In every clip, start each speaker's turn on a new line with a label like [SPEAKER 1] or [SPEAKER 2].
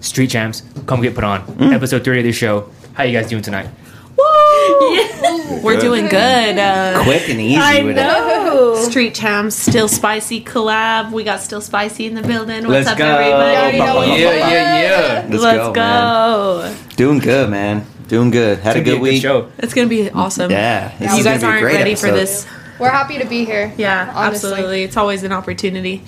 [SPEAKER 1] Street Champs, come get put on.
[SPEAKER 2] Mm.
[SPEAKER 1] Episode 30 of the show. How you guys doing tonight?
[SPEAKER 3] We're doing good. Uh,
[SPEAKER 2] Quick and easy with it.
[SPEAKER 3] Street Champs, Still Spicy collab. We got Still Spicy in the building. What's
[SPEAKER 2] Let's
[SPEAKER 3] up,
[SPEAKER 2] go.
[SPEAKER 3] everybody?
[SPEAKER 2] Yeah,
[SPEAKER 4] yeah,
[SPEAKER 2] yeah. Let's,
[SPEAKER 3] Let's
[SPEAKER 2] go,
[SPEAKER 3] go.
[SPEAKER 2] man. Doing good, man. Doing good. Had a
[SPEAKER 1] It'll be
[SPEAKER 2] good week.
[SPEAKER 1] show.
[SPEAKER 3] It's gonna be awesome.
[SPEAKER 2] Yeah. this
[SPEAKER 3] If you
[SPEAKER 2] is gonna
[SPEAKER 3] guys
[SPEAKER 2] be a
[SPEAKER 3] aren't
[SPEAKER 2] great
[SPEAKER 3] ready for
[SPEAKER 2] episode.
[SPEAKER 3] this.
[SPEAKER 4] We're happy to be here.
[SPEAKER 3] Yeah,
[SPEAKER 4] Honestly.
[SPEAKER 3] absolutely. It's always an opportunity.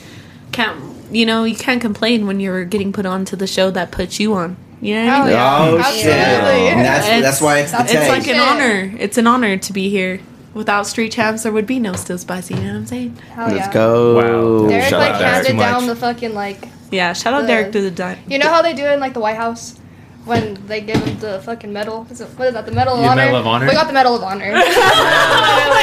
[SPEAKER 3] Can't you know? You can't complain when you're getting put on to the show that puts you on. You know what I mean?
[SPEAKER 4] Oh, yeah.
[SPEAKER 2] Oh, shit.
[SPEAKER 4] Absolutely.
[SPEAKER 2] And that's,
[SPEAKER 3] It's-
[SPEAKER 2] that's why it's the
[SPEAKER 4] that's
[SPEAKER 3] It's
[SPEAKER 2] tape.
[SPEAKER 3] like an
[SPEAKER 4] Shit.
[SPEAKER 3] honor. It's an honor to be here. Without Street Champs, there would be no Still Spicy. You know what I'm saying?
[SPEAKER 4] Hell
[SPEAKER 2] Let's
[SPEAKER 4] yeah.
[SPEAKER 2] go.
[SPEAKER 1] Wow.
[SPEAKER 4] Derek
[SPEAKER 1] Shout
[SPEAKER 4] like
[SPEAKER 1] out Derek.
[SPEAKER 4] handed
[SPEAKER 1] Too much.
[SPEAKER 4] down the fucking like
[SPEAKER 3] Yeah. Shout out
[SPEAKER 4] Good.
[SPEAKER 3] Derek to the di-
[SPEAKER 4] you know how they do in like the White House when they give him the fucking medal. Is it, what is that? The Medal of
[SPEAKER 1] The
[SPEAKER 4] Honor.
[SPEAKER 1] Medal of Honor?
[SPEAKER 4] We got the Medal of Honor.
[SPEAKER 3] Oh,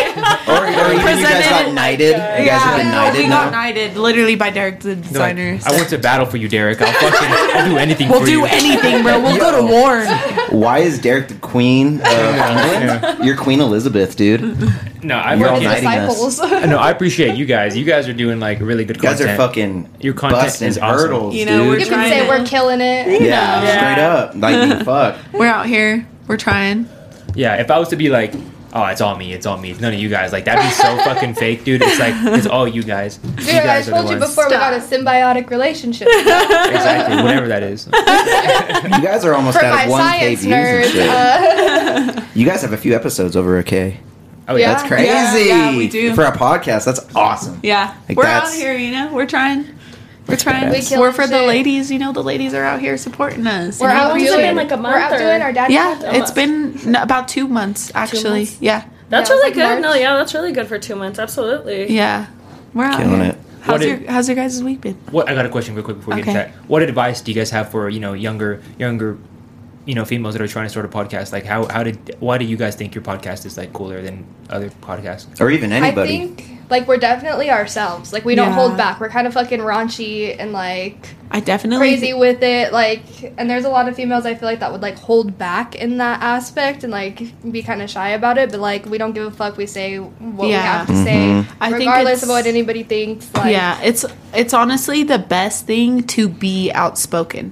[SPEAKER 2] Or, or even you guys
[SPEAKER 3] Presented-
[SPEAKER 2] got knighted. You guys have been
[SPEAKER 3] Yeah, we
[SPEAKER 2] knighted
[SPEAKER 3] got
[SPEAKER 2] now.
[SPEAKER 3] knighted literally by Derek
[SPEAKER 1] They're
[SPEAKER 3] the
[SPEAKER 1] like,
[SPEAKER 3] designer.
[SPEAKER 1] I went to battle for you, Derek. I'll fucking I'll do anything
[SPEAKER 3] we'll
[SPEAKER 1] for
[SPEAKER 3] do
[SPEAKER 1] you.
[SPEAKER 3] anything, bro. We'll go to war.
[SPEAKER 2] Why is Derek the queen of England? You're Queen Elizabeth, dude. You
[SPEAKER 1] No, I
[SPEAKER 2] You're all
[SPEAKER 1] fucking-
[SPEAKER 2] knighted.
[SPEAKER 4] Disciples.
[SPEAKER 1] no, I appreciate you guys. You guys are doing like really good
[SPEAKER 2] guys are
[SPEAKER 1] content.
[SPEAKER 2] fucking
[SPEAKER 1] Your content
[SPEAKER 2] busting
[SPEAKER 1] is awesome.
[SPEAKER 2] hurdles,
[SPEAKER 3] You know,
[SPEAKER 2] dude.
[SPEAKER 4] you
[SPEAKER 3] we're
[SPEAKER 4] can say
[SPEAKER 3] China.
[SPEAKER 4] we're killing it.
[SPEAKER 2] yeah,
[SPEAKER 3] Yeah.
[SPEAKER 2] straight up. Like, fuck.
[SPEAKER 3] We're out here. We're trying.
[SPEAKER 1] Yeah, if I was to be like, oh, it's all me, it's all me, it's none of you guys, like that'd be so fucking fake, dude. It's like it's all you guys. you
[SPEAKER 4] Dude, I
[SPEAKER 1] guys are the
[SPEAKER 4] told you
[SPEAKER 1] ones.
[SPEAKER 4] before we got a symbiotic relationship. For
[SPEAKER 1] Exactly, whatever that is.
[SPEAKER 2] You guys are almost out
[SPEAKER 4] my
[SPEAKER 2] of 1K
[SPEAKER 4] science
[SPEAKER 2] views and
[SPEAKER 4] nerds.
[SPEAKER 2] shit.
[SPEAKER 4] Uh,
[SPEAKER 2] you guys have a few episodes over a K.
[SPEAKER 1] Oh yeah,
[SPEAKER 2] That's crazy.
[SPEAKER 3] Yeah, yeah, we do.
[SPEAKER 2] For a podcast, that's awesome.
[SPEAKER 3] Yeah.
[SPEAKER 2] Like,
[SPEAKER 3] we're out
[SPEAKER 2] that's-
[SPEAKER 3] here, you know? We're trying. We're trying.
[SPEAKER 4] We killing
[SPEAKER 3] We are for the
[SPEAKER 4] shit.
[SPEAKER 3] ladies, you know, the ladies are out here supporting us. you
[SPEAKER 4] we're
[SPEAKER 3] know?
[SPEAKER 4] out
[SPEAKER 3] We
[SPEAKER 4] doing
[SPEAKER 3] appreciate
[SPEAKER 5] been
[SPEAKER 3] it.
[SPEAKER 5] like a
[SPEAKER 4] We're
[SPEAKER 5] month
[SPEAKER 4] out
[SPEAKER 5] or-
[SPEAKER 4] doing our daddy.
[SPEAKER 3] Yeah,
[SPEAKER 4] content.
[SPEAKER 3] it's been n- about two months actually.
[SPEAKER 5] months?
[SPEAKER 3] Yeah,
[SPEAKER 5] That's
[SPEAKER 4] Yeah,
[SPEAKER 5] really
[SPEAKER 4] it's
[SPEAKER 5] good.
[SPEAKER 4] like
[SPEAKER 5] No,
[SPEAKER 4] March.
[SPEAKER 5] yeah, that's really good for two months. Absolutely.
[SPEAKER 3] yeah, we're out
[SPEAKER 2] Killing
[SPEAKER 3] here.
[SPEAKER 2] it.
[SPEAKER 3] How's
[SPEAKER 1] What
[SPEAKER 3] your
[SPEAKER 1] did-
[SPEAKER 3] How's your guys' week been?
[SPEAKER 1] What I got a question real quick before we get
[SPEAKER 3] Okay.
[SPEAKER 1] into that. What advice do you guys have for you know younger younger you know females that are trying to start a podcast? Like how how did why do you guys think your podcast is like cooler than other podcasts?
[SPEAKER 2] Or even anybody.
[SPEAKER 4] I think like we're definitely ourselves. Like we don't
[SPEAKER 3] Yeah.
[SPEAKER 4] hold back. We're kind of fucking raunchy and like
[SPEAKER 3] I definitely
[SPEAKER 4] crazy with it like and there's a lot of females i feel like that would like hold back in that aspect and like be kind of shy about it but like we don't give a fuck we say what we
[SPEAKER 3] Yeah.
[SPEAKER 4] have to
[SPEAKER 2] Mhm.
[SPEAKER 4] say
[SPEAKER 3] I think it's-
[SPEAKER 4] regardless of what anybody thinks like
[SPEAKER 3] yeah, it's it's honestly the best thing to be outspoken.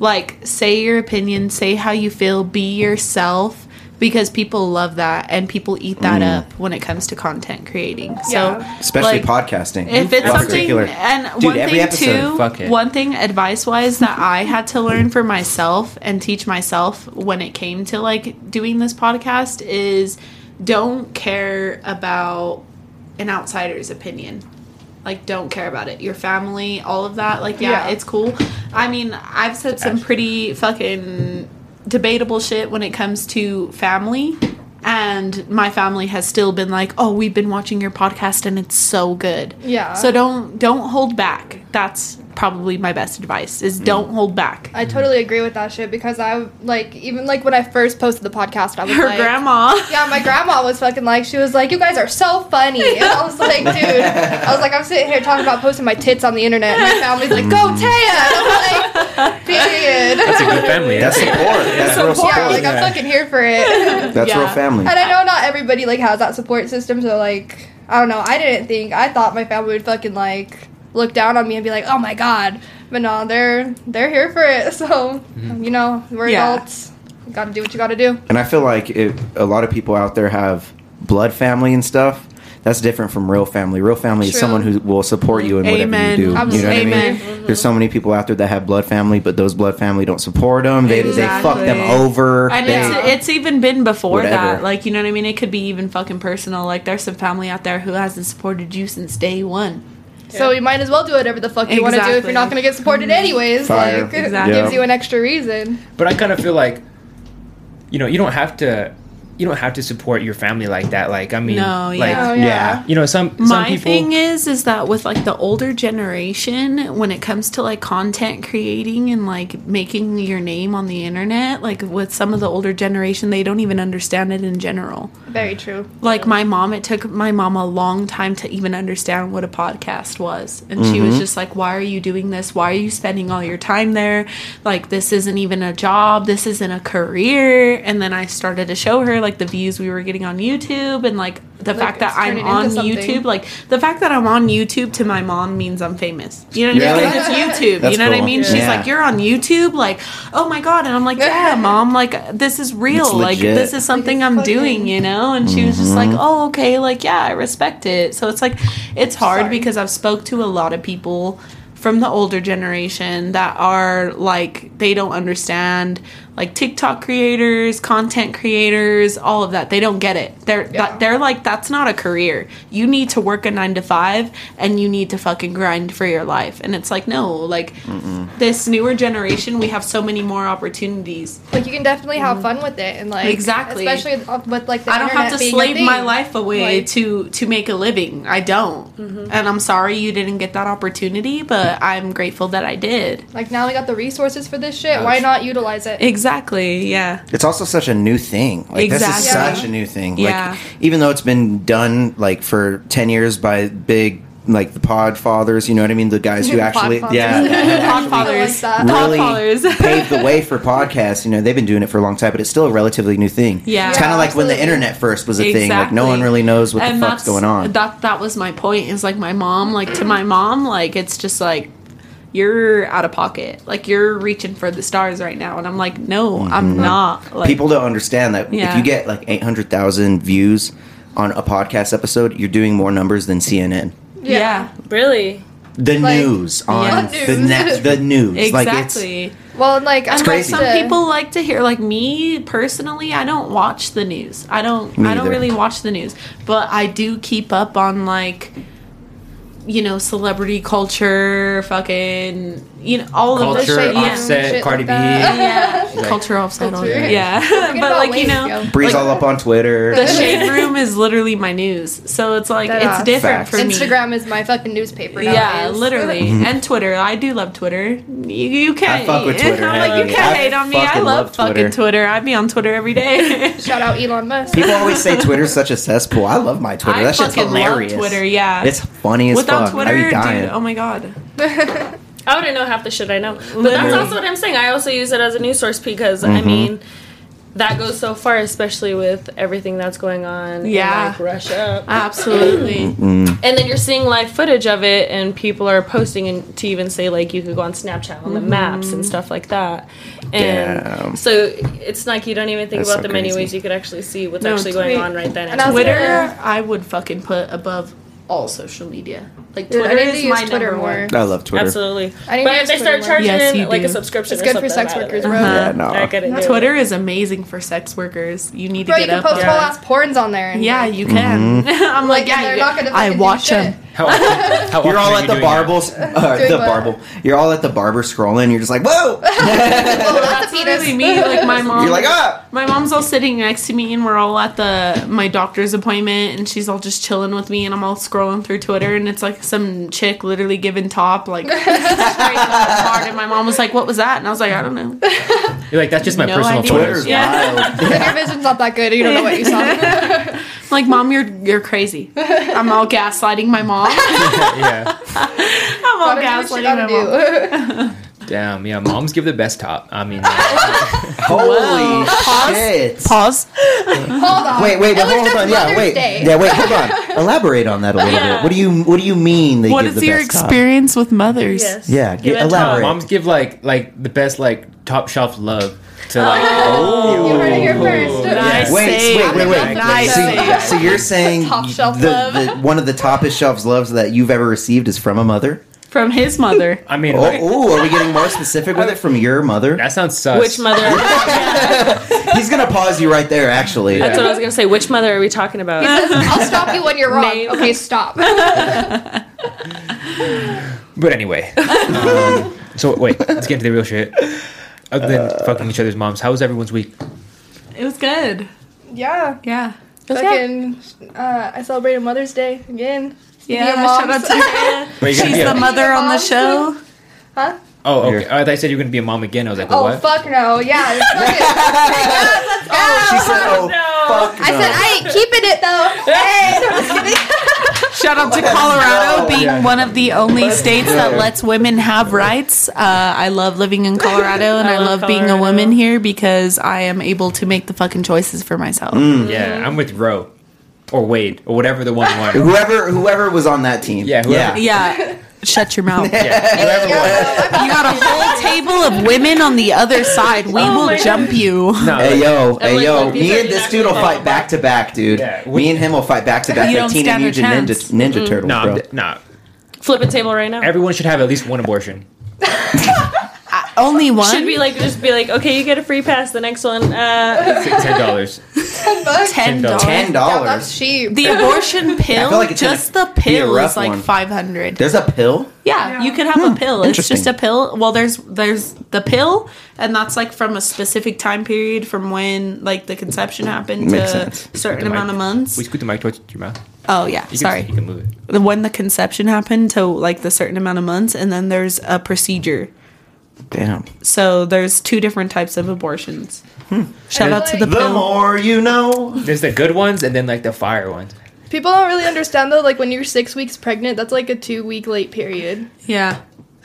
[SPEAKER 3] Like say your opinion, say how you feel, be yourself because people love that and people eat that up when it comes to content creating. So
[SPEAKER 4] Yeah.
[SPEAKER 2] Especially
[SPEAKER 3] like,
[SPEAKER 2] podcasting.
[SPEAKER 3] if it's
[SPEAKER 2] in
[SPEAKER 3] something
[SPEAKER 2] particular.
[SPEAKER 3] and
[SPEAKER 2] Dude,
[SPEAKER 3] one
[SPEAKER 2] every
[SPEAKER 3] thing
[SPEAKER 2] episode,
[SPEAKER 3] too
[SPEAKER 1] fuck it.
[SPEAKER 3] one thing advice wise that i had to learn for myself and teach myself when it came to like doing this podcast is don't care about an outsider's opinion like don't care about it your family all of that like yeah,
[SPEAKER 4] Yeah.
[SPEAKER 3] it's cool i mean i've said some pretty fucking debatable shit when it comes to family and my family has still been like oh we've been watching your podcast and it's so good
[SPEAKER 4] Yeah.
[SPEAKER 3] so don't don't hold back that's probably my best advice is don't hold back
[SPEAKER 4] i totally agree with that shit because i like even like when i first posted the podcast i was
[SPEAKER 3] her
[SPEAKER 4] like
[SPEAKER 3] grandma
[SPEAKER 4] yeah, my grandma was fucking like, she was like, you guys are so funny. And I was like, dude, I was like, I'm sitting here talking about posting my tits on the internet. And my family's like, go, Taya. And I'm like, period.
[SPEAKER 1] That's a good family.
[SPEAKER 2] That's support. That's real support.
[SPEAKER 4] Yeah, like I'm fucking here for it.
[SPEAKER 2] That's real
[SPEAKER 3] Yeah.
[SPEAKER 2] family.
[SPEAKER 4] And I know not everybody like has that support system, so like I don't know. I didn't think I thought my family would fucking like look down on me and be like, "Oh my god," but no, they're they're here for it. So
[SPEAKER 2] Mm-hmm.
[SPEAKER 4] you know, we're
[SPEAKER 3] Yeah.
[SPEAKER 4] adults. You gotta do what you gotta do.
[SPEAKER 2] And I feel like it, a lot of people out there have blood family and stuff. That's different from real family. Real family is
[SPEAKER 4] True.
[SPEAKER 2] someone who will support you in whatever
[SPEAKER 3] Amen.
[SPEAKER 2] you do.
[SPEAKER 4] Absolutely.
[SPEAKER 2] You know what I
[SPEAKER 3] Amen.
[SPEAKER 2] mean? There's so many people out there that have blood family, but those blood family don't support them. They, they fuck them
[SPEAKER 3] Exactly.
[SPEAKER 2] over.
[SPEAKER 3] and
[SPEAKER 2] They-
[SPEAKER 3] it's, it's even been before
[SPEAKER 2] Whatever.
[SPEAKER 3] that like you know what i mean it could be even fucking personal like there's some family out there who hasn't supported you since day one
[SPEAKER 4] So you might as well do whatever the fuck you want to do if
[SPEAKER 3] Exactly. Mm-hmm.
[SPEAKER 4] you're not gonna get supported anyways.
[SPEAKER 2] Fire.
[SPEAKER 4] Like, it
[SPEAKER 3] Exactly.
[SPEAKER 4] gives
[SPEAKER 2] Yeah.
[SPEAKER 4] you an extra reason.
[SPEAKER 1] But I kind of feel like, you know, you don't have to, you don't have to support your family like that. Like, I mean,
[SPEAKER 3] No,
[SPEAKER 1] like,
[SPEAKER 3] yeah.
[SPEAKER 4] Oh,
[SPEAKER 2] yeah.
[SPEAKER 1] you know, some some
[SPEAKER 3] my
[SPEAKER 1] people.
[SPEAKER 3] thing is is that with like the older generation when it comes to like content creating and like making your name on the internet like with some of the older generation they don't even understand it in general
[SPEAKER 4] Very true.
[SPEAKER 3] like my mom it took my mom a long time to even understand what a podcast was and she
[SPEAKER 2] Mm-hmm.
[SPEAKER 3] was just like why are you doing this why are you spending all your time there like this isn't even a job this isn't a career and then i started to show her like the views we were getting on YouTube and like the
[SPEAKER 4] Like,
[SPEAKER 3] fact that
[SPEAKER 4] it's
[SPEAKER 3] I'm
[SPEAKER 4] turning
[SPEAKER 3] on
[SPEAKER 4] into something.
[SPEAKER 3] YouTube, like the fact that I'm on YouTube to my mom means I'm famous. You know what I mean?
[SPEAKER 2] Really?
[SPEAKER 3] 'Cause It's YouTube.
[SPEAKER 2] That's
[SPEAKER 3] you know what I
[SPEAKER 2] cool.
[SPEAKER 3] mean? She's
[SPEAKER 2] Yeah.
[SPEAKER 3] like, you're on YouTube, like, oh my god, and I'm like, yeah, mom, like this is real,
[SPEAKER 2] It's
[SPEAKER 3] like
[SPEAKER 2] legit.
[SPEAKER 3] this is something
[SPEAKER 4] it's
[SPEAKER 3] I'm
[SPEAKER 4] fucking-
[SPEAKER 3] doing, you know. And she was just like, oh okay, like yeah, I respect it. So it's like it's hard
[SPEAKER 4] Sorry.
[SPEAKER 3] because I've spoke to a lot of people from the older generation that are like they don't understand like TikTok creators, content creators, all of that. They don't get it. They're
[SPEAKER 4] Yeah.
[SPEAKER 3] that, they're like that's not a career. You need to work a 9 to 5 and you need to fucking grind for your life. And it's like no, like this newer generation we have so many more opportunities.
[SPEAKER 4] Like you can definitely have fun with it and like
[SPEAKER 3] Mm-hmm. Exactly.
[SPEAKER 4] especially with, with like the
[SPEAKER 3] I don't have
[SPEAKER 4] internet
[SPEAKER 3] to
[SPEAKER 4] being a
[SPEAKER 3] slave my
[SPEAKER 4] thing.
[SPEAKER 3] life away
[SPEAKER 4] Like- Mm-hmm.
[SPEAKER 3] to to make a living. I don't. And I'm sorry you didn't get that opportunity, but I'm grateful that I did.
[SPEAKER 4] Like now we got the resources for this shit. Why
[SPEAKER 2] Ouch.
[SPEAKER 4] not utilize it?
[SPEAKER 3] Exactly. Yeah.
[SPEAKER 2] It's also such a new thing. Like this is
[SPEAKER 3] Exactly.
[SPEAKER 2] such a new thing.
[SPEAKER 3] Yeah.
[SPEAKER 2] Like even though it's been done like for ten years by big like the pod fathers, you know what I mean? The guys who
[SPEAKER 4] The
[SPEAKER 2] actually
[SPEAKER 4] Podfathers.
[SPEAKER 2] yeah
[SPEAKER 3] Podfathers.
[SPEAKER 4] I like that.
[SPEAKER 2] really
[SPEAKER 3] Podfathers.
[SPEAKER 2] paved the way for podcasts. You know, they've been doing it for a long time, but it's still a relatively new thing.
[SPEAKER 3] Yeah.
[SPEAKER 2] It's kinda
[SPEAKER 4] Yeah,
[SPEAKER 2] like when the
[SPEAKER 4] absolutely.
[SPEAKER 2] internet first was a thing. Like no
[SPEAKER 3] Exactly.
[SPEAKER 2] one really knows what the fuck's
[SPEAKER 3] that's-
[SPEAKER 2] going on.
[SPEAKER 3] That that was my point. Is like my mom, like to my mom, like it's just like you're out of pocket. Like you're reaching for the stars right now, and I'm like, no, I'm not. Like,
[SPEAKER 2] Mm-hmm. People don't understand that if
[SPEAKER 3] Yeah.
[SPEAKER 2] you get like eight hundred thousand views on a podcast episode, you're doing more numbers than CNN.
[SPEAKER 3] yeah,
[SPEAKER 5] Really?
[SPEAKER 2] The
[SPEAKER 4] Like,
[SPEAKER 2] news on
[SPEAKER 4] yeah.
[SPEAKER 2] the
[SPEAKER 4] News.
[SPEAKER 2] net, the news. Like it's
[SPEAKER 3] exactly.
[SPEAKER 4] Well, and like
[SPEAKER 3] and
[SPEAKER 4] I'm
[SPEAKER 2] crazy.
[SPEAKER 3] like some people like to hear like me personally i don't watch the news i don't
[SPEAKER 2] Me
[SPEAKER 3] i don't
[SPEAKER 2] either.
[SPEAKER 3] really watch the news but i do keep up on like you know celebrity culture fucking you know all of this
[SPEAKER 1] Culture,
[SPEAKER 3] shit yeah.
[SPEAKER 1] offset, Cardi B.
[SPEAKER 3] yeah
[SPEAKER 1] Like-
[SPEAKER 3] culture offset on
[SPEAKER 4] Culture.
[SPEAKER 3] it. yeah
[SPEAKER 4] Forget
[SPEAKER 3] but
[SPEAKER 4] about
[SPEAKER 3] like you
[SPEAKER 4] Lazy,
[SPEAKER 3] know
[SPEAKER 4] yo.
[SPEAKER 2] Breeze all up on Twitter.
[SPEAKER 3] the shade room is literally my news so it's like
[SPEAKER 4] That
[SPEAKER 3] it's
[SPEAKER 4] ass.
[SPEAKER 3] different
[SPEAKER 2] Facts.
[SPEAKER 3] for me
[SPEAKER 4] Instagram is my fucking newspaper.
[SPEAKER 3] yeah,
[SPEAKER 4] nowadays.
[SPEAKER 3] literally, and Twitter. I do love Twitter. You, you can't.
[SPEAKER 2] I fuck with Twitter,
[SPEAKER 3] I'm like,
[SPEAKER 2] hell
[SPEAKER 3] you
[SPEAKER 2] yeah.
[SPEAKER 3] can't
[SPEAKER 2] I
[SPEAKER 3] hate on me. I
[SPEAKER 2] fucking
[SPEAKER 3] love,
[SPEAKER 2] love Twitter.
[SPEAKER 3] fucking Twitter. I'd be on Twitter every day.
[SPEAKER 4] Shout out Elon Musk.
[SPEAKER 2] People always say Twitter's such a cesspool. I love my Twitter.
[SPEAKER 3] I
[SPEAKER 2] that shit's
[SPEAKER 3] fucking love
[SPEAKER 2] hilarious.
[SPEAKER 3] Twitter, yeah.
[SPEAKER 2] It's funny as
[SPEAKER 3] Without
[SPEAKER 2] fuck.
[SPEAKER 3] Twitter,
[SPEAKER 2] I'd be dying.
[SPEAKER 3] dude. Oh my god.
[SPEAKER 5] I wouldn't know half the shit I know. But that's
[SPEAKER 3] Literally.
[SPEAKER 5] also what I'm saying. I also use it as a news source because
[SPEAKER 4] Mm-hmm.
[SPEAKER 5] I mean that goes so far, especially with everything that's going on
[SPEAKER 3] Yeah.
[SPEAKER 5] in like Russia.
[SPEAKER 3] Absolutely.
[SPEAKER 5] And then you're seeing live footage of it, and people are posting and to even say like you could go on Snapchat on the
[SPEAKER 4] Mm-hmm.
[SPEAKER 5] maps and stuff like that. And
[SPEAKER 2] Damn.
[SPEAKER 5] so it's like you don't even think
[SPEAKER 2] That's
[SPEAKER 5] about
[SPEAKER 2] so
[SPEAKER 5] the many
[SPEAKER 2] crazy.
[SPEAKER 5] ways you could actually see what's
[SPEAKER 3] No,
[SPEAKER 5] actually going
[SPEAKER 4] tweet.
[SPEAKER 5] on right then.
[SPEAKER 4] And I was
[SPEAKER 3] Twitter,
[SPEAKER 4] Yeah.
[SPEAKER 3] I would fucking put above all social media. Like
[SPEAKER 4] Dude, I
[SPEAKER 3] Twitter
[SPEAKER 4] need to
[SPEAKER 3] is my
[SPEAKER 4] use Twitter
[SPEAKER 3] number
[SPEAKER 4] more.
[SPEAKER 3] one.
[SPEAKER 2] I love Twitter.
[SPEAKER 5] Absolutely.
[SPEAKER 4] I need to
[SPEAKER 5] But if
[SPEAKER 4] use
[SPEAKER 5] they
[SPEAKER 4] Twitter
[SPEAKER 5] start
[SPEAKER 4] more.
[SPEAKER 5] charging
[SPEAKER 3] Yes, you
[SPEAKER 5] in like
[SPEAKER 3] do.
[SPEAKER 5] a subscription,
[SPEAKER 4] It's good
[SPEAKER 5] or
[SPEAKER 4] for
[SPEAKER 5] something,
[SPEAKER 4] sex
[SPEAKER 5] I don't
[SPEAKER 4] workers,
[SPEAKER 5] know.
[SPEAKER 4] bro.
[SPEAKER 3] Uh-huh.
[SPEAKER 2] Yeah, no.
[SPEAKER 5] I get it. dude.
[SPEAKER 3] Twitter is amazing for sex workers. You need to
[SPEAKER 4] Bro, you
[SPEAKER 3] get
[SPEAKER 4] can
[SPEAKER 3] up.
[SPEAKER 4] post
[SPEAKER 3] on
[SPEAKER 4] whole
[SPEAKER 3] that.
[SPEAKER 4] ass porns on there. And
[SPEAKER 3] yeah, you can.
[SPEAKER 2] Mm-hmm.
[SPEAKER 3] I'm like,
[SPEAKER 4] and
[SPEAKER 3] yeah,
[SPEAKER 4] they're
[SPEAKER 3] you-
[SPEAKER 4] not gonna
[SPEAKER 3] I
[SPEAKER 4] fucking do
[SPEAKER 3] watch
[SPEAKER 4] shit.
[SPEAKER 3] them.
[SPEAKER 1] How often, how often
[SPEAKER 2] You're all
[SPEAKER 1] are
[SPEAKER 2] at
[SPEAKER 1] you
[SPEAKER 2] the
[SPEAKER 1] doing that?
[SPEAKER 2] barbles, uh,
[SPEAKER 4] Doing
[SPEAKER 2] the
[SPEAKER 4] what?
[SPEAKER 2] barble. You're all at the barber scrolling. You're just like, whoa!
[SPEAKER 3] Uh-huh.
[SPEAKER 4] oh,
[SPEAKER 3] That's
[SPEAKER 4] that's, a penis.
[SPEAKER 3] literally me. Like my mom.
[SPEAKER 2] You're like, ah!
[SPEAKER 3] My mom's all sitting next to me, and we're all at the my doctor's appointment, and she's all just chilling with me, and I'm all scrolling through Twitter, and it's like some chick literally giving top like straight hard, and my mom was like, "What was that?" And I was like, "I don't know."
[SPEAKER 1] You're like that's just my
[SPEAKER 3] No
[SPEAKER 1] personal
[SPEAKER 3] idea.
[SPEAKER 1] photos.
[SPEAKER 2] Twitter's
[SPEAKER 3] Yeah.
[SPEAKER 2] wild.
[SPEAKER 4] Your vision's not that good. You don't know what you saw.
[SPEAKER 3] I'm like, mom, you're you're crazy. I'm all gaslighting my mom. I'm
[SPEAKER 1] yeah.
[SPEAKER 3] all
[SPEAKER 4] Gotta do what you
[SPEAKER 3] gaslighting my
[SPEAKER 4] gotta
[SPEAKER 3] mom.
[SPEAKER 4] do.
[SPEAKER 1] Damn. Yeah. Moms give the best top. I mean,
[SPEAKER 2] Holy shit!
[SPEAKER 3] Pause.
[SPEAKER 4] Hold on.
[SPEAKER 2] Wait, wait,
[SPEAKER 4] It was
[SPEAKER 2] but hold
[SPEAKER 4] just
[SPEAKER 2] on. Yeah,
[SPEAKER 4] Mother's
[SPEAKER 2] wait.
[SPEAKER 4] Day.
[SPEAKER 2] Yeah, wait. Hold on. Elaborate on that a little bit. What do you What do you mean they
[SPEAKER 3] What
[SPEAKER 2] give
[SPEAKER 3] is
[SPEAKER 2] the
[SPEAKER 3] your
[SPEAKER 2] best top?
[SPEAKER 3] experience with mothers?
[SPEAKER 5] Yes.
[SPEAKER 2] Yeah,
[SPEAKER 5] Give
[SPEAKER 2] get-
[SPEAKER 5] it
[SPEAKER 2] elaborate.
[SPEAKER 5] time.
[SPEAKER 1] moms give like like the best like top shelf love to like. Oh.
[SPEAKER 4] You heard it here first.
[SPEAKER 3] Nice.
[SPEAKER 2] Wait,
[SPEAKER 3] Save.
[SPEAKER 2] wait, wait, wait.
[SPEAKER 3] Nice
[SPEAKER 2] So,
[SPEAKER 3] save.
[SPEAKER 2] so you're saying
[SPEAKER 4] Top shelf
[SPEAKER 2] the,
[SPEAKER 4] love.
[SPEAKER 2] the, one of the toppest shelves loves that you've ever received is from a mother?
[SPEAKER 3] From his mother.
[SPEAKER 1] I mean,
[SPEAKER 2] Oh,
[SPEAKER 1] like,
[SPEAKER 2] ooh, are we getting more specific with it from your mother?
[SPEAKER 1] that sounds sus.
[SPEAKER 5] Which mother?
[SPEAKER 2] He's gonna pause you right there. Actually,
[SPEAKER 5] That's what I was gonna say. Which mother are we talking about?
[SPEAKER 4] I'll stop you when you're wrong.
[SPEAKER 5] Name.
[SPEAKER 4] Okay, stop.
[SPEAKER 1] But anyway, um, so wait, let's get into the real shit. Other than
[SPEAKER 2] Uh.
[SPEAKER 1] fucking each other's moms, how was everyone's week?
[SPEAKER 3] It was good.
[SPEAKER 4] yeah.
[SPEAKER 3] Yeah.
[SPEAKER 4] Fucking, uh, I celebrated Mother's Day again.
[SPEAKER 3] Yeah.
[SPEAKER 4] Your moms.
[SPEAKER 3] Shout out to her.
[SPEAKER 1] Wait, you gonna
[SPEAKER 3] She's
[SPEAKER 1] be a-
[SPEAKER 3] the mother on the
[SPEAKER 4] moms.
[SPEAKER 3] show.
[SPEAKER 4] Huh?
[SPEAKER 1] Oh, okay.
[SPEAKER 2] Here.
[SPEAKER 1] I thought you said you were gonna be a mom again. I was like,
[SPEAKER 4] Oh
[SPEAKER 1] what?
[SPEAKER 4] fuck no! Yeah, it's fucking- yeah, let's go.
[SPEAKER 2] She said, "Oh fuck."
[SPEAKER 4] I said I ain't keeping it though. Hey, no, I'm just kidding.
[SPEAKER 3] Shout out to Colorado
[SPEAKER 2] No.
[SPEAKER 3] being
[SPEAKER 2] Yeah.
[SPEAKER 3] one of the only states that
[SPEAKER 2] Yeah.
[SPEAKER 3] lets women have rights. Uh, I love living in Colorado and I,
[SPEAKER 5] I
[SPEAKER 3] love
[SPEAKER 5] love
[SPEAKER 3] being a
[SPEAKER 5] Colorado.
[SPEAKER 3] woman here because I am able to make the fucking choices for myself.
[SPEAKER 2] Mm. Hmm.
[SPEAKER 1] Yeah, I'm with Roe or Wade or whatever the one won.
[SPEAKER 2] whoever whoever was on that team.
[SPEAKER 1] Yeah, whoever.
[SPEAKER 3] Yeah. Shut your mouth. You
[SPEAKER 1] yeah, whoever won.
[SPEAKER 4] Yeah, no, I'm-
[SPEAKER 3] got a whole table of women on the other side. We will
[SPEAKER 5] Oh my
[SPEAKER 3] jump you.
[SPEAKER 1] No,
[SPEAKER 2] Hey
[SPEAKER 1] like-
[SPEAKER 2] yo, hey
[SPEAKER 5] like,
[SPEAKER 2] yo,
[SPEAKER 5] like, these
[SPEAKER 2] me
[SPEAKER 5] are
[SPEAKER 2] and this
[SPEAKER 5] exactly
[SPEAKER 2] dude will
[SPEAKER 5] the
[SPEAKER 2] fight
[SPEAKER 5] same.
[SPEAKER 2] back to back, dude.
[SPEAKER 1] Yeah, we-
[SPEAKER 2] me and him will fight back to back
[SPEAKER 3] You
[SPEAKER 2] like
[SPEAKER 3] don't
[SPEAKER 2] Teenage
[SPEAKER 3] stand a
[SPEAKER 2] Mutant Ninja,
[SPEAKER 3] chance.
[SPEAKER 2] Ninja Turtles,
[SPEAKER 1] no, I'm
[SPEAKER 2] bro.
[SPEAKER 1] d- nah.
[SPEAKER 5] Flip a table right now.
[SPEAKER 1] Everyone should have at least one abortion.
[SPEAKER 3] Only one.
[SPEAKER 5] Should be like just be like, okay, you get a free pass. The next one, uh,
[SPEAKER 1] Ten dollars.
[SPEAKER 3] ten
[SPEAKER 1] $10.
[SPEAKER 3] dollars.
[SPEAKER 2] Ten
[SPEAKER 4] yeah, that's
[SPEAKER 2] dollars.
[SPEAKER 4] cheap.
[SPEAKER 3] The abortion pill,
[SPEAKER 2] like it's
[SPEAKER 3] just the
[SPEAKER 2] gonna be a
[SPEAKER 3] pill
[SPEAKER 2] rough
[SPEAKER 3] is like
[SPEAKER 2] one.
[SPEAKER 3] five hundred.
[SPEAKER 2] There's a pill.
[SPEAKER 3] Yeah, you could have a pill. It's
[SPEAKER 2] Hmm. interesting.
[SPEAKER 3] just a pill. Well, there's there's the pill, and that's like from a specific time period from when like the conception happened
[SPEAKER 2] Makes
[SPEAKER 3] to a
[SPEAKER 2] sense.
[SPEAKER 3] certain
[SPEAKER 1] The mic.
[SPEAKER 3] amount of months.
[SPEAKER 1] We scoot the mic towards your mouth.
[SPEAKER 3] oh yeah,
[SPEAKER 1] You can,
[SPEAKER 3] sorry.
[SPEAKER 1] you can move it.
[SPEAKER 3] The- when the conception happened to like the certain amount of months, and then there's a procedure.
[SPEAKER 2] Damn.
[SPEAKER 3] So there's two different types of abortions.
[SPEAKER 2] Hmm.
[SPEAKER 3] Shout out to the
[SPEAKER 4] The
[SPEAKER 2] The
[SPEAKER 3] pill.
[SPEAKER 2] more you know.
[SPEAKER 1] There's the good ones and then like the fire ones.
[SPEAKER 4] People don't really understand though. Like when you're six weeks pregnant, that's like a two week late period.
[SPEAKER 3] yeah,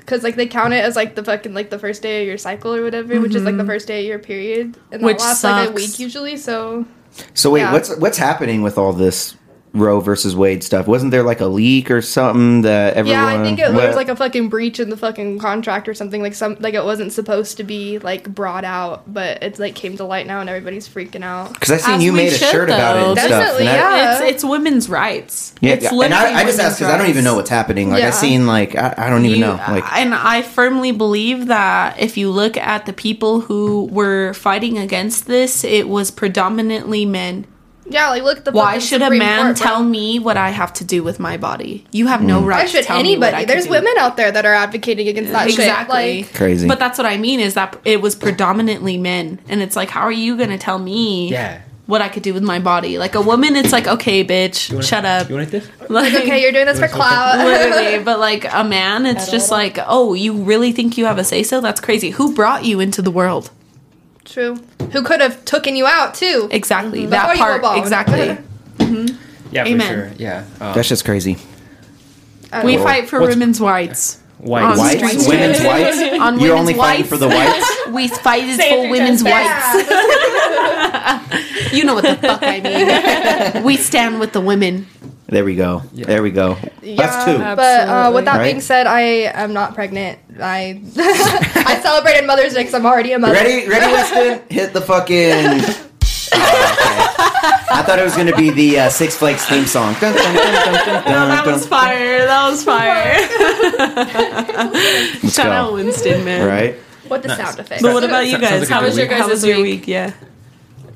[SPEAKER 4] Cause like they count it as like the fucking like the first day of your cycle or whatever, which is like the first day of your period, and
[SPEAKER 3] Which
[SPEAKER 4] that lasts like a
[SPEAKER 3] sucks.
[SPEAKER 4] week usually. So
[SPEAKER 2] So wait,
[SPEAKER 4] Yeah.
[SPEAKER 2] what's what's happening with all this Roe versus Wade stuff? Wasn't there like a leak or something that everyone?
[SPEAKER 4] yeah, I think it, there was
[SPEAKER 2] what-
[SPEAKER 4] like a fucking breach in the fucking contract or something. Like some like it wasn't supposed to be like brought out, but it's like came to light now and everybody's freaking out.
[SPEAKER 2] Because I seen
[SPEAKER 3] As
[SPEAKER 2] you
[SPEAKER 3] we
[SPEAKER 2] made a
[SPEAKER 3] should,
[SPEAKER 2] shirt about it and
[SPEAKER 3] though.
[SPEAKER 2] stuff.
[SPEAKER 4] Definitely,
[SPEAKER 2] and I-
[SPEAKER 4] yeah.
[SPEAKER 3] it's it's women's rights.
[SPEAKER 2] Yeah,
[SPEAKER 3] It's
[SPEAKER 2] yeah. and
[SPEAKER 3] literally
[SPEAKER 2] I, I just asked
[SPEAKER 3] women's
[SPEAKER 2] because I don't even
[SPEAKER 3] rights.
[SPEAKER 2] know what's happening. Like I
[SPEAKER 4] Yeah.
[SPEAKER 2] seen like I, I don't even
[SPEAKER 3] You-
[SPEAKER 2] know. Like
[SPEAKER 3] and I firmly believe that if you look at the people who were fighting against this, it was predominantly men.
[SPEAKER 4] Yeah, like look at the.
[SPEAKER 3] Why
[SPEAKER 4] fucking
[SPEAKER 3] should a
[SPEAKER 4] Supreme
[SPEAKER 3] man
[SPEAKER 4] Court, bro.
[SPEAKER 3] tell me what I have to do with my body? You have
[SPEAKER 2] Mm.
[SPEAKER 3] no right.
[SPEAKER 4] Why should
[SPEAKER 3] to tell me what
[SPEAKER 4] anybody?
[SPEAKER 3] I can
[SPEAKER 4] There's
[SPEAKER 3] do.
[SPEAKER 4] women out there that are advocating against that
[SPEAKER 3] Exactly.
[SPEAKER 4] shit. Like,
[SPEAKER 2] Crazy.
[SPEAKER 3] But that's what I mean is that it was predominantly men, and it's like, how are you going to tell me?
[SPEAKER 1] Yeah.
[SPEAKER 3] What I could do with my body. Like a woman, it's like, okay, bitch,
[SPEAKER 1] You wanna-
[SPEAKER 3] shut up.
[SPEAKER 1] You want this?
[SPEAKER 3] Like,
[SPEAKER 4] okay, you're doing this for clout.
[SPEAKER 3] literally but like a man it's just like oh you really think you have a say so that's crazy who brought you into the world
[SPEAKER 4] True. Who could have taken you out too?
[SPEAKER 3] exactly
[SPEAKER 4] Before
[SPEAKER 3] that
[SPEAKER 4] you were
[SPEAKER 3] part
[SPEAKER 4] born.
[SPEAKER 3] exactly
[SPEAKER 1] Yeah,
[SPEAKER 3] Amen.
[SPEAKER 1] for sure. Yeah. Um,
[SPEAKER 2] that's just crazy.
[SPEAKER 4] I
[SPEAKER 3] we
[SPEAKER 4] don't know.
[SPEAKER 3] fight for
[SPEAKER 1] What's-
[SPEAKER 3] women's rights
[SPEAKER 1] white.
[SPEAKER 3] on
[SPEAKER 2] Whites,
[SPEAKER 3] streets.
[SPEAKER 2] women's whites.
[SPEAKER 3] on
[SPEAKER 2] You're
[SPEAKER 3] women's
[SPEAKER 2] only fighting
[SPEAKER 3] whites
[SPEAKER 2] for the whites.
[SPEAKER 3] we fight is
[SPEAKER 5] Say it
[SPEAKER 3] for
[SPEAKER 5] three
[SPEAKER 3] women's
[SPEAKER 5] times
[SPEAKER 3] whites
[SPEAKER 4] Yeah. uh,
[SPEAKER 3] you know what the fuck i mean we stand with the women
[SPEAKER 2] There we go.
[SPEAKER 1] Yeah.
[SPEAKER 2] There we go. That's two.
[SPEAKER 4] But uh, with
[SPEAKER 5] Absolutely.
[SPEAKER 4] that being
[SPEAKER 2] Right?
[SPEAKER 4] said, I am not pregnant. I I celebrated Mother's Day because I'm already a mother.
[SPEAKER 2] Ready, ready, Weston? Hit the fucking. Oh, okay. I thought it was gonna be the uh, Six Flakes theme song. Dun, dun, dun, dun, dun, dun, dun.
[SPEAKER 3] fire that was fire shout
[SPEAKER 2] go.
[SPEAKER 3] out winston man
[SPEAKER 2] Right?
[SPEAKER 4] What the sound effect?
[SPEAKER 3] but what about you
[SPEAKER 1] Sounds like
[SPEAKER 3] guys
[SPEAKER 1] a
[SPEAKER 3] how
[SPEAKER 1] good
[SPEAKER 3] was your
[SPEAKER 1] week.
[SPEAKER 3] guys
[SPEAKER 5] How was
[SPEAKER 3] your
[SPEAKER 5] your
[SPEAKER 3] week, yeah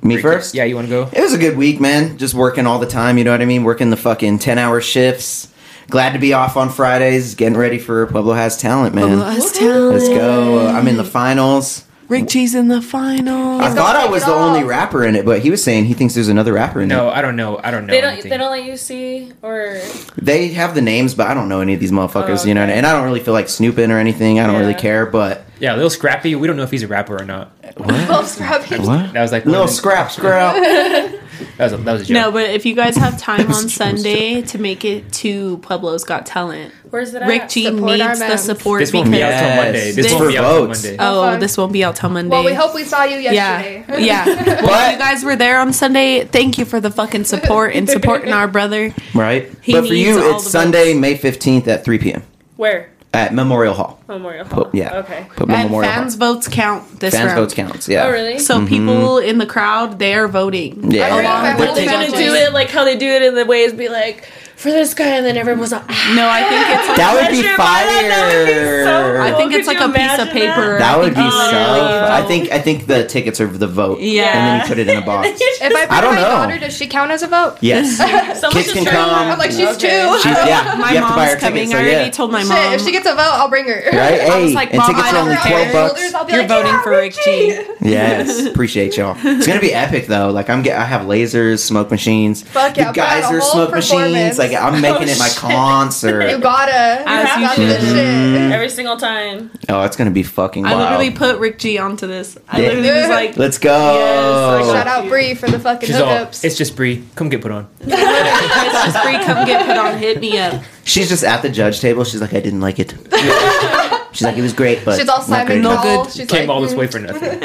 [SPEAKER 2] Me first.
[SPEAKER 1] Yeah, you want to go?
[SPEAKER 2] It was a good week, man. Just working all the time. You know what I mean? Working the fucking ten-hour shifts. Glad to be off on Fridays. Getting ready for Pueblo Has Talent, man. Let's go. Uh, I'm in the finals.
[SPEAKER 3] Rick G's in the final.
[SPEAKER 2] I thought I
[SPEAKER 4] take
[SPEAKER 2] was
[SPEAKER 4] it
[SPEAKER 2] the only
[SPEAKER 4] off.
[SPEAKER 2] rapper in it, but he was saying he thinks there's another rapper in
[SPEAKER 1] No,
[SPEAKER 2] it.
[SPEAKER 1] I don't know. I don't know.
[SPEAKER 5] they don't
[SPEAKER 1] anything.
[SPEAKER 5] they don't let you see or
[SPEAKER 2] They have the names, but I don't know any of these motherfuckers,
[SPEAKER 5] Oh,
[SPEAKER 2] you know,
[SPEAKER 5] okay.
[SPEAKER 2] and I don't really feel like snooping or anything. I don't really
[SPEAKER 5] Yeah.
[SPEAKER 2] care, but
[SPEAKER 1] Yeah, little scrappy. We don't know if he's a rapper or not.
[SPEAKER 4] Little Scrappy.
[SPEAKER 1] That was like one
[SPEAKER 2] Little
[SPEAKER 1] of the-
[SPEAKER 2] scrap, scrap.
[SPEAKER 1] That was a, that was a joke.
[SPEAKER 3] No, but if you guys have time on Sunday to make it to Pueblo's Got Talent,
[SPEAKER 5] where's it at?
[SPEAKER 3] Rick G
[SPEAKER 4] Support our
[SPEAKER 3] needs the
[SPEAKER 4] mans.
[SPEAKER 3] support
[SPEAKER 1] this won't
[SPEAKER 3] because
[SPEAKER 1] be out till
[SPEAKER 2] Yes.
[SPEAKER 1] Monday. This
[SPEAKER 3] This-
[SPEAKER 1] won't be
[SPEAKER 2] For
[SPEAKER 1] out till
[SPEAKER 2] votes.
[SPEAKER 1] Monday.
[SPEAKER 3] oh,
[SPEAKER 4] fun.
[SPEAKER 3] this won't be out till Monday.
[SPEAKER 4] Well, we hope we saw you
[SPEAKER 3] Yeah,
[SPEAKER 4] yesterday.
[SPEAKER 3] yeah. Well, you guys were there on Sunday. Thank you for the fucking support and supporting our brother.
[SPEAKER 2] right?
[SPEAKER 3] He
[SPEAKER 2] but for
[SPEAKER 3] needs all
[SPEAKER 2] you,
[SPEAKER 3] the
[SPEAKER 2] it's Sunday, May 15th at 3 p.m.
[SPEAKER 5] Where
[SPEAKER 2] at Memorial Hall.
[SPEAKER 5] Memorial
[SPEAKER 2] Put-
[SPEAKER 5] Hall?
[SPEAKER 2] yeah.
[SPEAKER 5] Okay.
[SPEAKER 2] Put
[SPEAKER 3] And
[SPEAKER 2] Memorial
[SPEAKER 3] fans'
[SPEAKER 2] Hall.
[SPEAKER 3] votes count this
[SPEAKER 2] Fans
[SPEAKER 3] round.
[SPEAKER 2] votes counts, yeah.
[SPEAKER 5] Oh really?
[SPEAKER 3] So people in the crowd, they are voting.
[SPEAKER 2] Yeah.
[SPEAKER 4] I
[SPEAKER 3] Along
[SPEAKER 4] agree.
[SPEAKER 3] with
[SPEAKER 4] We're
[SPEAKER 3] the
[SPEAKER 5] They're gonna
[SPEAKER 3] judges.
[SPEAKER 5] do it like how they do it in the ways be like for this guy and then everyone was like ah.
[SPEAKER 3] No, I think it's
[SPEAKER 2] That would be
[SPEAKER 5] Imagine
[SPEAKER 2] fire.
[SPEAKER 5] if I had that, that would be so
[SPEAKER 3] I
[SPEAKER 5] Well,
[SPEAKER 3] think
[SPEAKER 5] could
[SPEAKER 3] it's like
[SPEAKER 5] you
[SPEAKER 3] a piece of
[SPEAKER 5] imagine that?
[SPEAKER 3] paper.
[SPEAKER 2] That
[SPEAKER 3] I
[SPEAKER 2] would
[SPEAKER 3] think
[SPEAKER 2] be
[SPEAKER 3] it's
[SPEAKER 2] so.
[SPEAKER 3] literally
[SPEAKER 2] I
[SPEAKER 3] vote.
[SPEAKER 2] think I think the tickets are the vote.
[SPEAKER 3] Yeah.
[SPEAKER 2] And then you put it in a box.
[SPEAKER 4] If I
[SPEAKER 2] I
[SPEAKER 4] bring
[SPEAKER 2] don't know.
[SPEAKER 4] my daughter, does she count as a vote?
[SPEAKER 2] Yes. She's,
[SPEAKER 5] Someone
[SPEAKER 2] Kids can
[SPEAKER 5] should turn around.
[SPEAKER 2] come.
[SPEAKER 4] I'm like, she's
[SPEAKER 5] Okay.
[SPEAKER 4] two.
[SPEAKER 2] yeah.
[SPEAKER 3] My
[SPEAKER 2] you have to buy
[SPEAKER 3] mom's
[SPEAKER 2] her
[SPEAKER 3] coming.
[SPEAKER 2] ticket. So
[SPEAKER 3] I already
[SPEAKER 2] yeah.
[SPEAKER 3] told my
[SPEAKER 4] Shit,
[SPEAKER 3] mom.
[SPEAKER 4] if she gets a vote, I'll bring her.
[SPEAKER 2] Right?
[SPEAKER 3] I was
[SPEAKER 2] Hey,
[SPEAKER 3] like,
[SPEAKER 2] and
[SPEAKER 3] Mom,
[SPEAKER 2] tickets
[SPEAKER 3] I
[SPEAKER 2] are
[SPEAKER 3] don't
[SPEAKER 2] only
[SPEAKER 3] care.
[SPEAKER 2] twelve bucks.
[SPEAKER 4] Shoulders, I'll be
[SPEAKER 3] You're
[SPEAKER 4] like,
[SPEAKER 3] voting
[SPEAKER 4] yeah,
[SPEAKER 3] for Rick G.
[SPEAKER 2] Yes, appreciate y'all. It's gonna be epic though. Like I'm, get, I have lasers, smoke machines.
[SPEAKER 4] Fuck yeah,
[SPEAKER 2] the guys
[SPEAKER 4] put on a
[SPEAKER 2] are
[SPEAKER 4] whole
[SPEAKER 2] smoke
[SPEAKER 4] performance. Oh,
[SPEAKER 2] machines. Like like I'm making it my
[SPEAKER 5] shit.
[SPEAKER 4] You
[SPEAKER 2] concert.
[SPEAKER 4] gotta. You
[SPEAKER 5] As
[SPEAKER 4] have to
[SPEAKER 5] you
[SPEAKER 4] do this
[SPEAKER 5] should.
[SPEAKER 4] shit.
[SPEAKER 5] Every single time.
[SPEAKER 2] Oh, it's gonna be fucking
[SPEAKER 3] I
[SPEAKER 2] wild.
[SPEAKER 3] literally put Rick G onto this. I
[SPEAKER 2] Yeah.
[SPEAKER 3] literally was like,
[SPEAKER 2] Let's go.
[SPEAKER 5] Yes, I
[SPEAKER 4] Shout out Bree for the fucking
[SPEAKER 1] She's all,
[SPEAKER 4] hookups.
[SPEAKER 1] it's just Brie. Come get put on.
[SPEAKER 3] it's just free, come get put on, hit me up.
[SPEAKER 2] She's just at the judge table. She's like, I didn't like it. She's like, it was great, but
[SPEAKER 4] She's all
[SPEAKER 2] not
[SPEAKER 4] Simon
[SPEAKER 2] good enough."
[SPEAKER 4] Cowell.
[SPEAKER 3] good.
[SPEAKER 4] She's
[SPEAKER 1] Came
[SPEAKER 4] like,
[SPEAKER 1] all this
[SPEAKER 4] mm.
[SPEAKER 1] way for nothing.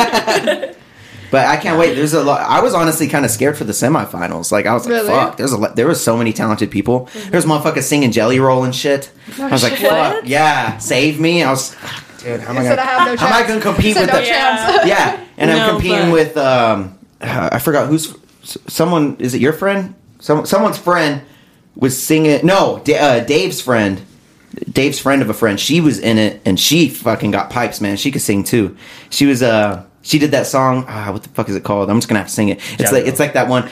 [SPEAKER 2] Yeah. but I can't wait. There's a lot. I was honestly kind of scared for the semifinals. Like I was like,
[SPEAKER 4] Really?
[SPEAKER 2] fuck. There's a lot. There was so many talented people. There's motherfuckers singing Jelly Roll and shit. I was like,
[SPEAKER 5] shit.
[SPEAKER 2] fuck,
[SPEAKER 5] What?
[SPEAKER 2] yeah, save me. I was, dude, how am I
[SPEAKER 4] You said
[SPEAKER 2] gonna?
[SPEAKER 4] I have no chance.
[SPEAKER 2] How am I gonna
[SPEAKER 4] You
[SPEAKER 2] compete
[SPEAKER 4] said
[SPEAKER 2] with
[SPEAKER 4] no
[SPEAKER 2] that?
[SPEAKER 4] chance.
[SPEAKER 2] Yeah, and I'm
[SPEAKER 5] No,
[SPEAKER 2] competing
[SPEAKER 5] but-
[SPEAKER 2] with um, I forgot who's s- someone. Is it your friend? Some someone's friend was singing. No, D- uh, Dave's friend. Dave's friend of a friend. She was in it, and she fucking got pipes, man. She could sing too. She was uh, she did that song. Ah, what the fuck is it called? I'm just gonna have to sing it. It's
[SPEAKER 1] Jello.
[SPEAKER 2] like it's like that one.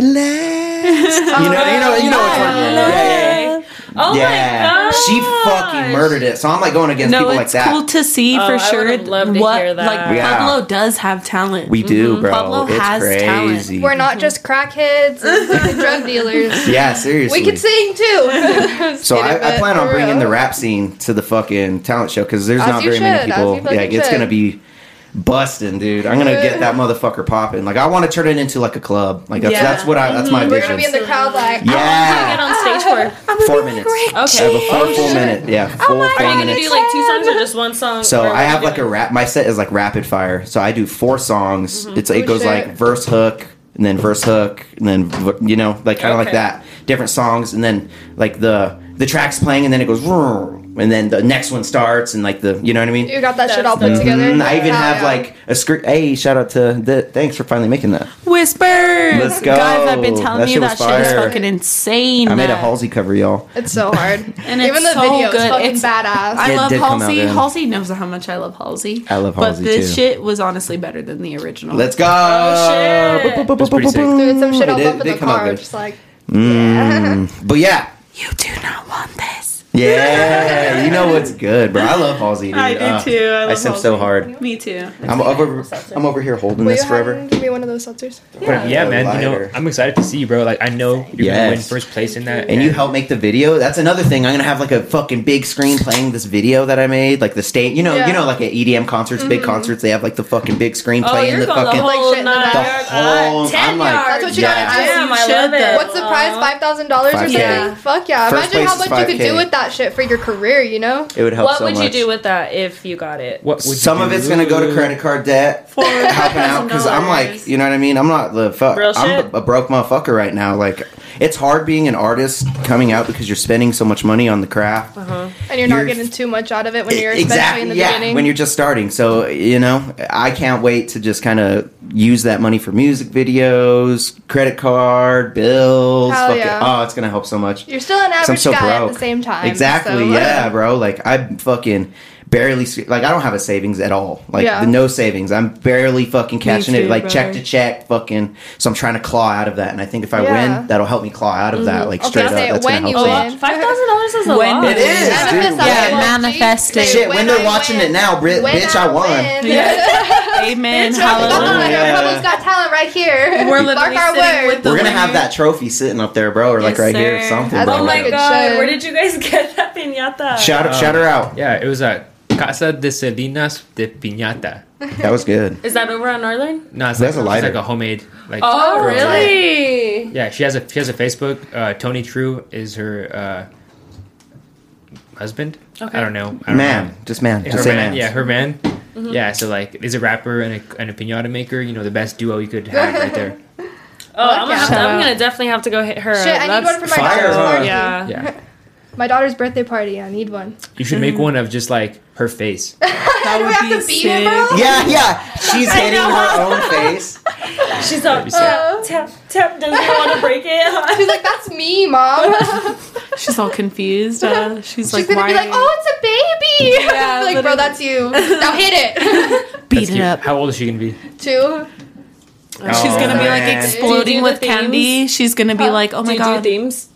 [SPEAKER 2] last. you know, you know, you know which one. Yeah, yeah, yeah, yeah.
[SPEAKER 5] Oh my
[SPEAKER 2] Yeah.
[SPEAKER 5] god.
[SPEAKER 2] she fucking murdered it. So I'm like going against
[SPEAKER 3] No,
[SPEAKER 2] people
[SPEAKER 3] it's
[SPEAKER 2] like that.
[SPEAKER 3] cool to see
[SPEAKER 5] Oh,
[SPEAKER 3] for
[SPEAKER 5] I
[SPEAKER 3] sure
[SPEAKER 5] would've loved to
[SPEAKER 3] what
[SPEAKER 5] hear that.
[SPEAKER 3] like
[SPEAKER 2] Yeah.
[SPEAKER 3] Pablo does have talent.
[SPEAKER 2] We do, bro.
[SPEAKER 3] Mm-hmm. Pablo
[SPEAKER 2] it's
[SPEAKER 3] has talent.
[SPEAKER 2] crazy.
[SPEAKER 4] We're not just crackheads and drug dealers.
[SPEAKER 2] Yeah, seriously.
[SPEAKER 4] We can sing too.
[SPEAKER 2] So I, I plan on bringing the
[SPEAKER 4] rap.
[SPEAKER 2] rap scene to the fucking talent show because there's
[SPEAKER 4] As
[SPEAKER 2] not
[SPEAKER 4] you
[SPEAKER 2] very
[SPEAKER 4] should,
[SPEAKER 2] many
[SPEAKER 4] as
[SPEAKER 2] people.
[SPEAKER 4] you fucking
[SPEAKER 2] Yeah, it's gonna
[SPEAKER 4] should.
[SPEAKER 2] be busting, dude. I'm gonna get that motherfucker popping. Like I want to turn it into like a club. Like that's
[SPEAKER 3] Yeah.
[SPEAKER 2] that's what I that's my
[SPEAKER 4] Mm-hmm. We're gonna
[SPEAKER 2] vision.
[SPEAKER 4] be in the crowd like,
[SPEAKER 5] Get
[SPEAKER 2] yeah,
[SPEAKER 5] on stage for.
[SPEAKER 2] four minutes. I
[SPEAKER 5] Okay.
[SPEAKER 2] have a four
[SPEAKER 4] Oh,
[SPEAKER 2] full minute. Yeah, four full
[SPEAKER 5] Are you gonna do
[SPEAKER 2] minutes.
[SPEAKER 5] like two songs or just one song?
[SPEAKER 2] So
[SPEAKER 5] Or what
[SPEAKER 2] I
[SPEAKER 5] are
[SPEAKER 2] have
[SPEAKER 5] you
[SPEAKER 2] like a
[SPEAKER 5] doing?
[SPEAKER 2] rap. My set is like rapid fire. So I do four songs. It's it
[SPEAKER 4] Oh,
[SPEAKER 2] goes
[SPEAKER 4] shit.
[SPEAKER 2] like verse hook and then verse hook and then v- you know like kind of like
[SPEAKER 5] Okay.
[SPEAKER 2] that. Different songs and then like the the tracks playing and then it goes vroom, and then the next one starts and like the you know what I mean.
[SPEAKER 4] you got that shit all put
[SPEAKER 5] That's-
[SPEAKER 4] together.
[SPEAKER 2] Mm, I even
[SPEAKER 4] Hell
[SPEAKER 2] have
[SPEAKER 4] yeah.
[SPEAKER 2] like a script. Hey, shout out to the. Thanks for finally making that.
[SPEAKER 3] Whispers.
[SPEAKER 2] Let's go.
[SPEAKER 3] Guys, I've been telling
[SPEAKER 2] That
[SPEAKER 3] you
[SPEAKER 2] shit
[SPEAKER 3] that
[SPEAKER 2] was
[SPEAKER 3] shit is
[SPEAKER 2] fire.
[SPEAKER 3] fucking insane.
[SPEAKER 2] I made a
[SPEAKER 3] man.
[SPEAKER 2] Halsey cover, y'all.
[SPEAKER 4] It's so hard.
[SPEAKER 3] And
[SPEAKER 4] Even
[SPEAKER 3] it's
[SPEAKER 4] the
[SPEAKER 3] so
[SPEAKER 4] video is
[SPEAKER 3] good.
[SPEAKER 4] fucking
[SPEAKER 3] It's-
[SPEAKER 4] badass.
[SPEAKER 3] I
[SPEAKER 2] It
[SPEAKER 3] love
[SPEAKER 2] did come out
[SPEAKER 3] Halsey.
[SPEAKER 2] good.
[SPEAKER 3] Halsey knows how much I love Halsey.
[SPEAKER 2] I love
[SPEAKER 3] But
[SPEAKER 2] Halsey,
[SPEAKER 3] this
[SPEAKER 2] too.
[SPEAKER 3] shit was honestly better than the original.
[SPEAKER 2] Let's go.
[SPEAKER 5] Oh,
[SPEAKER 2] Boop,
[SPEAKER 5] shit.
[SPEAKER 2] boop, boop,
[SPEAKER 1] That's pretty
[SPEAKER 2] boop,
[SPEAKER 1] sick.
[SPEAKER 2] boop,
[SPEAKER 4] Dude, some shit
[SPEAKER 2] It
[SPEAKER 4] all
[SPEAKER 2] did-
[SPEAKER 4] up in
[SPEAKER 2] did
[SPEAKER 4] the
[SPEAKER 2] come out
[SPEAKER 4] car.
[SPEAKER 2] good.
[SPEAKER 4] Just like,
[SPEAKER 2] Mm. But yeah,
[SPEAKER 3] You do not want this.
[SPEAKER 2] yeah, you know what's good, bro. I love Halsey. Dude.
[SPEAKER 3] I do,
[SPEAKER 2] Uh,
[SPEAKER 3] too. I
[SPEAKER 2] I
[SPEAKER 3] love
[SPEAKER 2] simp so
[SPEAKER 3] Halsey.
[SPEAKER 2] hard.
[SPEAKER 3] Me too.
[SPEAKER 2] I'm over. I'm over here holding
[SPEAKER 4] will
[SPEAKER 2] this
[SPEAKER 4] you
[SPEAKER 2] forever.
[SPEAKER 4] hand me one of those seltzers?
[SPEAKER 1] yeah,
[SPEAKER 2] A
[SPEAKER 1] man. You know,
[SPEAKER 2] lighter.
[SPEAKER 1] I'm excited to see you, bro. Like I know you're gonna win
[SPEAKER 2] Yes.
[SPEAKER 1] first place in that,
[SPEAKER 2] and you help make the video. That's another thing. I'm gonna have like a fucking big screen playing this video that I made, like the state. You know,
[SPEAKER 4] Yeah.
[SPEAKER 2] you know, like at EDM concerts, big concerts, they have like the fucking big screen
[SPEAKER 5] Oh,
[SPEAKER 2] playing
[SPEAKER 5] you're
[SPEAKER 2] the
[SPEAKER 5] going
[SPEAKER 2] fucking.
[SPEAKER 5] the whole
[SPEAKER 4] Like shit in the
[SPEAKER 5] nine
[SPEAKER 4] back.
[SPEAKER 5] yards.
[SPEAKER 2] The whole-
[SPEAKER 5] Uh, 10
[SPEAKER 2] I'm like-
[SPEAKER 5] yards.
[SPEAKER 4] That's what you gotta
[SPEAKER 2] Yeah.
[SPEAKER 4] do.
[SPEAKER 5] Damn, I
[SPEAKER 3] should,
[SPEAKER 5] love it.
[SPEAKER 3] though.
[SPEAKER 4] What's the prize?
[SPEAKER 5] Aw.
[SPEAKER 4] Five thousand dollars or
[SPEAKER 2] Five
[SPEAKER 4] something?
[SPEAKER 2] K.
[SPEAKER 4] Fuck yeah!
[SPEAKER 2] First
[SPEAKER 4] Imagine how
[SPEAKER 2] place is
[SPEAKER 4] much you could
[SPEAKER 2] 5K.
[SPEAKER 4] do with that shit for your career. You know?
[SPEAKER 2] It would help
[SPEAKER 5] What
[SPEAKER 2] so
[SPEAKER 5] would
[SPEAKER 2] much.
[SPEAKER 5] you do with that if you got it?
[SPEAKER 1] What would you
[SPEAKER 2] Some of
[SPEAKER 1] do?
[SPEAKER 2] it's gonna go to credit card debt, helping out because I'm like, you know what I mean. I'm not the fuck.
[SPEAKER 5] Real
[SPEAKER 2] I'm
[SPEAKER 5] shit.
[SPEAKER 2] a, a broke motherfucker right now. Like, it's hard being an artist coming out because you're spending so much money on the craft.
[SPEAKER 4] And you're not
[SPEAKER 2] You're-
[SPEAKER 4] getting too much out of it when you're especially
[SPEAKER 2] E, exactly
[SPEAKER 4] in the
[SPEAKER 2] yeah
[SPEAKER 4] beginning.
[SPEAKER 2] when you're just starting. So you know, I can't wait to just kind of use that money for music videos, credit card bills.
[SPEAKER 4] Hell
[SPEAKER 2] fucking-
[SPEAKER 4] yeah.
[SPEAKER 2] Oh, it's gonna help so much.
[SPEAKER 4] You're still an
[SPEAKER 2] 'Cause I'm
[SPEAKER 4] average
[SPEAKER 2] so
[SPEAKER 4] guy
[SPEAKER 2] broke.
[SPEAKER 4] at the same time.
[SPEAKER 2] Exactly.
[SPEAKER 4] so-
[SPEAKER 2] Yeah, bro. Like I'm fucking barely s- like I don't have a savings at all. Like
[SPEAKER 4] Yeah.
[SPEAKER 2] no savings. I'm barely fucking catching
[SPEAKER 3] too,
[SPEAKER 2] it. Like check
[SPEAKER 3] brother.
[SPEAKER 2] to check. Fucking. So I'm trying to claw out of that, and I think if I
[SPEAKER 4] Yeah. Mm-hmm.
[SPEAKER 2] win, that'll help me claw out of that. Like
[SPEAKER 4] Okay,
[SPEAKER 2] straight
[SPEAKER 4] I'll
[SPEAKER 2] up,
[SPEAKER 4] say
[SPEAKER 2] that's
[SPEAKER 4] when
[SPEAKER 2] gonna
[SPEAKER 4] you
[SPEAKER 2] help so
[SPEAKER 4] win.
[SPEAKER 2] much.
[SPEAKER 5] Five thousand dollars is a
[SPEAKER 3] When
[SPEAKER 5] lot.
[SPEAKER 2] It is,
[SPEAKER 4] Manifest
[SPEAKER 2] dude.
[SPEAKER 4] that
[SPEAKER 3] Yeah,
[SPEAKER 4] shit.
[SPEAKER 3] manifest it.
[SPEAKER 4] Say,
[SPEAKER 2] Shit, when they're
[SPEAKER 4] I
[SPEAKER 2] watching
[SPEAKER 4] win.
[SPEAKER 2] it now, Brit,
[SPEAKER 4] When
[SPEAKER 2] bitch, I won.
[SPEAKER 4] win.
[SPEAKER 3] Amen.
[SPEAKER 4] Oh,
[SPEAKER 3] Hallelujah.
[SPEAKER 2] Yeah.
[SPEAKER 4] has got talent right here.
[SPEAKER 3] We're
[SPEAKER 4] Mark
[SPEAKER 3] literally
[SPEAKER 4] our
[SPEAKER 3] sitting
[SPEAKER 4] words.
[SPEAKER 3] with the
[SPEAKER 2] We're gonna have
[SPEAKER 3] winner.
[SPEAKER 2] that trophy sitting up there, bro, or like
[SPEAKER 3] Yes,
[SPEAKER 2] right here or
[SPEAKER 3] sir.
[SPEAKER 2] something.
[SPEAKER 4] Oh
[SPEAKER 2] bro.
[SPEAKER 5] Oh my
[SPEAKER 4] Good
[SPEAKER 5] god,
[SPEAKER 4] shit.
[SPEAKER 5] where did you guys get that pinata?
[SPEAKER 2] Shout, shout her out.
[SPEAKER 1] Yeah, it was at Casa de Salinas de Piñata.
[SPEAKER 2] That was good.
[SPEAKER 5] Is that over on Northern?
[SPEAKER 1] No, it's like, it's
[SPEAKER 2] That's a lighter.
[SPEAKER 1] like a homemade. Like,
[SPEAKER 5] Oh,
[SPEAKER 1] girl.
[SPEAKER 5] really?
[SPEAKER 1] Yeah, she has a she has a Facebook. Uh, Tony True is her uh, husband.
[SPEAKER 5] Okay.
[SPEAKER 1] I don't know. I don't
[SPEAKER 2] Man,
[SPEAKER 1] know.
[SPEAKER 2] just man.
[SPEAKER 1] Her
[SPEAKER 2] Just say
[SPEAKER 1] man,
[SPEAKER 2] man.
[SPEAKER 1] yeah, her man. Yeah, so like, is a rapper and a, and a pinata maker. You know, the best duo you could have right there.
[SPEAKER 5] Oh, I'm gonna,
[SPEAKER 4] yeah.
[SPEAKER 5] have to-
[SPEAKER 3] Shout
[SPEAKER 5] I'm
[SPEAKER 3] out.
[SPEAKER 5] gonna definitely have to go hit her.
[SPEAKER 4] Shit, I need one for my
[SPEAKER 2] Fire,
[SPEAKER 4] daughter's
[SPEAKER 2] huh?
[SPEAKER 4] party.
[SPEAKER 5] yeah.
[SPEAKER 1] Yeah,
[SPEAKER 4] My daughter's birthday party. I need one.
[SPEAKER 1] you should make one of just like her face.
[SPEAKER 3] That
[SPEAKER 4] Do we
[SPEAKER 3] would be
[SPEAKER 4] have to beat
[SPEAKER 3] sick.
[SPEAKER 4] it, bro?
[SPEAKER 2] Yeah, yeah. She's hitting her own face.
[SPEAKER 5] She's up.
[SPEAKER 1] be sick.
[SPEAKER 5] Tap, tap, tap. Doesn't want to break
[SPEAKER 4] She's
[SPEAKER 5] it.
[SPEAKER 4] like, that's me, mom.
[SPEAKER 3] She's all confused. Uh, she's,
[SPEAKER 4] She's
[SPEAKER 3] like,
[SPEAKER 4] gonna
[SPEAKER 3] why?
[SPEAKER 4] be like, oh, it's a baby.
[SPEAKER 3] Yeah,
[SPEAKER 4] like, bro,
[SPEAKER 3] literally.
[SPEAKER 4] that's you. Now hit it.
[SPEAKER 1] That's
[SPEAKER 3] beat it
[SPEAKER 1] cute.
[SPEAKER 3] up.
[SPEAKER 1] How old is she gonna be?
[SPEAKER 4] Two.
[SPEAKER 3] She's
[SPEAKER 2] Oh,
[SPEAKER 3] gonna be
[SPEAKER 2] man.
[SPEAKER 3] like
[SPEAKER 5] Do
[SPEAKER 3] exploding
[SPEAKER 5] you do
[SPEAKER 3] with
[SPEAKER 5] the themes?
[SPEAKER 3] candy. She's gonna be
[SPEAKER 4] Oh.
[SPEAKER 3] like, oh
[SPEAKER 5] Do
[SPEAKER 3] my
[SPEAKER 5] you do
[SPEAKER 3] god.
[SPEAKER 5] themes?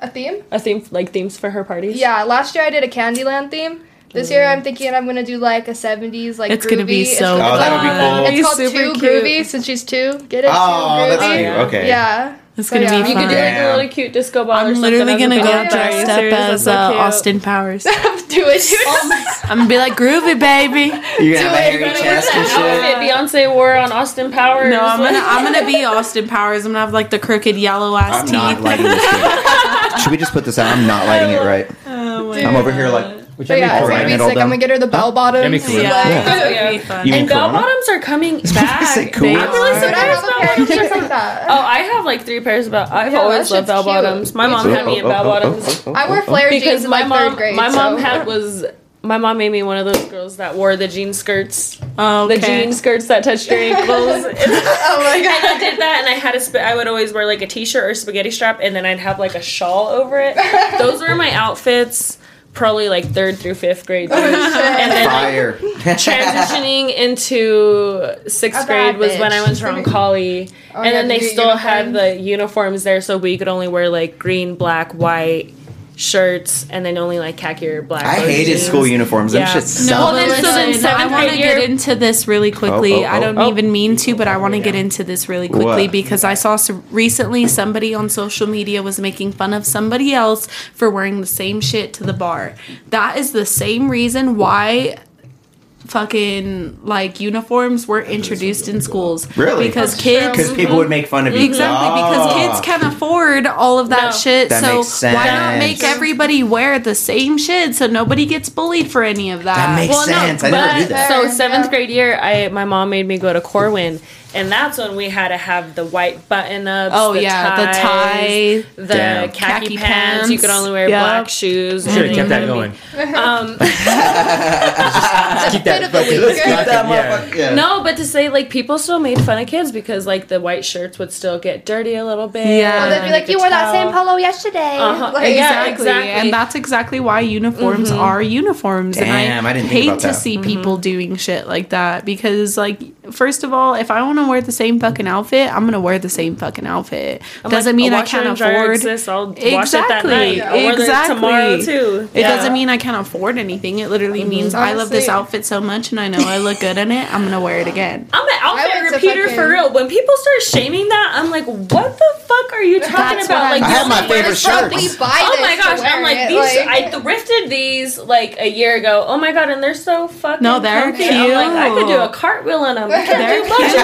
[SPEAKER 4] A theme?
[SPEAKER 5] A theme like themes for her parties?
[SPEAKER 4] Yeah, last year I did a Candyland theme. This year I'm thinking I'm gonna do like a 70s, like
[SPEAKER 3] It's gonna be
[SPEAKER 4] groovy.
[SPEAKER 3] so
[SPEAKER 4] It's,
[SPEAKER 2] Oh,
[SPEAKER 4] called- uh,
[SPEAKER 2] that would be
[SPEAKER 5] Fun.
[SPEAKER 2] cool.
[SPEAKER 4] it's called
[SPEAKER 3] Super
[SPEAKER 4] Two
[SPEAKER 3] cute.
[SPEAKER 4] Groovy since she's two. Get it?
[SPEAKER 2] Oh,
[SPEAKER 4] two
[SPEAKER 2] that's
[SPEAKER 4] groovy.
[SPEAKER 2] cute.
[SPEAKER 5] yeah.
[SPEAKER 2] Okay.
[SPEAKER 4] Yeah.
[SPEAKER 3] It's
[SPEAKER 4] But
[SPEAKER 3] gonna
[SPEAKER 4] yeah.
[SPEAKER 3] be
[SPEAKER 5] You
[SPEAKER 3] fun.
[SPEAKER 5] could do like a
[SPEAKER 2] Yeah.
[SPEAKER 5] little cute disco ball. or
[SPEAKER 3] I'm
[SPEAKER 5] something
[SPEAKER 3] literally
[SPEAKER 5] as a
[SPEAKER 3] gonna go
[SPEAKER 5] backup
[SPEAKER 3] dressed
[SPEAKER 5] dancer.
[SPEAKER 3] up
[SPEAKER 5] That's
[SPEAKER 3] as
[SPEAKER 5] so
[SPEAKER 3] uh,
[SPEAKER 5] cute. Oh
[SPEAKER 3] Austin Powers.
[SPEAKER 4] do it, Oh, dude.
[SPEAKER 3] I'm gonna be like groovy baby.
[SPEAKER 2] You're gonna have a
[SPEAKER 4] it,
[SPEAKER 2] hairy
[SPEAKER 4] you're gonna
[SPEAKER 2] chest
[SPEAKER 4] wear
[SPEAKER 2] and
[SPEAKER 5] That
[SPEAKER 2] shit.
[SPEAKER 5] outfit Beyonce wore on Austin Powers.
[SPEAKER 3] No, I'm gonna
[SPEAKER 5] Like-
[SPEAKER 3] I'm gonna be Austin Powers. I'm gonna have like the crooked yellow
[SPEAKER 2] I'm
[SPEAKER 3] ass
[SPEAKER 2] not
[SPEAKER 3] teeth.
[SPEAKER 2] lighting this. shit. Should we just put this out? I'm not lighting it right.
[SPEAKER 3] Oh my
[SPEAKER 4] Dude.
[SPEAKER 2] I'm over here like
[SPEAKER 1] Which
[SPEAKER 4] But yeah,
[SPEAKER 2] All
[SPEAKER 4] it's
[SPEAKER 2] right,
[SPEAKER 4] gonna be
[SPEAKER 2] it'll
[SPEAKER 4] sick. I'm
[SPEAKER 2] done.
[SPEAKER 4] gonna get her the bell
[SPEAKER 1] me
[SPEAKER 4] bottoms.
[SPEAKER 1] cool.
[SPEAKER 3] Yeah,
[SPEAKER 5] Yeah.
[SPEAKER 3] it's gonna be fun.
[SPEAKER 2] You-
[SPEAKER 5] and bell
[SPEAKER 2] Corona?
[SPEAKER 5] bottoms are coming back.
[SPEAKER 2] I say cool.
[SPEAKER 5] They I'm really
[SPEAKER 3] are.
[SPEAKER 4] Dude, I
[SPEAKER 5] surprised
[SPEAKER 4] have a
[SPEAKER 5] about
[SPEAKER 4] pair of
[SPEAKER 5] that.
[SPEAKER 4] shirts like that.
[SPEAKER 5] Oh, I have like three pairs of bell. I've
[SPEAKER 4] Yeah,
[SPEAKER 5] always
[SPEAKER 4] that shit's
[SPEAKER 5] loved bell
[SPEAKER 4] cute.
[SPEAKER 5] bottoms. My
[SPEAKER 3] Oh,
[SPEAKER 2] Oh,
[SPEAKER 5] mom had me in bell bottoms
[SPEAKER 4] I wear flare jeans
[SPEAKER 5] because
[SPEAKER 4] in
[SPEAKER 5] my
[SPEAKER 4] like
[SPEAKER 5] mom,
[SPEAKER 4] third grade.
[SPEAKER 5] my mom
[SPEAKER 4] so-
[SPEAKER 5] had was my mom made me one of those girls that wore the jean skirts,
[SPEAKER 3] Oh, Okay.
[SPEAKER 5] the jean skirts that touched your ankles.
[SPEAKER 4] Oh my
[SPEAKER 5] And I
[SPEAKER 4] god.
[SPEAKER 5] did that, and I had a. Sp- I would always wear like a t-shirt or spaghetti strap, and then I'd have like a shawl over it. Those were my outfits, probably like third through fifth grade.
[SPEAKER 4] Oh,
[SPEAKER 5] And then like,
[SPEAKER 2] fire.
[SPEAKER 5] transitioning into sixth
[SPEAKER 4] A
[SPEAKER 5] grade
[SPEAKER 4] bad
[SPEAKER 5] was when
[SPEAKER 4] bitch.
[SPEAKER 5] I went to Roncalli,
[SPEAKER 4] Oh,
[SPEAKER 5] and
[SPEAKER 4] yeah,
[SPEAKER 5] then
[SPEAKER 4] did
[SPEAKER 5] they
[SPEAKER 4] you get
[SPEAKER 5] still had
[SPEAKER 4] uniforms?
[SPEAKER 5] the uniforms there, so we could only wear like green, black, white shirts, and then only like khaki or black.
[SPEAKER 2] I
[SPEAKER 5] or
[SPEAKER 2] hated
[SPEAKER 5] jeans.
[SPEAKER 2] school uniforms. Them
[SPEAKER 5] Yeah.
[SPEAKER 3] No,
[SPEAKER 2] shit sucked.
[SPEAKER 5] Well, then-
[SPEAKER 3] but
[SPEAKER 5] so then
[SPEAKER 3] Oh, listen, I
[SPEAKER 5] seventh
[SPEAKER 3] want to
[SPEAKER 5] grade year-
[SPEAKER 3] get into this really quickly.
[SPEAKER 2] Oh, oh,
[SPEAKER 3] I don't
[SPEAKER 2] oh.
[SPEAKER 3] even mean to, but I want to get into this really quickly
[SPEAKER 2] What?
[SPEAKER 3] because I saw some, recently somebody on social media was making fun of somebody else for wearing the same shit to the bar. That is the same reason why fucking like uniforms were introduced in schools.
[SPEAKER 2] Really?
[SPEAKER 3] Because
[SPEAKER 2] That's
[SPEAKER 3] kids
[SPEAKER 2] Because people would make fun of you.
[SPEAKER 3] Exactly,
[SPEAKER 2] Oh.
[SPEAKER 3] because kids can afford all of that
[SPEAKER 5] No.
[SPEAKER 3] shit.
[SPEAKER 2] That
[SPEAKER 3] so
[SPEAKER 2] makes
[SPEAKER 3] why not
[SPEAKER 2] sense.
[SPEAKER 3] make everybody wear the same shit so nobody gets bullied for any of that?
[SPEAKER 2] That makes sense. I never
[SPEAKER 5] but-
[SPEAKER 2] did that.
[SPEAKER 5] So
[SPEAKER 4] Fair,
[SPEAKER 5] seventh
[SPEAKER 4] yeah.
[SPEAKER 5] grade year, I my mom made me go to Corwin, and that's when we had to have the white button ups.
[SPEAKER 3] Oh, yeah, the tie.
[SPEAKER 5] ties, the
[SPEAKER 2] Damn.
[SPEAKER 5] khaki,
[SPEAKER 3] Khaki
[SPEAKER 5] pants. You could
[SPEAKER 3] pants.
[SPEAKER 5] only wear
[SPEAKER 3] Yep.
[SPEAKER 5] black shoes.
[SPEAKER 1] Should have
[SPEAKER 5] Mhm.
[SPEAKER 1] kept that going.
[SPEAKER 5] Um,
[SPEAKER 1] Keep
[SPEAKER 4] bit of a
[SPEAKER 1] fucking-
[SPEAKER 4] leaker. Keep
[SPEAKER 2] That
[SPEAKER 1] yeah.
[SPEAKER 2] motherfucker- yeah.
[SPEAKER 5] No, but to say like people still made fun of kids because like the white shirts would still get dirty a little bit.
[SPEAKER 3] Yeah.
[SPEAKER 4] Or
[SPEAKER 5] and
[SPEAKER 4] they'd be like,
[SPEAKER 5] could
[SPEAKER 4] you wore that same
[SPEAKER 5] tell."
[SPEAKER 4] polo yesterday.
[SPEAKER 5] Uh-huh.
[SPEAKER 4] Like,
[SPEAKER 5] Yeah,
[SPEAKER 3] Exactly.
[SPEAKER 5] exactly. Mm-hmm.
[SPEAKER 3] and that's exactly why uniforms are uniforms.
[SPEAKER 2] Damn,
[SPEAKER 3] and I,
[SPEAKER 2] I didn't think
[SPEAKER 3] hate
[SPEAKER 2] about
[SPEAKER 3] to
[SPEAKER 2] that.
[SPEAKER 3] see people doing shit like that because, like, first of all, if I want to wear the same fucking outfit, I'm gonna wear the same fucking outfit.
[SPEAKER 5] I'm
[SPEAKER 3] doesn't
[SPEAKER 5] like,
[SPEAKER 3] mean
[SPEAKER 5] "I'll
[SPEAKER 3] I
[SPEAKER 5] wash it and
[SPEAKER 3] can't
[SPEAKER 5] dryer
[SPEAKER 3] afford.
[SPEAKER 5] exists. I'll wash it that
[SPEAKER 3] Exactly.
[SPEAKER 5] night. I'll wear that
[SPEAKER 3] Exactly.
[SPEAKER 5] tomorrow too.
[SPEAKER 3] It
[SPEAKER 5] Yeah. Mm-hmm.
[SPEAKER 3] doesn't mean I can't afford anything. It literally means I love this
[SPEAKER 4] Honestly.
[SPEAKER 3] outfit so much and I know I look good in it. I'm gonna wear it again.
[SPEAKER 5] I'm an
[SPEAKER 4] I
[SPEAKER 5] outfit
[SPEAKER 4] went to
[SPEAKER 5] repeater
[SPEAKER 4] fucking-
[SPEAKER 5] for real. When people start shaming that, I'm like, what the fuck are you talking
[SPEAKER 3] That's
[SPEAKER 5] about?
[SPEAKER 3] what I-
[SPEAKER 2] I
[SPEAKER 5] Like, you
[SPEAKER 2] have my
[SPEAKER 5] only wear
[SPEAKER 2] favorite
[SPEAKER 5] this-
[SPEAKER 4] Bro,
[SPEAKER 2] shirts.
[SPEAKER 4] we buy
[SPEAKER 5] Oh
[SPEAKER 4] this
[SPEAKER 5] my
[SPEAKER 4] to
[SPEAKER 5] gosh!
[SPEAKER 4] wear
[SPEAKER 5] I'm like
[SPEAKER 4] it,
[SPEAKER 5] these. I
[SPEAKER 4] like-
[SPEAKER 5] thrifted these like a year ago. Oh my god! And they're so fucking.
[SPEAKER 3] No, they're
[SPEAKER 5] comfy. I'm like, I could do a cartwheel in them. I could
[SPEAKER 3] They're
[SPEAKER 5] do much.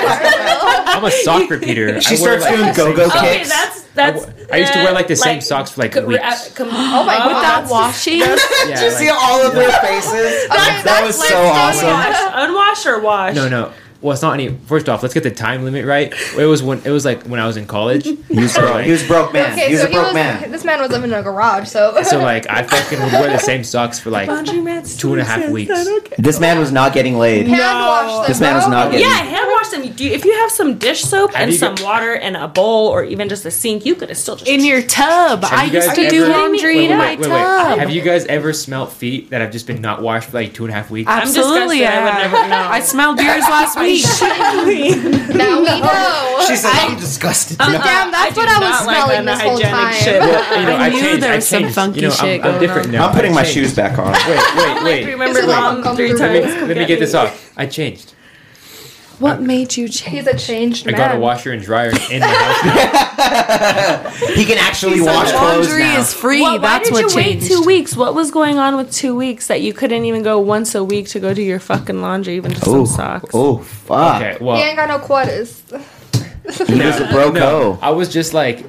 [SPEAKER 1] I'm a sock repeater.
[SPEAKER 2] She
[SPEAKER 1] I wear,
[SPEAKER 2] starts
[SPEAKER 1] like,
[SPEAKER 2] doing
[SPEAKER 1] the same
[SPEAKER 2] go-go
[SPEAKER 1] socks.
[SPEAKER 5] Okay,
[SPEAKER 2] Kicks.
[SPEAKER 5] that's that's.
[SPEAKER 1] I used to wear, like, the same socks for, like,
[SPEAKER 5] co-
[SPEAKER 1] weeks.
[SPEAKER 5] uh, com-
[SPEAKER 4] Oh my god.
[SPEAKER 3] Without washing,
[SPEAKER 1] Yeah,
[SPEAKER 2] Did you see
[SPEAKER 1] like-
[SPEAKER 2] all of their faces? that
[SPEAKER 4] that's
[SPEAKER 2] was
[SPEAKER 4] like
[SPEAKER 2] so
[SPEAKER 4] so
[SPEAKER 2] awesome.
[SPEAKER 4] much.
[SPEAKER 5] Unwash, unwash or wash?
[SPEAKER 1] No, no. Well, it's not any. First off, let's get the time limit right. It was when it was like when I was in college.
[SPEAKER 2] He was broke. He was broke man.
[SPEAKER 4] Okay,
[SPEAKER 2] he was
[SPEAKER 4] so
[SPEAKER 2] a broke
[SPEAKER 4] he was,
[SPEAKER 2] man.
[SPEAKER 4] This man was living in a garage, so.
[SPEAKER 1] So like I fucking would wear the same socks for like
[SPEAKER 5] Laundry mats.
[SPEAKER 1] two and a half weeks.
[SPEAKER 2] This man was not getting laid.
[SPEAKER 4] hand wash them,
[SPEAKER 2] This man is
[SPEAKER 4] bro.
[SPEAKER 2] not
[SPEAKER 5] Yeah,
[SPEAKER 2] getting-
[SPEAKER 5] hand wash them. You do- If you have some dish soap
[SPEAKER 1] Have
[SPEAKER 5] and
[SPEAKER 1] you
[SPEAKER 5] some
[SPEAKER 1] got-
[SPEAKER 5] water and a bowl or even just a sink, you could have still just
[SPEAKER 3] in your tub. I
[SPEAKER 1] Have you
[SPEAKER 3] used
[SPEAKER 1] guys
[SPEAKER 3] to do
[SPEAKER 1] ever-
[SPEAKER 3] laundry
[SPEAKER 1] Wait, wait,
[SPEAKER 3] in my
[SPEAKER 1] wait, wait, wait.
[SPEAKER 3] tub.
[SPEAKER 1] Have you guys ever smelt feet that have just been not washed for like two and a half weeks?
[SPEAKER 5] I'm disgusted.
[SPEAKER 3] Absolutely,
[SPEAKER 5] I would
[SPEAKER 3] yeah.
[SPEAKER 5] never know.
[SPEAKER 3] I smelled yours last week.
[SPEAKER 4] Now we know.
[SPEAKER 2] She said, I'm disgusted.
[SPEAKER 4] Damn, that's
[SPEAKER 5] do
[SPEAKER 4] what I was
[SPEAKER 5] not like
[SPEAKER 4] smelling this whole
[SPEAKER 5] unhygienic
[SPEAKER 4] time.
[SPEAKER 5] shit.
[SPEAKER 1] Well, you know,
[SPEAKER 3] I
[SPEAKER 1] I,
[SPEAKER 3] knew
[SPEAKER 1] changed,
[SPEAKER 3] there
[SPEAKER 1] I
[SPEAKER 3] was some
[SPEAKER 1] changed.
[SPEAKER 3] funky
[SPEAKER 1] you know,
[SPEAKER 3] shit
[SPEAKER 1] I'm, I'm
[SPEAKER 3] going
[SPEAKER 1] different
[SPEAKER 3] on.
[SPEAKER 1] now.
[SPEAKER 2] I'm putting
[SPEAKER 1] I
[SPEAKER 2] my
[SPEAKER 1] changed.
[SPEAKER 2] shoes back on.
[SPEAKER 1] Wait, wait,
[SPEAKER 5] Like,
[SPEAKER 1] wait.
[SPEAKER 5] remember
[SPEAKER 4] It's
[SPEAKER 5] mom
[SPEAKER 4] like
[SPEAKER 5] three
[SPEAKER 1] Let
[SPEAKER 5] times.
[SPEAKER 4] uncomfortable.
[SPEAKER 1] me, let me get this off. I changed.
[SPEAKER 5] What made you
[SPEAKER 4] He's
[SPEAKER 5] change?
[SPEAKER 4] a changed
[SPEAKER 1] I
[SPEAKER 4] man.
[SPEAKER 1] got a washer and dryer in the house.
[SPEAKER 2] He can actually
[SPEAKER 5] He's so
[SPEAKER 2] wash clothes
[SPEAKER 3] Laundry
[SPEAKER 2] now.
[SPEAKER 3] is free.
[SPEAKER 5] Well, why
[SPEAKER 3] That's
[SPEAKER 5] did
[SPEAKER 3] what
[SPEAKER 5] you
[SPEAKER 3] changed.
[SPEAKER 5] wait two weeks? What was going on with two weeks that you couldn't even go once a week to go do your fucking laundry, even just some
[SPEAKER 2] oh,
[SPEAKER 5] socks?
[SPEAKER 2] oh, fuck.
[SPEAKER 1] Okay,
[SPEAKER 4] He
[SPEAKER 1] well,
[SPEAKER 4] ain't got no quotas.
[SPEAKER 2] He was a broke
[SPEAKER 1] no,
[SPEAKER 2] hoe.
[SPEAKER 1] I was just like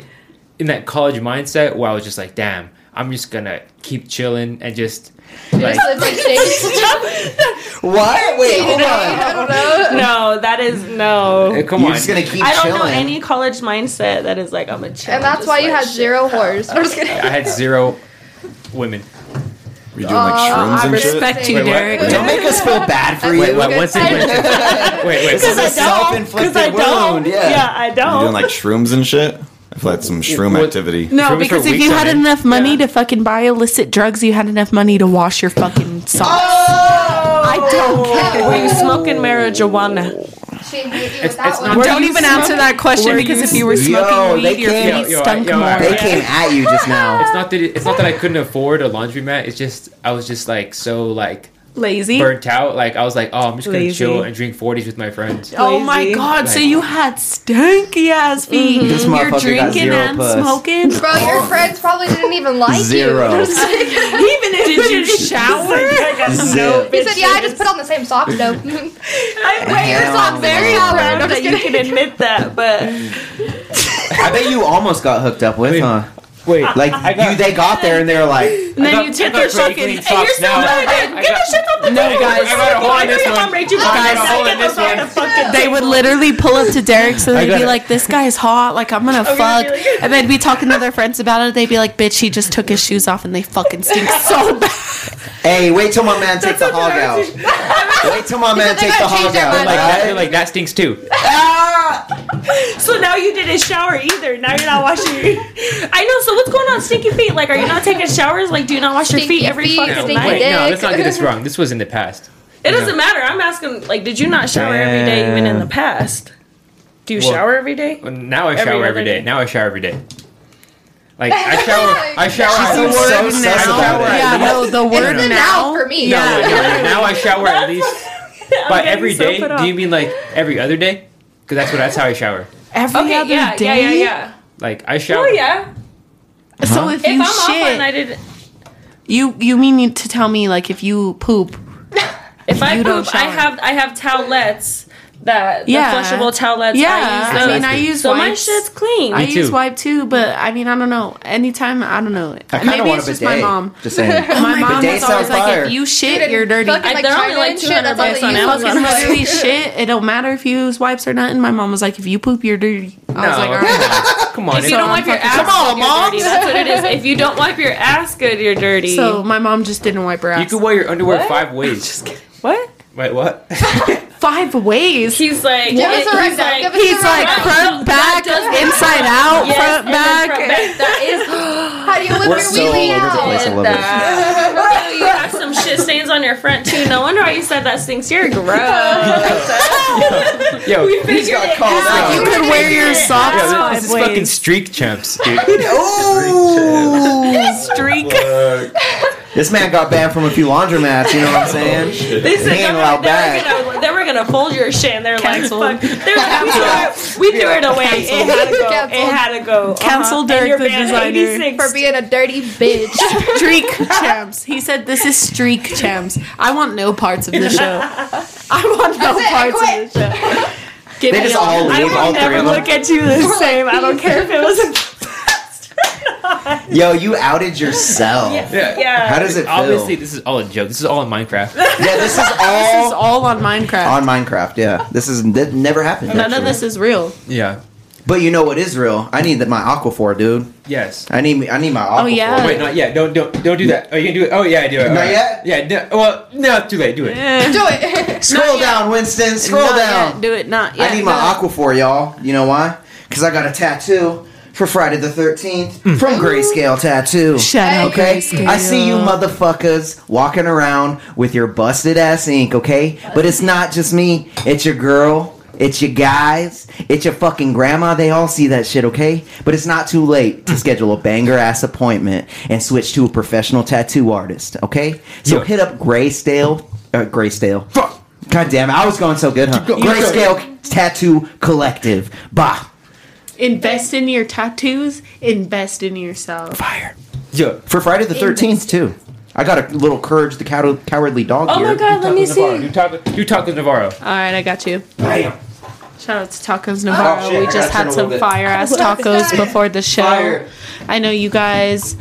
[SPEAKER 1] in that college mindset where I was just like, damn, I'm just gonna keep chilling and just like
[SPEAKER 4] Just lives in shades.
[SPEAKER 2] What? Wait, hold on.
[SPEAKER 4] I don't know.
[SPEAKER 5] No, that is
[SPEAKER 1] eh,
[SPEAKER 5] no.
[SPEAKER 1] come
[SPEAKER 2] You're
[SPEAKER 1] on.
[SPEAKER 2] just gonna keep
[SPEAKER 5] I don't
[SPEAKER 2] chilling.
[SPEAKER 5] know any college mindset that is like I'm a chill.
[SPEAKER 4] And that's
[SPEAKER 5] just
[SPEAKER 4] why you
[SPEAKER 5] like
[SPEAKER 4] had
[SPEAKER 5] shit.
[SPEAKER 4] zero whores. I'm just kidding.
[SPEAKER 1] I had zero women.
[SPEAKER 2] Were you doing like
[SPEAKER 4] Uh,
[SPEAKER 3] I
[SPEAKER 2] shrooms and shit?
[SPEAKER 3] respect you,
[SPEAKER 1] Wait, what?
[SPEAKER 3] Derek.
[SPEAKER 2] Don't make us feel bad for you.
[SPEAKER 1] Wait, wait, one second. Wait,
[SPEAKER 4] Good
[SPEAKER 1] wait, wait.
[SPEAKER 2] This is
[SPEAKER 1] wait.
[SPEAKER 2] a
[SPEAKER 5] Because I
[SPEAKER 2] self-inflicted
[SPEAKER 5] don't.
[SPEAKER 2] wound.
[SPEAKER 5] yeah.
[SPEAKER 2] Yeah.
[SPEAKER 5] I
[SPEAKER 6] You
[SPEAKER 5] don't.
[SPEAKER 6] doing like shrooms and shit? I feel like some shroom
[SPEAKER 1] What-
[SPEAKER 6] activity.
[SPEAKER 3] No,
[SPEAKER 1] For-
[SPEAKER 3] because
[SPEAKER 1] for
[SPEAKER 3] if
[SPEAKER 1] weeks
[SPEAKER 3] you
[SPEAKER 1] on
[SPEAKER 3] had
[SPEAKER 1] end.
[SPEAKER 3] enough money to fucking buy illicit drugs, you had enough money to wash your fucking socks.
[SPEAKER 4] Oh!
[SPEAKER 3] I don't care.
[SPEAKER 5] Were you smoking marijuana?
[SPEAKER 4] She hit you with
[SPEAKER 1] it's
[SPEAKER 4] that one.
[SPEAKER 1] not-
[SPEAKER 3] Don't even answer that question because if you were smoking
[SPEAKER 2] Yo, they
[SPEAKER 3] weed, your
[SPEAKER 2] came-
[SPEAKER 3] feet
[SPEAKER 1] Yo, yo,
[SPEAKER 3] stunk
[SPEAKER 1] yo,
[SPEAKER 3] more.
[SPEAKER 1] yo,
[SPEAKER 2] They came at you just now.
[SPEAKER 1] It's not that it, it's not that I couldn't afford a laundromat. It's just I was just like so like
[SPEAKER 5] Lazy.
[SPEAKER 1] burnt out. Like I was like, oh, I'm just gonna
[SPEAKER 5] Lazy.
[SPEAKER 1] chill and drink 40s with my friends.
[SPEAKER 3] Oh my
[SPEAKER 5] Lazy.
[SPEAKER 3] god! so
[SPEAKER 1] Like-
[SPEAKER 3] you had stanky ass feet.
[SPEAKER 2] This
[SPEAKER 3] You're
[SPEAKER 2] motherfucker got
[SPEAKER 3] drinking
[SPEAKER 2] zero
[SPEAKER 3] and
[SPEAKER 2] puss.
[SPEAKER 3] smoking.
[SPEAKER 4] Bro,
[SPEAKER 1] Oh.
[SPEAKER 4] your friends probably didn't even like
[SPEAKER 2] Zero.
[SPEAKER 4] you. he
[SPEAKER 3] Even if
[SPEAKER 5] Did you
[SPEAKER 3] shower?
[SPEAKER 5] I got
[SPEAKER 2] Zip.
[SPEAKER 5] no
[SPEAKER 2] He
[SPEAKER 4] said, "Yeah, I just put on the same socks though."
[SPEAKER 5] I'm
[SPEAKER 4] Wait, your
[SPEAKER 2] Hell
[SPEAKER 4] socks very
[SPEAKER 2] no.
[SPEAKER 4] sour.
[SPEAKER 5] proud that you can admit that, but
[SPEAKER 2] I bet you almost got hooked up with,
[SPEAKER 1] Wait.
[SPEAKER 2] huh?
[SPEAKER 1] Wait,
[SPEAKER 2] Like you, they got there and they were like,
[SPEAKER 3] And then
[SPEAKER 1] got-
[SPEAKER 3] you
[SPEAKER 1] I
[SPEAKER 3] took
[SPEAKER 1] got
[SPEAKER 3] their
[SPEAKER 1] pretty
[SPEAKER 3] fucking.
[SPEAKER 1] clean socks now. I got-
[SPEAKER 5] off the
[SPEAKER 1] No, guys, I got a hole in this one. I got a hole in this one.
[SPEAKER 3] They would literally pull up to Derek's and
[SPEAKER 1] I
[SPEAKER 3] they'd
[SPEAKER 1] got
[SPEAKER 3] be
[SPEAKER 1] it.
[SPEAKER 3] like, "This guy's hot. Like I'm gonna fuck."
[SPEAKER 5] like-
[SPEAKER 3] and they'd be talking to their friends about it. They'd be like, "Bitch, he just took his shoes off and they fucking stink so bad."
[SPEAKER 2] "Hey, wait till my man takes the hog out. Wait till my man
[SPEAKER 4] they
[SPEAKER 2] takes the
[SPEAKER 4] gotta change
[SPEAKER 2] hog
[SPEAKER 4] their
[SPEAKER 2] out."
[SPEAKER 4] mind.
[SPEAKER 1] like that, they're
[SPEAKER 2] Like,
[SPEAKER 1] like that stinks too.
[SPEAKER 5] So now you didn't shower either. Now you're not washing. Your- I know. So what's going on, stinky feet? Like, are you not taking showers? Like, do you not wash your
[SPEAKER 4] Stinky
[SPEAKER 5] feet every
[SPEAKER 4] feet,
[SPEAKER 5] fucking
[SPEAKER 4] stinky
[SPEAKER 5] night?
[SPEAKER 1] Wait, no, let's
[SPEAKER 4] dick.
[SPEAKER 1] not get this wrong. This was in the past.
[SPEAKER 5] It doesn't matter. I'm asking. Like, did you not shower every day, even in the past? Do you
[SPEAKER 1] Well-
[SPEAKER 5] shower every day?
[SPEAKER 1] Now I
[SPEAKER 5] Every
[SPEAKER 1] shower
[SPEAKER 5] other
[SPEAKER 1] every day.
[SPEAKER 5] day.
[SPEAKER 1] Now I shower every day. Like I shower, I shower.
[SPEAKER 2] She's
[SPEAKER 1] at
[SPEAKER 2] so
[SPEAKER 1] least-
[SPEAKER 2] So
[SPEAKER 1] I
[SPEAKER 2] sus
[SPEAKER 1] shower
[SPEAKER 2] about it.
[SPEAKER 1] at
[SPEAKER 3] yeah,
[SPEAKER 1] least-
[SPEAKER 3] no, the word
[SPEAKER 4] the
[SPEAKER 3] now
[SPEAKER 4] now for me.
[SPEAKER 1] No,
[SPEAKER 3] Yeah.
[SPEAKER 1] wait, no, wait. now I shower at least.
[SPEAKER 5] I'm
[SPEAKER 1] But
[SPEAKER 5] getting
[SPEAKER 1] every
[SPEAKER 5] so
[SPEAKER 1] day?
[SPEAKER 5] put
[SPEAKER 1] Do you
[SPEAKER 5] off.
[SPEAKER 1] mean like every other day? Because that's what that's how I shower.
[SPEAKER 3] every
[SPEAKER 5] Okay.
[SPEAKER 3] other
[SPEAKER 5] Yeah,
[SPEAKER 3] day.
[SPEAKER 5] yeah. Yeah. Yeah.
[SPEAKER 1] Like I shower.
[SPEAKER 5] Oh yeah.
[SPEAKER 3] So if
[SPEAKER 5] If
[SPEAKER 3] you
[SPEAKER 5] I'm off
[SPEAKER 3] shit,
[SPEAKER 5] one night, it-
[SPEAKER 3] you you mean you to tell me like if you poop?
[SPEAKER 5] if I
[SPEAKER 3] You don't
[SPEAKER 5] poop, I
[SPEAKER 3] shower.
[SPEAKER 5] have I have towelettes that the
[SPEAKER 3] Yeah.
[SPEAKER 5] flushable towelettes.
[SPEAKER 3] Yeah,
[SPEAKER 5] I use
[SPEAKER 3] I
[SPEAKER 5] those.
[SPEAKER 3] mean I use
[SPEAKER 5] so my
[SPEAKER 3] wipes.
[SPEAKER 5] shit's clean.
[SPEAKER 1] Me
[SPEAKER 3] I use
[SPEAKER 1] too.
[SPEAKER 3] wipe too, but I mean I don't know. Anytime I don't know.
[SPEAKER 2] I kind of
[SPEAKER 3] Maybe
[SPEAKER 2] want a
[SPEAKER 3] it's
[SPEAKER 2] bidet.
[SPEAKER 3] just my mom.
[SPEAKER 2] Just saying.
[SPEAKER 3] My mom
[SPEAKER 2] Bidet
[SPEAKER 3] was always
[SPEAKER 2] sounds
[SPEAKER 3] like,
[SPEAKER 2] fire.
[SPEAKER 3] if you shit,
[SPEAKER 4] Dude,
[SPEAKER 3] you're dirty.
[SPEAKER 4] fucking,
[SPEAKER 5] I- they're only,
[SPEAKER 4] China
[SPEAKER 5] like,
[SPEAKER 4] and shit,
[SPEAKER 5] 200
[SPEAKER 4] that's all
[SPEAKER 5] bucks
[SPEAKER 4] they
[SPEAKER 5] on
[SPEAKER 4] use.
[SPEAKER 5] Amazon.
[SPEAKER 3] fucking literally shit. It don't matter if you use wipes or nothing. My mom was like, if you poop, you're dirty. I
[SPEAKER 1] No,
[SPEAKER 3] was like, all
[SPEAKER 1] come
[SPEAKER 3] right.
[SPEAKER 1] on. Come on.
[SPEAKER 5] If
[SPEAKER 1] it's
[SPEAKER 5] you don't
[SPEAKER 1] not-
[SPEAKER 5] wipe your ass,
[SPEAKER 2] Come on,
[SPEAKER 5] you're
[SPEAKER 2] Mom.
[SPEAKER 5] dirty. That's what it is. If you don't wipe your ass good, you're dirty.
[SPEAKER 3] So my mom just didn't wipe her
[SPEAKER 1] you
[SPEAKER 3] ass.
[SPEAKER 1] could wear your underwear
[SPEAKER 5] What?
[SPEAKER 1] five ways.
[SPEAKER 5] what?
[SPEAKER 1] Wait, what?
[SPEAKER 3] Five ways.
[SPEAKER 5] He's like,
[SPEAKER 4] Give us a
[SPEAKER 5] he's
[SPEAKER 4] rundown.
[SPEAKER 5] like-
[SPEAKER 4] Give us
[SPEAKER 3] He's
[SPEAKER 4] a
[SPEAKER 3] like
[SPEAKER 4] rundown.
[SPEAKER 3] front,
[SPEAKER 5] That
[SPEAKER 3] back,
[SPEAKER 5] does-
[SPEAKER 3] inside out,
[SPEAKER 5] Yes,
[SPEAKER 3] front,
[SPEAKER 5] and then front
[SPEAKER 3] back.
[SPEAKER 5] That is
[SPEAKER 4] How do you live
[SPEAKER 2] We're
[SPEAKER 4] your
[SPEAKER 2] so
[SPEAKER 4] wheelie
[SPEAKER 2] all over the place.
[SPEAKER 4] out?
[SPEAKER 2] I love
[SPEAKER 5] that. Oh, you have some shit stains on your front too. No wonder why you said that stinks. You're gross.
[SPEAKER 1] Yo,
[SPEAKER 2] He's got called
[SPEAKER 3] Like you
[SPEAKER 2] out.
[SPEAKER 3] could wear your socks
[SPEAKER 1] yo,
[SPEAKER 3] five
[SPEAKER 1] this, this is fucking
[SPEAKER 3] ways.
[SPEAKER 1] streak champs, dude.
[SPEAKER 2] Ooh.
[SPEAKER 3] Streak.
[SPEAKER 2] This man got banned from a few laundromats. You know what I'm saying?
[SPEAKER 5] They said
[SPEAKER 2] He ain't
[SPEAKER 5] they, were,
[SPEAKER 2] allowed
[SPEAKER 5] they,
[SPEAKER 2] back.
[SPEAKER 5] were gonna, they were gonna fold your shit, and they're
[SPEAKER 3] Cancelled.
[SPEAKER 5] like, fuck. They're like, we, threw it, we threw it away. It had
[SPEAKER 4] Cancelled.
[SPEAKER 5] to go. It had to go. Uh-huh.
[SPEAKER 3] Cancelled
[SPEAKER 5] And
[SPEAKER 3] Derek
[SPEAKER 5] your
[SPEAKER 3] the
[SPEAKER 5] band
[SPEAKER 3] designer.
[SPEAKER 5] 86.
[SPEAKER 4] For being a dirty bitch.
[SPEAKER 3] Streak champs. He said, "This is streak champs. I want no parts of the show. I want no
[SPEAKER 4] That's it, I
[SPEAKER 3] parts of the show. Get
[SPEAKER 2] They
[SPEAKER 3] me
[SPEAKER 2] just
[SPEAKER 3] off.
[SPEAKER 2] all
[SPEAKER 5] I
[SPEAKER 2] leave. All
[SPEAKER 5] will
[SPEAKER 2] three
[SPEAKER 5] never
[SPEAKER 2] of them.
[SPEAKER 5] look
[SPEAKER 2] Oh,
[SPEAKER 5] at you the same. I don't care if it was a
[SPEAKER 2] Yo, you outed yourself.
[SPEAKER 1] Yeah.
[SPEAKER 5] Yeah.
[SPEAKER 2] How does it feel?
[SPEAKER 1] Obviously, this is all a joke. This is all in Minecraft.
[SPEAKER 2] Yeah, this is
[SPEAKER 3] This is
[SPEAKER 2] all
[SPEAKER 3] all on Minecraft.
[SPEAKER 2] on Minecraft. Yeah, this is that never happened.
[SPEAKER 3] None of
[SPEAKER 2] actually.
[SPEAKER 3] this is real.
[SPEAKER 1] Yeah.
[SPEAKER 2] But you know what is real? I need that my aquaphor, dude.
[SPEAKER 1] Yes.
[SPEAKER 2] I need I need my aquaphor.
[SPEAKER 3] Oh, yeah.
[SPEAKER 1] Wait, not yet. Don't don't don't do that. Oh, you can do it. Oh yeah, I do it.
[SPEAKER 2] Not
[SPEAKER 1] All right.
[SPEAKER 2] yet?
[SPEAKER 1] Yeah. No, well, no, too late. Do it.
[SPEAKER 3] Eh.
[SPEAKER 4] Do it.
[SPEAKER 2] Scroll down, Winston. Scroll
[SPEAKER 3] Not
[SPEAKER 2] down.
[SPEAKER 3] yet. Do it. Not yet.
[SPEAKER 2] I need my
[SPEAKER 3] No.
[SPEAKER 2] aquaphor, y'all. You know why? Because I got a tattoo for Friday the Thirteenth from Grayscale Tattoo.
[SPEAKER 3] Shut up.
[SPEAKER 2] Okay,
[SPEAKER 3] Grayscale.
[SPEAKER 2] I see you motherfuckers walking around with your busted ass ink, okay? But it's not just me, it's your girl, it's your guys, it's your fucking grandma, they all see that shit, okay? But it's not too late to schedule a banger ass appointment and switch to a professional tattoo artist, okay? So
[SPEAKER 1] Yeah.
[SPEAKER 2] hit up Graysdale, uh, Graysdale. Fuck! God damn it, I was going so good, huh? Grayscale Tattoo Collective. Bah!
[SPEAKER 3] Invest in your tattoos. Invest in yourself.
[SPEAKER 2] Fire.
[SPEAKER 1] Yeah.
[SPEAKER 2] For Friday the 13th, too. I got a little courage the cow- cowardly dog
[SPEAKER 5] Oh my
[SPEAKER 2] here.
[SPEAKER 5] god, let me
[SPEAKER 1] Navarro.
[SPEAKER 5] see.
[SPEAKER 1] Do taco. Do tacos Navarro.
[SPEAKER 3] All right, I got you.
[SPEAKER 2] Bam!
[SPEAKER 3] Shout out to Tacos Navarro.
[SPEAKER 2] Oh, shit,
[SPEAKER 3] we
[SPEAKER 2] I gotta
[SPEAKER 3] just
[SPEAKER 2] turn
[SPEAKER 3] had
[SPEAKER 2] a
[SPEAKER 3] some
[SPEAKER 2] little bit.
[SPEAKER 3] fire ass tacos before the show.
[SPEAKER 2] Fire.
[SPEAKER 3] I know you guys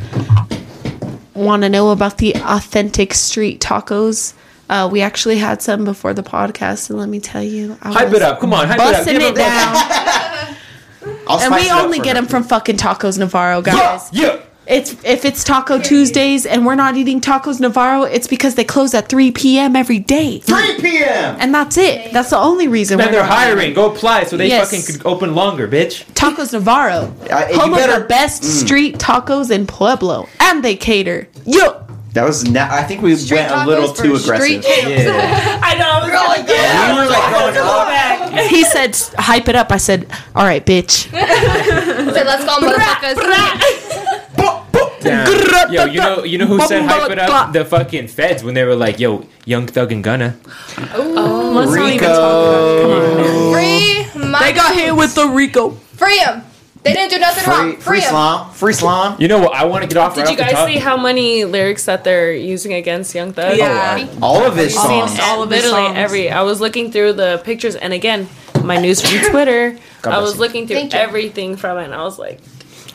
[SPEAKER 3] want to know about the authentic street tacos. Uh, we actually had some before the podcast, and let me tell you, I
[SPEAKER 1] Hype it up. Come on. Hype it up.
[SPEAKER 3] busting
[SPEAKER 1] Give
[SPEAKER 3] it
[SPEAKER 1] a-
[SPEAKER 3] down.
[SPEAKER 2] I'll
[SPEAKER 3] and
[SPEAKER 2] spice
[SPEAKER 3] we
[SPEAKER 2] it up
[SPEAKER 3] only
[SPEAKER 2] for
[SPEAKER 3] get
[SPEAKER 2] her.
[SPEAKER 3] them from fucking Tacos Navarro, guys.
[SPEAKER 1] Yeah.
[SPEAKER 3] It's if it's Taco Tuesdays and we're not eating Tacos Navarro, it's because they close at 3 p.m. every day,
[SPEAKER 2] 3 p.m.
[SPEAKER 3] and that's it. That's the only reason.
[SPEAKER 1] Man,
[SPEAKER 3] we're
[SPEAKER 1] they're
[SPEAKER 3] not eating.
[SPEAKER 1] hiring. Go apply so they
[SPEAKER 3] Yes.
[SPEAKER 1] fucking could open longer, bitch.
[SPEAKER 3] Tacos Navarro,
[SPEAKER 2] Uh, you
[SPEAKER 3] home of
[SPEAKER 2] better- Mm.
[SPEAKER 3] the best street tacos in Pueblo, and they cater. Yo,
[SPEAKER 2] That was. Na- I think we
[SPEAKER 4] Street
[SPEAKER 2] went a little
[SPEAKER 4] tacos for
[SPEAKER 2] too aggressive.
[SPEAKER 4] street-
[SPEAKER 1] Yeah.
[SPEAKER 5] I know. I was gonna get it.
[SPEAKER 2] We were like going "Oh,
[SPEAKER 5] Go
[SPEAKER 2] up.
[SPEAKER 5] back.
[SPEAKER 3] he said, "Hype it up." I said, "All right, bitch."
[SPEAKER 4] So let's go, motherfuckers.
[SPEAKER 2] Boop, boop,
[SPEAKER 1] Damn. Yo, you know, you know who said hype it up? The fucking feds when they were like, "Yo, Young Thug and Gunna."
[SPEAKER 3] Let's not even talk about it. Come on.
[SPEAKER 4] Free my
[SPEAKER 3] They got hit with the Rico.
[SPEAKER 4] Free him. They didn't do nothing
[SPEAKER 2] Free,
[SPEAKER 4] wrong. Free
[SPEAKER 2] free
[SPEAKER 4] him.
[SPEAKER 2] slum. Free slum.
[SPEAKER 1] You know what? I want to get off.
[SPEAKER 5] Did
[SPEAKER 1] right
[SPEAKER 5] you
[SPEAKER 1] off the
[SPEAKER 5] guys
[SPEAKER 1] top.
[SPEAKER 5] see how many lyrics that they're using against Young Thug?
[SPEAKER 2] Oh,
[SPEAKER 3] Yeah.
[SPEAKER 2] All of his
[SPEAKER 5] I've seen
[SPEAKER 2] songs.
[SPEAKER 3] all of his
[SPEAKER 5] literally
[SPEAKER 3] songs.
[SPEAKER 5] every. I was looking through the pictures, and again, my news from Twitter.
[SPEAKER 1] God
[SPEAKER 5] I
[SPEAKER 1] bless
[SPEAKER 5] was
[SPEAKER 1] you.
[SPEAKER 5] looking through
[SPEAKER 4] Thank you.
[SPEAKER 5] everything from it, and I was like,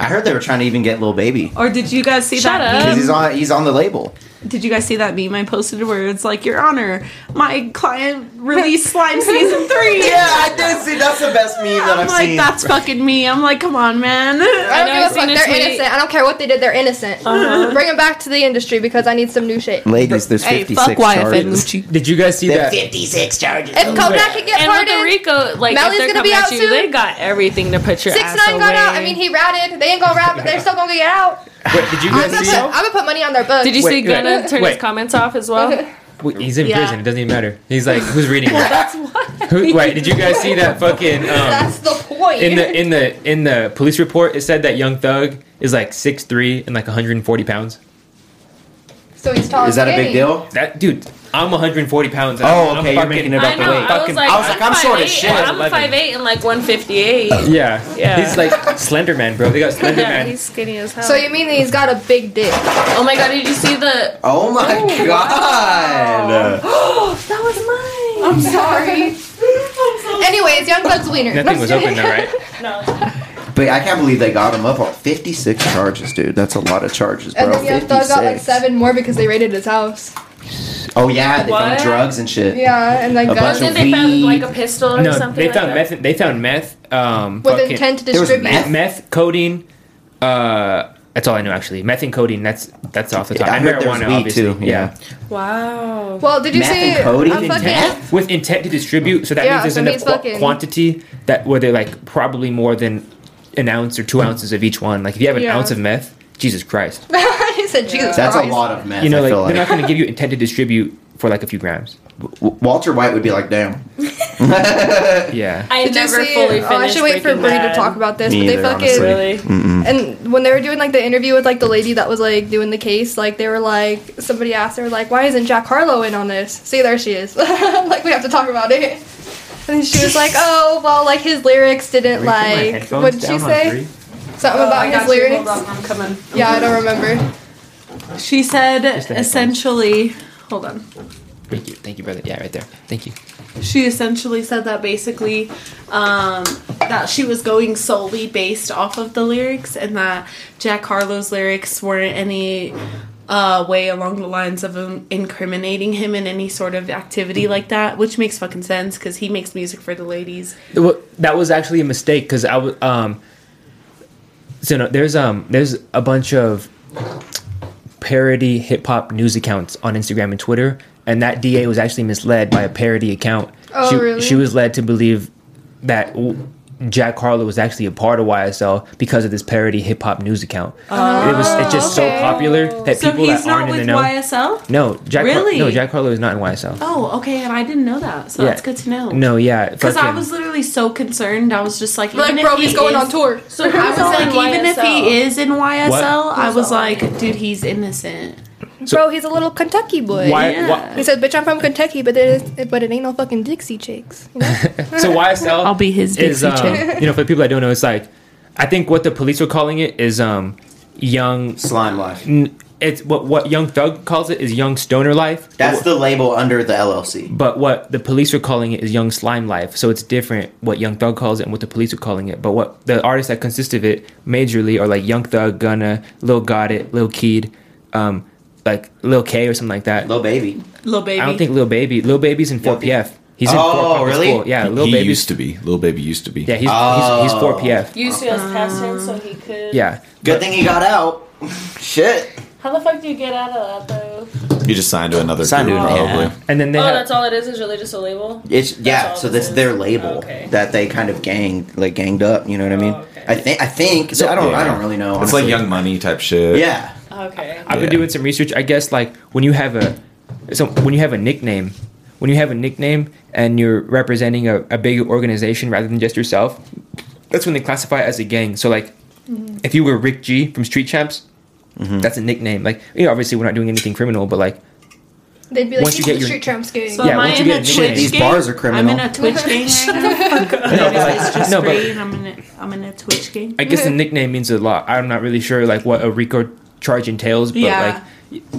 [SPEAKER 2] I heard they were trying to even get Lil Baby.
[SPEAKER 3] Or did you guys see
[SPEAKER 5] Shut
[SPEAKER 3] that
[SPEAKER 5] up.
[SPEAKER 3] meme?
[SPEAKER 2] Because he's on, he's on the label.
[SPEAKER 3] Did you guys see that meme I posted where it's like, Your Honor, my client released Slime Season 3?
[SPEAKER 2] I did see. That's the best meme
[SPEAKER 3] I'm like, that's fucking me. I'm like, come on, man.
[SPEAKER 4] I
[SPEAKER 5] know,
[SPEAKER 4] don't
[SPEAKER 5] I've
[SPEAKER 4] give a fuck.
[SPEAKER 5] seen Uh-huh. a
[SPEAKER 4] They're
[SPEAKER 5] tweet.
[SPEAKER 4] innocent. I don't care what they did. They're innocent. Bring them back to the industry because I need some new shit.
[SPEAKER 2] Ladies, there's
[SPEAKER 3] hey,
[SPEAKER 2] 56
[SPEAKER 3] fuck Wyatt
[SPEAKER 2] charges.
[SPEAKER 3] Fettucci.
[SPEAKER 1] Did you guys see
[SPEAKER 2] There are
[SPEAKER 1] that?
[SPEAKER 2] 56 charges.
[SPEAKER 4] If Kodak could get
[SPEAKER 5] and with the
[SPEAKER 4] pardoned,
[SPEAKER 5] Rico, like
[SPEAKER 4] Mally's
[SPEAKER 5] if they're
[SPEAKER 4] gonna
[SPEAKER 5] coming
[SPEAKER 4] be
[SPEAKER 5] at
[SPEAKER 4] out
[SPEAKER 5] you,
[SPEAKER 4] soon.
[SPEAKER 5] they got everything to put your
[SPEAKER 4] six
[SPEAKER 5] ass
[SPEAKER 4] nine
[SPEAKER 5] away.
[SPEAKER 4] got out. I mean, he ratted. They ain't gonna rat, but they're still gonna get out.
[SPEAKER 1] Wait, did you
[SPEAKER 4] I'm
[SPEAKER 1] guys
[SPEAKER 4] gonna,
[SPEAKER 1] see?
[SPEAKER 4] put, I'm gonna put money on their books.
[SPEAKER 5] Did you
[SPEAKER 1] Wait,
[SPEAKER 5] see
[SPEAKER 1] wait,
[SPEAKER 5] Gunna turn his
[SPEAKER 1] wait.
[SPEAKER 5] comments off as well?
[SPEAKER 1] Wait, He's in
[SPEAKER 3] Yeah.
[SPEAKER 1] prison. It doesn't even matter. He's like, who's reading it?
[SPEAKER 5] That's why.
[SPEAKER 1] Who, wait, did you guys see that fucking? Um,
[SPEAKER 4] That's the point.
[SPEAKER 1] in the in the in the police report, it said that Young Thug is like 6'3 and like 140 pounds.
[SPEAKER 4] so he's tall.
[SPEAKER 2] Is that a big deal?
[SPEAKER 1] That dude, I'm 140 pounds. and
[SPEAKER 2] Oh,
[SPEAKER 1] I'm- I'm
[SPEAKER 2] okay, you're making it
[SPEAKER 5] I
[SPEAKER 2] about the
[SPEAKER 5] know.
[SPEAKER 2] weight.
[SPEAKER 5] I was
[SPEAKER 1] Fucking-
[SPEAKER 5] like,
[SPEAKER 2] I was like, I'm short as
[SPEAKER 5] 5'8"
[SPEAKER 2] shit.
[SPEAKER 5] I'm
[SPEAKER 1] 11.
[SPEAKER 5] 5'8 and like 158.
[SPEAKER 1] Yeah,
[SPEAKER 5] Yeah.
[SPEAKER 1] He's like Slenderman, bro. They got Slenderman.
[SPEAKER 5] Yeah, he's skinny as hell.
[SPEAKER 4] So you mean he's got a big dick?
[SPEAKER 5] oh my god, did you see the?
[SPEAKER 2] Oh my god.
[SPEAKER 5] That was mine.
[SPEAKER 3] I'm sorry.
[SPEAKER 4] Anyways, Young Thug's wiener.
[SPEAKER 1] Nothing was open though, right?
[SPEAKER 2] But I can't believe they got him up on 56 charges, dude. That's a lot of charges, bro.
[SPEAKER 4] And then Young Thug
[SPEAKER 2] 56.
[SPEAKER 4] got like seven more because they raided his house.
[SPEAKER 2] Oh yeah, they found
[SPEAKER 5] What?
[SPEAKER 2] drugs and shit.
[SPEAKER 4] Yeah, and then
[SPEAKER 2] A bunch
[SPEAKER 4] guns
[SPEAKER 2] of-
[SPEAKER 5] Did
[SPEAKER 4] with
[SPEAKER 5] they found like
[SPEAKER 2] Weed.
[SPEAKER 5] a pistol or
[SPEAKER 1] No,
[SPEAKER 5] something?
[SPEAKER 1] they
[SPEAKER 5] like
[SPEAKER 1] found
[SPEAKER 5] that?
[SPEAKER 1] meth. They found meth. Um, fucking-
[SPEAKER 4] intent to
[SPEAKER 2] There was
[SPEAKER 4] distribute.
[SPEAKER 2] meth?
[SPEAKER 1] meth, codeine. Uh, that's all I know actually. Meth and codeine. That's that's off the top.
[SPEAKER 2] Yeah, I
[SPEAKER 1] and
[SPEAKER 2] heard there was
[SPEAKER 1] marijuana,
[SPEAKER 2] weed,
[SPEAKER 1] obviously.
[SPEAKER 2] too, yeah.
[SPEAKER 5] Wow.
[SPEAKER 4] Well, did you
[SPEAKER 2] Meth
[SPEAKER 4] see?
[SPEAKER 2] and codeine
[SPEAKER 4] I'm
[SPEAKER 2] and
[SPEAKER 4] fucking-
[SPEAKER 2] meth?
[SPEAKER 1] With intent to distribute, so that
[SPEAKER 4] Yeah,
[SPEAKER 1] means
[SPEAKER 4] so
[SPEAKER 1] there's
[SPEAKER 4] he's
[SPEAKER 1] enough qu-
[SPEAKER 4] fucking-
[SPEAKER 1] quantity that where they're like probably more than an ounce or two
[SPEAKER 2] Mm-hmm.
[SPEAKER 1] ounces of each one. Like if you have an
[SPEAKER 3] Yeah.
[SPEAKER 1] ounce of meth, Jesus Christ,
[SPEAKER 4] he said, Jesus
[SPEAKER 2] That's a
[SPEAKER 4] Christ.
[SPEAKER 2] lot of meth.
[SPEAKER 1] you know,
[SPEAKER 2] I
[SPEAKER 1] like
[SPEAKER 2] feel
[SPEAKER 1] they're
[SPEAKER 2] like
[SPEAKER 1] not going to give you intent to distribute for like a few grams.
[SPEAKER 2] W- Walter White would be like, damn.
[SPEAKER 1] Yeah,
[SPEAKER 5] I
[SPEAKER 4] Did you
[SPEAKER 5] never
[SPEAKER 4] see-
[SPEAKER 5] fully
[SPEAKER 4] oh, I should wait for Brie
[SPEAKER 5] Brie
[SPEAKER 4] to talk about this,
[SPEAKER 2] Me
[SPEAKER 4] but they
[SPEAKER 2] either,
[SPEAKER 4] fucking
[SPEAKER 2] honestly.
[SPEAKER 5] Really?
[SPEAKER 4] Mm. and when they were doing like the interview with like the lady that was like doing the case, like they were like somebody asked, they were like, "Why isn't Jack Harlow in on this?" See, there she is. like we have to talk about it. And she was like, "Oh, well, like his lyrics didn't like what did she say? Something
[SPEAKER 5] Uh,
[SPEAKER 4] about his lyrics."
[SPEAKER 3] I'm coming.
[SPEAKER 4] Yeah, I don't remember.
[SPEAKER 3] She said
[SPEAKER 1] the headphones.
[SPEAKER 3] essentially, hold on.
[SPEAKER 1] Thank you, thank you, brother. Yeah, right there. Thank you.
[SPEAKER 3] She essentially said that basically um, that she was going solely based off of the lyrics and that Jack Harlow's lyrics weren't any uh, way along the lines of um, incriminating him in any sort of
[SPEAKER 1] Mm-hmm.
[SPEAKER 3] activity like that, which makes fucking sense because he makes music for the ladies.
[SPEAKER 1] Well, that was actually a mistake because I was um. So no, there's um there's a bunch of parody hip hop news accounts on Instagram and Twitter, and that DA was actually misled by a parody account.
[SPEAKER 4] Oh,
[SPEAKER 1] she,
[SPEAKER 4] really?
[SPEAKER 1] She was led to believe that w- Jack Harlow was actually a part of YSL because of this parody hip hop news account. it was it's just
[SPEAKER 4] okay.
[SPEAKER 1] so popular that
[SPEAKER 3] Oh, So
[SPEAKER 1] people
[SPEAKER 3] he's
[SPEAKER 1] that
[SPEAKER 3] not
[SPEAKER 1] aren't in
[SPEAKER 3] with
[SPEAKER 1] the know.
[SPEAKER 3] YSL?
[SPEAKER 1] no, Jack. Har-
[SPEAKER 3] Really?
[SPEAKER 1] no, Jack Harlow is not in YSL.
[SPEAKER 3] Oh, okay, and I didn't know that, so that's good to know.
[SPEAKER 1] No, yeah,
[SPEAKER 3] Because I
[SPEAKER 1] fucking-
[SPEAKER 3] was literally so concerned. I was just like,
[SPEAKER 4] Like,
[SPEAKER 3] even
[SPEAKER 4] bro,
[SPEAKER 3] if
[SPEAKER 4] he's
[SPEAKER 3] he
[SPEAKER 4] going
[SPEAKER 3] is-
[SPEAKER 4] on tour.
[SPEAKER 5] So who's
[SPEAKER 3] I was like, even if he is in YSL,
[SPEAKER 1] What?
[SPEAKER 3] I was like, dude, he's innocent.
[SPEAKER 4] bro, he's a little Kentucky boy.
[SPEAKER 1] Why-
[SPEAKER 3] Yeah.
[SPEAKER 1] why-
[SPEAKER 4] He said, "Bitch, I'm from Kentucky, but it, but it ain't no fucking Dixie chicks." You know?
[SPEAKER 1] So YSL,
[SPEAKER 3] I'll be his
[SPEAKER 1] is
[SPEAKER 3] Dixie
[SPEAKER 1] um,
[SPEAKER 3] chick.
[SPEAKER 1] you know for the people that don't know, it's like I think what the police are calling it is um young.
[SPEAKER 2] Slime life.
[SPEAKER 1] n- It's what what Young Thug calls it is Young Stoner Life.
[SPEAKER 2] That's the label under the LLC.
[SPEAKER 1] But what the police are calling it is Young Slime Life. So it's different what Young Thug calls it and what the police are calling it. But what the artists that consist of it majorly are like Young Thug, Gunna, Lil Got It, Lil Keed, um, like Lil K or something like that.
[SPEAKER 2] Lil Baby.
[SPEAKER 3] Little baby.
[SPEAKER 1] I don't think Lil Baby. Lil Baby's in 4PF. He's in
[SPEAKER 2] Oh,
[SPEAKER 1] 4PF.
[SPEAKER 2] really?
[SPEAKER 1] School. Yeah, Lil
[SPEAKER 6] he
[SPEAKER 1] Baby's.
[SPEAKER 6] used to be. Little baby used to be.
[SPEAKER 1] yeah, he's, he's, he's 4PF.
[SPEAKER 5] Used to us past tense, so he could.
[SPEAKER 1] Yeah.
[SPEAKER 2] Good thing he got out. Shit.
[SPEAKER 5] How the fuck do you get out of that though?
[SPEAKER 6] He just signed to another
[SPEAKER 2] Signed
[SPEAKER 6] group,
[SPEAKER 2] to another-
[SPEAKER 6] probably.
[SPEAKER 1] And then they
[SPEAKER 5] oh,
[SPEAKER 1] have-
[SPEAKER 5] that's all it is. Is really just a label.
[SPEAKER 2] It's yeah,
[SPEAKER 5] all
[SPEAKER 2] so
[SPEAKER 5] this
[SPEAKER 2] that's their
[SPEAKER 5] is.
[SPEAKER 2] label
[SPEAKER 5] Okay.
[SPEAKER 2] that they kind of ganged like ganged up, you know what I mean?
[SPEAKER 5] Oh, okay.
[SPEAKER 2] I think I think so I don't
[SPEAKER 6] Yeah.
[SPEAKER 2] I don't really know.
[SPEAKER 6] It's
[SPEAKER 2] honestly.
[SPEAKER 6] like Young Money type shit.
[SPEAKER 2] Yeah.
[SPEAKER 5] Okay.
[SPEAKER 1] I've been
[SPEAKER 6] Yeah.
[SPEAKER 1] doing some research. I guess like when you have a so when you have a nickname, when you have a nickname and you're representing a, a big organization rather than just yourself,
[SPEAKER 3] Mm-hmm.
[SPEAKER 1] that's when they classify it as a gang. So like if you were Rick G from Street Champs, That's a nickname. Like, you know, obviously we're not doing anything criminal, but like,
[SPEAKER 4] They'd be like,
[SPEAKER 1] Once you
[SPEAKER 4] you
[SPEAKER 1] get
[SPEAKER 4] get
[SPEAKER 1] your-
[SPEAKER 4] street tramps gang.
[SPEAKER 3] So
[SPEAKER 1] Yeah,
[SPEAKER 3] am I
[SPEAKER 1] once you
[SPEAKER 3] in
[SPEAKER 1] get
[SPEAKER 3] a
[SPEAKER 1] addicted-
[SPEAKER 3] Twitch
[SPEAKER 2] These
[SPEAKER 3] gang?
[SPEAKER 2] bars are criminal.
[SPEAKER 3] I'm in a Twitch gang right now.
[SPEAKER 1] No, but like-
[SPEAKER 3] it's just
[SPEAKER 1] no, but-
[SPEAKER 3] free and I'm in, a, I'm in a Twitch gang.
[SPEAKER 1] I guess the nickname means a lot. I'm not really sure like what a RICO charge entails, but
[SPEAKER 3] Yeah.
[SPEAKER 1] like,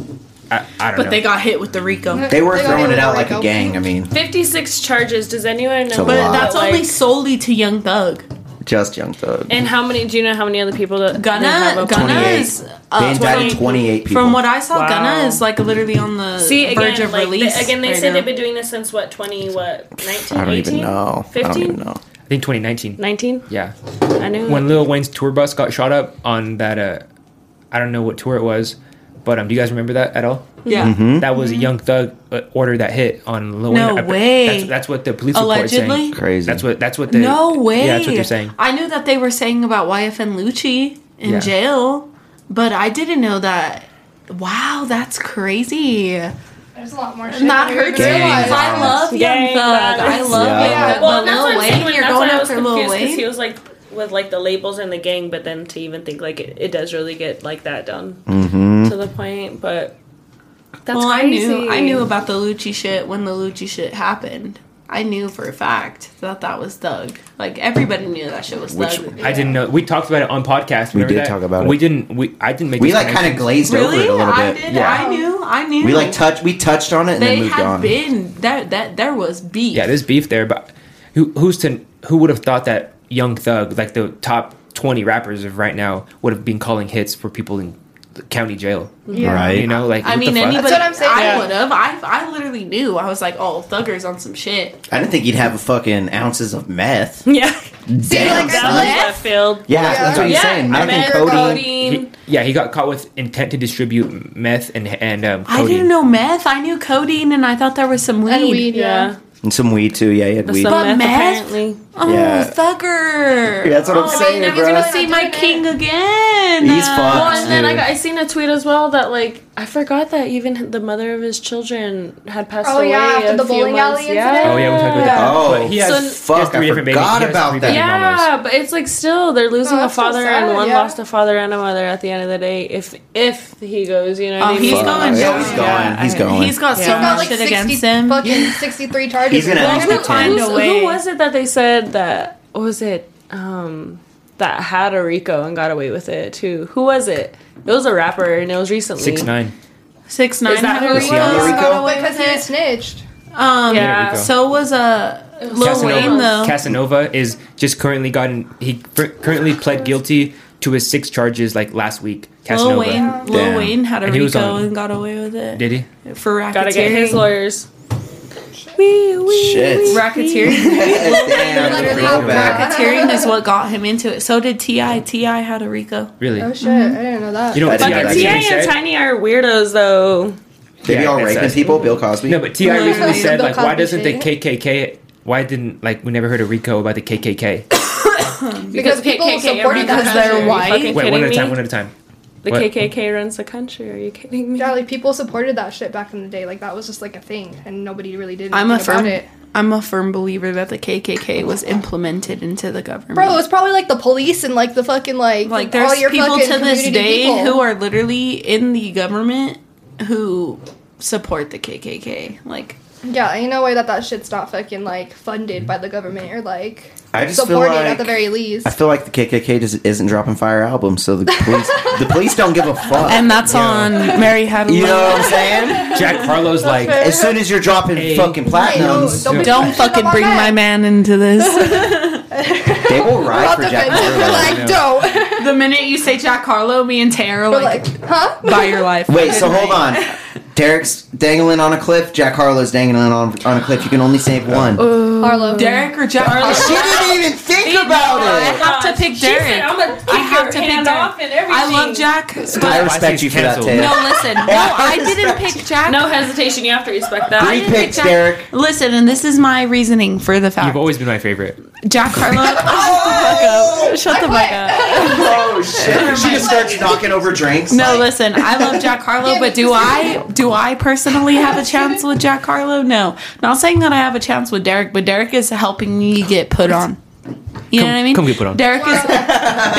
[SPEAKER 1] I, I don't
[SPEAKER 3] But
[SPEAKER 1] know.
[SPEAKER 3] they got hit with the Rico.
[SPEAKER 4] They
[SPEAKER 2] They were
[SPEAKER 4] got
[SPEAKER 2] throwing it
[SPEAKER 4] into
[SPEAKER 2] out
[SPEAKER 4] the
[SPEAKER 2] like a
[SPEAKER 4] Rico.
[SPEAKER 2] gang. I mean,
[SPEAKER 5] 56 charges. Does anyone
[SPEAKER 2] a
[SPEAKER 5] know?
[SPEAKER 2] lot.
[SPEAKER 5] what,
[SPEAKER 3] But that's
[SPEAKER 5] like-
[SPEAKER 3] only solely to Young Thug.
[SPEAKER 2] just Young Thug.
[SPEAKER 5] And how many? Do you know how many other people that that
[SPEAKER 3] Gunna,
[SPEAKER 5] have
[SPEAKER 3] Gunna
[SPEAKER 2] 28.
[SPEAKER 3] is
[SPEAKER 2] They
[SPEAKER 3] uh, 20
[SPEAKER 2] indicted 28 people.
[SPEAKER 3] From what I saw,
[SPEAKER 5] Wow.
[SPEAKER 3] Gunna is like literally on the
[SPEAKER 5] See
[SPEAKER 3] verge
[SPEAKER 5] again,
[SPEAKER 3] of
[SPEAKER 5] like,
[SPEAKER 3] release.
[SPEAKER 5] they, again, they
[SPEAKER 3] right
[SPEAKER 5] said
[SPEAKER 3] now.
[SPEAKER 5] they've been doing this since what twenty what nineteen?
[SPEAKER 2] I don't even know. I don't
[SPEAKER 5] 15?
[SPEAKER 2] even know.
[SPEAKER 1] I think 2019.
[SPEAKER 5] Nineteen?
[SPEAKER 1] Yeah.
[SPEAKER 5] I knew.
[SPEAKER 1] When Lil Wayne's tour bus got shot up on that, uh, I don't know what tour it was, but um, do you guys remember that at all?
[SPEAKER 3] yeah.
[SPEAKER 2] Hmm?
[SPEAKER 1] That was a Young Thug uh, order that hit on Lil
[SPEAKER 3] Hmm. No
[SPEAKER 1] Wayne. I-
[SPEAKER 3] way.
[SPEAKER 1] That's, that's what the police report is
[SPEAKER 3] Allegedly?
[SPEAKER 1] saying.
[SPEAKER 2] Crazy.
[SPEAKER 1] That's what. That's what. They,
[SPEAKER 3] no way.
[SPEAKER 1] Yeah, that's what they're saying.
[SPEAKER 3] I knew that they were saying about YFN Lucci in
[SPEAKER 1] Yeah.
[SPEAKER 3] jail, but I didn't know that. Wow, that's crazy.
[SPEAKER 4] There's a lot more shit.
[SPEAKER 3] Not
[SPEAKER 4] than we
[SPEAKER 3] her
[SPEAKER 4] would
[SPEAKER 3] too.
[SPEAKER 2] Gang
[SPEAKER 4] realize.
[SPEAKER 3] I love Young
[SPEAKER 5] Gang
[SPEAKER 3] Thug. I
[SPEAKER 5] violence.
[SPEAKER 3] love
[SPEAKER 2] Yeah.
[SPEAKER 3] Young Thug.
[SPEAKER 5] well,
[SPEAKER 3] but
[SPEAKER 5] that's
[SPEAKER 3] Lil
[SPEAKER 5] what I'm saying.
[SPEAKER 3] Wayne,
[SPEAKER 5] when-
[SPEAKER 3] you're
[SPEAKER 5] that's
[SPEAKER 3] going
[SPEAKER 5] why I was
[SPEAKER 3] after Lil
[SPEAKER 5] confused 'cause He
[SPEAKER 3] Wayne.
[SPEAKER 5] was like with like the labels and the gang, but then to even think like it, it does really get like that done
[SPEAKER 2] Mm-hmm.
[SPEAKER 5] to the point. But that's
[SPEAKER 3] Well, I
[SPEAKER 5] crazy.
[SPEAKER 3] knew I knew about the Lucci shit when the Lucci shit happened. I knew for a fact that that was Thug. Like everybody knew that shit was
[SPEAKER 6] Which-
[SPEAKER 3] Thug.
[SPEAKER 1] I didn't know. We talked about it on podcast.
[SPEAKER 2] We
[SPEAKER 1] remember
[SPEAKER 2] did
[SPEAKER 1] that?
[SPEAKER 2] talk about it.
[SPEAKER 1] We didn't. We I didn't make.
[SPEAKER 2] We
[SPEAKER 1] these
[SPEAKER 2] like kind of
[SPEAKER 1] connections.
[SPEAKER 2] glazed over
[SPEAKER 3] Really?
[SPEAKER 2] it a little
[SPEAKER 3] I
[SPEAKER 2] bit.
[SPEAKER 3] did.
[SPEAKER 1] Yeah.
[SPEAKER 3] I knew. I knew.
[SPEAKER 2] We like touch we touched on it and
[SPEAKER 3] They
[SPEAKER 2] then moved
[SPEAKER 3] had
[SPEAKER 2] on.
[SPEAKER 3] been that that there was beef.
[SPEAKER 1] Yeah, there's beef there, but who who's to who would have thought that Young Thug, like the top 20 rappers of right now, would have been calling hits for people in the county jail?
[SPEAKER 4] Yeah.
[SPEAKER 1] You know, like
[SPEAKER 3] I
[SPEAKER 1] what
[SPEAKER 3] mean,
[SPEAKER 1] the fuck?
[SPEAKER 3] anybody.
[SPEAKER 4] That's what I'm saying.
[SPEAKER 3] I
[SPEAKER 4] Yeah.
[SPEAKER 3] would have. I, I literally knew. I was like, oh, Thugger's on some shit.
[SPEAKER 2] I didn't think you'd have a fucking ounces of meth.
[SPEAKER 5] Yeah,
[SPEAKER 4] See,
[SPEAKER 2] Damn.
[SPEAKER 4] like,
[SPEAKER 5] that
[SPEAKER 4] I
[SPEAKER 5] was
[SPEAKER 4] love-
[SPEAKER 5] left field.
[SPEAKER 2] Yeah, that's what you're
[SPEAKER 5] Yeah,
[SPEAKER 2] saying.
[SPEAKER 5] I
[SPEAKER 2] Meth
[SPEAKER 5] meant
[SPEAKER 2] and codeine.
[SPEAKER 5] codeine.
[SPEAKER 1] He- yeah, he got caught with intent to distribute meth and and um,
[SPEAKER 3] I
[SPEAKER 1] codeine.
[SPEAKER 3] didn't know meth. I knew codeine, and I thought there was some weed.
[SPEAKER 4] And weed, yeah.
[SPEAKER 5] Yeah,
[SPEAKER 2] And some weed too. Yeah, he had
[SPEAKER 5] The
[SPEAKER 2] weed.
[SPEAKER 5] sun
[SPEAKER 3] But
[SPEAKER 5] meth,
[SPEAKER 3] meth?
[SPEAKER 5] apparently.
[SPEAKER 3] Oh,
[SPEAKER 2] Yeah.
[SPEAKER 3] Thugger.
[SPEAKER 2] Yeah, that's what I'm
[SPEAKER 3] Oh,
[SPEAKER 2] saying,
[SPEAKER 3] I'm never
[SPEAKER 2] bro.
[SPEAKER 3] gonna see my king again.
[SPEAKER 2] He's
[SPEAKER 1] Uh,
[SPEAKER 2] fucked.
[SPEAKER 5] Well, and then I,
[SPEAKER 2] Dude.
[SPEAKER 5] got, I seen a tweet as well that like I forgot that even the mother of his children had passed
[SPEAKER 4] Oh,
[SPEAKER 5] away.
[SPEAKER 4] yeah, after
[SPEAKER 5] a
[SPEAKER 4] the
[SPEAKER 5] few
[SPEAKER 4] bowling
[SPEAKER 5] months.
[SPEAKER 4] alley
[SPEAKER 5] yeah.
[SPEAKER 4] incident?
[SPEAKER 1] Oh yeah, we talked about that.
[SPEAKER 2] Oh,
[SPEAKER 1] but he has,
[SPEAKER 5] So-
[SPEAKER 1] he has
[SPEAKER 2] Fuck, I
[SPEAKER 1] three different babies.
[SPEAKER 2] forgot
[SPEAKER 1] He has
[SPEAKER 2] about
[SPEAKER 1] three
[SPEAKER 2] that.
[SPEAKER 1] baby mamas.
[SPEAKER 5] Yeah, but it's like still they're losing
[SPEAKER 4] Oh,
[SPEAKER 5] a
[SPEAKER 4] that's so
[SPEAKER 5] father
[SPEAKER 4] sad,
[SPEAKER 5] and one
[SPEAKER 4] yeah.
[SPEAKER 5] lost a father and a mother at the end of the day. If if he goes, you know, what
[SPEAKER 3] Oh,
[SPEAKER 5] I mean?
[SPEAKER 3] he's
[SPEAKER 5] Fuck.
[SPEAKER 3] going
[SPEAKER 2] Yeah,
[SPEAKER 3] down.
[SPEAKER 2] he's going. He's going.
[SPEAKER 3] He's got so
[SPEAKER 5] Yeah.
[SPEAKER 4] Got
[SPEAKER 3] much
[SPEAKER 4] like
[SPEAKER 3] shit
[SPEAKER 4] 60,
[SPEAKER 3] against him.
[SPEAKER 4] fucking 63 charges.
[SPEAKER 2] He's gonna
[SPEAKER 4] They're
[SPEAKER 2] have
[SPEAKER 4] gonna
[SPEAKER 2] to
[SPEAKER 4] find
[SPEAKER 3] find
[SPEAKER 5] Who's-
[SPEAKER 3] a way.
[SPEAKER 5] Who was it that they said that? What was it um, that had a Rico and got away with it too? Who was it? It was a rapper and it was recently
[SPEAKER 1] Six nine.
[SPEAKER 3] Six nine.
[SPEAKER 5] Is that
[SPEAKER 3] had
[SPEAKER 5] who
[SPEAKER 3] a
[SPEAKER 5] he
[SPEAKER 3] Rico.
[SPEAKER 2] was?
[SPEAKER 3] Got
[SPEAKER 2] Rico?
[SPEAKER 3] away
[SPEAKER 4] Because
[SPEAKER 3] with
[SPEAKER 4] he was
[SPEAKER 3] it.
[SPEAKER 4] snitch.
[SPEAKER 3] Um,
[SPEAKER 5] Yeah.
[SPEAKER 1] Rico.
[SPEAKER 3] So was uh, Lil
[SPEAKER 1] Casanova,
[SPEAKER 3] Wayne though.
[SPEAKER 1] Casanova is just currently gotten. He fr- currently pled guilty to his six charges like last week. Casanova.
[SPEAKER 3] Lil Wayne,
[SPEAKER 2] Damn.
[SPEAKER 3] Lil Wayne had a
[SPEAKER 1] And he was
[SPEAKER 3] Rico
[SPEAKER 1] on-
[SPEAKER 3] and got away with it
[SPEAKER 1] Did he?
[SPEAKER 3] for racketeering.
[SPEAKER 5] Gotta get his lawyers. Wee, wee,
[SPEAKER 2] Shit.
[SPEAKER 5] wee.
[SPEAKER 3] Racketeering,
[SPEAKER 2] Damn, I
[SPEAKER 4] Literally
[SPEAKER 2] feel bad.
[SPEAKER 3] racketeering is what got him into it. So did Ti. Ti had a Rico.
[SPEAKER 1] Really?
[SPEAKER 4] Oh shit, I didn't know that.
[SPEAKER 1] Mm-hmm. You know what
[SPEAKER 2] Fucking
[SPEAKER 1] T.I.
[SPEAKER 5] Fucking
[SPEAKER 1] actually
[SPEAKER 5] T.I. and
[SPEAKER 1] said?
[SPEAKER 5] Tiny are weirdos though.
[SPEAKER 2] Did he
[SPEAKER 1] Yeah,
[SPEAKER 2] all
[SPEAKER 1] it's
[SPEAKER 2] raping
[SPEAKER 1] us.
[SPEAKER 2] people? Bill Cosby.
[SPEAKER 1] No, but Ti
[SPEAKER 3] Yeah.
[SPEAKER 1] recently said
[SPEAKER 4] Bill
[SPEAKER 1] like, why
[SPEAKER 4] Cosby
[SPEAKER 1] doesn't the
[SPEAKER 4] shit.
[SPEAKER 1] KKK? Why didn't like we never heard of Rico about the KKK?
[SPEAKER 4] Because people supported
[SPEAKER 5] runs the
[SPEAKER 4] that
[SPEAKER 5] country.
[SPEAKER 3] they're
[SPEAKER 5] Are you
[SPEAKER 3] white. Wait,
[SPEAKER 5] fucking
[SPEAKER 1] Wait,
[SPEAKER 5] kidding
[SPEAKER 1] one at a
[SPEAKER 5] me?
[SPEAKER 1] time. One at a time.
[SPEAKER 5] The
[SPEAKER 1] What?
[SPEAKER 5] KKK runs the country. Are you kidding me?
[SPEAKER 4] Yeah,
[SPEAKER 3] Mm-hmm.
[SPEAKER 4] like people supported that shit back in the day. Like that was just like a thing, and nobody really did.
[SPEAKER 3] I'm a
[SPEAKER 4] anything about
[SPEAKER 3] firm.
[SPEAKER 4] it.
[SPEAKER 3] I'm a firm believer that the KKK was implemented into the government.
[SPEAKER 4] Bro, it was probably like the police and like the fucking like
[SPEAKER 3] like there's people to this
[SPEAKER 4] community
[SPEAKER 3] day
[SPEAKER 4] people.
[SPEAKER 3] who are literally in the government who support the KKK. Like
[SPEAKER 4] yeah. Ain't no way that that shit's not fucking like funded by the government or like
[SPEAKER 2] I just feel
[SPEAKER 4] supported
[SPEAKER 2] like
[SPEAKER 4] at the very least.
[SPEAKER 2] I feel like the KKK just isn't dropping fire albums, so the police the police don't give a fuck.
[SPEAKER 3] and that's on Mary Had a
[SPEAKER 2] you know
[SPEAKER 3] Little-
[SPEAKER 2] what I'm saying?
[SPEAKER 1] Jack Harlow's like,
[SPEAKER 4] fair.
[SPEAKER 2] As soon as you're dropping
[SPEAKER 1] Hey.
[SPEAKER 2] fucking
[SPEAKER 4] Hey, yo,
[SPEAKER 2] platinums,
[SPEAKER 4] be
[SPEAKER 3] Don't
[SPEAKER 4] pushing
[SPEAKER 3] fucking
[SPEAKER 4] on
[SPEAKER 3] bring my man into this.
[SPEAKER 2] they will ride
[SPEAKER 4] Off
[SPEAKER 2] for
[SPEAKER 4] the
[SPEAKER 2] Jack.
[SPEAKER 4] fence. We're
[SPEAKER 2] Harlow.
[SPEAKER 1] Yeah.
[SPEAKER 4] like, don't.
[SPEAKER 3] the minute you say Jack Harlow, me and Tara
[SPEAKER 4] We're
[SPEAKER 3] like,
[SPEAKER 4] like, huh?
[SPEAKER 3] buy your life.
[SPEAKER 2] Wait, so hold on. Derek's dangling on a cliff. Jack Harlow's dangling on on a cliff. You can only save one.
[SPEAKER 4] Harlow.
[SPEAKER 3] Derek or Jack Harlow?
[SPEAKER 2] She didn't even think about
[SPEAKER 5] I
[SPEAKER 2] it.
[SPEAKER 3] have to pick Derek.
[SPEAKER 5] gonna kick
[SPEAKER 3] I have
[SPEAKER 5] your
[SPEAKER 3] to pick
[SPEAKER 5] hand
[SPEAKER 3] Derek.
[SPEAKER 5] off and everything.
[SPEAKER 3] I love Jack.
[SPEAKER 2] I
[SPEAKER 3] But
[SPEAKER 2] respect you for that,
[SPEAKER 1] Canceled.
[SPEAKER 2] Taylor.
[SPEAKER 3] no, listen. No, I didn't pick Jack.
[SPEAKER 5] No hesitation. You have to respect that.
[SPEAKER 3] I
[SPEAKER 2] Three
[SPEAKER 3] didn't pick
[SPEAKER 2] picks,
[SPEAKER 3] Jack.
[SPEAKER 2] Derek.
[SPEAKER 3] Listen, and this is my reasoning for the fact.
[SPEAKER 1] you've always been my favorite.
[SPEAKER 3] Jack Harlow. Shut the fuck up. Shut the
[SPEAKER 4] uh,
[SPEAKER 3] fuck up.
[SPEAKER 2] Oh shit! She just starts knocking over drinks.
[SPEAKER 3] No, listen. I love Jack Harlow,
[SPEAKER 4] Yeah,
[SPEAKER 3] but do I do I personally have a chance with Jack Harlow? No. Not saying that I have a chance with Derek, but Derek is helping me get put on. You
[SPEAKER 1] Come-
[SPEAKER 3] know what I mean?
[SPEAKER 1] come get put on.
[SPEAKER 3] Derek is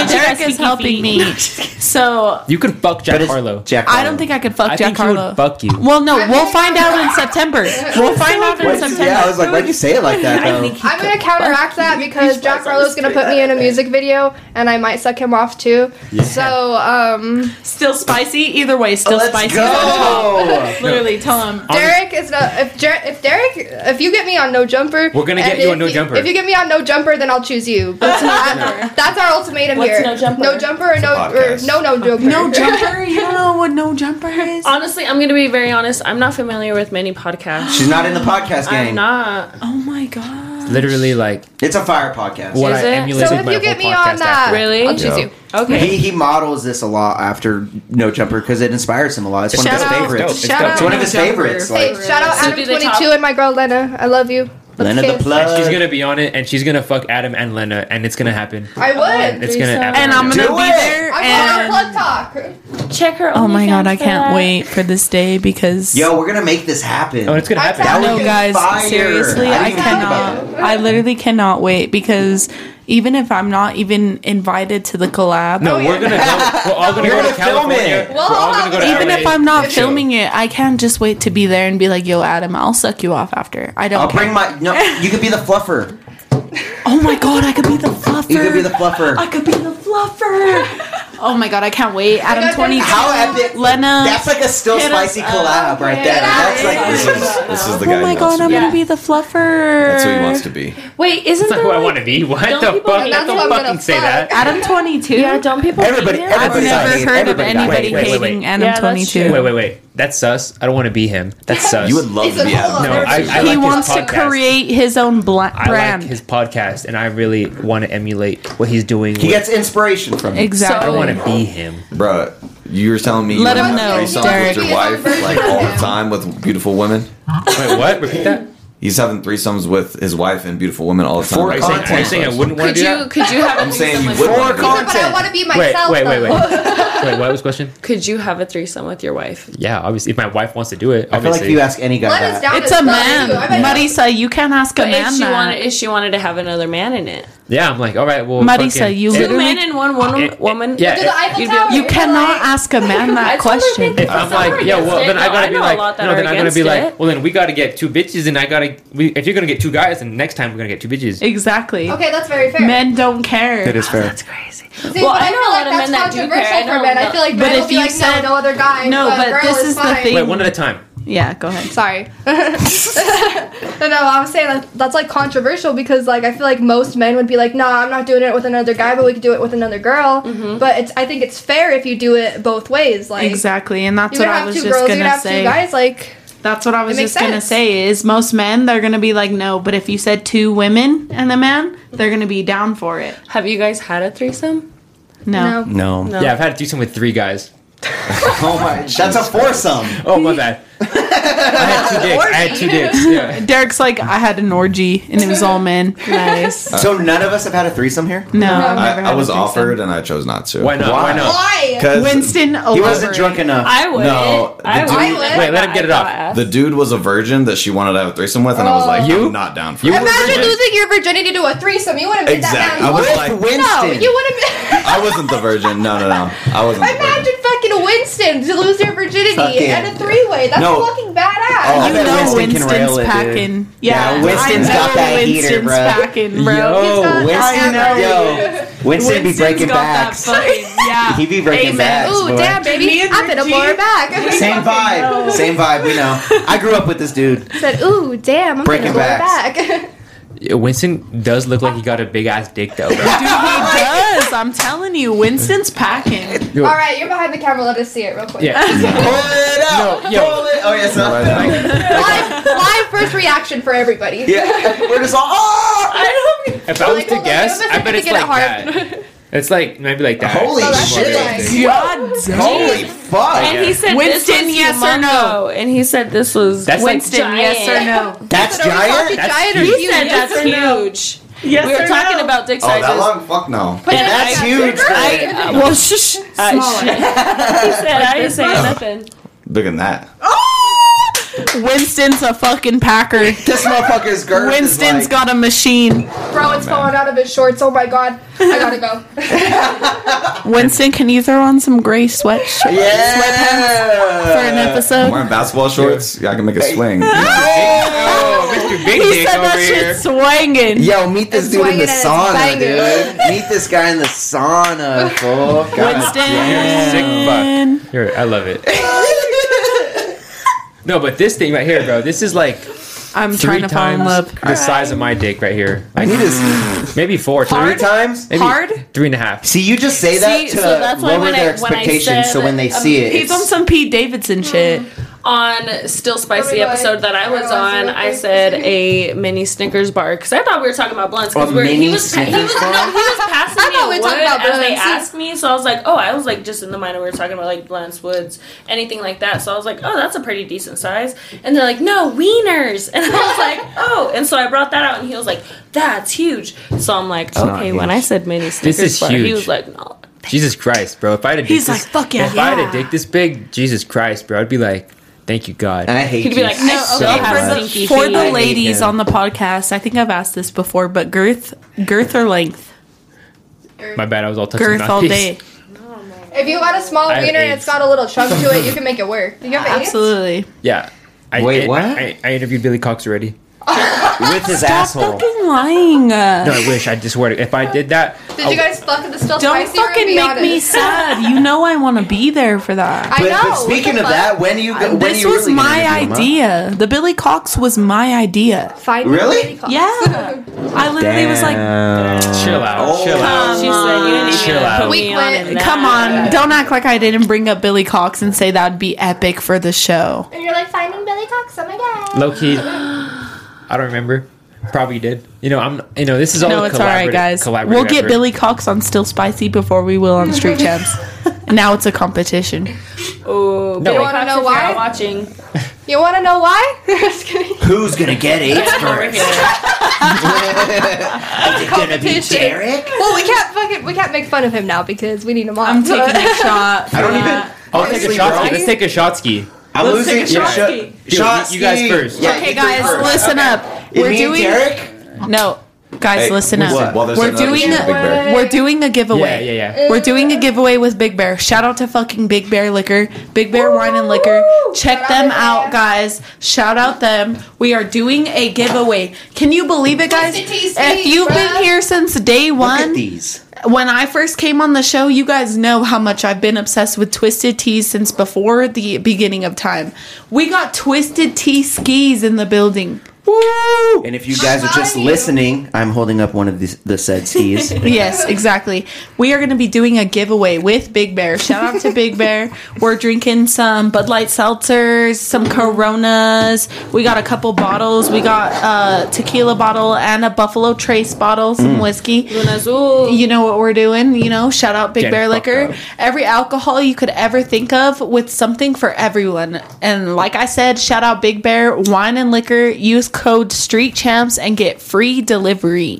[SPEAKER 3] Derek is helping me. So
[SPEAKER 1] You could fuck
[SPEAKER 2] But
[SPEAKER 1] Jack
[SPEAKER 2] it's
[SPEAKER 1] Harlow.
[SPEAKER 2] Jack Harlow.
[SPEAKER 3] I don't think I could fuck
[SPEAKER 1] I
[SPEAKER 3] Jack
[SPEAKER 1] think he would
[SPEAKER 3] Harlow.
[SPEAKER 1] fuck you.
[SPEAKER 3] Well, no, we'll find out in September. We'll find out in
[SPEAKER 2] Wait,
[SPEAKER 3] September.
[SPEAKER 2] yeah, I was like, why'd you say it like that though?
[SPEAKER 4] I'm gonna counteract that because Jack Harlow's gonna put me in a music video, and I might suck him off too. So, um,
[SPEAKER 3] Still spicy. Either way, still
[SPEAKER 2] Let's
[SPEAKER 3] spicy.
[SPEAKER 2] go.
[SPEAKER 3] Literally, tell him.
[SPEAKER 4] Derek is not. If, Jer- if Derek, if you get me on No Jumper,
[SPEAKER 1] We're gonna get
[SPEAKER 4] and
[SPEAKER 1] you
[SPEAKER 4] if
[SPEAKER 1] on No Jumper.
[SPEAKER 4] If you get me on No Jumper, then I'll choose you. But that, that's our ultimatum
[SPEAKER 5] What's
[SPEAKER 4] here.
[SPEAKER 5] No Jumper?
[SPEAKER 4] No Jumper or
[SPEAKER 6] a
[SPEAKER 4] no or
[SPEAKER 6] podcast.
[SPEAKER 4] no no jumper.
[SPEAKER 3] No jumper. You don't know what no jumper is.
[SPEAKER 5] Honestly, I'm gonna be very honest. I'm not familiar with many podcasts.
[SPEAKER 2] She's not in the podcast
[SPEAKER 5] I'm
[SPEAKER 2] game.
[SPEAKER 5] not.
[SPEAKER 3] Oh my god.
[SPEAKER 1] Literally, like
[SPEAKER 2] It's a fire podcast.
[SPEAKER 1] what
[SPEAKER 5] Is
[SPEAKER 1] I
[SPEAKER 5] it?
[SPEAKER 1] emulated
[SPEAKER 4] So if
[SPEAKER 1] my
[SPEAKER 4] you
[SPEAKER 1] whole
[SPEAKER 4] get me
[SPEAKER 1] podcast
[SPEAKER 4] on that,
[SPEAKER 1] after.
[SPEAKER 5] Really?
[SPEAKER 4] I'll choose
[SPEAKER 6] Yeah.
[SPEAKER 4] you.
[SPEAKER 5] Okay.
[SPEAKER 2] He, he models this a lot after No Jumper because it inspires him a lot. It's one
[SPEAKER 3] Shout
[SPEAKER 2] of his
[SPEAKER 3] out-
[SPEAKER 2] favorites.
[SPEAKER 1] It's dope.
[SPEAKER 3] Shout
[SPEAKER 1] dope.
[SPEAKER 3] out
[SPEAKER 2] It's one of his
[SPEAKER 3] Jumper.
[SPEAKER 2] favorites.
[SPEAKER 4] Hey,
[SPEAKER 2] Like
[SPEAKER 4] shout out
[SPEAKER 5] So
[SPEAKER 4] Adam
[SPEAKER 5] do they
[SPEAKER 4] Twenty
[SPEAKER 5] talk-
[SPEAKER 4] Two and my girl Lena. I love you. Let's
[SPEAKER 2] Lena the
[SPEAKER 4] kiss.
[SPEAKER 2] Plug.
[SPEAKER 1] She's gonna be on it, and she's gonna fuck Adam and Lena, and it's gonna happen.
[SPEAKER 4] I would.
[SPEAKER 1] It's gonna happen.
[SPEAKER 3] And I'm
[SPEAKER 2] Do
[SPEAKER 3] gonna be
[SPEAKER 2] it.
[SPEAKER 3] there.
[SPEAKER 4] I'm
[SPEAKER 3] And
[SPEAKER 4] gonna plug talk.
[SPEAKER 5] Check her.
[SPEAKER 3] oh my god,
[SPEAKER 5] OnlyFans
[SPEAKER 3] I
[SPEAKER 5] for
[SPEAKER 3] can't
[SPEAKER 5] that.
[SPEAKER 3] wait for this day because
[SPEAKER 2] Yo, we're gonna make this happen.
[SPEAKER 1] Oh, it's gonna
[SPEAKER 4] I'm
[SPEAKER 1] happen.
[SPEAKER 4] telling
[SPEAKER 2] would
[SPEAKER 3] No,
[SPEAKER 2] be
[SPEAKER 3] guys,
[SPEAKER 2] fire.
[SPEAKER 3] seriously,
[SPEAKER 2] I
[SPEAKER 3] I,
[SPEAKER 2] didn't think about
[SPEAKER 3] cannot. I literally cannot wait because even if I'm not even invited to the collab,
[SPEAKER 1] No,
[SPEAKER 4] Oh,
[SPEAKER 1] we're
[SPEAKER 4] yeah.
[SPEAKER 1] gonna go. We're all gonna
[SPEAKER 2] You're
[SPEAKER 1] go
[SPEAKER 2] gonna
[SPEAKER 1] to
[SPEAKER 2] film it.
[SPEAKER 1] California.
[SPEAKER 4] Well,
[SPEAKER 1] We're all
[SPEAKER 4] hold
[SPEAKER 1] gonna go
[SPEAKER 4] on.
[SPEAKER 1] to
[SPEAKER 3] even if I'm not
[SPEAKER 1] LA.
[SPEAKER 3] filming it, I can't just wait to be there and be like, "Yo, Adam, I'll suck you off after." I don't.
[SPEAKER 2] I'll
[SPEAKER 3] care.
[SPEAKER 2] bring my. No, you could be the fluffer.
[SPEAKER 3] oh my god, I could be the fluffer.
[SPEAKER 2] You could be the fluffer.
[SPEAKER 3] I could be the fluffer. oh my god, I can't wait. Adam
[SPEAKER 4] God,
[SPEAKER 3] twenty.
[SPEAKER 2] How epic!
[SPEAKER 3] Lena.
[SPEAKER 2] That's like a still
[SPEAKER 3] hit us
[SPEAKER 2] spicy collab right there. That's like
[SPEAKER 6] This is this is the guy.
[SPEAKER 3] Oh my
[SPEAKER 6] he wants
[SPEAKER 3] god,
[SPEAKER 6] to
[SPEAKER 3] I'm
[SPEAKER 6] be.
[SPEAKER 3] gonna be the fluffer.
[SPEAKER 6] That's who he wants to be.
[SPEAKER 5] Wait, isn't
[SPEAKER 1] It's like
[SPEAKER 5] there
[SPEAKER 1] who I
[SPEAKER 5] like-
[SPEAKER 1] want to be. What
[SPEAKER 5] Don't
[SPEAKER 1] the
[SPEAKER 5] people
[SPEAKER 1] fuck? Don't
[SPEAKER 5] hate
[SPEAKER 4] That's who I'm
[SPEAKER 1] fucking
[SPEAKER 4] gonna
[SPEAKER 1] say
[SPEAKER 4] fuck.
[SPEAKER 1] that.
[SPEAKER 3] Adam twenty two.
[SPEAKER 5] Yeah, don't people.
[SPEAKER 2] Everybody-
[SPEAKER 5] hate it?
[SPEAKER 3] I've
[SPEAKER 2] everybody-
[SPEAKER 3] never
[SPEAKER 2] Everybody got
[SPEAKER 3] heard
[SPEAKER 2] hated.
[SPEAKER 3] of
[SPEAKER 2] Everybody got
[SPEAKER 3] anybody
[SPEAKER 1] hated. Wait, wait, wait,
[SPEAKER 3] hating
[SPEAKER 1] wait.
[SPEAKER 3] Adam
[SPEAKER 5] Yeah, that's
[SPEAKER 3] twenty two.
[SPEAKER 5] true.
[SPEAKER 1] Wait, wait, wait. That's sus. I don't want to be him. That's sus.
[SPEAKER 6] You would love
[SPEAKER 4] It's
[SPEAKER 6] to
[SPEAKER 4] a
[SPEAKER 6] be
[SPEAKER 4] whole
[SPEAKER 6] Adam.
[SPEAKER 1] No,
[SPEAKER 4] other-
[SPEAKER 1] I, I
[SPEAKER 3] he
[SPEAKER 1] like
[SPEAKER 3] wants
[SPEAKER 1] his
[SPEAKER 3] to
[SPEAKER 1] podcast.
[SPEAKER 3] create his own bla-
[SPEAKER 1] I
[SPEAKER 3] brand.
[SPEAKER 1] like his podcast, and I really want to emulate what he's doing.
[SPEAKER 2] He
[SPEAKER 1] with-
[SPEAKER 2] gets inspiration from it.
[SPEAKER 1] I
[SPEAKER 3] exactly.
[SPEAKER 5] So-
[SPEAKER 1] want to be him.
[SPEAKER 6] Bruh, you were telling me you
[SPEAKER 3] Let
[SPEAKER 6] were
[SPEAKER 3] him
[SPEAKER 6] having
[SPEAKER 3] know,
[SPEAKER 6] threesomes
[SPEAKER 3] Derek.
[SPEAKER 6] with
[SPEAKER 4] He's
[SPEAKER 6] your wife
[SPEAKER 4] on
[SPEAKER 6] like all the time with beautiful women.
[SPEAKER 1] Wait, what? Repeat that.
[SPEAKER 6] He's having threesomes with his wife and beautiful women all the time.
[SPEAKER 2] For
[SPEAKER 6] Right?
[SPEAKER 1] Are you saying, are you saying I wouldn't want
[SPEAKER 5] Could
[SPEAKER 1] to do
[SPEAKER 5] you?
[SPEAKER 1] that?
[SPEAKER 5] Could you have?
[SPEAKER 6] I'm
[SPEAKER 5] a
[SPEAKER 6] saying you
[SPEAKER 5] threesome
[SPEAKER 6] would
[SPEAKER 5] with-
[SPEAKER 6] want to do
[SPEAKER 4] But I
[SPEAKER 2] Content.
[SPEAKER 4] want to be
[SPEAKER 1] Wait,
[SPEAKER 4] myself.
[SPEAKER 1] wait, wait, wait.
[SPEAKER 4] though.
[SPEAKER 1] Wait, what was the question?
[SPEAKER 5] Could you have a threesome with your wife?
[SPEAKER 1] Yeah, obviously, if my wife wants to do it,
[SPEAKER 2] I feel like
[SPEAKER 1] obviously.
[SPEAKER 2] if you ask any guy
[SPEAKER 4] Let us
[SPEAKER 2] that,
[SPEAKER 4] down
[SPEAKER 3] It's
[SPEAKER 4] as
[SPEAKER 3] a
[SPEAKER 4] well, too. I
[SPEAKER 3] man.
[SPEAKER 4] bet-
[SPEAKER 3] Marisa, you can't ask a
[SPEAKER 5] But if
[SPEAKER 3] man
[SPEAKER 5] she
[SPEAKER 3] that.
[SPEAKER 5] wanted, if she wanted to have another man in it,
[SPEAKER 1] yeah, I'm like, all right, well,
[SPEAKER 3] Marisa,
[SPEAKER 1] fucking-
[SPEAKER 3] you
[SPEAKER 1] if-
[SPEAKER 5] two
[SPEAKER 3] literally-
[SPEAKER 5] men and one woman.
[SPEAKER 1] It-
[SPEAKER 5] woman.
[SPEAKER 1] yeah,
[SPEAKER 4] Do the Eiffel
[SPEAKER 5] You'd be-
[SPEAKER 4] Tower.
[SPEAKER 3] you
[SPEAKER 4] You'd be
[SPEAKER 3] cannot
[SPEAKER 4] like-
[SPEAKER 3] ask a man that
[SPEAKER 5] That's what I'm
[SPEAKER 3] question.
[SPEAKER 5] thinking.
[SPEAKER 1] If I'm
[SPEAKER 5] Some are
[SPEAKER 1] like, yeah,
[SPEAKER 5] against
[SPEAKER 1] well,
[SPEAKER 5] it.
[SPEAKER 1] then I
[SPEAKER 5] No,
[SPEAKER 1] gotta
[SPEAKER 5] I
[SPEAKER 1] be
[SPEAKER 5] know a
[SPEAKER 1] like,
[SPEAKER 5] lot that
[SPEAKER 1] no, then
[SPEAKER 5] are
[SPEAKER 1] I gotta be
[SPEAKER 5] against
[SPEAKER 1] like,
[SPEAKER 5] it.
[SPEAKER 1] well, then we gotta get two bitches, and I gotta, we, if you're gonna get two guys, then next time we're gonna get two bitches.
[SPEAKER 3] Exactly.
[SPEAKER 4] Okay, that's very fair.
[SPEAKER 3] Men don't care.
[SPEAKER 2] it is fair.
[SPEAKER 5] crazy.
[SPEAKER 4] See,
[SPEAKER 5] well,
[SPEAKER 4] but
[SPEAKER 5] I know a
[SPEAKER 4] feel
[SPEAKER 5] lot
[SPEAKER 4] like
[SPEAKER 5] of men that
[SPEAKER 4] that's
[SPEAKER 5] do care.
[SPEAKER 4] controversial
[SPEAKER 5] I know
[SPEAKER 4] for men. I feel like
[SPEAKER 3] But
[SPEAKER 4] men
[SPEAKER 3] if
[SPEAKER 4] will be
[SPEAKER 3] you
[SPEAKER 4] like,
[SPEAKER 3] said-
[SPEAKER 4] no, no other guy.
[SPEAKER 3] No, but
[SPEAKER 4] girl
[SPEAKER 3] this is the
[SPEAKER 4] fine.
[SPEAKER 3] thing.
[SPEAKER 1] Wait, one at a time.
[SPEAKER 3] Yeah, go ahead.
[SPEAKER 4] Sorry. no, no, I was saying that that's like controversial because like I feel like most men would be like, no, I'm not doing it with another guy, but we could do it with another girl. But it's I think it's fair if you do it both ways. Like
[SPEAKER 3] Mm-hmm. Exactly, and that's what
[SPEAKER 4] you're gonna
[SPEAKER 3] I
[SPEAKER 4] have
[SPEAKER 3] was
[SPEAKER 4] two
[SPEAKER 3] just
[SPEAKER 4] girls, you're gonna
[SPEAKER 3] gonna
[SPEAKER 4] have two
[SPEAKER 3] say.
[SPEAKER 4] guys. Like
[SPEAKER 3] That's what I was
[SPEAKER 4] It makes
[SPEAKER 3] just gonna
[SPEAKER 4] sense.
[SPEAKER 3] say is most men they're gonna be like no, but if you said two women and a man, they're gonna be down for it.
[SPEAKER 5] Have you guys had a threesome?
[SPEAKER 3] No,
[SPEAKER 4] no.
[SPEAKER 2] No.
[SPEAKER 5] No.
[SPEAKER 1] Yeah, I've had a threesome with three guys.
[SPEAKER 2] Oh my, that's a foursome.
[SPEAKER 1] Oh my bad. I had two dicks. I had two dicks. Yeah.
[SPEAKER 3] Derek's like I had an orgy and it was all men. nice.
[SPEAKER 2] So none of us have had a threesome here.
[SPEAKER 3] No, I've
[SPEAKER 4] I-
[SPEAKER 3] never
[SPEAKER 6] I, I
[SPEAKER 3] had a
[SPEAKER 6] was
[SPEAKER 3] threesome.
[SPEAKER 6] offered and I chose not to.
[SPEAKER 1] Why not? Why not?
[SPEAKER 4] Why?
[SPEAKER 6] 'Cause
[SPEAKER 3] Winston,
[SPEAKER 2] He wasn't drunk enough.
[SPEAKER 5] I would.
[SPEAKER 6] No,
[SPEAKER 5] I
[SPEAKER 6] the
[SPEAKER 5] would.
[SPEAKER 6] dude-
[SPEAKER 4] I would.
[SPEAKER 1] Wait, let him get it off.
[SPEAKER 6] The dude was a virgin that she wanted to have a threesome with, and I was like,
[SPEAKER 1] You?
[SPEAKER 6] I'm not down for
[SPEAKER 1] You
[SPEAKER 6] that.
[SPEAKER 1] were-
[SPEAKER 4] Imagine losing your virginity to a threesome. You wouldn't have been
[SPEAKER 6] Exactly. I
[SPEAKER 4] that
[SPEAKER 6] was
[SPEAKER 4] down.
[SPEAKER 6] like,
[SPEAKER 4] No,
[SPEAKER 2] Winston.
[SPEAKER 4] you wouldn't. have
[SPEAKER 6] I wasn't the virgin. No, no, no. I wasn't. the virgin.
[SPEAKER 4] Imagine fucking Winston to lose their virginity
[SPEAKER 2] Fucking-
[SPEAKER 4] at a three way. That's
[SPEAKER 2] No.
[SPEAKER 4] fucking badass.
[SPEAKER 2] I
[SPEAKER 3] You
[SPEAKER 2] bet
[SPEAKER 3] know
[SPEAKER 2] Oh, Winston can
[SPEAKER 3] Winston's
[SPEAKER 2] rail it, dude.
[SPEAKER 3] packing.
[SPEAKER 2] Yeah, Winston's
[SPEAKER 3] I
[SPEAKER 2] got
[SPEAKER 3] know
[SPEAKER 2] that heater,
[SPEAKER 3] Winston's
[SPEAKER 2] bro.
[SPEAKER 3] Packing, bro.
[SPEAKER 1] Yo.
[SPEAKER 3] He's got-
[SPEAKER 2] Winston,
[SPEAKER 3] I
[SPEAKER 2] yo, Winston be
[SPEAKER 3] Winston's
[SPEAKER 2] breaking
[SPEAKER 3] got that
[SPEAKER 2] backs.
[SPEAKER 3] fucking- yeah.
[SPEAKER 2] He be breaking backs,
[SPEAKER 4] Ooh,
[SPEAKER 2] boy.
[SPEAKER 4] damn,
[SPEAKER 3] Me
[SPEAKER 4] baby.
[SPEAKER 3] and
[SPEAKER 4] I'm gonna blow
[SPEAKER 3] Richie-
[SPEAKER 4] her back.
[SPEAKER 2] Same vibe. Same vibe. We know. I grew up with this dude.
[SPEAKER 4] said, "Ooh, damn, I'm
[SPEAKER 2] Breaking
[SPEAKER 4] gonna blow it
[SPEAKER 2] backs.
[SPEAKER 4] back."
[SPEAKER 1] Winston does look like he got a big ass dick though. Bro.
[SPEAKER 3] Dude, he does. I'm telling you, Winston's packing.
[SPEAKER 4] All right, you're behind the camera. Let us see it real quick.
[SPEAKER 1] Yeah.
[SPEAKER 2] Pull it out.
[SPEAKER 1] No, yo.
[SPEAKER 2] Pull it. Oh yes.
[SPEAKER 6] Why
[SPEAKER 2] Yeah,
[SPEAKER 6] not?
[SPEAKER 4] Live, live first reaction for everybody.
[SPEAKER 2] yeah. We're just all. Oh!
[SPEAKER 4] I don't.
[SPEAKER 1] If I was
[SPEAKER 4] Like,
[SPEAKER 7] oh
[SPEAKER 1] to
[SPEAKER 4] hold on,
[SPEAKER 1] guess,
[SPEAKER 4] give us a
[SPEAKER 1] I bet
[SPEAKER 4] second
[SPEAKER 1] it's
[SPEAKER 4] to get
[SPEAKER 1] like
[SPEAKER 4] it hard.
[SPEAKER 1] that. It's like maybe like that.
[SPEAKER 2] Holy
[SPEAKER 4] Oh, that's
[SPEAKER 2] shit!
[SPEAKER 4] nice.
[SPEAKER 3] God
[SPEAKER 2] Holy fuck!
[SPEAKER 5] And he said,
[SPEAKER 3] Winston,
[SPEAKER 5] this was
[SPEAKER 3] yes or no?
[SPEAKER 5] humongo. And he said, this was
[SPEAKER 1] That's like-
[SPEAKER 5] Winston, yes or no?
[SPEAKER 3] no?
[SPEAKER 2] That's
[SPEAKER 4] Are we
[SPEAKER 2] giant.
[SPEAKER 4] talking
[SPEAKER 1] That's
[SPEAKER 4] giant or
[SPEAKER 1] huge.
[SPEAKER 5] He said, that's huge.
[SPEAKER 3] Yes
[SPEAKER 5] we were talking about dick
[SPEAKER 6] Oh,
[SPEAKER 5] sizes.
[SPEAKER 6] that long? Fuck no.
[SPEAKER 4] Put it
[SPEAKER 5] And
[SPEAKER 4] back
[SPEAKER 5] that's
[SPEAKER 4] up.
[SPEAKER 2] huge,
[SPEAKER 4] Girl,
[SPEAKER 2] right?
[SPEAKER 4] you're the-
[SPEAKER 3] Well, shush.
[SPEAKER 5] I- he said, I didn't say nothing.
[SPEAKER 6] Bigger than that.
[SPEAKER 7] Winston's a fucking Packer.
[SPEAKER 2] This motherfucker's girl.
[SPEAKER 7] Winston's
[SPEAKER 2] like,
[SPEAKER 7] got a machine.
[SPEAKER 4] Bro, it's falling out of his shorts. Oh my god. I gotta go.
[SPEAKER 7] Winston, can you throw on some gray sweatshirt
[SPEAKER 2] Yeah.
[SPEAKER 7] for an
[SPEAKER 6] I'm
[SPEAKER 7] episode?
[SPEAKER 6] wearing basketball shorts. Yeah, I can make a swing.
[SPEAKER 2] Oh, Mr. Big
[SPEAKER 7] He
[SPEAKER 2] Dick
[SPEAKER 7] said that
[SPEAKER 2] over here.
[SPEAKER 7] shit's swinging.
[SPEAKER 2] Yo, meet this
[SPEAKER 4] It's
[SPEAKER 2] dude in the
[SPEAKER 4] swinging and it's
[SPEAKER 2] sauna,
[SPEAKER 4] banging.
[SPEAKER 2] dude. Meet this guy in the sauna, fool. God damn.
[SPEAKER 7] Winston.
[SPEAKER 1] Here, I love it. No, but this thing right here, bro. This is like
[SPEAKER 7] I'm
[SPEAKER 1] three
[SPEAKER 7] trying to fall in
[SPEAKER 1] times
[SPEAKER 7] love.
[SPEAKER 1] the size of my dick right here.
[SPEAKER 2] I
[SPEAKER 1] Like
[SPEAKER 2] need this
[SPEAKER 1] maybe four,
[SPEAKER 2] three
[SPEAKER 1] three,
[SPEAKER 2] times.
[SPEAKER 1] maybe
[SPEAKER 7] Hard?
[SPEAKER 1] three and a half.
[SPEAKER 2] See, you just say that
[SPEAKER 5] See,
[SPEAKER 2] to
[SPEAKER 5] so that's why
[SPEAKER 2] lower
[SPEAKER 5] when I-
[SPEAKER 2] their
[SPEAKER 5] when I
[SPEAKER 2] expectations,
[SPEAKER 5] said,
[SPEAKER 2] so when they see it,
[SPEAKER 7] He's on
[SPEAKER 2] it's
[SPEAKER 7] some Pete Davidson
[SPEAKER 4] Mm.
[SPEAKER 7] shit.
[SPEAKER 5] on Still Spicy
[SPEAKER 4] Everybody-
[SPEAKER 5] episode that I was
[SPEAKER 4] everyone
[SPEAKER 5] on,
[SPEAKER 4] wants to
[SPEAKER 5] I
[SPEAKER 4] look
[SPEAKER 5] said a mini Snickers bar because I thought we were talking about blunts.
[SPEAKER 2] A
[SPEAKER 5] Because we he
[SPEAKER 2] mini
[SPEAKER 5] was, he was, no, he
[SPEAKER 2] Snickers bar?
[SPEAKER 5] was passing
[SPEAKER 4] I
[SPEAKER 5] me
[SPEAKER 4] thought
[SPEAKER 5] a
[SPEAKER 4] we were
[SPEAKER 5] wood
[SPEAKER 4] talking about
[SPEAKER 5] as they
[SPEAKER 4] blunts.
[SPEAKER 5] asked me, so I was like, oh, I was like just in the mind we were talking about like blunts, woods, anything like that. So I was like, oh, that's a pretty decent size. And they're like, no, wieners, and I was like, oh, and so I brought that out, and he was like, that's huge. So I'm like,
[SPEAKER 2] not
[SPEAKER 5] okay, when
[SPEAKER 2] huge.
[SPEAKER 5] I said mini Snickers
[SPEAKER 1] is
[SPEAKER 5] bar, he
[SPEAKER 1] huge.
[SPEAKER 5] was like, no.
[SPEAKER 1] Jesus Christ, bro. If I had a dick
[SPEAKER 7] He's
[SPEAKER 1] this,
[SPEAKER 7] like, fuck yeah,
[SPEAKER 1] If I had
[SPEAKER 7] yeah.
[SPEAKER 1] a dick this big, Jesus Christ, bro. I'd be like, thank you, God.
[SPEAKER 2] I hate
[SPEAKER 5] He'd
[SPEAKER 2] you.
[SPEAKER 5] be like,
[SPEAKER 7] No,
[SPEAKER 5] no,
[SPEAKER 7] okay,
[SPEAKER 5] okay,
[SPEAKER 7] for
[SPEAKER 5] has
[SPEAKER 7] the-
[SPEAKER 5] stinky
[SPEAKER 7] for
[SPEAKER 5] feet.
[SPEAKER 2] I
[SPEAKER 7] the
[SPEAKER 2] hate
[SPEAKER 7] ladies
[SPEAKER 2] him.
[SPEAKER 7] on the podcast, I think I've asked this before, but girth, girth or length,
[SPEAKER 1] My bad. I was all touching
[SPEAKER 7] girth all
[SPEAKER 1] mouthpiece.
[SPEAKER 7] day.
[SPEAKER 4] If you got a small
[SPEAKER 1] I have
[SPEAKER 4] wiener and
[SPEAKER 1] AIDS.
[SPEAKER 4] it's got a little chunk to it, you can make it work. You have AIDS?
[SPEAKER 7] Absolutely.
[SPEAKER 1] Yeah. I,
[SPEAKER 2] Wait,
[SPEAKER 1] I-
[SPEAKER 2] what?
[SPEAKER 1] I, I interviewed Billy Cox already.
[SPEAKER 2] with his asshole.
[SPEAKER 7] Fucking lying. Uh,
[SPEAKER 1] No, I wish. I just swear. to- If I did that,
[SPEAKER 4] Did you guys fuck at the still
[SPEAKER 7] Don't
[SPEAKER 4] spicy? or
[SPEAKER 7] fucking
[SPEAKER 4] be
[SPEAKER 7] make me
[SPEAKER 4] honest?
[SPEAKER 7] sad. You know I want to be there for that.
[SPEAKER 4] I
[SPEAKER 2] But,
[SPEAKER 4] know.
[SPEAKER 2] but
[SPEAKER 4] what
[SPEAKER 2] speaking
[SPEAKER 4] the
[SPEAKER 2] of
[SPEAKER 4] fuck?
[SPEAKER 2] that, when do you go, when
[SPEAKER 7] this
[SPEAKER 2] are you
[SPEAKER 7] was
[SPEAKER 2] really gonna
[SPEAKER 7] my
[SPEAKER 2] interview him, huh?
[SPEAKER 7] idea. The Billy Cox was my idea.
[SPEAKER 4] Find
[SPEAKER 2] Really?
[SPEAKER 4] nobody calls.
[SPEAKER 7] Yeah. I literally was like,
[SPEAKER 1] chill out.
[SPEAKER 2] Oh.
[SPEAKER 1] Chill out.
[SPEAKER 5] She said, you didn't
[SPEAKER 1] Chill
[SPEAKER 5] even
[SPEAKER 1] out.
[SPEAKER 5] put
[SPEAKER 4] We
[SPEAKER 5] me on
[SPEAKER 4] quit.
[SPEAKER 5] in that.
[SPEAKER 7] come
[SPEAKER 2] Uh,
[SPEAKER 7] on, don't act like I didn't bring up Billy Cox and say that'd be epic for the show.
[SPEAKER 4] and you're like finding Billy Cox. Oh my god.
[SPEAKER 1] Low key, I don't remember. Probably did. You know, I'm. You know, this
[SPEAKER 2] Oh,
[SPEAKER 1] is all.
[SPEAKER 7] No,
[SPEAKER 1] a
[SPEAKER 7] it's all right,
[SPEAKER 1] collaborative-
[SPEAKER 7] guys.
[SPEAKER 1] collaborative
[SPEAKER 7] We'll get
[SPEAKER 1] effort.
[SPEAKER 7] Billy Cox on Still Spicy before we will on Street Champs. now it's a competition.
[SPEAKER 5] Oh, no,
[SPEAKER 1] You
[SPEAKER 4] wanna know why?
[SPEAKER 5] Watching
[SPEAKER 4] You want to know why? Just kidding.
[SPEAKER 2] Who's gonna get AIDS
[SPEAKER 5] over
[SPEAKER 2] first?
[SPEAKER 5] here.
[SPEAKER 2] Is it gonna be
[SPEAKER 4] Competition.
[SPEAKER 2] Derek?
[SPEAKER 4] Well, we can't fucking we can't make fun of him now because we need him on.
[SPEAKER 7] I'm taking a shot.
[SPEAKER 2] I don't even.
[SPEAKER 1] I'll take a
[SPEAKER 2] Honestly,
[SPEAKER 1] shot.
[SPEAKER 2] bro,
[SPEAKER 1] ski. Oh, Let's take a shot ski.
[SPEAKER 2] I'm
[SPEAKER 5] Let's
[SPEAKER 2] losing.
[SPEAKER 5] take a shot
[SPEAKER 2] Yeah.
[SPEAKER 5] ski.
[SPEAKER 1] Dude,
[SPEAKER 2] Shot
[SPEAKER 1] you guys
[SPEAKER 2] ski.
[SPEAKER 1] first.
[SPEAKER 2] Yeah,
[SPEAKER 7] Okay,
[SPEAKER 2] you three
[SPEAKER 7] guys,
[SPEAKER 2] first.
[SPEAKER 7] listen up.
[SPEAKER 2] Is
[SPEAKER 7] We're
[SPEAKER 2] me and
[SPEAKER 7] doing
[SPEAKER 2] Derek?
[SPEAKER 7] no, guys,
[SPEAKER 6] Hey,
[SPEAKER 7] listen
[SPEAKER 6] what?
[SPEAKER 7] up.
[SPEAKER 6] Well, there's
[SPEAKER 7] we're
[SPEAKER 6] another
[SPEAKER 7] doing
[SPEAKER 6] issue, Big
[SPEAKER 7] a,
[SPEAKER 6] Bear.
[SPEAKER 7] we're doing a
[SPEAKER 1] Yeah,
[SPEAKER 7] giveaway.
[SPEAKER 1] yeah, yeah.
[SPEAKER 7] We're doing a giveaway with Big Bear. Shout out to fucking Big Bear Liquor, Big Bear Wine and Liquor. Check
[SPEAKER 4] Shout out
[SPEAKER 7] them
[SPEAKER 4] Big
[SPEAKER 7] out,
[SPEAKER 4] Bear.
[SPEAKER 7] guys. Shout out them. We are doing a giveaway. Can you believe it, guys?
[SPEAKER 4] Twisted Tea
[SPEAKER 7] If
[SPEAKER 4] Sweet,
[SPEAKER 7] you've
[SPEAKER 4] bruh.
[SPEAKER 7] been here since day
[SPEAKER 2] Look at
[SPEAKER 7] one,
[SPEAKER 2] these.
[SPEAKER 7] when I first came on the show, you guys know how much I've been obsessed with twisted teas since before the beginning of time. We got twisted tea skis in the building. Woo!
[SPEAKER 2] And if you guys are just
[SPEAKER 4] telling you.
[SPEAKER 2] listening, I'm holding up one of these, the said skis.
[SPEAKER 7] Yes, exactly. We are going to be doing a giveaway with Big Bear. Shout out to Big Bear. We're drinking some Bud Light seltzers, some Coronas. We got a couple bottles. We got a tequila bottle and a Buffalo Trace bottle, some whiskey.
[SPEAKER 5] Luna Azul.
[SPEAKER 7] you know what we're doing you know shout out big
[SPEAKER 1] Get
[SPEAKER 7] bear
[SPEAKER 1] fucked
[SPEAKER 7] liquor
[SPEAKER 1] up.
[SPEAKER 7] every alcohol you could ever think of with something for everyone and like i said shout out big bear wine and liquor use code street champs and get free delivery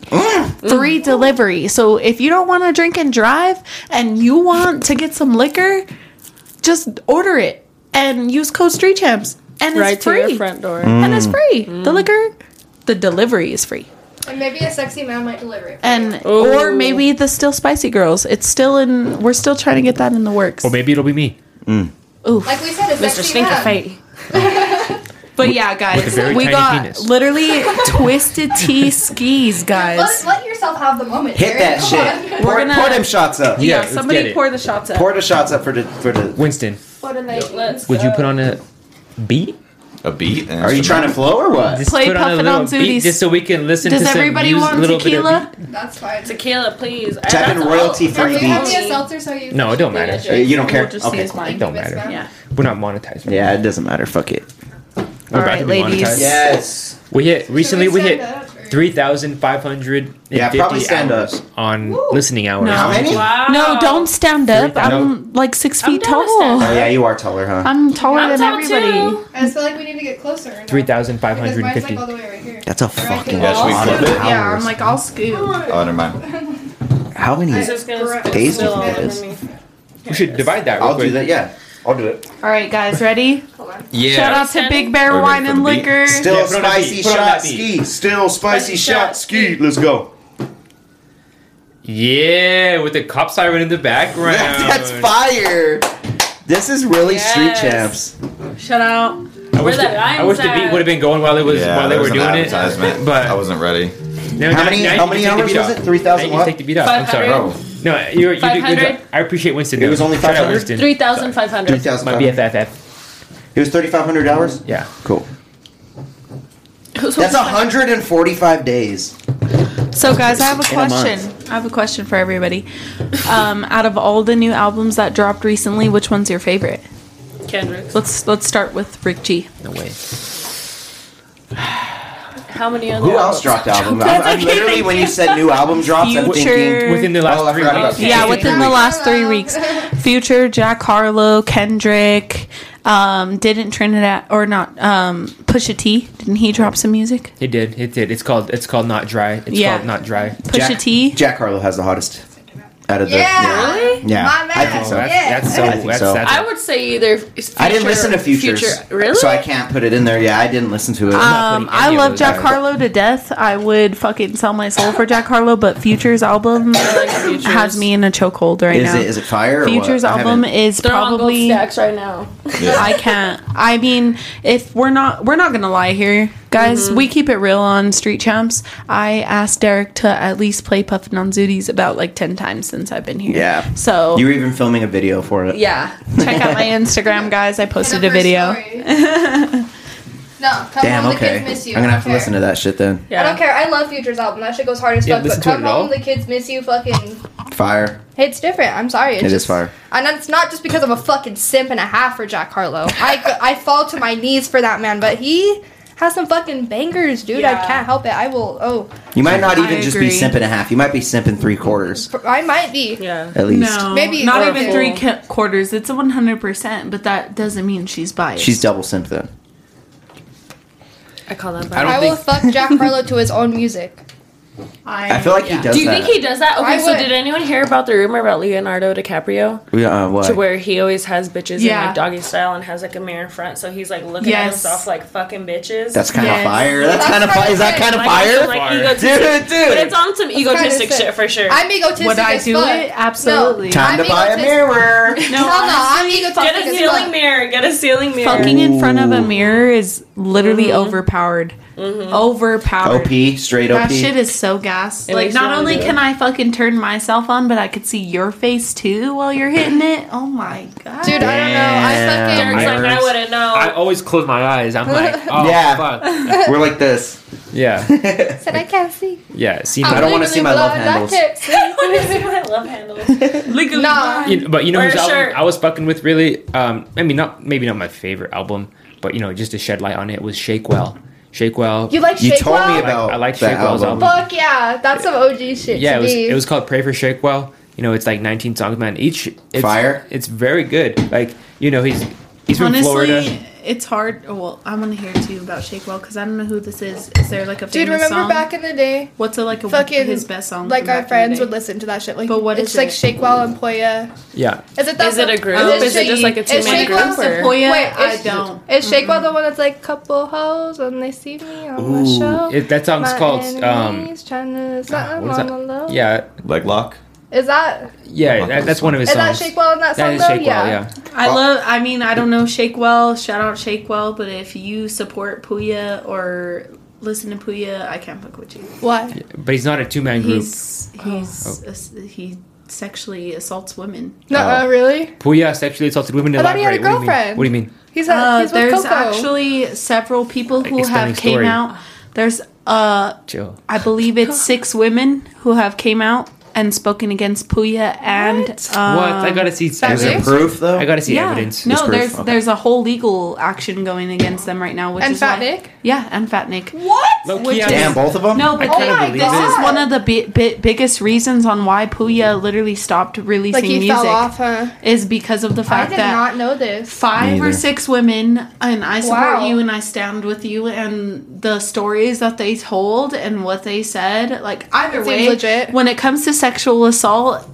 [SPEAKER 7] free delivery so if you don't want to drink and drive and you want to get some liquor just order it and use code street champs and it's
[SPEAKER 5] right to
[SPEAKER 7] free
[SPEAKER 5] your Mm. front door.
[SPEAKER 4] Mm.
[SPEAKER 7] and it's free the liquor the delivery is free
[SPEAKER 4] And maybe a sexy man might deliver it.
[SPEAKER 7] and
[SPEAKER 5] Ooh.
[SPEAKER 1] Oh.
[SPEAKER 7] or maybe the still spicy girls. It's still in. We're still trying to get that in the works.
[SPEAKER 1] Well, maybe it'll be me.
[SPEAKER 7] Oof.
[SPEAKER 4] like we said, a
[SPEAKER 5] Mr.
[SPEAKER 4] sexy man.
[SPEAKER 5] Stinkerfate.
[SPEAKER 7] but yeah, guys,
[SPEAKER 1] with a very
[SPEAKER 7] we
[SPEAKER 1] tiny
[SPEAKER 7] got
[SPEAKER 1] penis.
[SPEAKER 7] literally twisted tea skis,
[SPEAKER 4] Let,
[SPEAKER 7] guys.
[SPEAKER 4] let yourself have the moment.
[SPEAKER 2] Hit that
[SPEAKER 4] Derek. Come
[SPEAKER 2] shit.
[SPEAKER 4] on.
[SPEAKER 7] We're
[SPEAKER 2] Pour,
[SPEAKER 7] gonna-
[SPEAKER 2] pour them shots up.
[SPEAKER 1] Yeah,
[SPEAKER 7] Yeah,
[SPEAKER 1] let's get
[SPEAKER 7] somebody
[SPEAKER 1] it.
[SPEAKER 7] pour the shots up.
[SPEAKER 2] Pour the shots up for the for the.
[SPEAKER 1] Winston,
[SPEAKER 4] What a night.
[SPEAKER 5] Let's
[SPEAKER 1] would you
[SPEAKER 5] go.
[SPEAKER 1] put on a beat?
[SPEAKER 6] A beat?
[SPEAKER 2] Are you trying to flow or what?
[SPEAKER 1] Just
[SPEAKER 7] Play
[SPEAKER 1] put on a
[SPEAKER 7] Puffin'
[SPEAKER 1] little
[SPEAKER 7] on
[SPEAKER 1] beat
[SPEAKER 7] Zooties.
[SPEAKER 1] just so we can listen
[SPEAKER 7] Does
[SPEAKER 1] to some
[SPEAKER 7] everybody
[SPEAKER 1] mus-
[SPEAKER 7] want
[SPEAKER 1] little bit of
[SPEAKER 7] tequila?
[SPEAKER 4] That's fine.
[SPEAKER 5] Tequila, please. I-
[SPEAKER 2] Type in
[SPEAKER 5] that's all-
[SPEAKER 2] royalty free
[SPEAKER 4] Do you have me
[SPEAKER 2] beats.
[SPEAKER 4] a seltzer so you?
[SPEAKER 1] beat? No, it don't matter.
[SPEAKER 2] Uh, You don't care.
[SPEAKER 7] We'll just see
[SPEAKER 2] Okay.
[SPEAKER 7] as mine.
[SPEAKER 1] don't
[SPEAKER 4] Miss
[SPEAKER 1] matter.
[SPEAKER 4] Mac?
[SPEAKER 7] Yeah.
[SPEAKER 1] We're not monetized. right
[SPEAKER 2] Yeah, it doesn't matter. Fuck it.
[SPEAKER 1] now. We're
[SPEAKER 7] All
[SPEAKER 1] about
[SPEAKER 7] right,
[SPEAKER 1] to be
[SPEAKER 7] ladies.
[SPEAKER 1] monetized.
[SPEAKER 2] Yes.
[SPEAKER 1] We hit recently.
[SPEAKER 4] Should
[SPEAKER 1] We,
[SPEAKER 4] we
[SPEAKER 1] hit
[SPEAKER 4] stand up or-
[SPEAKER 1] three thousand five hundred
[SPEAKER 2] Yeah,
[SPEAKER 1] and
[SPEAKER 2] probably
[SPEAKER 1] fifty
[SPEAKER 2] stand
[SPEAKER 1] hours
[SPEAKER 2] up.
[SPEAKER 1] on
[SPEAKER 4] Woo.
[SPEAKER 1] listening hours.
[SPEAKER 7] No. How
[SPEAKER 2] many?
[SPEAKER 5] Wow.
[SPEAKER 7] No, don't stand up.
[SPEAKER 1] Three
[SPEAKER 7] I'm like six
[SPEAKER 5] Uh, I'm
[SPEAKER 7] feet
[SPEAKER 5] down to stand
[SPEAKER 7] tall.
[SPEAKER 5] up.
[SPEAKER 2] Oh yeah, you are taller, huh?
[SPEAKER 7] I'm taller
[SPEAKER 5] I'm
[SPEAKER 7] than
[SPEAKER 5] tall
[SPEAKER 7] everybody.
[SPEAKER 5] too.
[SPEAKER 4] I just feel like we need to get closer. now.
[SPEAKER 1] Three thousand five
[SPEAKER 4] Because
[SPEAKER 1] hundred and
[SPEAKER 4] mine's
[SPEAKER 1] fifty.
[SPEAKER 4] like all the way right here.
[SPEAKER 2] That's a
[SPEAKER 4] Right,
[SPEAKER 2] fucking
[SPEAKER 4] yeah,
[SPEAKER 6] should we
[SPEAKER 2] lot of
[SPEAKER 6] flip it?
[SPEAKER 7] Yeah, I'm
[SPEAKER 2] hours.
[SPEAKER 7] like I'll scoot.
[SPEAKER 6] Oh, never mind.
[SPEAKER 2] How many?
[SPEAKER 5] This is gonna
[SPEAKER 2] Days
[SPEAKER 5] spill
[SPEAKER 2] before
[SPEAKER 5] all over
[SPEAKER 2] this.
[SPEAKER 5] me.
[SPEAKER 1] We should divide that. Real
[SPEAKER 2] I'll
[SPEAKER 1] quick.
[SPEAKER 2] do that. Yeah, I'll do it.
[SPEAKER 7] All right, guys, ready?
[SPEAKER 4] Hold on.
[SPEAKER 6] Yeah.
[SPEAKER 7] Shout out to Big Bear
[SPEAKER 6] We're
[SPEAKER 7] Wine
[SPEAKER 6] ready for
[SPEAKER 7] and
[SPEAKER 6] the beat.
[SPEAKER 7] Liquor.
[SPEAKER 8] Still
[SPEAKER 1] Yeah, put on that
[SPEAKER 8] spicy
[SPEAKER 1] beat. Put on
[SPEAKER 8] shot
[SPEAKER 1] that beat.
[SPEAKER 8] ski. Still spicy shot ski. Let's go.
[SPEAKER 1] Yeah, with the cop siren in the background.
[SPEAKER 2] That's fire. This is really street
[SPEAKER 5] Yes.
[SPEAKER 2] champs.
[SPEAKER 5] Shout out.
[SPEAKER 1] I wish,
[SPEAKER 5] Where
[SPEAKER 1] the,
[SPEAKER 5] the
[SPEAKER 1] I wish the
[SPEAKER 5] lines
[SPEAKER 1] beat
[SPEAKER 5] at.
[SPEAKER 1] would have been going while it was
[SPEAKER 6] Yeah,
[SPEAKER 1] while they
[SPEAKER 6] there
[SPEAKER 1] were
[SPEAKER 6] was an
[SPEAKER 1] doing it.
[SPEAKER 6] advertisement,
[SPEAKER 1] but-
[SPEAKER 6] I wasn't ready.
[SPEAKER 1] No,
[SPEAKER 2] How
[SPEAKER 1] now-
[SPEAKER 2] many-
[SPEAKER 1] now
[SPEAKER 2] how
[SPEAKER 1] you
[SPEAKER 2] many
[SPEAKER 1] can take the
[SPEAKER 2] hours
[SPEAKER 1] beat
[SPEAKER 2] was
[SPEAKER 1] off.
[SPEAKER 2] it? 3,000
[SPEAKER 1] Now you
[SPEAKER 2] what?
[SPEAKER 1] can take the beat off. I'm sorry.
[SPEAKER 5] 500?
[SPEAKER 6] Oh.
[SPEAKER 1] Bro. No, you, you did a good job.
[SPEAKER 5] 500?
[SPEAKER 1] I appreciate Winston.
[SPEAKER 2] It was only
[SPEAKER 1] Shout out
[SPEAKER 2] 500?
[SPEAKER 1] Winston.
[SPEAKER 5] 3,500.
[SPEAKER 1] My
[SPEAKER 2] 3,500.
[SPEAKER 1] BFFF.
[SPEAKER 2] It was $3,500?
[SPEAKER 1] Yeah.
[SPEAKER 2] Cool. That's 145 days.
[SPEAKER 7] So, guys, I have a
[SPEAKER 2] In a month.
[SPEAKER 7] question. I have a question for everybody. Um, out of all the new albums that dropped recently, which one's your favorite?
[SPEAKER 5] Kendrick's.
[SPEAKER 7] Let's let's start with Rick G.
[SPEAKER 1] No way.
[SPEAKER 5] How many other
[SPEAKER 2] Who else
[SPEAKER 5] albums?
[SPEAKER 2] dropped album? I'm, I'm literally, when you said new album drops, I'm thinking.
[SPEAKER 7] Future.
[SPEAKER 1] Within the last
[SPEAKER 2] Oh, I
[SPEAKER 1] three
[SPEAKER 2] forgot about
[SPEAKER 1] weeks.
[SPEAKER 2] that.
[SPEAKER 7] yeah,
[SPEAKER 2] Okay.
[SPEAKER 7] within the last three weeks. Future, Jack Harlow, Kendrick. Um, didn't Trinidad or not? Um, Pusha T. Didn't he drop some music?
[SPEAKER 1] It did. It did. It's called. It's called not dry. It's
[SPEAKER 7] Yeah.
[SPEAKER 1] called not dry.
[SPEAKER 7] Pusha
[SPEAKER 2] Jack-
[SPEAKER 7] T.
[SPEAKER 2] Jack Harlow has the hottest out of the.
[SPEAKER 4] Yeah.
[SPEAKER 5] Really?
[SPEAKER 2] Yeah.
[SPEAKER 4] My man.
[SPEAKER 2] I think
[SPEAKER 1] Oh,
[SPEAKER 2] so.
[SPEAKER 1] that's,
[SPEAKER 4] Yeah.
[SPEAKER 1] that's so.
[SPEAKER 2] I think
[SPEAKER 1] that's,
[SPEAKER 2] so.
[SPEAKER 1] that's
[SPEAKER 5] I would say either. Future,
[SPEAKER 2] I didn't listen to Futures.
[SPEAKER 5] Future. Really?
[SPEAKER 2] So I can't put it in there. Yeah, I didn't listen to it.
[SPEAKER 1] not
[SPEAKER 7] Um,
[SPEAKER 1] putting
[SPEAKER 7] I
[SPEAKER 1] any of
[SPEAKER 7] love
[SPEAKER 1] those
[SPEAKER 7] Jack
[SPEAKER 2] out.
[SPEAKER 7] Harlow to death. I would fucking sell my soul for Jack Harlow, but Future's album
[SPEAKER 5] Futures.
[SPEAKER 7] has me in a chokehold right
[SPEAKER 2] is
[SPEAKER 7] now.
[SPEAKER 2] it is it fire? or what?
[SPEAKER 7] Future's
[SPEAKER 2] I haven't-
[SPEAKER 7] album is
[SPEAKER 5] They're on gold
[SPEAKER 7] probably.
[SPEAKER 5] stacks right now.
[SPEAKER 7] I can't. I mean, if we're not, we're not gonna lie here, guys.
[SPEAKER 2] Mm-hmm.
[SPEAKER 7] We keep it real on Street Champs. I asked Derek to at least play Puffin on Zooties about like ten times since I've been here.
[SPEAKER 2] Yeah.
[SPEAKER 7] So
[SPEAKER 2] You were even filming a video for it.
[SPEAKER 7] yeah, check out my Instagram, guys. I posted a
[SPEAKER 4] Number
[SPEAKER 7] video.
[SPEAKER 4] story. no, come
[SPEAKER 2] Damn.
[SPEAKER 4] home. The
[SPEAKER 2] Okay.
[SPEAKER 4] kids miss you.
[SPEAKER 2] I'm gonna have to
[SPEAKER 4] I don't
[SPEAKER 2] listen to that shit then.
[SPEAKER 4] care. I don't care. I love Future's album. That shit goes hard as
[SPEAKER 1] Yeah,
[SPEAKER 4] fuck.
[SPEAKER 1] listen
[SPEAKER 4] But
[SPEAKER 1] to it
[SPEAKER 4] come
[SPEAKER 1] at all.
[SPEAKER 4] home. The kids miss you. Fucking.
[SPEAKER 2] Fire.
[SPEAKER 4] It's different. I'm sorry. It's
[SPEAKER 2] It is
[SPEAKER 4] just,
[SPEAKER 2] fire.
[SPEAKER 4] And it's not just because I'm a fucking simp and a half for Jack Harlow. I, I fall to my knees for that man, but he has some fucking bangers, dude.
[SPEAKER 5] Yeah.
[SPEAKER 4] I can't help it. I will. Oh,
[SPEAKER 2] You might not
[SPEAKER 7] I
[SPEAKER 2] even just be
[SPEAKER 7] agree.
[SPEAKER 2] simping a half. You might be simping three quarters
[SPEAKER 4] I might be.
[SPEAKER 5] Yeah.
[SPEAKER 2] at least.
[SPEAKER 4] Maybe
[SPEAKER 7] not
[SPEAKER 4] or
[SPEAKER 7] even
[SPEAKER 4] full.
[SPEAKER 7] three qu- quarters. It's a one hundred percent, but that doesn't mean she's biased.
[SPEAKER 2] She's double simp then.
[SPEAKER 5] I call that
[SPEAKER 6] I
[SPEAKER 5] bad.
[SPEAKER 6] don't
[SPEAKER 4] I will
[SPEAKER 6] think-
[SPEAKER 4] fuck Jack Harlow to his own music.
[SPEAKER 2] I feel like he does
[SPEAKER 5] Do you
[SPEAKER 2] that.
[SPEAKER 5] think he does that? Okay,
[SPEAKER 4] I
[SPEAKER 5] so
[SPEAKER 4] would.
[SPEAKER 5] did anyone hear about the rumor about Leonardo DiCaprio?
[SPEAKER 2] he? Uh, what?
[SPEAKER 5] To where he always has bitches
[SPEAKER 7] Yeah.
[SPEAKER 5] in like doggy style and has like a mirror in front, so he's like looking at
[SPEAKER 7] Yes.
[SPEAKER 5] himself like fucking bitches.
[SPEAKER 2] That's kind of
[SPEAKER 7] Yes.
[SPEAKER 2] fire. That's,
[SPEAKER 4] That's
[SPEAKER 2] kind of
[SPEAKER 4] kinda
[SPEAKER 2] fire. Is that
[SPEAKER 4] sick.
[SPEAKER 2] kind of
[SPEAKER 5] like,
[SPEAKER 2] fire?
[SPEAKER 5] Some, like,
[SPEAKER 1] Fire.
[SPEAKER 5] egotistic,
[SPEAKER 2] Dude, dude.
[SPEAKER 5] But it's on some
[SPEAKER 4] kinda
[SPEAKER 5] egotistic
[SPEAKER 4] sick.
[SPEAKER 5] shit for sure.
[SPEAKER 4] I'm egotistic.
[SPEAKER 7] Would I
[SPEAKER 4] as
[SPEAKER 7] do
[SPEAKER 4] fuck.
[SPEAKER 7] it? Absolutely.
[SPEAKER 4] No,
[SPEAKER 2] Time
[SPEAKER 4] I'm
[SPEAKER 2] to buy a
[SPEAKER 4] egotistic-
[SPEAKER 2] mirror.
[SPEAKER 4] Hell no, I'm
[SPEAKER 5] Get
[SPEAKER 4] egotistic
[SPEAKER 5] a
[SPEAKER 4] as
[SPEAKER 5] ceiling
[SPEAKER 4] fuck.
[SPEAKER 5] mirror. Get a ceiling mirror.
[SPEAKER 7] fucking in front of a mirror is literally
[SPEAKER 2] Mm-hmm.
[SPEAKER 7] overpowered. Overpowered.
[SPEAKER 2] OP, straight OP.
[SPEAKER 7] That shit is so gas.
[SPEAKER 5] It
[SPEAKER 7] like,
[SPEAKER 5] makes you
[SPEAKER 7] not
[SPEAKER 5] wanna
[SPEAKER 7] only
[SPEAKER 5] do it.
[SPEAKER 7] can I fucking turn myself on, but I could see your face too while you're hitting it. Oh my god.
[SPEAKER 4] Dude, I don't know. I
[SPEAKER 2] Damn.
[SPEAKER 4] fucking.
[SPEAKER 5] Derek's like, I
[SPEAKER 1] Mirrors.
[SPEAKER 5] wouldn't know.
[SPEAKER 1] I always close my eyes. I'm like, oh
[SPEAKER 2] Yeah.
[SPEAKER 1] fuck,
[SPEAKER 2] We're like this.
[SPEAKER 1] yeah,
[SPEAKER 4] Said I can't see.
[SPEAKER 1] yeah. See,
[SPEAKER 2] I
[SPEAKER 4] Um,
[SPEAKER 1] I
[SPEAKER 2] don't
[SPEAKER 1] don't.
[SPEAKER 2] wanna see my love handles.
[SPEAKER 5] I wanna see my love handle.
[SPEAKER 7] legally
[SPEAKER 4] Nah.
[SPEAKER 1] You know, but you know
[SPEAKER 5] Wear a
[SPEAKER 1] whose album
[SPEAKER 5] shirt.
[SPEAKER 1] I was fucking with really? Um, I mean, not maybe not my favorite album, but you know, just to shed light on it was Shakewell. Shakewell.
[SPEAKER 4] You like
[SPEAKER 2] You
[SPEAKER 4] Shake
[SPEAKER 2] told me
[SPEAKER 4] Well?
[SPEAKER 1] I like-
[SPEAKER 2] about
[SPEAKER 1] I like
[SPEAKER 2] that
[SPEAKER 1] Shakewell's
[SPEAKER 2] album.
[SPEAKER 1] album.
[SPEAKER 4] Fuck yeah, that's some OG shit.
[SPEAKER 1] yeah,
[SPEAKER 4] to
[SPEAKER 1] it was,
[SPEAKER 4] me.
[SPEAKER 1] it was called Pray for Shakewell. You know, it's like 19 songs, man. Each it's,
[SPEAKER 2] Fire.
[SPEAKER 1] It's very good. Like you know, he's he's from
[SPEAKER 7] Honestly,
[SPEAKER 1] Florida.
[SPEAKER 7] it's hard. oh, Well, I want to hear too about Shakewell because I don't know who this is. Is there like a famous
[SPEAKER 4] Dude, remember
[SPEAKER 7] song?
[SPEAKER 4] back in the day,
[SPEAKER 7] What's a, like a,
[SPEAKER 4] fucking
[SPEAKER 7] his best song?
[SPEAKER 4] like
[SPEAKER 7] from
[SPEAKER 4] our
[SPEAKER 7] back in the
[SPEAKER 4] friends
[SPEAKER 7] day?
[SPEAKER 4] would listen to that shit. Like,
[SPEAKER 7] But what
[SPEAKER 4] it's
[SPEAKER 7] is
[SPEAKER 4] like
[SPEAKER 7] it? Oh,
[SPEAKER 4] Shake Well and Poya.
[SPEAKER 1] Yeah,
[SPEAKER 4] Is it that
[SPEAKER 5] Is it
[SPEAKER 4] the-
[SPEAKER 5] a group? Is it just like a
[SPEAKER 4] Is
[SPEAKER 5] two-man
[SPEAKER 4] Shake
[SPEAKER 5] group,
[SPEAKER 4] Well-
[SPEAKER 5] or-
[SPEAKER 7] Sequoia?
[SPEAKER 4] Wait,
[SPEAKER 7] I
[SPEAKER 4] is-
[SPEAKER 7] don't.
[SPEAKER 4] Is Shake Well the one that's like couple hoes when they see me on
[SPEAKER 2] Ooh.
[SPEAKER 4] my show?
[SPEAKER 1] it, that song's
[SPEAKER 4] Oh, My
[SPEAKER 1] called. Um,
[SPEAKER 4] enemies trying to
[SPEAKER 1] ah,
[SPEAKER 4] stop
[SPEAKER 1] what is
[SPEAKER 4] on
[SPEAKER 1] that?
[SPEAKER 4] the low.
[SPEAKER 1] Yeah,
[SPEAKER 6] Leg lock.
[SPEAKER 4] Is that
[SPEAKER 1] yeah. That, that's one of his
[SPEAKER 4] is that
[SPEAKER 1] songs.
[SPEAKER 4] Shake Well in that
[SPEAKER 1] that
[SPEAKER 4] song
[SPEAKER 1] is
[SPEAKER 4] though?
[SPEAKER 1] Shakewell.
[SPEAKER 4] yeah.
[SPEAKER 1] Yeah.
[SPEAKER 7] I love. I mean, I don't know Shakewell. Shout out Shakewell. But if you support Puya or listen to Puya, I can't fuck with you.
[SPEAKER 4] What?
[SPEAKER 1] but he's not a two man group.
[SPEAKER 7] He's
[SPEAKER 5] Oh.
[SPEAKER 7] he's ass- he sexually assaults women.
[SPEAKER 4] No,
[SPEAKER 2] Oh.
[SPEAKER 4] uh, really?
[SPEAKER 1] Puya sexually assaulted women.
[SPEAKER 4] I thought he had a
[SPEAKER 1] Elaborate. What do you mean?
[SPEAKER 4] girlfriend.
[SPEAKER 1] What do you mean?
[SPEAKER 4] He's, a,
[SPEAKER 7] Uh,
[SPEAKER 4] he's with
[SPEAKER 7] there's
[SPEAKER 4] Coco.
[SPEAKER 7] actually several people who
[SPEAKER 1] Exciting
[SPEAKER 7] have came
[SPEAKER 1] story.
[SPEAKER 7] out. There's uh,
[SPEAKER 1] Chill.
[SPEAKER 7] I believe it's six women who have came out and spoken against Puya and um,
[SPEAKER 1] what? I gotta see.
[SPEAKER 4] Is
[SPEAKER 2] Is
[SPEAKER 1] evidence.
[SPEAKER 4] it
[SPEAKER 2] it proof though?
[SPEAKER 1] I gotta see
[SPEAKER 7] yeah.
[SPEAKER 1] evidence.
[SPEAKER 7] No,
[SPEAKER 2] Disproof,
[SPEAKER 7] there's
[SPEAKER 2] okay.
[SPEAKER 7] there's a whole legal action going against them right now, which
[SPEAKER 4] And
[SPEAKER 7] is
[SPEAKER 4] Fat
[SPEAKER 7] why-
[SPEAKER 4] Nick?
[SPEAKER 7] Yeah, and Fat Nick.
[SPEAKER 4] What?
[SPEAKER 1] Low-key,
[SPEAKER 7] Which
[SPEAKER 1] I-
[SPEAKER 7] is-
[SPEAKER 2] Damn, both of them.
[SPEAKER 7] No,
[SPEAKER 1] I kind
[SPEAKER 7] but
[SPEAKER 4] Oh
[SPEAKER 1] of
[SPEAKER 4] my
[SPEAKER 1] believe
[SPEAKER 7] This
[SPEAKER 1] it.
[SPEAKER 7] is
[SPEAKER 4] God.
[SPEAKER 7] one of the bi- bi- biggest reasons on why Puya literally stopped releasing
[SPEAKER 4] Like he
[SPEAKER 7] music
[SPEAKER 4] fell off, huh?
[SPEAKER 7] is because of the
[SPEAKER 4] I
[SPEAKER 7] fact
[SPEAKER 4] did
[SPEAKER 7] that
[SPEAKER 4] not know this.
[SPEAKER 7] five
[SPEAKER 2] Me
[SPEAKER 7] or
[SPEAKER 2] either.
[SPEAKER 7] six women and I support
[SPEAKER 4] Wow.
[SPEAKER 7] you and I stand with you and the stories that they told and what they said like either
[SPEAKER 4] It seems
[SPEAKER 7] way
[SPEAKER 4] legit.
[SPEAKER 7] when it comes to sexual assault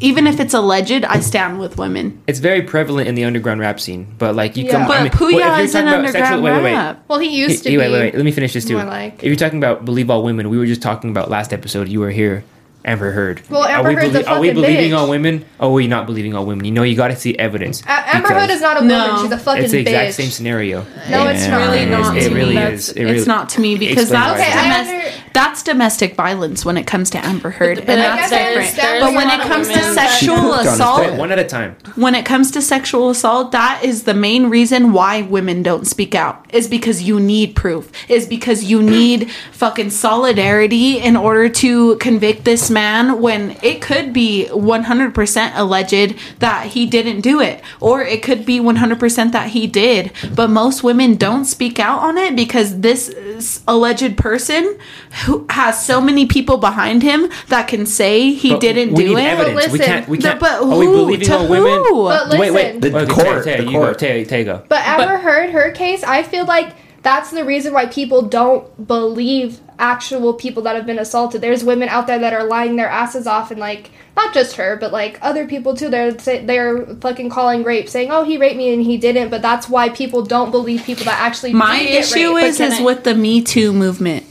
[SPEAKER 7] even if it's alleged, I stand with women.
[SPEAKER 1] It's very prevalent in the underground rap scene, but like you
[SPEAKER 4] Yeah.
[SPEAKER 1] come.
[SPEAKER 7] But
[SPEAKER 1] I mean,
[SPEAKER 7] Puya
[SPEAKER 1] well, if you're
[SPEAKER 7] is an
[SPEAKER 1] talking about
[SPEAKER 7] underground
[SPEAKER 1] sexual- wait, wait, wait.
[SPEAKER 7] rap.
[SPEAKER 4] Well, he used to
[SPEAKER 1] Hey,
[SPEAKER 4] be.
[SPEAKER 1] wait, wait, wait. Let me finish this too.
[SPEAKER 4] more like-
[SPEAKER 1] if you're talking about believe all women, we were just talking about last episode. You were here, Amber Heard.
[SPEAKER 4] Well,
[SPEAKER 1] are
[SPEAKER 4] Amber
[SPEAKER 1] we,
[SPEAKER 4] Heard's a
[SPEAKER 1] are we
[SPEAKER 4] fucking
[SPEAKER 1] believing
[SPEAKER 4] bitch.
[SPEAKER 1] all women? Or are we not believing all women? You know, you got to see evidence.
[SPEAKER 4] A- Amber Heard
[SPEAKER 1] because
[SPEAKER 4] is not a
[SPEAKER 7] No.
[SPEAKER 4] woman. She's a fucking
[SPEAKER 1] It's the
[SPEAKER 4] bitch.
[SPEAKER 1] exact same scenario.
[SPEAKER 4] No, it's not.
[SPEAKER 5] really not
[SPEAKER 1] It
[SPEAKER 5] to
[SPEAKER 1] really
[SPEAKER 5] me.
[SPEAKER 1] is. It really-
[SPEAKER 7] it's not to me because
[SPEAKER 1] explains why
[SPEAKER 7] that's,
[SPEAKER 1] it's
[SPEAKER 4] not.
[SPEAKER 7] domes-
[SPEAKER 4] Okay, I under-
[SPEAKER 7] that's domestic violence when it comes to Amber Heard,
[SPEAKER 5] But
[SPEAKER 7] and
[SPEAKER 5] I
[SPEAKER 7] that's
[SPEAKER 5] guess I
[SPEAKER 7] different.
[SPEAKER 5] understand
[SPEAKER 7] But
[SPEAKER 5] there's
[SPEAKER 7] when
[SPEAKER 5] a
[SPEAKER 7] it
[SPEAKER 5] lot of
[SPEAKER 7] comes to
[SPEAKER 5] women that-
[SPEAKER 7] sexual
[SPEAKER 2] She pooped on
[SPEAKER 1] Wait,
[SPEAKER 2] his bed.
[SPEAKER 7] assault,
[SPEAKER 1] one at a time.
[SPEAKER 7] when it comes to sexual assault, that is the main reason why women don't speak out. Is because you need proof. Is because you need fucking solidarity in order to convict this man when it could be 100% alleged that he didn't do it or it could be 100% that he did. But most women don't speak out on it because this s- alleged person who has so many people behind him that can say he
[SPEAKER 1] But
[SPEAKER 7] didn't
[SPEAKER 1] we
[SPEAKER 7] do
[SPEAKER 1] need
[SPEAKER 7] it.
[SPEAKER 1] Evidence. we
[SPEAKER 4] listen,
[SPEAKER 1] can't. We
[SPEAKER 7] No,
[SPEAKER 1] can't.
[SPEAKER 7] but
[SPEAKER 1] are we
[SPEAKER 7] who?
[SPEAKER 1] believing
[SPEAKER 7] To
[SPEAKER 1] all women?
[SPEAKER 7] who?
[SPEAKER 4] But
[SPEAKER 1] wait, wait.
[SPEAKER 4] listen.
[SPEAKER 2] The
[SPEAKER 1] Okay,
[SPEAKER 2] court,
[SPEAKER 1] Taya,
[SPEAKER 2] the
[SPEAKER 1] you
[SPEAKER 2] court.
[SPEAKER 1] Go, Taya, Taya, go.
[SPEAKER 4] But Amber Heard, her case, I feel like that's the reason why people don't believe actual people that have been assaulted. There's women out there that are lying their asses off, and like not just her, but like other people too. They're say- they're fucking calling rape, saying, "Oh, he raped me and he didn't." But that's why people don't believe people that actually.
[SPEAKER 7] My
[SPEAKER 4] did get
[SPEAKER 7] issue
[SPEAKER 4] raped.
[SPEAKER 7] is
[SPEAKER 5] can
[SPEAKER 7] is
[SPEAKER 5] I-
[SPEAKER 7] with the Me Too movement.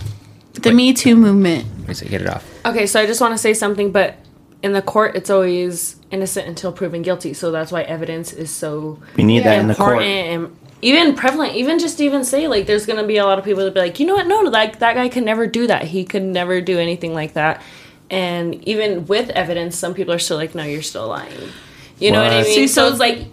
[SPEAKER 7] The Me Too movement.
[SPEAKER 1] Let me see, get it off.
[SPEAKER 5] Okay, so I just want to say something, but in the court, it's always innocent until proven guilty. So that's why evidence is so
[SPEAKER 2] We need that in the
[SPEAKER 5] important
[SPEAKER 2] court.
[SPEAKER 5] and even prevalent. Even just to even say like, there's gonna be a lot of people that be like, you know what? No, like that guy could never do that. He could never do anything like that. And even with evidence, some people are still like, no, you're still lying. You know what I
[SPEAKER 2] What?
[SPEAKER 5] mean?
[SPEAKER 7] See,
[SPEAKER 5] So
[SPEAKER 7] so-
[SPEAKER 5] it's like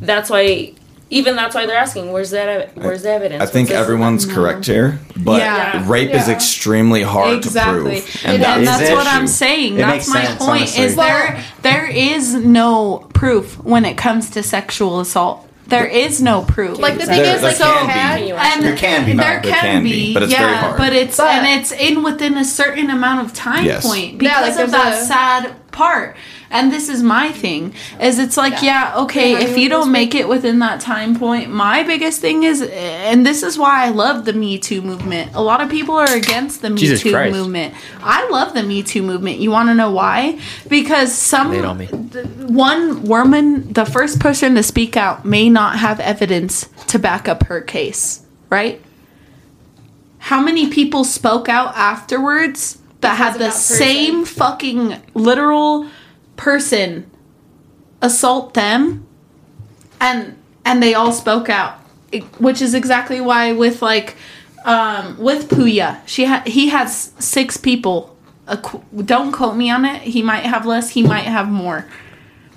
[SPEAKER 5] that's why. Even that's why they're asking, where's that? ev- Where's the evidence?
[SPEAKER 6] I think
[SPEAKER 5] What's this-
[SPEAKER 6] everyone's correct here, but
[SPEAKER 7] Yeah.
[SPEAKER 6] rape is
[SPEAKER 4] Yeah.
[SPEAKER 6] extremely hard
[SPEAKER 7] Exactly.
[SPEAKER 6] to prove.
[SPEAKER 7] And
[SPEAKER 4] that
[SPEAKER 6] is
[SPEAKER 7] that's
[SPEAKER 6] the
[SPEAKER 7] what I'm
[SPEAKER 6] issue.
[SPEAKER 7] saying.
[SPEAKER 2] It makes
[SPEAKER 7] that's my
[SPEAKER 2] sense,
[SPEAKER 7] point
[SPEAKER 6] honestly.
[SPEAKER 7] is there there is no proof when it comes to sexual assault. There is no proof.
[SPEAKER 4] like the thing
[SPEAKER 6] There-
[SPEAKER 4] is
[SPEAKER 6] there
[SPEAKER 4] like
[SPEAKER 6] can
[SPEAKER 4] you
[SPEAKER 6] be.
[SPEAKER 4] had-
[SPEAKER 5] Anyway.
[SPEAKER 7] and
[SPEAKER 6] There can be,
[SPEAKER 7] there
[SPEAKER 6] Mom.
[SPEAKER 7] can,
[SPEAKER 6] There can
[SPEAKER 7] be,
[SPEAKER 6] be, but it's
[SPEAKER 7] yeah,
[SPEAKER 6] very hard.
[SPEAKER 7] but it's
[SPEAKER 4] But-
[SPEAKER 7] and it's in within a certain amount of time
[SPEAKER 6] Yes.
[SPEAKER 7] point
[SPEAKER 4] Yeah, like
[SPEAKER 7] because
[SPEAKER 4] there's
[SPEAKER 7] of that
[SPEAKER 4] a-
[SPEAKER 7] sad part. And this is my thing is it's like yeah, okay,
[SPEAKER 4] Yeah,
[SPEAKER 7] if
[SPEAKER 4] you
[SPEAKER 7] you
[SPEAKER 4] just
[SPEAKER 7] don't make it within that time point, my biggest thing is and this is why I love the Me Too movement. A lot of people are against the Me
[SPEAKER 1] Jesus
[SPEAKER 7] Too
[SPEAKER 1] Christ.
[SPEAKER 7] movement. I love the Me Too movement. You want to know why? Because some
[SPEAKER 1] Lay it on me.
[SPEAKER 7] one woman, the first person to speak out, may not have evidence to back up her case, right? How many people spoke out afterwards that had the
[SPEAKER 4] person.
[SPEAKER 7] same fucking literal person assault them and and they all spoke out It- which is exactly why with like um with Puya she had he had s- six people a, qu- don't quote me on it he might have less he might have more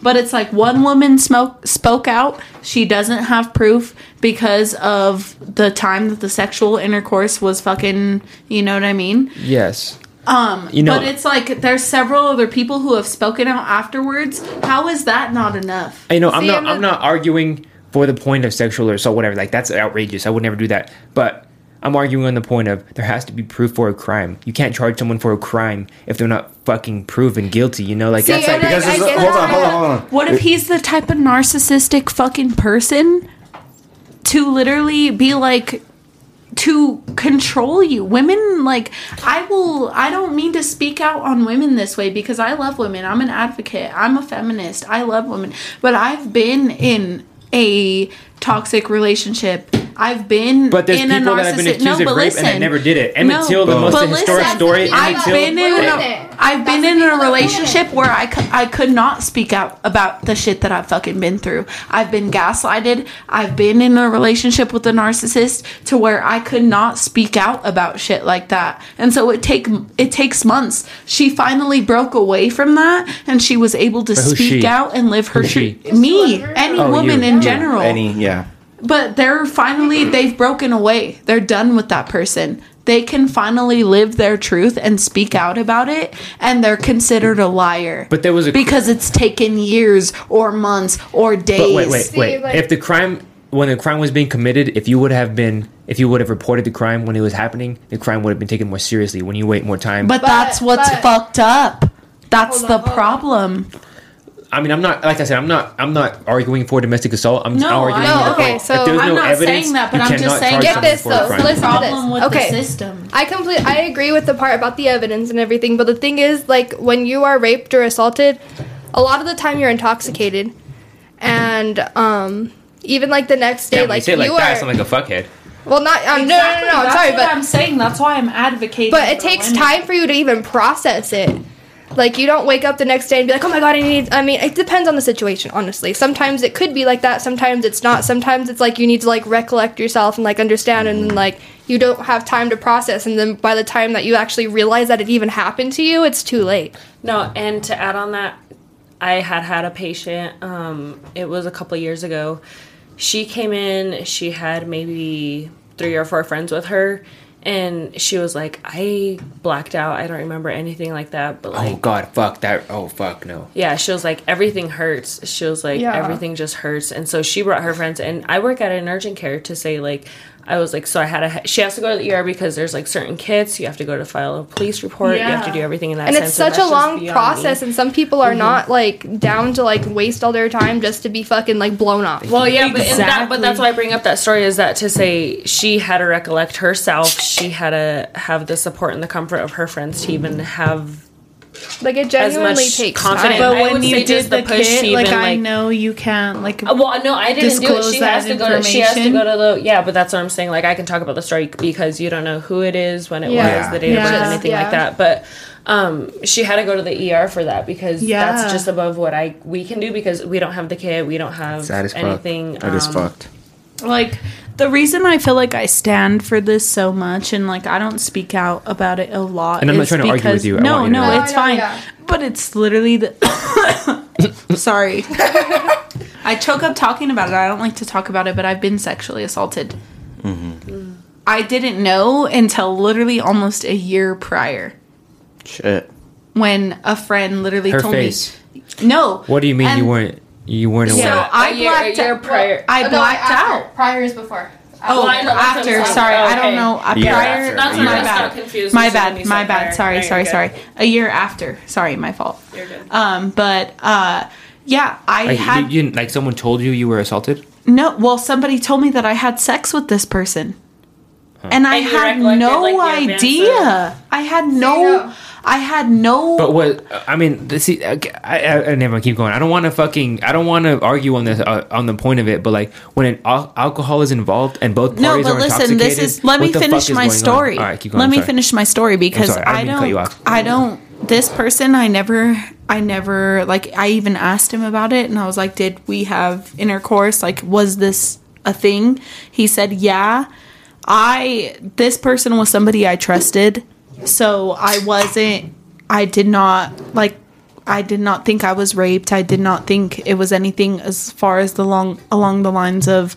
[SPEAKER 7] but it's like one woman smoke, spoke out. She doesn't have proof because of the time that the sexual intercourse was fucking, you know what I mean?
[SPEAKER 1] Yes. Um, you know,
[SPEAKER 7] but it's like there's several other people who have spoken out afterwards. How is that not enough?
[SPEAKER 1] I know I'm
[SPEAKER 4] See,
[SPEAKER 1] not
[SPEAKER 4] I'm
[SPEAKER 1] I'm
[SPEAKER 4] not-
[SPEAKER 1] not arguing for the point of sexual assault, whatever. Like that's outrageous. I would never do that. But I'm arguing on the point of there has to be proof for a crime. You can't charge someone for a crime if they're not fucking proven guilty. You know, like
[SPEAKER 4] See,
[SPEAKER 1] that's like
[SPEAKER 4] and I-
[SPEAKER 2] Because
[SPEAKER 4] I
[SPEAKER 2] there's
[SPEAKER 4] get
[SPEAKER 2] a, hold
[SPEAKER 4] that.
[SPEAKER 2] on, hold on, hold on.
[SPEAKER 7] What if he's the type of narcissistic fucking person to literally be like to control you? Women like I will I don't mean to speak out on women this way because I love women. I'm an advocate. I'm a feminist. I love women. But I've been in a toxic relationship. I've been
[SPEAKER 1] But there's
[SPEAKER 7] in
[SPEAKER 1] people
[SPEAKER 7] a narcissistic
[SPEAKER 1] that have been accused
[SPEAKER 7] no,
[SPEAKER 1] of
[SPEAKER 7] but
[SPEAKER 1] rape and they
[SPEAKER 7] listen.
[SPEAKER 1] never did it. Emmett Till, the most
[SPEAKER 7] but
[SPEAKER 1] historic
[SPEAKER 7] listen,
[SPEAKER 1] story, Emmett
[SPEAKER 7] I've
[SPEAKER 1] Till-
[SPEAKER 7] been in
[SPEAKER 4] Ruin
[SPEAKER 7] a,
[SPEAKER 4] it.
[SPEAKER 7] I've been
[SPEAKER 4] That's
[SPEAKER 7] in
[SPEAKER 4] the people that
[SPEAKER 7] a
[SPEAKER 4] ruin it.
[SPEAKER 7] relationship relationship where I, cou- I could not speak out about the shit that I've fucking been through. I've been gaslighted. I've been in a relationship with a narcissist to where I could not speak out about shit like that. And so it take it takes months. She finally broke away from that and she was able to
[SPEAKER 1] who's
[SPEAKER 7] speak
[SPEAKER 1] she?
[SPEAKER 7] out and live her
[SPEAKER 1] Who's
[SPEAKER 7] truth.
[SPEAKER 1] she?
[SPEAKER 7] Me,
[SPEAKER 4] whoever-
[SPEAKER 7] any
[SPEAKER 1] Oh, you.
[SPEAKER 7] woman in
[SPEAKER 1] You.
[SPEAKER 7] general.
[SPEAKER 2] Any, yeah.
[SPEAKER 7] But they're finally, they've broken away. They're done with that person. They can finally live their truth and speak out about it, and they're considered a liar.
[SPEAKER 1] But there was a-
[SPEAKER 7] because it's taken years or months or days.
[SPEAKER 1] But wait, wait,
[SPEAKER 4] See,
[SPEAKER 1] wait.
[SPEAKER 4] like-
[SPEAKER 1] if the crime, when the crime was being committed, if you would have been, if you would have reported the crime when it was happening, the crime would have been taken more seriously. When you wait more time,
[SPEAKER 7] But, that's what's
[SPEAKER 4] but-
[SPEAKER 7] fucked up. That's
[SPEAKER 4] Hold
[SPEAKER 7] the
[SPEAKER 4] on, hold on.
[SPEAKER 7] problem.
[SPEAKER 1] I mean, I'm not like I said, I'm not, I'm not arguing for domestic assault. I'm just
[SPEAKER 7] No,
[SPEAKER 1] arguing.
[SPEAKER 7] I know.
[SPEAKER 1] that, like,
[SPEAKER 4] Okay, so
[SPEAKER 1] if there's
[SPEAKER 7] I'm
[SPEAKER 1] no
[SPEAKER 7] not
[SPEAKER 1] evidence,
[SPEAKER 7] saying that, but
[SPEAKER 1] you
[SPEAKER 7] I'm just
[SPEAKER 1] cannot
[SPEAKER 7] saying-
[SPEAKER 1] charge
[SPEAKER 7] Get
[SPEAKER 1] someone
[SPEAKER 4] this,
[SPEAKER 1] for a
[SPEAKER 4] though.
[SPEAKER 1] crime.
[SPEAKER 4] Listen to this.
[SPEAKER 7] Problem with
[SPEAKER 4] Okay.
[SPEAKER 7] the system.
[SPEAKER 4] I complete. I agree with the part about the evidence and everything, but the thing is, like, when you are raped or assaulted, a lot of the time you're intoxicated, and um, even like the next
[SPEAKER 1] Yeah,
[SPEAKER 4] day,
[SPEAKER 1] when you
[SPEAKER 4] like
[SPEAKER 1] say it like
[SPEAKER 4] you
[SPEAKER 1] that, I
[SPEAKER 4] are.
[SPEAKER 1] sound like a fuckhead.
[SPEAKER 4] well, not um, no, no, no, no, I'm
[SPEAKER 7] That's
[SPEAKER 4] sorry,
[SPEAKER 7] what
[SPEAKER 4] but
[SPEAKER 7] I'm saying that's why I'm advocating.
[SPEAKER 4] but it
[SPEAKER 7] for
[SPEAKER 4] takes
[SPEAKER 7] women.
[SPEAKER 4] time for you to even process it. Like you don't wake up the next day and be like, "Oh my god, I need." I mean, it depends on the situation, honestly. Sometimes it could be like that. Sometimes it's not. Sometimes it's like you need to like recollect yourself and like understand, and then like you don't have time to process. And then by the time that you actually realize that it even happened to you, it's too late.
[SPEAKER 5] No, and to add on that, I had had a patient. Um, it was a couple years ago. She came in. She had maybe three or four friends with her, and she was like, "I blacked out. I don't remember anything like that." But like,
[SPEAKER 1] Oh god, fuck that. Oh fuck no.
[SPEAKER 5] yeah, she was like, everything hurts. She was like,
[SPEAKER 4] Yeah.
[SPEAKER 5] everything just hurts. And so she brought her friends, and I work at an urgent care to say, like, I was like, so I had a, she has to go to the ER because there's like certain kits. You have to go to file a police report. You have to
[SPEAKER 7] Yeah.
[SPEAKER 5] do everything in that
[SPEAKER 4] and
[SPEAKER 5] sense.
[SPEAKER 4] it's such a
[SPEAKER 5] that's just
[SPEAKER 4] long
[SPEAKER 5] beyond me. Mm-hmm.
[SPEAKER 4] process and some people are not like down to like waste all their time just to be fucking like blown off
[SPEAKER 5] Well, yeah, but, and that, but
[SPEAKER 7] Exactly.
[SPEAKER 5] that's why I bring up that story is that to say she had to recollect herself. She had to have the support and the comfort of her friends to even have
[SPEAKER 4] like it
[SPEAKER 5] as much
[SPEAKER 4] genuinely takes
[SPEAKER 5] confidence.
[SPEAKER 4] time
[SPEAKER 7] But
[SPEAKER 5] I
[SPEAKER 7] when
[SPEAKER 5] would
[SPEAKER 7] you
[SPEAKER 5] say
[SPEAKER 7] did
[SPEAKER 5] just
[SPEAKER 7] the,
[SPEAKER 5] the push
[SPEAKER 7] kit,
[SPEAKER 5] she
[SPEAKER 7] like,
[SPEAKER 5] even,
[SPEAKER 7] I
[SPEAKER 5] like-
[SPEAKER 7] know you can't like.
[SPEAKER 4] Uh,
[SPEAKER 5] Uh, Well, no, I didn't do it.
[SPEAKER 7] Disclose
[SPEAKER 5] She
[SPEAKER 7] that
[SPEAKER 5] has to go. To, she has to
[SPEAKER 7] information.
[SPEAKER 5] go to the. Yeah, but that's what I'm saying. Like I can talk about the story because you don't know who it is, when it
[SPEAKER 4] Yeah.
[SPEAKER 5] was, the date of
[SPEAKER 7] Yeah.
[SPEAKER 5] birth, anything
[SPEAKER 4] Yeah.
[SPEAKER 5] like that. But um, she had to go to the ER for that because
[SPEAKER 7] Yeah.
[SPEAKER 5] that's just above what I we can do because we don't have the kid, we don't have
[SPEAKER 1] Sad as fuck.
[SPEAKER 5] anything.
[SPEAKER 2] That is
[SPEAKER 5] um,
[SPEAKER 2] fucked.
[SPEAKER 7] like the reason I feel like I stand for this so much and like I don't speak out about it a
[SPEAKER 3] Oh.
[SPEAKER 7] lot.
[SPEAKER 1] And I'm not
[SPEAKER 7] is
[SPEAKER 1] trying to argue
[SPEAKER 7] because-
[SPEAKER 1] with you. I
[SPEAKER 7] No,
[SPEAKER 1] want you to
[SPEAKER 7] no,
[SPEAKER 1] know.
[SPEAKER 7] it's
[SPEAKER 4] No, I know,
[SPEAKER 7] fine.
[SPEAKER 4] yeah.
[SPEAKER 7] But it's literally the sorry. I choke up talking about it. I don't like to talk about it, but I've been sexually assaulted.
[SPEAKER 5] Mm-hmm.
[SPEAKER 7] I didn't know until literally almost a year prior
[SPEAKER 2] Shit.
[SPEAKER 7] when a friend literally
[SPEAKER 1] Her
[SPEAKER 7] told
[SPEAKER 1] face.
[SPEAKER 7] me, "No."
[SPEAKER 1] What do you mean you
[SPEAKER 7] And
[SPEAKER 1] weren't you weren't
[SPEAKER 7] So
[SPEAKER 1] aware?
[SPEAKER 7] I
[SPEAKER 5] A year- a
[SPEAKER 7] blacked
[SPEAKER 5] year
[SPEAKER 7] out.
[SPEAKER 5] prior. Oh,
[SPEAKER 7] I blacked out.
[SPEAKER 4] prior is before
[SPEAKER 7] Oh,
[SPEAKER 5] Well, I know that's
[SPEAKER 7] after.
[SPEAKER 5] what I'm
[SPEAKER 7] Sorry,
[SPEAKER 5] saying.
[SPEAKER 7] I don't
[SPEAKER 5] Okay.
[SPEAKER 7] know. Uh,
[SPEAKER 2] Year
[SPEAKER 7] prior.
[SPEAKER 2] after.
[SPEAKER 5] That's
[SPEAKER 2] Year
[SPEAKER 5] when I
[SPEAKER 7] my
[SPEAKER 5] was
[SPEAKER 7] bad.
[SPEAKER 5] got confused.
[SPEAKER 7] My
[SPEAKER 5] This is when
[SPEAKER 7] bad.
[SPEAKER 5] you
[SPEAKER 7] My
[SPEAKER 5] said
[SPEAKER 7] bad.
[SPEAKER 5] prior.
[SPEAKER 7] Sorry.
[SPEAKER 5] No, you're
[SPEAKER 7] Sorry.
[SPEAKER 5] good.
[SPEAKER 7] Sorry. A year after. Sorry, my fault.
[SPEAKER 5] You're good.
[SPEAKER 7] Um, but uh, yeah, I
[SPEAKER 1] like,
[SPEAKER 7] had
[SPEAKER 1] you, you, like someone told you you were assaulted?
[SPEAKER 7] no. Well, somebody told me that I had sex with this person, and I
[SPEAKER 5] And you
[SPEAKER 7] had
[SPEAKER 5] recollected,
[SPEAKER 7] no
[SPEAKER 5] like, the
[SPEAKER 7] idea. I had no.
[SPEAKER 4] no.
[SPEAKER 7] I had no.
[SPEAKER 1] But what I mean, the- see, I, I, I never keep going. I don't want to fucking, I don't want to argue on this uh, on the point of it. But like when an al- alcohol is involved and both parties
[SPEAKER 7] no, but
[SPEAKER 1] are
[SPEAKER 7] listen.
[SPEAKER 1] intoxicated,
[SPEAKER 7] This is. Let me
[SPEAKER 1] what the fuck
[SPEAKER 7] finish
[SPEAKER 1] is
[SPEAKER 7] my
[SPEAKER 1] going on?
[SPEAKER 7] story.
[SPEAKER 1] All right, keep going.
[SPEAKER 7] let
[SPEAKER 1] I'm
[SPEAKER 7] me
[SPEAKER 1] sorry.
[SPEAKER 7] finish my story because
[SPEAKER 1] sorry, I
[SPEAKER 7] I,
[SPEAKER 1] didn't mean to
[SPEAKER 7] don't.
[SPEAKER 1] cut you off.
[SPEAKER 7] I don't. This person, I never. I never like. I even asked him about it, and I was like, "Did we have intercourse? Like, was this a thing?" He said, "Yeah." I this person was somebody I trusted, so I wasn't. I did not like. I did not think I was raped. I did not think it was anything as far as the long along the lines of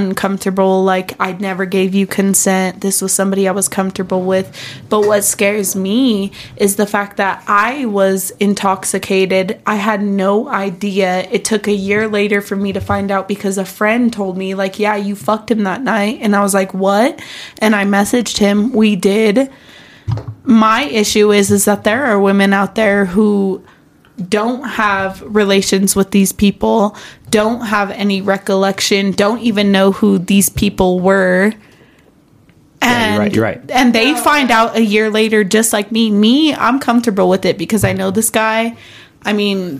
[SPEAKER 7] uncomfortable. Like I never gave you consent. This was somebody I was comfortable with. But what scares me is the fact that I was intoxicated. I had no idea. It took a year later for me to find out because a friend told me like, "Yeah, you fucked him that night." And I was like, "What?" And I messaged him. We did my issue is is that there are women out there who don't have relations with these people, don't have any recollection, don't even know who these people were. And,
[SPEAKER 1] Yeah, you're right, you're right.
[SPEAKER 7] and they find out a year later, just like me. Me, I'm comfortable with it because I know this guy. I mean,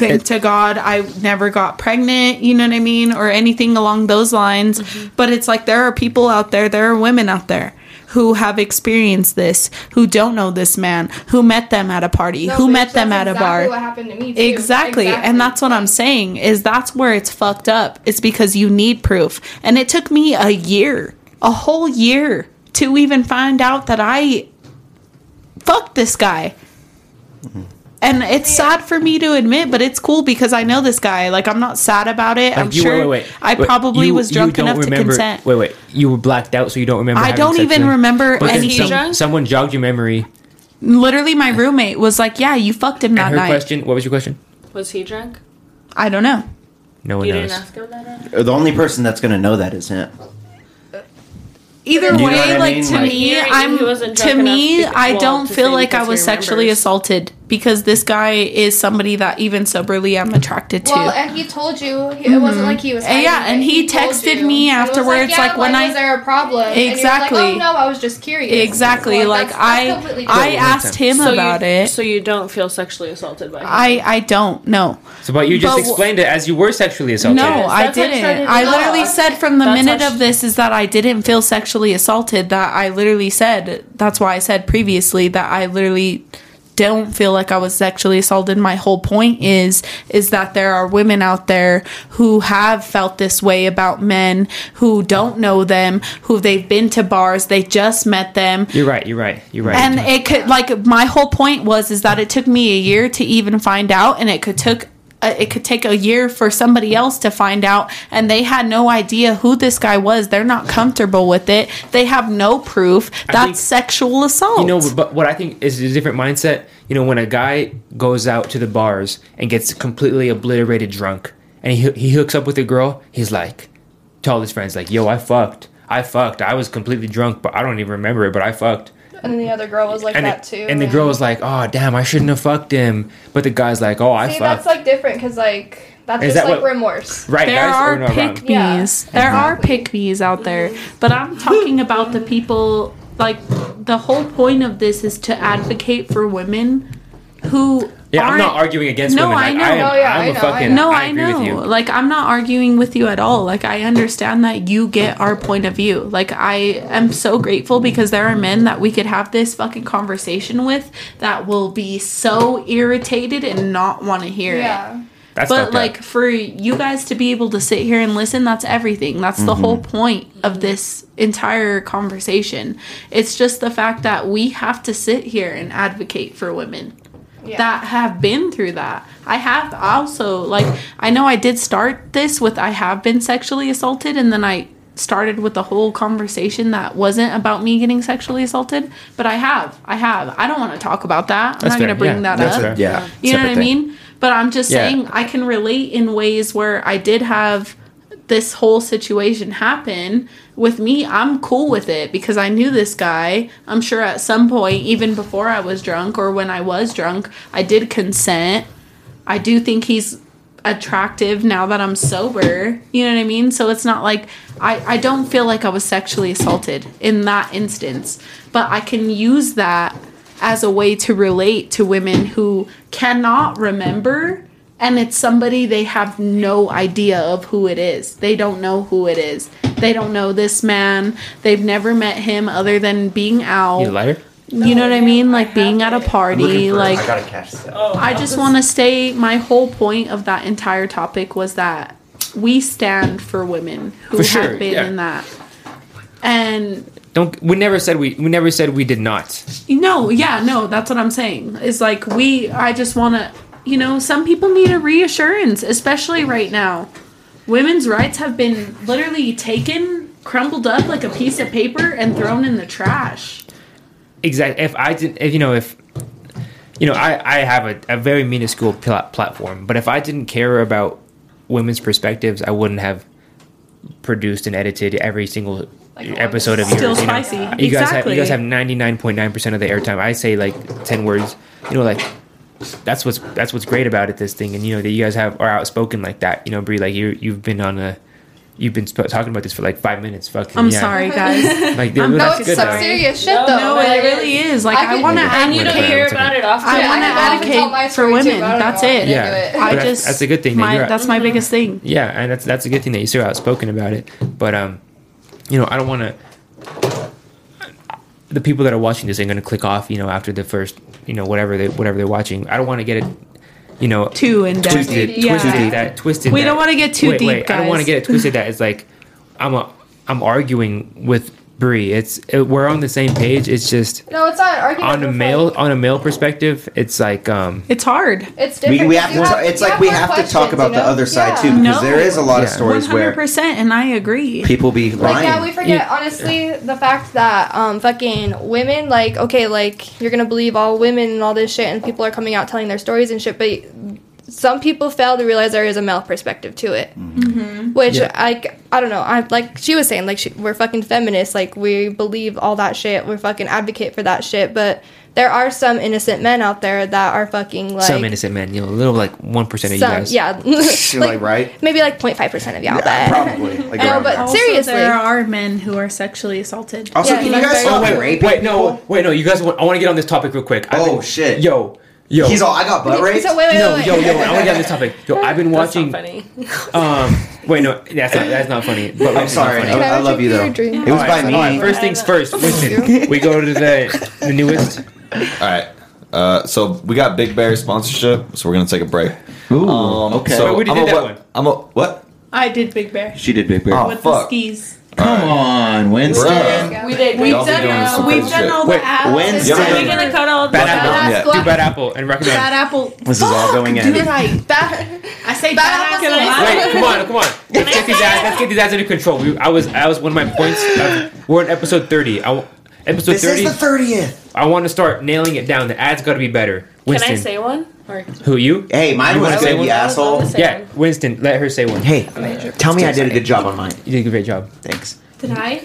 [SPEAKER 7] thank to God I never got pregnant, you know what I mean, or anything along those lines. But it's like there are people out there, there are women out there who have experienced this, who don't know this man, who met them at a party, who met them at a bar.
[SPEAKER 4] what happened to me too.
[SPEAKER 7] Exactly. And that's what I'm saying is that's where it's fucked up. It's because you need proof. And it took me a year, a whole year to even find out that I fucked this guy. And it's sad for me to admit, but it's cool because I know this guy. Like I'm not sad about it. I'm
[SPEAKER 1] Like, you-
[SPEAKER 7] sure I
[SPEAKER 1] Wait,
[SPEAKER 7] probably
[SPEAKER 1] you-
[SPEAKER 7] was
[SPEAKER 1] you
[SPEAKER 7] drunk
[SPEAKER 1] don't
[SPEAKER 7] enough to
[SPEAKER 1] remember-
[SPEAKER 7] consent.
[SPEAKER 1] Wait, wait, you were blacked out, so you don't remember.
[SPEAKER 7] I
[SPEAKER 1] having
[SPEAKER 7] don't
[SPEAKER 1] sex
[SPEAKER 7] even
[SPEAKER 1] with-
[SPEAKER 7] remember
[SPEAKER 1] But then
[SPEAKER 7] any-
[SPEAKER 1] some-
[SPEAKER 5] Drunk?
[SPEAKER 1] someone jogged your memory.
[SPEAKER 7] Literally, my roommate was like, "Yeah, you fucked him that
[SPEAKER 1] And her
[SPEAKER 7] night."
[SPEAKER 1] question, what was your question?
[SPEAKER 5] Was he drunk?
[SPEAKER 7] I don't know.
[SPEAKER 1] No one
[SPEAKER 5] You
[SPEAKER 1] knows.
[SPEAKER 5] didn't ask her that.
[SPEAKER 2] The only person that's gonna know that is him.
[SPEAKER 7] either
[SPEAKER 2] You know what
[SPEAKER 7] way
[SPEAKER 2] I
[SPEAKER 7] like
[SPEAKER 2] mean?
[SPEAKER 7] to
[SPEAKER 2] Like-
[SPEAKER 7] me
[SPEAKER 5] You're right,
[SPEAKER 7] i'm
[SPEAKER 5] he wasn't
[SPEAKER 7] to
[SPEAKER 5] drunk enough
[SPEAKER 7] me
[SPEAKER 5] to-
[SPEAKER 7] i
[SPEAKER 5] well,
[SPEAKER 7] don't
[SPEAKER 5] to
[SPEAKER 7] feel
[SPEAKER 5] say
[SPEAKER 7] like i
[SPEAKER 5] because he
[SPEAKER 7] was sexually
[SPEAKER 5] remembers.
[SPEAKER 7] assaulted
[SPEAKER 3] because this guy is somebody that even soberly I'm attracted to.
[SPEAKER 4] Well, and he told you he, it wasn't like he was.
[SPEAKER 3] Mm-hmm. And
[SPEAKER 4] hiding
[SPEAKER 3] yeah,
[SPEAKER 4] it.
[SPEAKER 3] and he
[SPEAKER 4] told
[SPEAKER 3] texted
[SPEAKER 4] you.
[SPEAKER 3] me
[SPEAKER 4] And it was
[SPEAKER 3] afterwards,
[SPEAKER 4] yeah,
[SPEAKER 3] like, when I-
[SPEAKER 4] was there a problem? And you was like,
[SPEAKER 3] Exactly.
[SPEAKER 4] oh no, I was just curious.
[SPEAKER 3] exactly.
[SPEAKER 4] So,
[SPEAKER 3] like
[SPEAKER 4] that's- that's
[SPEAKER 3] I
[SPEAKER 4] completely
[SPEAKER 3] I
[SPEAKER 4] different.
[SPEAKER 3] asked him
[SPEAKER 5] So you-
[SPEAKER 3] about it.
[SPEAKER 5] So you don't feel sexually assaulted by him.
[SPEAKER 3] I I don't know.
[SPEAKER 1] So, but you just
[SPEAKER 3] But wh-
[SPEAKER 1] explained it as you were sexually assaulted.
[SPEAKER 3] No,
[SPEAKER 5] Yes,
[SPEAKER 3] I
[SPEAKER 5] that's what I
[SPEAKER 3] didn't.
[SPEAKER 5] started
[SPEAKER 3] I
[SPEAKER 5] to
[SPEAKER 3] literally
[SPEAKER 5] know.
[SPEAKER 3] said from the
[SPEAKER 5] That's
[SPEAKER 3] minute
[SPEAKER 5] how she-
[SPEAKER 3] of this is that I didn't feel sexually assaulted. That I literally said that's why I said previously that I literally don't feel like I was sexually assaulted. My whole point is is that there are women out there who have felt this way about men who don't know them, who they've been to bars, they just met them,
[SPEAKER 1] You're right. You're right. You're right.
[SPEAKER 3] and it could like my whole point was is that it took me a year to even find out and it could took uh, it could take a year for somebody else to find out and they had no idea who this guy was they're not comfortable with it they have no proof that's
[SPEAKER 1] think-
[SPEAKER 3] sexual assault
[SPEAKER 1] you know, but what I think is a different mindset. You know, when a guy goes out to the bars and gets completely obliterated drunk, and he he hooks up with a girl, he's like, to all his friends, like, "Yo, I fucked. I fucked. I was completely drunk, but I don't even remember it. But I fucked."
[SPEAKER 4] And then the other girl was like
[SPEAKER 1] And
[SPEAKER 4] that
[SPEAKER 1] it-
[SPEAKER 4] too.
[SPEAKER 1] and the girl was like, "Oh, damn, I shouldn't have fucked him." But the guy's like, "Oh, I
[SPEAKER 4] See,
[SPEAKER 1] fucked."
[SPEAKER 4] that's like different because like that's
[SPEAKER 1] Is
[SPEAKER 4] just
[SPEAKER 1] that
[SPEAKER 4] like
[SPEAKER 1] what-
[SPEAKER 4] remorse.
[SPEAKER 1] right?
[SPEAKER 3] there
[SPEAKER 1] guys,
[SPEAKER 3] are
[SPEAKER 1] or no, wrong.
[SPEAKER 3] pick
[SPEAKER 4] Yeah.
[SPEAKER 3] me's. There are pick me's out there. But I'm talking about the people like the whole point of this is to advocate for women who
[SPEAKER 1] Yeah, I'm not
[SPEAKER 3] aren't-
[SPEAKER 1] arguing against
[SPEAKER 3] No,
[SPEAKER 1] women.
[SPEAKER 3] I
[SPEAKER 1] Like,
[SPEAKER 3] know.
[SPEAKER 1] am,
[SPEAKER 4] Oh, yeah,
[SPEAKER 1] I'm
[SPEAKER 4] I
[SPEAKER 1] a
[SPEAKER 4] know, I
[SPEAKER 1] fucking.
[SPEAKER 3] No, I,
[SPEAKER 1] agree
[SPEAKER 3] know.
[SPEAKER 1] With you.
[SPEAKER 3] Like, I'm not arguing with you at all. Like, I understand that you get our point of view. Like, I am so grateful because there are men that we could have this fucking conversation with that will be so irritated and not want to hear it.
[SPEAKER 4] Yeah.
[SPEAKER 1] That's fucked
[SPEAKER 3] But
[SPEAKER 1] up.
[SPEAKER 3] like for you guys to be able to sit here and listen, that's everything. That's the whole
[SPEAKER 1] Mm-hmm.
[SPEAKER 3] point of this entire conversation. It's just the fact that we have to sit here and advocate for women
[SPEAKER 4] Yeah.
[SPEAKER 3] that have been through that. I have also like I know I did start this with I have been sexually assaulted and then I started with the whole conversation that wasn't about me getting sexually assaulted, but I have. I have. I don't want to talk about that. I'm
[SPEAKER 1] That's
[SPEAKER 3] not going to
[SPEAKER 1] fair.
[SPEAKER 3] bring
[SPEAKER 1] Yeah,
[SPEAKER 3] that
[SPEAKER 1] that's
[SPEAKER 3] up.
[SPEAKER 1] fair.
[SPEAKER 2] Yeah.
[SPEAKER 3] You know what
[SPEAKER 2] separate
[SPEAKER 3] I
[SPEAKER 2] thing.
[SPEAKER 3] mean? But I'm just
[SPEAKER 1] Yeah.
[SPEAKER 3] saying I can relate in ways where I did have this whole situation happen with me. I'm cool with it because I knew this guy. I'm sure at some point, even before I was drunk or when I was drunk, I did consent. I do think he's attractive now that I'm sober. You know what I mean? So it's not like I, I don't feel like I was sexually assaulted in that instance. But I can use that as a way to relate to women who cannot remember and it's somebody they have no idea of who it is. They don't know who it is. They don't know this man. They've never met him other than being out.
[SPEAKER 1] you lighter?
[SPEAKER 3] You know what I mean? Like being at a party, like
[SPEAKER 2] gotta catch that.
[SPEAKER 5] oh,
[SPEAKER 3] I just want to say my whole point of that entire topic was that we stand for women who
[SPEAKER 1] For sure,
[SPEAKER 3] have been
[SPEAKER 1] yeah.
[SPEAKER 3] in that. And
[SPEAKER 1] Don't. We never said we. We never said we did not.
[SPEAKER 3] no, yeah, no, that's what I'm saying. Is like we I just want to, you know, some people need a reassurance, especially right now. Women's rights have been literally taken, crumbled up like a piece of paper and thrown in the trash.
[SPEAKER 1] exactly if i didn't if you know if you know i i have a, a very minuscule pl- platform but if i didn't care about women's perspectives i wouldn't have produced and edited every single episode of
[SPEAKER 3] Still
[SPEAKER 1] yours, you know?
[SPEAKER 3] spicy.
[SPEAKER 1] you guys have
[SPEAKER 3] exactly.
[SPEAKER 1] you guys have 99.9% of the airtime i say like 10 words you know like that's what's that's what's great about it this thing and you know that you guys have are outspoken like that you know Bree, like you you've been on a you've been sp- talking about this for like five minutes fucking
[SPEAKER 3] I'm
[SPEAKER 1] yeah.
[SPEAKER 3] sorry, guys.
[SPEAKER 1] like dude,
[SPEAKER 3] I'm
[SPEAKER 4] No,
[SPEAKER 1] that's
[SPEAKER 4] it's
[SPEAKER 1] good
[SPEAKER 4] some
[SPEAKER 1] though.
[SPEAKER 4] serious shit
[SPEAKER 5] No,
[SPEAKER 4] though.
[SPEAKER 3] no,
[SPEAKER 4] Like,
[SPEAKER 3] it really is. Like
[SPEAKER 4] I
[SPEAKER 3] I,
[SPEAKER 4] could-
[SPEAKER 3] want to
[SPEAKER 5] And you
[SPEAKER 1] Wait,
[SPEAKER 5] don't
[SPEAKER 1] wait,
[SPEAKER 5] hear
[SPEAKER 1] wait,
[SPEAKER 5] about
[SPEAKER 1] wait.
[SPEAKER 5] it often.
[SPEAKER 3] I
[SPEAKER 4] Yeah,
[SPEAKER 3] wanna
[SPEAKER 4] I know. I can
[SPEAKER 3] advocate
[SPEAKER 4] tell my
[SPEAKER 3] for
[SPEAKER 4] story,
[SPEAKER 3] women.
[SPEAKER 4] but I don't
[SPEAKER 3] That's
[SPEAKER 4] know. I
[SPEAKER 3] it.
[SPEAKER 4] can't
[SPEAKER 1] Yeah.
[SPEAKER 4] do it.
[SPEAKER 3] I
[SPEAKER 1] But that's-
[SPEAKER 3] just
[SPEAKER 1] that's a good thing that
[SPEAKER 3] My,
[SPEAKER 1] you're out-
[SPEAKER 3] that's my biggest thing.
[SPEAKER 1] Yeah, and that's that's a good thing that you're so outspoken about it. But um, you know, I don't want to. The people that are watching this ain't gonna click off. You know, after the first, you know, whatever they whatever they're watching. I don't want to get it. You know,
[SPEAKER 3] Too in depth.
[SPEAKER 1] twisted,
[SPEAKER 3] Yeah.
[SPEAKER 1] twisted that twisted.
[SPEAKER 3] We
[SPEAKER 1] that-
[SPEAKER 3] don't wanna get too
[SPEAKER 1] wait,
[SPEAKER 3] deep,
[SPEAKER 1] Wait, I don't want to
[SPEAKER 3] guys.
[SPEAKER 1] get it twisted. That it's like I'm a I'm arguing with Bree. It's it, we're on the same page. It's just
[SPEAKER 4] No, it's not an argument.
[SPEAKER 1] on a
[SPEAKER 4] it's
[SPEAKER 1] male
[SPEAKER 4] like-
[SPEAKER 1] on a male perspective. It's like um.
[SPEAKER 3] It's hard.
[SPEAKER 4] It's
[SPEAKER 2] We,
[SPEAKER 4] different.
[SPEAKER 2] we
[SPEAKER 4] 'cause
[SPEAKER 2] have
[SPEAKER 4] you
[SPEAKER 2] to. ta- it's
[SPEAKER 4] you
[SPEAKER 2] like we
[SPEAKER 4] more
[SPEAKER 2] have to talk
[SPEAKER 4] questions,
[SPEAKER 2] about
[SPEAKER 4] you
[SPEAKER 2] the
[SPEAKER 4] know?
[SPEAKER 2] other side
[SPEAKER 4] Yeah.
[SPEAKER 2] too, because
[SPEAKER 3] No.
[SPEAKER 2] there is a lot of
[SPEAKER 1] Yeah.
[SPEAKER 2] stories where
[SPEAKER 3] 100%, and I agree.
[SPEAKER 2] people be
[SPEAKER 4] Like yeah, we
[SPEAKER 2] lying.
[SPEAKER 4] forget honestly the fact that um fucking women like okay like you're gonna believe all women and all this shit and people are coming out telling their stories and shit but some people fail to realize there is a male perspective to it which
[SPEAKER 1] Yeah.
[SPEAKER 4] I I don't know I like she was saying like she, we're fucking feminists like we believe all that shit we fucking advocate for that shit but there are some innocent men out there that are fucking like
[SPEAKER 1] Some innocent men, you know, a little like one percent of
[SPEAKER 4] some-
[SPEAKER 1] you guys.
[SPEAKER 4] yeah,
[SPEAKER 2] like, right?
[SPEAKER 4] Maybe like 0.5 percent of y'all.
[SPEAKER 9] Yeah,
[SPEAKER 4] that
[SPEAKER 9] probably. Like
[SPEAKER 4] no,
[SPEAKER 9] around
[SPEAKER 4] but
[SPEAKER 9] there.
[SPEAKER 3] Also,
[SPEAKER 4] seriously,
[SPEAKER 3] there are men who are sexually assaulted.
[SPEAKER 9] also,
[SPEAKER 4] yeah,
[SPEAKER 9] can you
[SPEAKER 4] like
[SPEAKER 9] guys
[SPEAKER 4] very-
[SPEAKER 9] stop
[SPEAKER 4] Oh,
[SPEAKER 1] Wait,
[SPEAKER 2] rape
[SPEAKER 1] wait, no,
[SPEAKER 2] people?
[SPEAKER 1] wait, no. You guys, want, I want to get on this topic real quick. I've
[SPEAKER 2] Oh,
[SPEAKER 1] been-
[SPEAKER 2] shit.
[SPEAKER 1] Yo, yo,
[SPEAKER 2] He's all. I got butt raped.
[SPEAKER 4] so wait, wait,
[SPEAKER 1] no,
[SPEAKER 4] wait,
[SPEAKER 1] yo,
[SPEAKER 4] wait.
[SPEAKER 1] yo. I want to get on this topic. Yo, I've been
[SPEAKER 5] That's
[SPEAKER 1] watching.
[SPEAKER 5] not funny.
[SPEAKER 1] Um, wait, no, that's not that's not funny. But
[SPEAKER 2] I'm
[SPEAKER 1] rape's not
[SPEAKER 2] sorry.
[SPEAKER 1] funny.
[SPEAKER 4] Can
[SPEAKER 2] I, I
[SPEAKER 4] I
[SPEAKER 2] love you though.
[SPEAKER 4] repeat your dream?
[SPEAKER 2] It was
[SPEAKER 1] All
[SPEAKER 2] by
[SPEAKER 1] right, all right,
[SPEAKER 2] me.
[SPEAKER 1] first things first. Listen, we go to the the newest.
[SPEAKER 6] All right. Uh, so we got Big Bear sponsorship, so we're gonna take a break.
[SPEAKER 2] Ooh,
[SPEAKER 6] Um,
[SPEAKER 2] okay.
[SPEAKER 6] So
[SPEAKER 1] Wait, we did
[SPEAKER 6] I'm a
[SPEAKER 1] that
[SPEAKER 6] what?
[SPEAKER 1] one.
[SPEAKER 6] I'm a what?
[SPEAKER 3] I did Big Bear
[SPEAKER 2] she did big bear.
[SPEAKER 6] Oh,
[SPEAKER 3] with the
[SPEAKER 6] fuck.
[SPEAKER 3] skis.
[SPEAKER 2] come on, Winston.
[SPEAKER 6] Bruh.
[SPEAKER 4] We
[SPEAKER 5] did.
[SPEAKER 3] We've
[SPEAKER 6] Y'all be doing
[SPEAKER 3] done,
[SPEAKER 6] some
[SPEAKER 3] we've
[SPEAKER 6] crazy
[SPEAKER 3] done
[SPEAKER 6] shit.
[SPEAKER 3] all
[SPEAKER 1] Wait,
[SPEAKER 3] the apps.
[SPEAKER 2] when's-
[SPEAKER 3] It's
[SPEAKER 6] Y'all be
[SPEAKER 5] We're
[SPEAKER 6] doing-
[SPEAKER 5] gonna cut all
[SPEAKER 1] Bad
[SPEAKER 5] the-
[SPEAKER 1] apple.
[SPEAKER 6] Yeah.
[SPEAKER 1] Do bad apple and recommend.
[SPEAKER 3] Bad apple.
[SPEAKER 2] This is all going in.
[SPEAKER 3] Dude, I,
[SPEAKER 4] Bad-
[SPEAKER 3] I say
[SPEAKER 4] Bad
[SPEAKER 3] bad, apple.
[SPEAKER 4] apples are
[SPEAKER 3] a lot.
[SPEAKER 1] Wait, come on, come on. Let's get these ads. Let's get these ads under control. We, I was, I was one of my points. uh, we're on episode thirty. I, w- episode
[SPEAKER 2] This
[SPEAKER 1] thirty.
[SPEAKER 2] is the thirtieth.
[SPEAKER 1] I want to start nailing it down. The ads got to be better.
[SPEAKER 5] Can
[SPEAKER 1] Winston,
[SPEAKER 5] I say one? Or
[SPEAKER 1] who you?
[SPEAKER 2] Hey, mine
[SPEAKER 1] wanna
[SPEAKER 2] was
[SPEAKER 1] say
[SPEAKER 2] good,
[SPEAKER 1] one?
[SPEAKER 2] you asshole.
[SPEAKER 5] Say
[SPEAKER 1] Yeah,
[SPEAKER 5] one.
[SPEAKER 1] Winston. Let her say one.
[SPEAKER 2] Hey, tell me I did a good job on mine.
[SPEAKER 1] you did a great job.
[SPEAKER 2] Thanks.
[SPEAKER 3] Did I?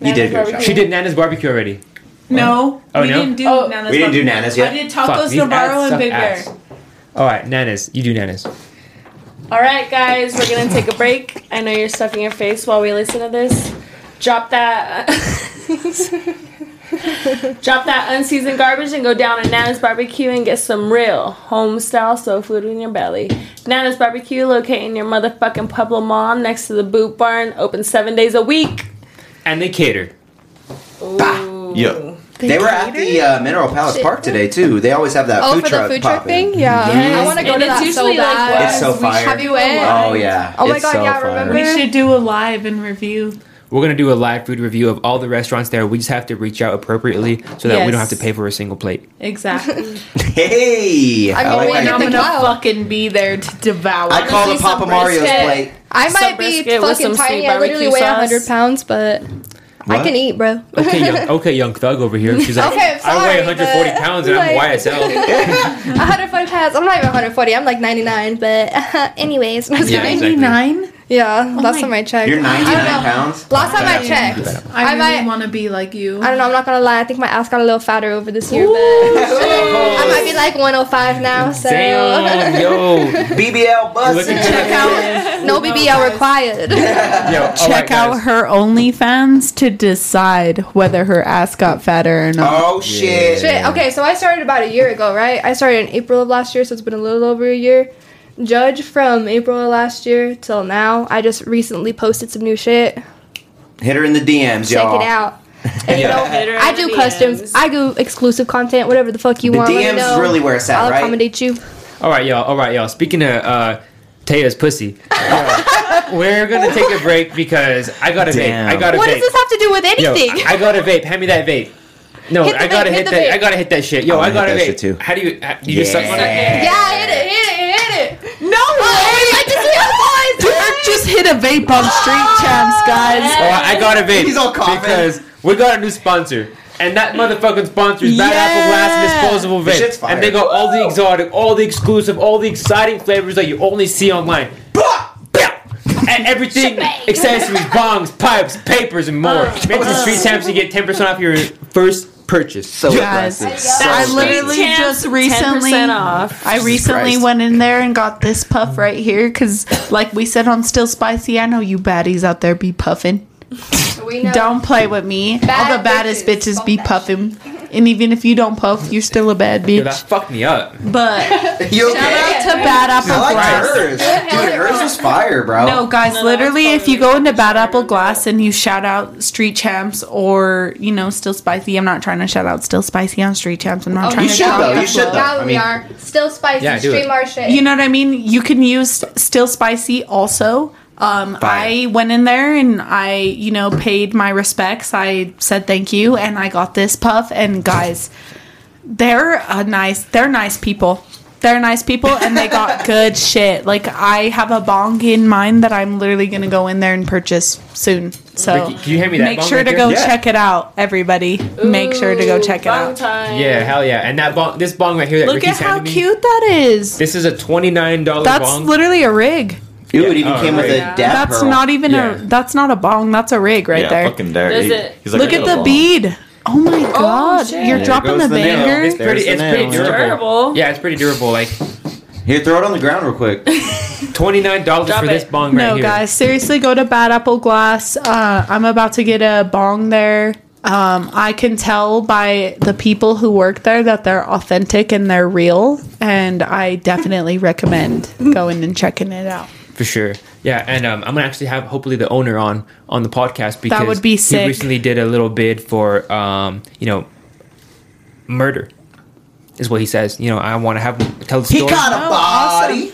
[SPEAKER 2] You did a good job.
[SPEAKER 1] She did Nana's barbecue already.
[SPEAKER 3] No.
[SPEAKER 1] Oh,
[SPEAKER 3] we
[SPEAKER 1] no?
[SPEAKER 3] didn't do
[SPEAKER 5] Oh.
[SPEAKER 3] Nana's
[SPEAKER 2] We didn't do
[SPEAKER 3] Barbecue.
[SPEAKER 2] nanas yet.
[SPEAKER 3] I did
[SPEAKER 1] Fuck,
[SPEAKER 3] Tacos
[SPEAKER 1] these
[SPEAKER 3] Navarro
[SPEAKER 1] ads
[SPEAKER 3] and Big
[SPEAKER 1] suck
[SPEAKER 3] Bear.
[SPEAKER 1] ass. All right, Nana's. You do Nana's.
[SPEAKER 5] All right, guys, we're gonna take a break. I know you're stuck in your face while we listen to this. Drop that. uh, Drop that unseasoned garbage and go down to Nana's Barbecue and get some real home style soul food in your belly. Nana's Barbecue, located in your motherfucking Pueblo Mall next to the Boot Barn, open seven days a week.
[SPEAKER 1] And they catered.
[SPEAKER 5] Ooh.
[SPEAKER 6] Yeah.
[SPEAKER 2] They were at the uh, Mineral Palace Park today too. They always have that
[SPEAKER 4] Oh,
[SPEAKER 2] food
[SPEAKER 4] for the
[SPEAKER 2] truck
[SPEAKER 4] food truck
[SPEAKER 2] popping.
[SPEAKER 4] thing? Yeah.
[SPEAKER 5] Yes.
[SPEAKER 4] I want to go
[SPEAKER 5] And
[SPEAKER 4] to
[SPEAKER 5] it's
[SPEAKER 4] that so
[SPEAKER 5] usually, like,
[SPEAKER 4] bad.
[SPEAKER 5] what?
[SPEAKER 2] It's so
[SPEAKER 5] We
[SPEAKER 2] fire.
[SPEAKER 4] Have you went?
[SPEAKER 2] Oh yeah.
[SPEAKER 4] Oh my
[SPEAKER 2] It's
[SPEAKER 4] God,
[SPEAKER 2] so
[SPEAKER 4] yeah,
[SPEAKER 2] fire.
[SPEAKER 4] remember?
[SPEAKER 3] We should do a live and review.
[SPEAKER 1] We're gonna do a live food review of all the restaurants there. We just have to reach out appropriately so that we don't have
[SPEAKER 3] Yes.
[SPEAKER 1] to pay for a single plate.
[SPEAKER 3] Exactly.
[SPEAKER 2] Hey,
[SPEAKER 4] I mean,
[SPEAKER 2] like
[SPEAKER 4] we
[SPEAKER 2] that.
[SPEAKER 4] know-
[SPEAKER 3] I'm
[SPEAKER 4] the
[SPEAKER 3] gonna
[SPEAKER 4] cloud.
[SPEAKER 3] fucking be there to devour.
[SPEAKER 2] I call
[SPEAKER 5] do
[SPEAKER 2] it Papa
[SPEAKER 5] some
[SPEAKER 2] Mario's
[SPEAKER 5] brisket.
[SPEAKER 2] plate.
[SPEAKER 4] I
[SPEAKER 5] Some
[SPEAKER 4] might be
[SPEAKER 5] brisket with
[SPEAKER 4] fucking
[SPEAKER 5] some
[SPEAKER 4] tiny.
[SPEAKER 5] sweet
[SPEAKER 4] I literally
[SPEAKER 5] barbecue
[SPEAKER 4] weigh
[SPEAKER 5] sauce.
[SPEAKER 4] 100 pounds, but I
[SPEAKER 2] What?
[SPEAKER 4] can eat, bro.
[SPEAKER 1] Okay, young, okay, young thug over here. She's like,
[SPEAKER 4] Okay,
[SPEAKER 1] I weigh
[SPEAKER 4] sorry,
[SPEAKER 1] 140
[SPEAKER 4] but,
[SPEAKER 1] pounds and I'm
[SPEAKER 4] like-
[SPEAKER 1] YSL.
[SPEAKER 4] 140 pounds. I'm not even 140. I'm like 99. But anyways,
[SPEAKER 2] Yeah,
[SPEAKER 4] yeah,
[SPEAKER 2] exactly.
[SPEAKER 3] 99.
[SPEAKER 4] last
[SPEAKER 3] my-
[SPEAKER 4] time I checked.
[SPEAKER 2] You're
[SPEAKER 4] I don't
[SPEAKER 2] 99
[SPEAKER 4] know.
[SPEAKER 2] pounds.
[SPEAKER 4] Last time I
[SPEAKER 1] Yeah.
[SPEAKER 4] checked,
[SPEAKER 3] I,
[SPEAKER 4] I
[SPEAKER 3] really
[SPEAKER 4] might-
[SPEAKER 3] want to be like you.
[SPEAKER 4] I don't know. I'm not gonna lie. I think my ass got a little fatter over this year, but I might be like 105 now. So
[SPEAKER 1] Damn, yo.
[SPEAKER 2] BBL
[SPEAKER 1] Look
[SPEAKER 2] busted.
[SPEAKER 1] at Check
[SPEAKER 4] no BBL required.
[SPEAKER 1] Yo, all right,
[SPEAKER 3] Check out
[SPEAKER 1] guys.
[SPEAKER 3] her OnlyFans to decide whether her ass got fatter or not.
[SPEAKER 2] Oh shit.
[SPEAKER 4] Shit. Okay, so I started about a year ago, right? I started in April of last year, so it's been a little over a year. Judge from April of last year till now. I just recently posted some new shit.
[SPEAKER 2] Hit her in the DMs,
[SPEAKER 4] Check
[SPEAKER 2] y'all.
[SPEAKER 4] it out. And, you know, I do customs. I do exclusive content, whatever the fuck you
[SPEAKER 2] The
[SPEAKER 4] want. let me
[SPEAKER 2] DMs is
[SPEAKER 4] know.
[SPEAKER 2] really where it's at,
[SPEAKER 4] I'll
[SPEAKER 2] right?
[SPEAKER 4] accommodate you.
[SPEAKER 1] All right, y'all. All right, y'all. Speaking of uh, Taya's pussy, yo, we're gonna take a break because I got a
[SPEAKER 2] Damn.
[SPEAKER 1] vape. I got a
[SPEAKER 4] What
[SPEAKER 1] vape.
[SPEAKER 4] does this have to do with
[SPEAKER 1] Yo,
[SPEAKER 4] anything?
[SPEAKER 1] I, I got a vape. Hand me that vape. No,
[SPEAKER 4] Hit the
[SPEAKER 1] I gotta
[SPEAKER 4] vape,
[SPEAKER 1] hit
[SPEAKER 4] hit the
[SPEAKER 1] that.
[SPEAKER 4] vape.
[SPEAKER 1] I gotta hit that shit. Yo,
[SPEAKER 2] I
[SPEAKER 1] I,
[SPEAKER 2] wanna
[SPEAKER 1] gotta
[SPEAKER 2] hit that
[SPEAKER 1] vape
[SPEAKER 2] shit too.
[SPEAKER 1] How do you? How, you just suck on it?
[SPEAKER 4] yeah, hit it, hit it, hit it. Oh,
[SPEAKER 3] No way!
[SPEAKER 4] I just hear a voice.
[SPEAKER 3] Derek just hit a vape on Street Champs, guys.
[SPEAKER 1] Oh, I got a vape.
[SPEAKER 2] He's all coughing.
[SPEAKER 1] because we got a new sponsor. And that motherfucking sponsor is Bad Apple
[SPEAKER 3] Yeah.
[SPEAKER 1] Glass disposable
[SPEAKER 2] This
[SPEAKER 1] vape,
[SPEAKER 2] shit's fire.
[SPEAKER 1] and they got all the exotic, all the exclusive, all the exciting flavors that you only see online. and everything accessories, bongs, pipes, papers, and more. Mention Street Champs to get 10% off your first purchase.
[SPEAKER 2] So
[SPEAKER 3] Guys,
[SPEAKER 2] aggressive. So
[SPEAKER 3] I
[SPEAKER 2] aggressive.
[SPEAKER 3] literally just recently.
[SPEAKER 5] 10% off.
[SPEAKER 3] I recently
[SPEAKER 2] Christ.
[SPEAKER 3] went in there and got this puff right here because, like we said on Still Spicy, I know you baddies out there be puffing.
[SPEAKER 4] We know.
[SPEAKER 3] Don't play with me.
[SPEAKER 4] Bad
[SPEAKER 3] All the baddest
[SPEAKER 4] bitches.
[SPEAKER 3] bitches, be puffing. And even if you don't puff, you're still a bad
[SPEAKER 1] Yo, that
[SPEAKER 3] bitch.
[SPEAKER 1] fucked me up.
[SPEAKER 3] But shout
[SPEAKER 2] You okay?
[SPEAKER 3] out to Bad Apple
[SPEAKER 2] I liked
[SPEAKER 3] Glass.
[SPEAKER 2] hers. Dude, hers was fire, bro.
[SPEAKER 3] No, guys,
[SPEAKER 5] Oh, No, no,
[SPEAKER 3] literally,
[SPEAKER 5] it's
[SPEAKER 3] if you
[SPEAKER 5] totally
[SPEAKER 3] go into Bad
[SPEAKER 5] different.
[SPEAKER 3] Apple Glass and you shout out Street Champs or, you know, Still Spicy, I'm not trying to shout out Still Spicy on Street Champs. I'm not
[SPEAKER 5] Oh,
[SPEAKER 3] trying
[SPEAKER 2] you
[SPEAKER 3] to
[SPEAKER 2] should,
[SPEAKER 3] shout
[SPEAKER 2] though.
[SPEAKER 3] out
[SPEAKER 2] You should, though.
[SPEAKER 4] Now
[SPEAKER 2] I
[SPEAKER 4] we
[SPEAKER 2] mean-
[SPEAKER 4] are still spicy.
[SPEAKER 1] Yeah, do
[SPEAKER 4] stream
[SPEAKER 1] it.
[SPEAKER 4] our shit.
[SPEAKER 3] You know what I mean? You can use still spicy also. Um,
[SPEAKER 2] Fire.
[SPEAKER 3] I went in there and I, you know, paid my respects. I said thank you and I got this puff. And guys, they're a nice, they're nice people. They're nice people and they got good shit. Like I have a bong in mind that I'm literally gonna go in there and purchase soon. So
[SPEAKER 1] Ricky, can you hand me that
[SPEAKER 3] make
[SPEAKER 1] bong
[SPEAKER 3] sure
[SPEAKER 1] right
[SPEAKER 3] to
[SPEAKER 1] there?
[SPEAKER 3] go
[SPEAKER 1] Yeah.
[SPEAKER 3] check it out, everybody. make sure to go check it out.
[SPEAKER 1] Yeah, hell yeah. And that bong, this bong right here that
[SPEAKER 3] Look
[SPEAKER 1] Ricky's
[SPEAKER 3] at how
[SPEAKER 1] handed me,
[SPEAKER 3] cute that is.
[SPEAKER 1] this is a $29
[SPEAKER 3] That's
[SPEAKER 1] bong.
[SPEAKER 3] literally a rig.
[SPEAKER 2] Dude, it even
[SPEAKER 1] Oh,
[SPEAKER 2] came with a
[SPEAKER 1] yeah.
[SPEAKER 2] dab
[SPEAKER 3] That's
[SPEAKER 2] pearl.
[SPEAKER 3] not even
[SPEAKER 1] Yeah.
[SPEAKER 3] a. That's not a bong. That's a rig right
[SPEAKER 6] yeah,
[SPEAKER 3] there.
[SPEAKER 6] fucking dare.
[SPEAKER 5] Does
[SPEAKER 6] He-
[SPEAKER 5] it-
[SPEAKER 6] he's like,
[SPEAKER 3] Look
[SPEAKER 6] I
[SPEAKER 3] at
[SPEAKER 6] got a
[SPEAKER 3] the
[SPEAKER 6] ball.
[SPEAKER 3] bead.
[SPEAKER 7] Oh my god,
[SPEAKER 5] shit.
[SPEAKER 7] you're
[SPEAKER 5] There
[SPEAKER 7] dropping
[SPEAKER 2] goes
[SPEAKER 7] the,
[SPEAKER 2] the nail.
[SPEAKER 7] banger.
[SPEAKER 1] It's pretty.
[SPEAKER 2] There's
[SPEAKER 1] It's
[SPEAKER 2] the
[SPEAKER 1] pretty
[SPEAKER 2] nail.
[SPEAKER 1] durable.
[SPEAKER 5] Durable.
[SPEAKER 1] Yeah, it's pretty durable. Like
[SPEAKER 2] Here, throw it on the ground real quick.
[SPEAKER 1] twenty nine dollars
[SPEAKER 5] Drop
[SPEAKER 1] for this
[SPEAKER 5] it.
[SPEAKER 1] bong right
[SPEAKER 7] no,
[SPEAKER 1] here.
[SPEAKER 7] guys, seriously, go to Bad Apple Glass. Uh, I'm about to get a bong there. Um, I can tell by the people who work there that they're authentic and they're real, and I definitely recommend going and checking it out.
[SPEAKER 1] for sure. Yeah, and um, I'm gonna actually have hopefully the owner on on the podcast because
[SPEAKER 7] would be
[SPEAKER 1] he
[SPEAKER 7] sick.
[SPEAKER 1] recently did a little bid for um, you know murder. Is what he says. You know, I want to have tell the story.
[SPEAKER 2] a body.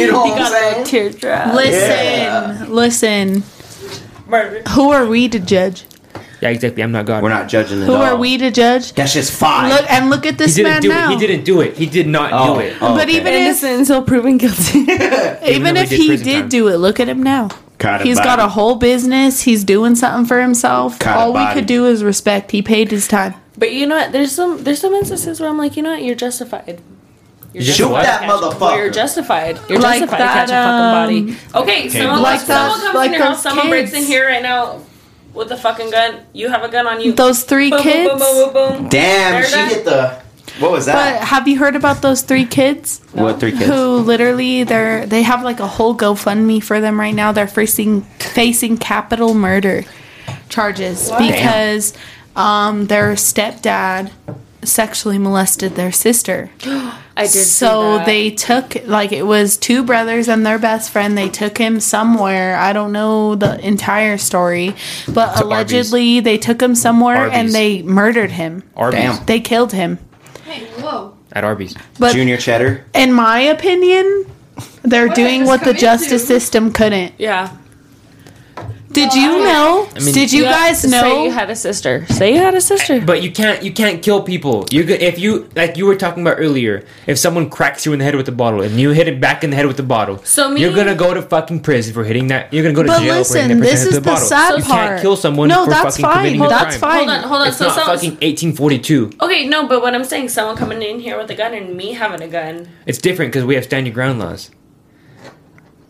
[SPEAKER 2] You know
[SPEAKER 7] if
[SPEAKER 2] what I'm
[SPEAKER 5] Got a
[SPEAKER 2] saying?
[SPEAKER 5] teardrop.
[SPEAKER 7] Listen, listen.
[SPEAKER 5] Murder.
[SPEAKER 7] Who are we to judge?
[SPEAKER 1] Yeah, exactly. I'm not God.
[SPEAKER 2] We're not judging it
[SPEAKER 7] Who
[SPEAKER 2] all.
[SPEAKER 7] are we to judge?
[SPEAKER 2] That's just fine.
[SPEAKER 7] Look and look at
[SPEAKER 1] He
[SPEAKER 7] this
[SPEAKER 1] didn't
[SPEAKER 7] man
[SPEAKER 1] do
[SPEAKER 7] now.
[SPEAKER 1] it. He didn't do it. He did not
[SPEAKER 2] Oh,
[SPEAKER 1] do it.
[SPEAKER 2] oh,
[SPEAKER 7] But
[SPEAKER 2] okay.
[SPEAKER 7] even if
[SPEAKER 5] Innocent until proven guilty.
[SPEAKER 1] Even
[SPEAKER 7] even
[SPEAKER 1] though
[SPEAKER 7] if
[SPEAKER 1] he did
[SPEAKER 7] he
[SPEAKER 1] prison
[SPEAKER 7] did
[SPEAKER 1] time.
[SPEAKER 7] do it, look at him now.
[SPEAKER 10] Caught a
[SPEAKER 7] He's got
[SPEAKER 10] body.
[SPEAKER 7] a whole business. He's doing something for himself.
[SPEAKER 10] Caught a
[SPEAKER 7] All we
[SPEAKER 10] body.
[SPEAKER 7] could do is respect. He paid his time.
[SPEAKER 5] but you know what? There's some there's some instances where I'm like, you know what? You're justified. You're
[SPEAKER 1] Shoot
[SPEAKER 5] justified to
[SPEAKER 2] that
[SPEAKER 5] catch-
[SPEAKER 2] motherfucker.
[SPEAKER 5] You're justified. You're
[SPEAKER 7] Like
[SPEAKER 5] justified
[SPEAKER 7] that, um,
[SPEAKER 5] to catch a fucking body. Okay, someone,
[SPEAKER 7] Like
[SPEAKER 5] someone
[SPEAKER 7] that-
[SPEAKER 5] comes
[SPEAKER 7] like
[SPEAKER 5] in your house,
[SPEAKER 7] those
[SPEAKER 5] someone breaks in
[SPEAKER 7] kids.
[SPEAKER 5] here right now with a fucking gun. You have a gun on you.
[SPEAKER 7] Those three
[SPEAKER 5] boom,
[SPEAKER 7] kids.
[SPEAKER 5] Boom, boom, boom, boom, boom.
[SPEAKER 2] Damn,
[SPEAKER 5] There
[SPEAKER 2] she
[SPEAKER 5] it is.
[SPEAKER 2] hit the. What was
[SPEAKER 7] But
[SPEAKER 2] that?
[SPEAKER 7] have you heard about those three kids?
[SPEAKER 2] What three kids?
[SPEAKER 7] Who literally they're they have like a whole GoFundMe for them right now. They're facing facing capital murder charges because um, their stepdad sexually molested their sister.
[SPEAKER 5] I did. see
[SPEAKER 7] so
[SPEAKER 5] that.
[SPEAKER 7] they took like it was two brothers and their best friend they took him somewhere i don't know the entire story but
[SPEAKER 1] To
[SPEAKER 7] allegedly they took him somewhere
[SPEAKER 1] Arby's.
[SPEAKER 7] and they murdered him
[SPEAKER 1] Arby's
[SPEAKER 2] Damn.
[SPEAKER 7] they killed him
[SPEAKER 4] Hey, whoa.
[SPEAKER 1] at Arby's.
[SPEAKER 7] but
[SPEAKER 2] Junior Cheddar.
[SPEAKER 7] in my opinion they're
[SPEAKER 4] What did
[SPEAKER 7] doing
[SPEAKER 4] this
[SPEAKER 7] what the
[SPEAKER 4] come
[SPEAKER 7] justice
[SPEAKER 4] into?
[SPEAKER 7] system couldn't
[SPEAKER 5] Yeah.
[SPEAKER 7] did you know
[SPEAKER 1] I mean-
[SPEAKER 7] did you guys
[SPEAKER 5] Say
[SPEAKER 7] know
[SPEAKER 5] you had a sister. Say you had a sister.
[SPEAKER 1] But you can't you can't kill people. You're go- if you like you were talking about earlier. If someone cracks you in the head with a bottle and you hit it back in the head with the bottle,
[SPEAKER 5] So me-
[SPEAKER 1] you're gonna go to fucking prison for hitting that. You're gonna go to
[SPEAKER 7] But
[SPEAKER 1] jail for hitting
[SPEAKER 7] listen,
[SPEAKER 1] that person
[SPEAKER 7] this
[SPEAKER 1] with
[SPEAKER 7] is
[SPEAKER 1] the
[SPEAKER 7] the
[SPEAKER 1] bottle.
[SPEAKER 7] sad
[SPEAKER 1] you can't
[SPEAKER 7] part.
[SPEAKER 1] kill someone
[SPEAKER 7] No,
[SPEAKER 1] for
[SPEAKER 7] that's
[SPEAKER 1] fucking
[SPEAKER 7] fine.
[SPEAKER 1] committing a
[SPEAKER 7] Well,
[SPEAKER 1] crime.
[SPEAKER 7] that's fine.
[SPEAKER 5] Hold on, hold on.
[SPEAKER 1] It's
[SPEAKER 5] so
[SPEAKER 1] not
[SPEAKER 5] some,
[SPEAKER 1] fucking 1842.
[SPEAKER 5] Okay, no, but what I'm saying, someone coming in here with a gun and me having a gun.
[SPEAKER 1] It's different because we have stand your ground laws.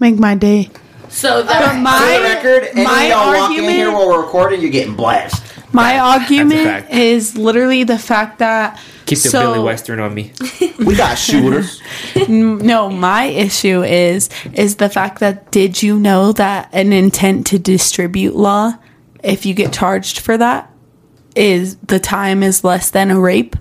[SPEAKER 7] make my day
[SPEAKER 5] So
[SPEAKER 7] Um,
[SPEAKER 5] that
[SPEAKER 2] For the
[SPEAKER 7] my
[SPEAKER 2] record, any
[SPEAKER 7] my
[SPEAKER 2] of y'all walk in
[SPEAKER 7] argument-
[SPEAKER 2] here while we're recording, you're getting blasted.
[SPEAKER 7] my
[SPEAKER 1] fact.
[SPEAKER 7] argument is literally the fact that
[SPEAKER 1] Keep the
[SPEAKER 7] so-
[SPEAKER 1] Billy Western on me.
[SPEAKER 2] We got shooters.
[SPEAKER 7] No, my issue is is the fact that did you know that an intent to distribute law, if you get charged for that, is the time is less than a rape?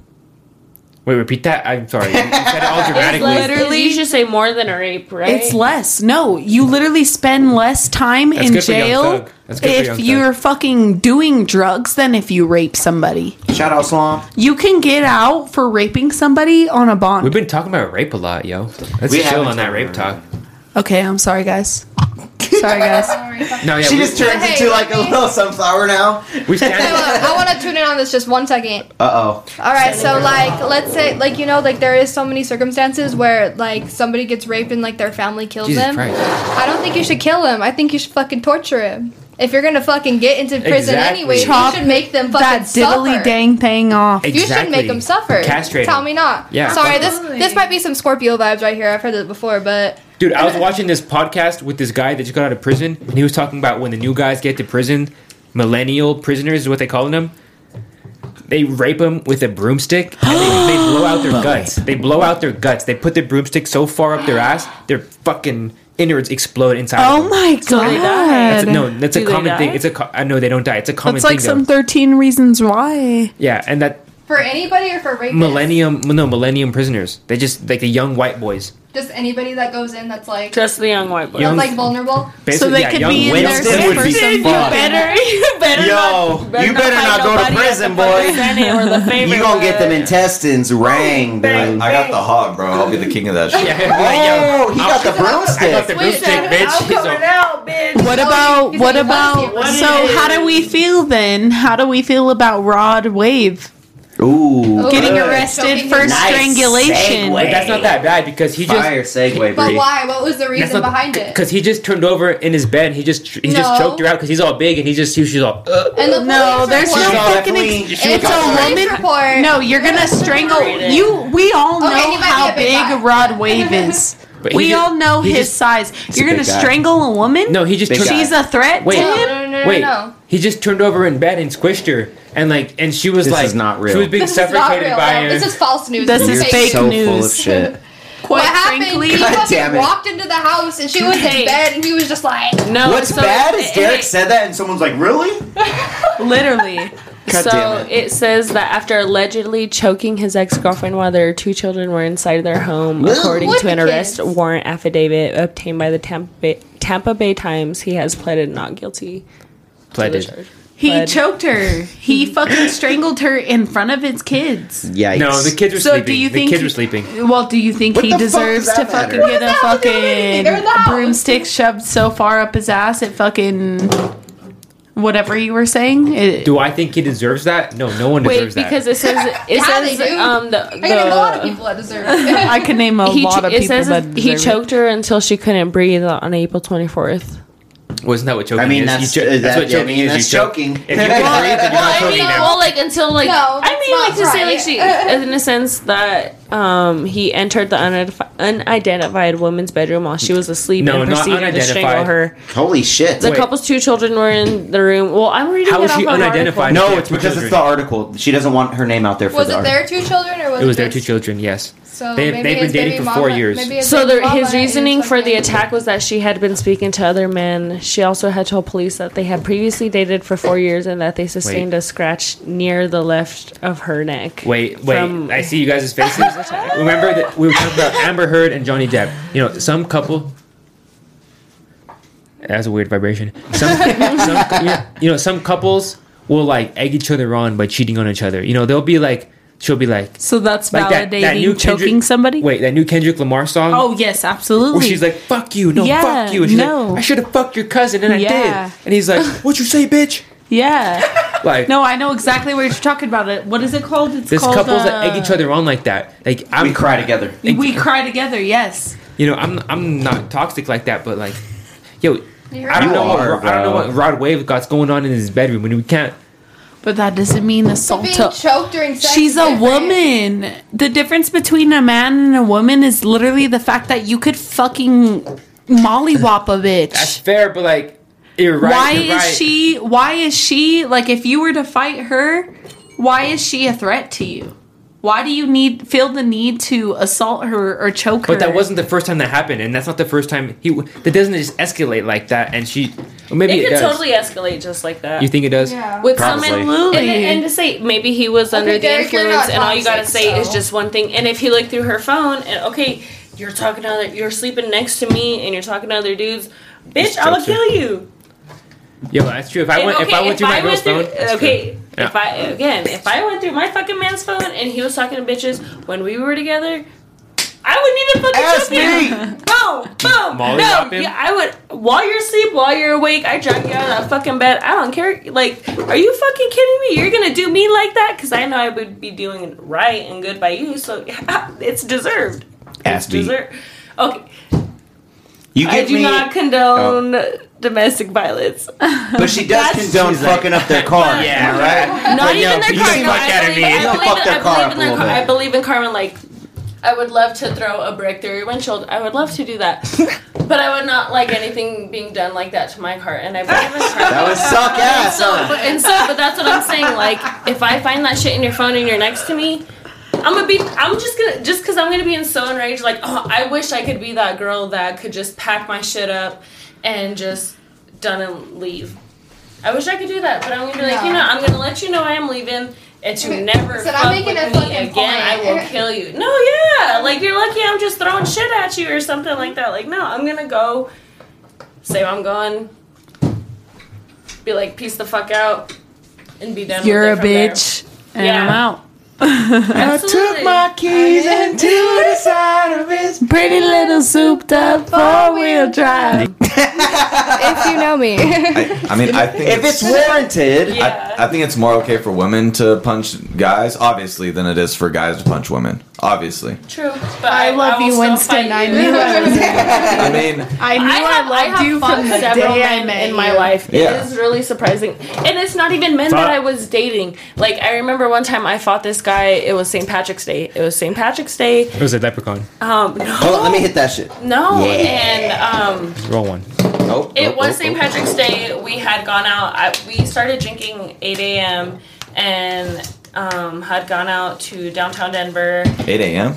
[SPEAKER 1] Wait, repeat that. I'm sorry. You said it all
[SPEAKER 5] literally,
[SPEAKER 1] dramatically.
[SPEAKER 5] you should say more than a rape, right?
[SPEAKER 7] It's less. No, you literally spend less time in
[SPEAKER 1] good for Young
[SPEAKER 7] jail
[SPEAKER 1] Thug. That's good for Young
[SPEAKER 7] if
[SPEAKER 1] Thug.
[SPEAKER 7] you're fucking doing drugs than if you rape somebody.
[SPEAKER 2] Shout out Slum.
[SPEAKER 7] You can get out for raping somebody on a bond.
[SPEAKER 1] We've been talking about rape a lot, yo. Let's
[SPEAKER 2] We
[SPEAKER 1] chill
[SPEAKER 2] haven't
[SPEAKER 1] on that rape
[SPEAKER 2] talked
[SPEAKER 1] talk.
[SPEAKER 7] okay, I'm sorry, guys. Sorry, guys.
[SPEAKER 4] Sorry. Hey,
[SPEAKER 1] No, yeah.
[SPEAKER 2] She
[SPEAKER 1] we,
[SPEAKER 2] just turns
[SPEAKER 4] Hey,
[SPEAKER 2] into like a
[SPEAKER 4] let me-
[SPEAKER 2] little sunflower now.
[SPEAKER 1] we stand.
[SPEAKER 4] look, I want to tune in on this just one second.
[SPEAKER 2] Uh oh.
[SPEAKER 4] All right, so like, let's say, like you know, like there is so many circumstances where like somebody gets raped and like their family kills
[SPEAKER 1] Jesus
[SPEAKER 4] them.
[SPEAKER 1] Christ.
[SPEAKER 4] I don't think you should kill him. I think you should fucking torture him. If you're gonna fucking get into prison
[SPEAKER 1] Exactly.
[SPEAKER 4] anyway, you
[SPEAKER 7] Chop
[SPEAKER 4] should make them fucking
[SPEAKER 7] That diddly
[SPEAKER 4] suffer.
[SPEAKER 7] dang thing off.
[SPEAKER 4] You should make
[SPEAKER 1] Exactly.
[SPEAKER 4] them suffer.
[SPEAKER 1] Castrate
[SPEAKER 4] Tell
[SPEAKER 1] them.
[SPEAKER 4] me not.
[SPEAKER 1] Yeah.
[SPEAKER 4] Sorry, this
[SPEAKER 7] Absolutely.
[SPEAKER 4] this might be some Scorpio vibes right here. I've heard this before, but
[SPEAKER 1] Dude, I was watching this podcast with this guy that just got out of prison, and he was talking about when the new guys get to prison, millennial prisoners is what they calling them. They rape them with a broomstick, and they, they blow out their guts. They blow out their guts. They put the broomstick so far up their ass, their fucking innards explode inside. of
[SPEAKER 7] Oh
[SPEAKER 1] them.
[SPEAKER 7] my
[SPEAKER 5] they
[SPEAKER 7] god!
[SPEAKER 5] die.
[SPEAKER 1] That's a- no, that's a
[SPEAKER 5] Do they
[SPEAKER 1] common thing.
[SPEAKER 5] die?
[SPEAKER 1] It's a co- I know they don't die. It's a common
[SPEAKER 7] That's like
[SPEAKER 1] thing. though.
[SPEAKER 7] some 13 reasons why.
[SPEAKER 1] yeah, and that
[SPEAKER 4] for anybody or for rapists,
[SPEAKER 1] millennium no millennium prisoners. They just like the young white boys.
[SPEAKER 4] just anybody that goes in that's like
[SPEAKER 5] just the young white boy.
[SPEAKER 1] Young-
[SPEAKER 4] that's like vulnerable.
[SPEAKER 1] Basically,
[SPEAKER 7] so they
[SPEAKER 1] yeah,
[SPEAKER 7] could
[SPEAKER 1] young
[SPEAKER 7] be in
[SPEAKER 1] Winston
[SPEAKER 2] Wednesday
[SPEAKER 7] there
[SPEAKER 1] would
[SPEAKER 7] for
[SPEAKER 1] be
[SPEAKER 7] some
[SPEAKER 2] fucked.
[SPEAKER 7] fuck.
[SPEAKER 5] better, you better
[SPEAKER 2] Yo,
[SPEAKER 5] not.
[SPEAKER 2] you better
[SPEAKER 5] fight
[SPEAKER 2] not go to
[SPEAKER 5] nobody at the
[SPEAKER 2] prison,
[SPEAKER 5] fucking
[SPEAKER 2] boy.
[SPEAKER 5] Senate or the favorite
[SPEAKER 2] You gonna get them
[SPEAKER 5] one.
[SPEAKER 2] intestines rang,
[SPEAKER 6] I,
[SPEAKER 2] dude.
[SPEAKER 6] I got the hog, bro. I'll be the king of that shit.
[SPEAKER 1] Yeah,
[SPEAKER 2] Oh, he got the
[SPEAKER 1] I got the
[SPEAKER 2] broomstick.
[SPEAKER 1] broomstick, bitch. He's a-
[SPEAKER 5] out, bitch.
[SPEAKER 7] What
[SPEAKER 4] No,
[SPEAKER 7] about
[SPEAKER 4] he's
[SPEAKER 7] what
[SPEAKER 4] like,
[SPEAKER 7] about
[SPEAKER 4] "What
[SPEAKER 5] is it?
[SPEAKER 7] so
[SPEAKER 5] What is
[SPEAKER 7] how
[SPEAKER 5] it?"
[SPEAKER 7] do we feel then? How do we feel about Rod Wave
[SPEAKER 2] Ooh,
[SPEAKER 7] getting
[SPEAKER 2] good.
[SPEAKER 7] arrested
[SPEAKER 4] Choking
[SPEAKER 7] for
[SPEAKER 4] his-
[SPEAKER 2] Nice
[SPEAKER 7] strangulation?
[SPEAKER 2] segue.
[SPEAKER 1] But that's not that bad because he just
[SPEAKER 2] Fire segue,
[SPEAKER 4] But
[SPEAKER 2] Bree.
[SPEAKER 4] why? What was the reason behind it?
[SPEAKER 1] Because he just turned over in his bed. And he just he just
[SPEAKER 4] No.
[SPEAKER 1] choked her out because he's all big and he just he, she's all. Uh,
[SPEAKER 4] And the
[SPEAKER 7] No,
[SPEAKER 4] police
[SPEAKER 7] there's no
[SPEAKER 2] She's
[SPEAKER 4] report-
[SPEAKER 2] all
[SPEAKER 7] fucking
[SPEAKER 2] definitely-
[SPEAKER 7] ex-
[SPEAKER 2] she
[SPEAKER 7] it's
[SPEAKER 2] got
[SPEAKER 7] a
[SPEAKER 2] the
[SPEAKER 4] police
[SPEAKER 7] woman.
[SPEAKER 4] report.
[SPEAKER 7] No, you're gonna strangle
[SPEAKER 5] separated.
[SPEAKER 7] you. We all
[SPEAKER 4] Okay,
[SPEAKER 7] know
[SPEAKER 4] he might be
[SPEAKER 7] how
[SPEAKER 4] a big
[SPEAKER 7] big
[SPEAKER 4] guy.
[SPEAKER 7] Rod Wave is.
[SPEAKER 1] But
[SPEAKER 3] we
[SPEAKER 1] he ju-
[SPEAKER 3] all know
[SPEAKER 1] he
[SPEAKER 3] his
[SPEAKER 1] just-
[SPEAKER 3] size. You're
[SPEAKER 2] a
[SPEAKER 3] gonna
[SPEAKER 2] big guy.
[SPEAKER 3] strangle a woman?
[SPEAKER 1] No, he just
[SPEAKER 2] Big
[SPEAKER 1] took-
[SPEAKER 2] guy.
[SPEAKER 3] She's a threat
[SPEAKER 1] Wait.
[SPEAKER 3] to
[SPEAKER 4] No,
[SPEAKER 3] him.
[SPEAKER 4] no, no, no,
[SPEAKER 1] Wait,
[SPEAKER 4] no.
[SPEAKER 1] he just turned over in bed and squished her, and like, and she was
[SPEAKER 2] This
[SPEAKER 1] like,
[SPEAKER 2] is not real.
[SPEAKER 1] She was being
[SPEAKER 4] This is not
[SPEAKER 1] suffocated
[SPEAKER 4] real.
[SPEAKER 1] by
[SPEAKER 4] no.
[SPEAKER 1] him.
[SPEAKER 4] This is false news.
[SPEAKER 3] This
[SPEAKER 4] is
[SPEAKER 3] is
[SPEAKER 2] You're
[SPEAKER 3] fake
[SPEAKER 2] so full of
[SPEAKER 3] news.
[SPEAKER 2] shit.
[SPEAKER 3] Quite
[SPEAKER 4] What happened?
[SPEAKER 3] frankly,
[SPEAKER 4] He
[SPEAKER 2] God damn
[SPEAKER 4] fucking
[SPEAKER 2] it.
[SPEAKER 4] walked into the house and she was
[SPEAKER 3] Hey.
[SPEAKER 4] in bed and he was just like,
[SPEAKER 5] Oh,
[SPEAKER 3] no.
[SPEAKER 2] What's
[SPEAKER 3] so
[SPEAKER 2] bad
[SPEAKER 3] it-
[SPEAKER 2] is Derek
[SPEAKER 3] it-
[SPEAKER 2] said that, and someone's like, "Really?"
[SPEAKER 3] Literally.
[SPEAKER 2] God
[SPEAKER 5] so
[SPEAKER 2] damn
[SPEAKER 5] it. says that after allegedly choking his ex-girlfriend while their two children were inside their home, according
[SPEAKER 4] What
[SPEAKER 5] to an
[SPEAKER 4] kids?
[SPEAKER 5] arrest warrant affidavit obtained by the Tampa Bay, Tampa Bay Times, he has pleaded not guilty. to the
[SPEAKER 1] Pleaded.
[SPEAKER 5] charge.
[SPEAKER 3] He
[SPEAKER 5] Bud.
[SPEAKER 3] choked her. He fucking strangled her in front of his kids.
[SPEAKER 2] Yikes!
[SPEAKER 1] No, the kids were
[SPEAKER 3] So
[SPEAKER 1] sleeping.
[SPEAKER 3] do you
[SPEAKER 1] the
[SPEAKER 3] think
[SPEAKER 1] kids
[SPEAKER 3] he-
[SPEAKER 1] were sleeping.
[SPEAKER 3] Well, do you think
[SPEAKER 2] What
[SPEAKER 3] he
[SPEAKER 2] the fuck
[SPEAKER 3] deserves
[SPEAKER 2] does
[SPEAKER 3] to
[SPEAKER 2] that
[SPEAKER 3] fucking
[SPEAKER 2] matter?
[SPEAKER 3] get a
[SPEAKER 4] What the hell does that mean?
[SPEAKER 3] fucking
[SPEAKER 4] They're in the house.
[SPEAKER 3] broomstick shoved so far up his ass it fucking whatever you were saying? It,
[SPEAKER 1] Do I think he deserves that? No, no one
[SPEAKER 5] Wait,
[SPEAKER 1] deserves that.
[SPEAKER 5] because it says it
[SPEAKER 4] Yeah, they
[SPEAKER 5] says
[SPEAKER 4] do.
[SPEAKER 5] um the,
[SPEAKER 4] I got a lot of
[SPEAKER 5] the-
[SPEAKER 4] people that deserve it.
[SPEAKER 3] I can name a
[SPEAKER 5] he
[SPEAKER 3] lot
[SPEAKER 5] ch-
[SPEAKER 3] of
[SPEAKER 5] it
[SPEAKER 3] people
[SPEAKER 5] says
[SPEAKER 3] that
[SPEAKER 5] he
[SPEAKER 3] deserve it.
[SPEAKER 5] choked her until she couldn't breathe on April twenty fourth.
[SPEAKER 1] wasn't that what choking
[SPEAKER 2] I mean,
[SPEAKER 1] is?
[SPEAKER 2] that's-
[SPEAKER 1] You cho-
[SPEAKER 2] uh,
[SPEAKER 1] that's
[SPEAKER 2] that-
[SPEAKER 1] what
[SPEAKER 2] yeah, I
[SPEAKER 1] choking
[SPEAKER 2] mean,
[SPEAKER 1] is.
[SPEAKER 2] that's
[SPEAKER 1] you choke.
[SPEAKER 2] choking.
[SPEAKER 1] If you can breathe, then you're not
[SPEAKER 5] Well, I
[SPEAKER 1] choking
[SPEAKER 5] mean,
[SPEAKER 1] now.
[SPEAKER 5] well, like until like
[SPEAKER 4] No,
[SPEAKER 5] I mean, like
[SPEAKER 4] that's
[SPEAKER 5] to
[SPEAKER 4] not
[SPEAKER 5] say, like she, in a sense that um he entered the unidentified, unidentified woman's bedroom while she was asleep
[SPEAKER 1] No,
[SPEAKER 5] and
[SPEAKER 1] not
[SPEAKER 5] proceeded to strangle
[SPEAKER 1] unidentified.
[SPEAKER 5] her.
[SPEAKER 2] Holy shit!
[SPEAKER 5] The
[SPEAKER 1] Wait.
[SPEAKER 5] couple's two children were in the room. Well, I'm reading.
[SPEAKER 1] How
[SPEAKER 5] it
[SPEAKER 1] is
[SPEAKER 5] off
[SPEAKER 1] she
[SPEAKER 5] of an
[SPEAKER 1] unidentified?
[SPEAKER 5] article.
[SPEAKER 2] no, it's because it's the article. She doesn't want her name out there for
[SPEAKER 4] was
[SPEAKER 2] the
[SPEAKER 4] it
[SPEAKER 2] article.
[SPEAKER 4] their two children or was
[SPEAKER 1] It was their
[SPEAKER 4] his?
[SPEAKER 1] two children. Yes.
[SPEAKER 4] So
[SPEAKER 1] They- they've
[SPEAKER 4] maybe
[SPEAKER 1] been
[SPEAKER 4] his
[SPEAKER 1] dating
[SPEAKER 4] baby
[SPEAKER 1] for four
[SPEAKER 4] mama-
[SPEAKER 1] years.
[SPEAKER 4] maybe his
[SPEAKER 5] So
[SPEAKER 4] baby
[SPEAKER 5] the, his
[SPEAKER 4] mama
[SPEAKER 5] reasoning
[SPEAKER 4] is
[SPEAKER 5] for the
[SPEAKER 4] fucking-
[SPEAKER 5] attack was that she had been speaking to other men. She also had told police that they had previously dated for four years and that they sustained
[SPEAKER 1] Wait.
[SPEAKER 5] a scratch near the left of her neck.
[SPEAKER 1] Wait, wait.
[SPEAKER 5] From-
[SPEAKER 1] I see you guys' faces. Remember that we were talking about Amber Heard and Johnny Depp. You know, some couple. That was a weird vibration. Some, some you know, some couples will like egg each other on by cheating on each other. You know, they'll be like, she'll be like,
[SPEAKER 3] So that's
[SPEAKER 1] like
[SPEAKER 3] validating
[SPEAKER 1] that, that new
[SPEAKER 3] choking
[SPEAKER 1] Kendrick,
[SPEAKER 3] somebody?
[SPEAKER 1] Wait, that new Kendrick Lamar song.
[SPEAKER 3] Oh, yes, absolutely.
[SPEAKER 1] Where she's like, "Fuck you, no,
[SPEAKER 3] Yeah,
[SPEAKER 1] fuck you," and she's
[SPEAKER 3] no.
[SPEAKER 1] like, "I should have fucked your cousin, and I
[SPEAKER 3] Yeah.
[SPEAKER 1] did." And he's like, "What you say, bitch?"
[SPEAKER 3] yeah.
[SPEAKER 1] Like,
[SPEAKER 3] No, I know exactly what you're talking about. It. What is it called? It's
[SPEAKER 1] there's
[SPEAKER 3] called
[SPEAKER 1] couples
[SPEAKER 3] uh,
[SPEAKER 1] that egg each other on like that. Like, I'm
[SPEAKER 2] we cry together.
[SPEAKER 3] We cry together. Yes.
[SPEAKER 1] you know, I'm I'm not toxic like that, but like, yo,
[SPEAKER 4] You're
[SPEAKER 1] I don't
[SPEAKER 4] right.
[SPEAKER 1] know what
[SPEAKER 2] are,
[SPEAKER 1] Ro- I don't know
[SPEAKER 2] bro.
[SPEAKER 1] what Rod Wave got's going on in his bedroom, and we can't.
[SPEAKER 3] But that doesn't mean assault.
[SPEAKER 4] Being
[SPEAKER 3] to-
[SPEAKER 4] choked during sex.
[SPEAKER 3] She's
[SPEAKER 4] is
[SPEAKER 3] a
[SPEAKER 4] different.
[SPEAKER 3] woman. The difference between a man and a woman is literally the fact that you could fucking mollywop a
[SPEAKER 1] That's
[SPEAKER 3] bitch.
[SPEAKER 1] fair, but like, you're right.
[SPEAKER 3] why
[SPEAKER 1] you're
[SPEAKER 3] is
[SPEAKER 1] right.
[SPEAKER 3] she? Why is she like? If you were to fight her, why is she a threat to you? Why do you need feel the need to assault her or choke her?
[SPEAKER 1] But that wasn't the first time that happened, and that's not the first time he. w- That doesn't just escalate like that, and she. Or maybe it,
[SPEAKER 5] it could
[SPEAKER 1] does.
[SPEAKER 5] totally escalate just like that.
[SPEAKER 1] You think it does?
[SPEAKER 4] Yeah.
[SPEAKER 5] With
[SPEAKER 2] Probably.
[SPEAKER 5] some and,
[SPEAKER 3] Absolutely.
[SPEAKER 5] and to say maybe he was under
[SPEAKER 4] Derek,
[SPEAKER 5] the
[SPEAKER 4] you're
[SPEAKER 5] influence,
[SPEAKER 4] not
[SPEAKER 5] and all you gotta
[SPEAKER 4] toxic,
[SPEAKER 5] say is
[SPEAKER 4] so.
[SPEAKER 5] just one thing. And if he looked through her phone, and okay, you're talking to other, you're sleeping next to me, and you're talking to other dudes, bitch, I will
[SPEAKER 1] jokes her.
[SPEAKER 5] kill you.
[SPEAKER 1] Yo, that's true. If I
[SPEAKER 5] And
[SPEAKER 1] went, if I
[SPEAKER 5] okay,
[SPEAKER 1] went through my girl's phone,
[SPEAKER 5] through-
[SPEAKER 1] that's true.
[SPEAKER 5] okay.
[SPEAKER 1] Yeah.
[SPEAKER 5] If I again, if I went through my fucking man's phone and he was talking to bitches when we were together, I wouldn't even fucking
[SPEAKER 2] Ask
[SPEAKER 5] choke him. Boom, boom.
[SPEAKER 1] Molly
[SPEAKER 5] no,
[SPEAKER 1] wop him?
[SPEAKER 5] yeah, I would. While you're asleep, while you're awake, I drag you out of that fucking bed. I don't care. Like, are you fucking kidding me? You're gonna do me like that? Because I know I would be doing right and good by you. So it's deserved.
[SPEAKER 2] Ass
[SPEAKER 5] it's
[SPEAKER 2] beat.
[SPEAKER 5] deserved. Okay,
[SPEAKER 2] You
[SPEAKER 5] I
[SPEAKER 2] give
[SPEAKER 5] do
[SPEAKER 2] me, Oh.
[SPEAKER 5] not condone domestic violence.
[SPEAKER 2] but she does condone
[SPEAKER 1] She's like-
[SPEAKER 2] fucking up their car.
[SPEAKER 1] Yeah.
[SPEAKER 2] am I right.
[SPEAKER 5] Not
[SPEAKER 1] But
[SPEAKER 5] even
[SPEAKER 1] yo,
[SPEAKER 5] their
[SPEAKER 1] beat
[SPEAKER 5] car.
[SPEAKER 1] the
[SPEAKER 5] No,
[SPEAKER 1] fuck
[SPEAKER 5] I
[SPEAKER 1] outta
[SPEAKER 5] believe-
[SPEAKER 1] me.
[SPEAKER 5] I
[SPEAKER 2] You'll
[SPEAKER 5] believe-
[SPEAKER 2] fuck their
[SPEAKER 5] I
[SPEAKER 2] car
[SPEAKER 5] believe
[SPEAKER 2] up
[SPEAKER 5] in
[SPEAKER 2] a
[SPEAKER 5] their
[SPEAKER 2] little
[SPEAKER 5] car-
[SPEAKER 2] bit.
[SPEAKER 5] I believe in karma. Like, I would love to throw a brick through your windshield. I would love to do that, but I would not like anything being done like that to my car. And I believe in karma.
[SPEAKER 2] That would suck ass.
[SPEAKER 5] so,
[SPEAKER 2] huh?
[SPEAKER 5] but, and so, but that's what I'm saying. Like, if I find that shit in your phone and you're next to me. I'm gonna be. I'm just gonna just because I'm gonna be in so enraged. Like, oh, I wish I could be that girl that could just pack my shit up and just done and leave. I wish I could do that, but I'm gonna be like, you
[SPEAKER 4] No.
[SPEAKER 5] know, I'm gonna let you know I am leaving, and to
[SPEAKER 4] Okay,
[SPEAKER 5] never
[SPEAKER 4] so I'm
[SPEAKER 5] fuck with
[SPEAKER 4] making a
[SPEAKER 5] me
[SPEAKER 4] fucking
[SPEAKER 5] again. I
[SPEAKER 4] point.
[SPEAKER 5] will kill you. No, yeah, like you're lucky. I'm just throwing shit at you or something like that. Like, no, I'm gonna go. Say I'm going. Be like, peace the fuck out, and be done.
[SPEAKER 3] You're a
[SPEAKER 5] with it from there.
[SPEAKER 3] bitch, and
[SPEAKER 5] Yeah.
[SPEAKER 3] I'm out.
[SPEAKER 5] Absolutely.
[SPEAKER 2] keys and to the side of his.
[SPEAKER 3] Pretty little souped up four wheel drive.
[SPEAKER 4] if you know me.
[SPEAKER 6] I, I mean, I think
[SPEAKER 2] if it's warranted,
[SPEAKER 5] Yeah.
[SPEAKER 6] I, I think it's more okay for women to punch guys, obviously, than it is for guys to punch women. Obviously,
[SPEAKER 5] True. But
[SPEAKER 3] I love
[SPEAKER 5] will
[SPEAKER 3] you,
[SPEAKER 5] still
[SPEAKER 3] Winston.
[SPEAKER 5] fight
[SPEAKER 3] I
[SPEAKER 5] you.
[SPEAKER 3] knew I was
[SPEAKER 6] I mean,
[SPEAKER 3] I knew
[SPEAKER 5] I have, I
[SPEAKER 3] I loved
[SPEAKER 5] have
[SPEAKER 3] you
[SPEAKER 5] fought
[SPEAKER 3] from the
[SPEAKER 5] several
[SPEAKER 3] day I
[SPEAKER 5] men
[SPEAKER 3] met
[SPEAKER 5] in my
[SPEAKER 3] you.
[SPEAKER 5] life.
[SPEAKER 6] Yeah.
[SPEAKER 5] It is really surprising, and it's not even men that I was dating. Like I remember one time I fought this guy. It was St. Patrick's Day. It was St. Patrick's Day.
[SPEAKER 1] It was a leprechaun.
[SPEAKER 5] Um, no,
[SPEAKER 2] hold on, let me hit that shit.
[SPEAKER 5] no,
[SPEAKER 2] Yeah.
[SPEAKER 5] and um,
[SPEAKER 1] Roll one.
[SPEAKER 2] Oh,
[SPEAKER 5] it
[SPEAKER 2] oh,
[SPEAKER 5] was
[SPEAKER 2] oh,
[SPEAKER 5] St.
[SPEAKER 2] oh.
[SPEAKER 5] Patrick's Day. We had gone out. I, we started drinking 8 a.m. and um, had gone out to downtown Denver.
[SPEAKER 6] 8 a.m.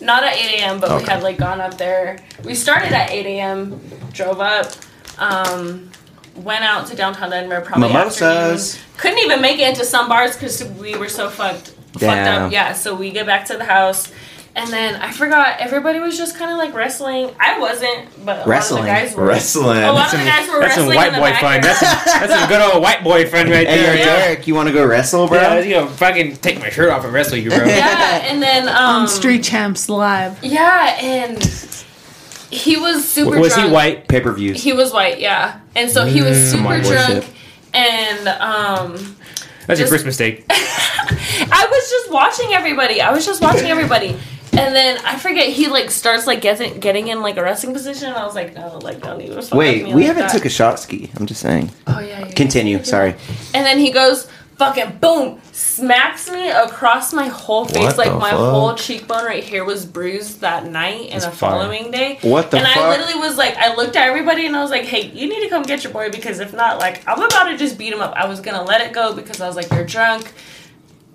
[SPEAKER 5] Not at 8 a.m., but we
[SPEAKER 6] Okay.
[SPEAKER 5] had like gone up there. We started at 8 a.m., drove up, um, went out to downtown Denver. Probably
[SPEAKER 2] Mimosas.
[SPEAKER 5] afternoon. Couldn't even make it into some bars because we were so fucked, fucked
[SPEAKER 2] Damn.
[SPEAKER 5] up. Yeah, so we get back to the house. And then I forgot everybody was just kind of like wrestling. I wasn't, but a
[SPEAKER 2] Wrestling.
[SPEAKER 5] lot of the guys were.
[SPEAKER 6] Wrestling.
[SPEAKER 5] A lot of the guys were
[SPEAKER 1] That's some
[SPEAKER 5] wrestling
[SPEAKER 1] white
[SPEAKER 5] in the
[SPEAKER 1] boy
[SPEAKER 5] back.
[SPEAKER 1] fun. That's some, that's some good old white boy fun right
[SPEAKER 2] Hey,
[SPEAKER 1] there.
[SPEAKER 2] yo,
[SPEAKER 1] Yeah.
[SPEAKER 2] Derek, you want to go wrestle, bro?
[SPEAKER 1] Yeah, you know, fucking take my shirt off and wrestle you, bro.
[SPEAKER 5] yeah, and then um,
[SPEAKER 3] on Street Champs Live.
[SPEAKER 5] Yeah, and he was super.
[SPEAKER 1] was
[SPEAKER 5] drunk.
[SPEAKER 1] he white?
[SPEAKER 2] Pay per views.
[SPEAKER 5] He was white, yeah. And so he was super
[SPEAKER 2] on, boy,
[SPEAKER 5] drunk.
[SPEAKER 2] shit.
[SPEAKER 5] And um,
[SPEAKER 1] That's your
[SPEAKER 5] Just-
[SPEAKER 1] first mistake.
[SPEAKER 5] I was just watching everybody. I was just watching everybody. And then I forget he like starts like getting getting in like a wrestling position. And I was like, no, like don't even. fuck with
[SPEAKER 2] Wait, we
[SPEAKER 5] me like
[SPEAKER 2] haven't
[SPEAKER 5] that.
[SPEAKER 2] took a shot ski. I'm just saying.
[SPEAKER 5] Oh yeah. yeah.
[SPEAKER 2] Continue. Sorry.
[SPEAKER 5] And then he goes. Fucking boom! Smacks me across my whole face,
[SPEAKER 6] What
[SPEAKER 5] like
[SPEAKER 6] the
[SPEAKER 5] my
[SPEAKER 6] fuck?
[SPEAKER 5] whole cheekbone right here was bruised that night and
[SPEAKER 1] That's
[SPEAKER 5] the
[SPEAKER 1] fire.
[SPEAKER 5] following day.
[SPEAKER 2] What the
[SPEAKER 5] and
[SPEAKER 2] fuck?
[SPEAKER 5] I literally was like, I looked at everybody and I was like, hey, you need to come get your boy because if not, like, I'm about to just beat him up. I was going to let it go because I was like, you're drunk.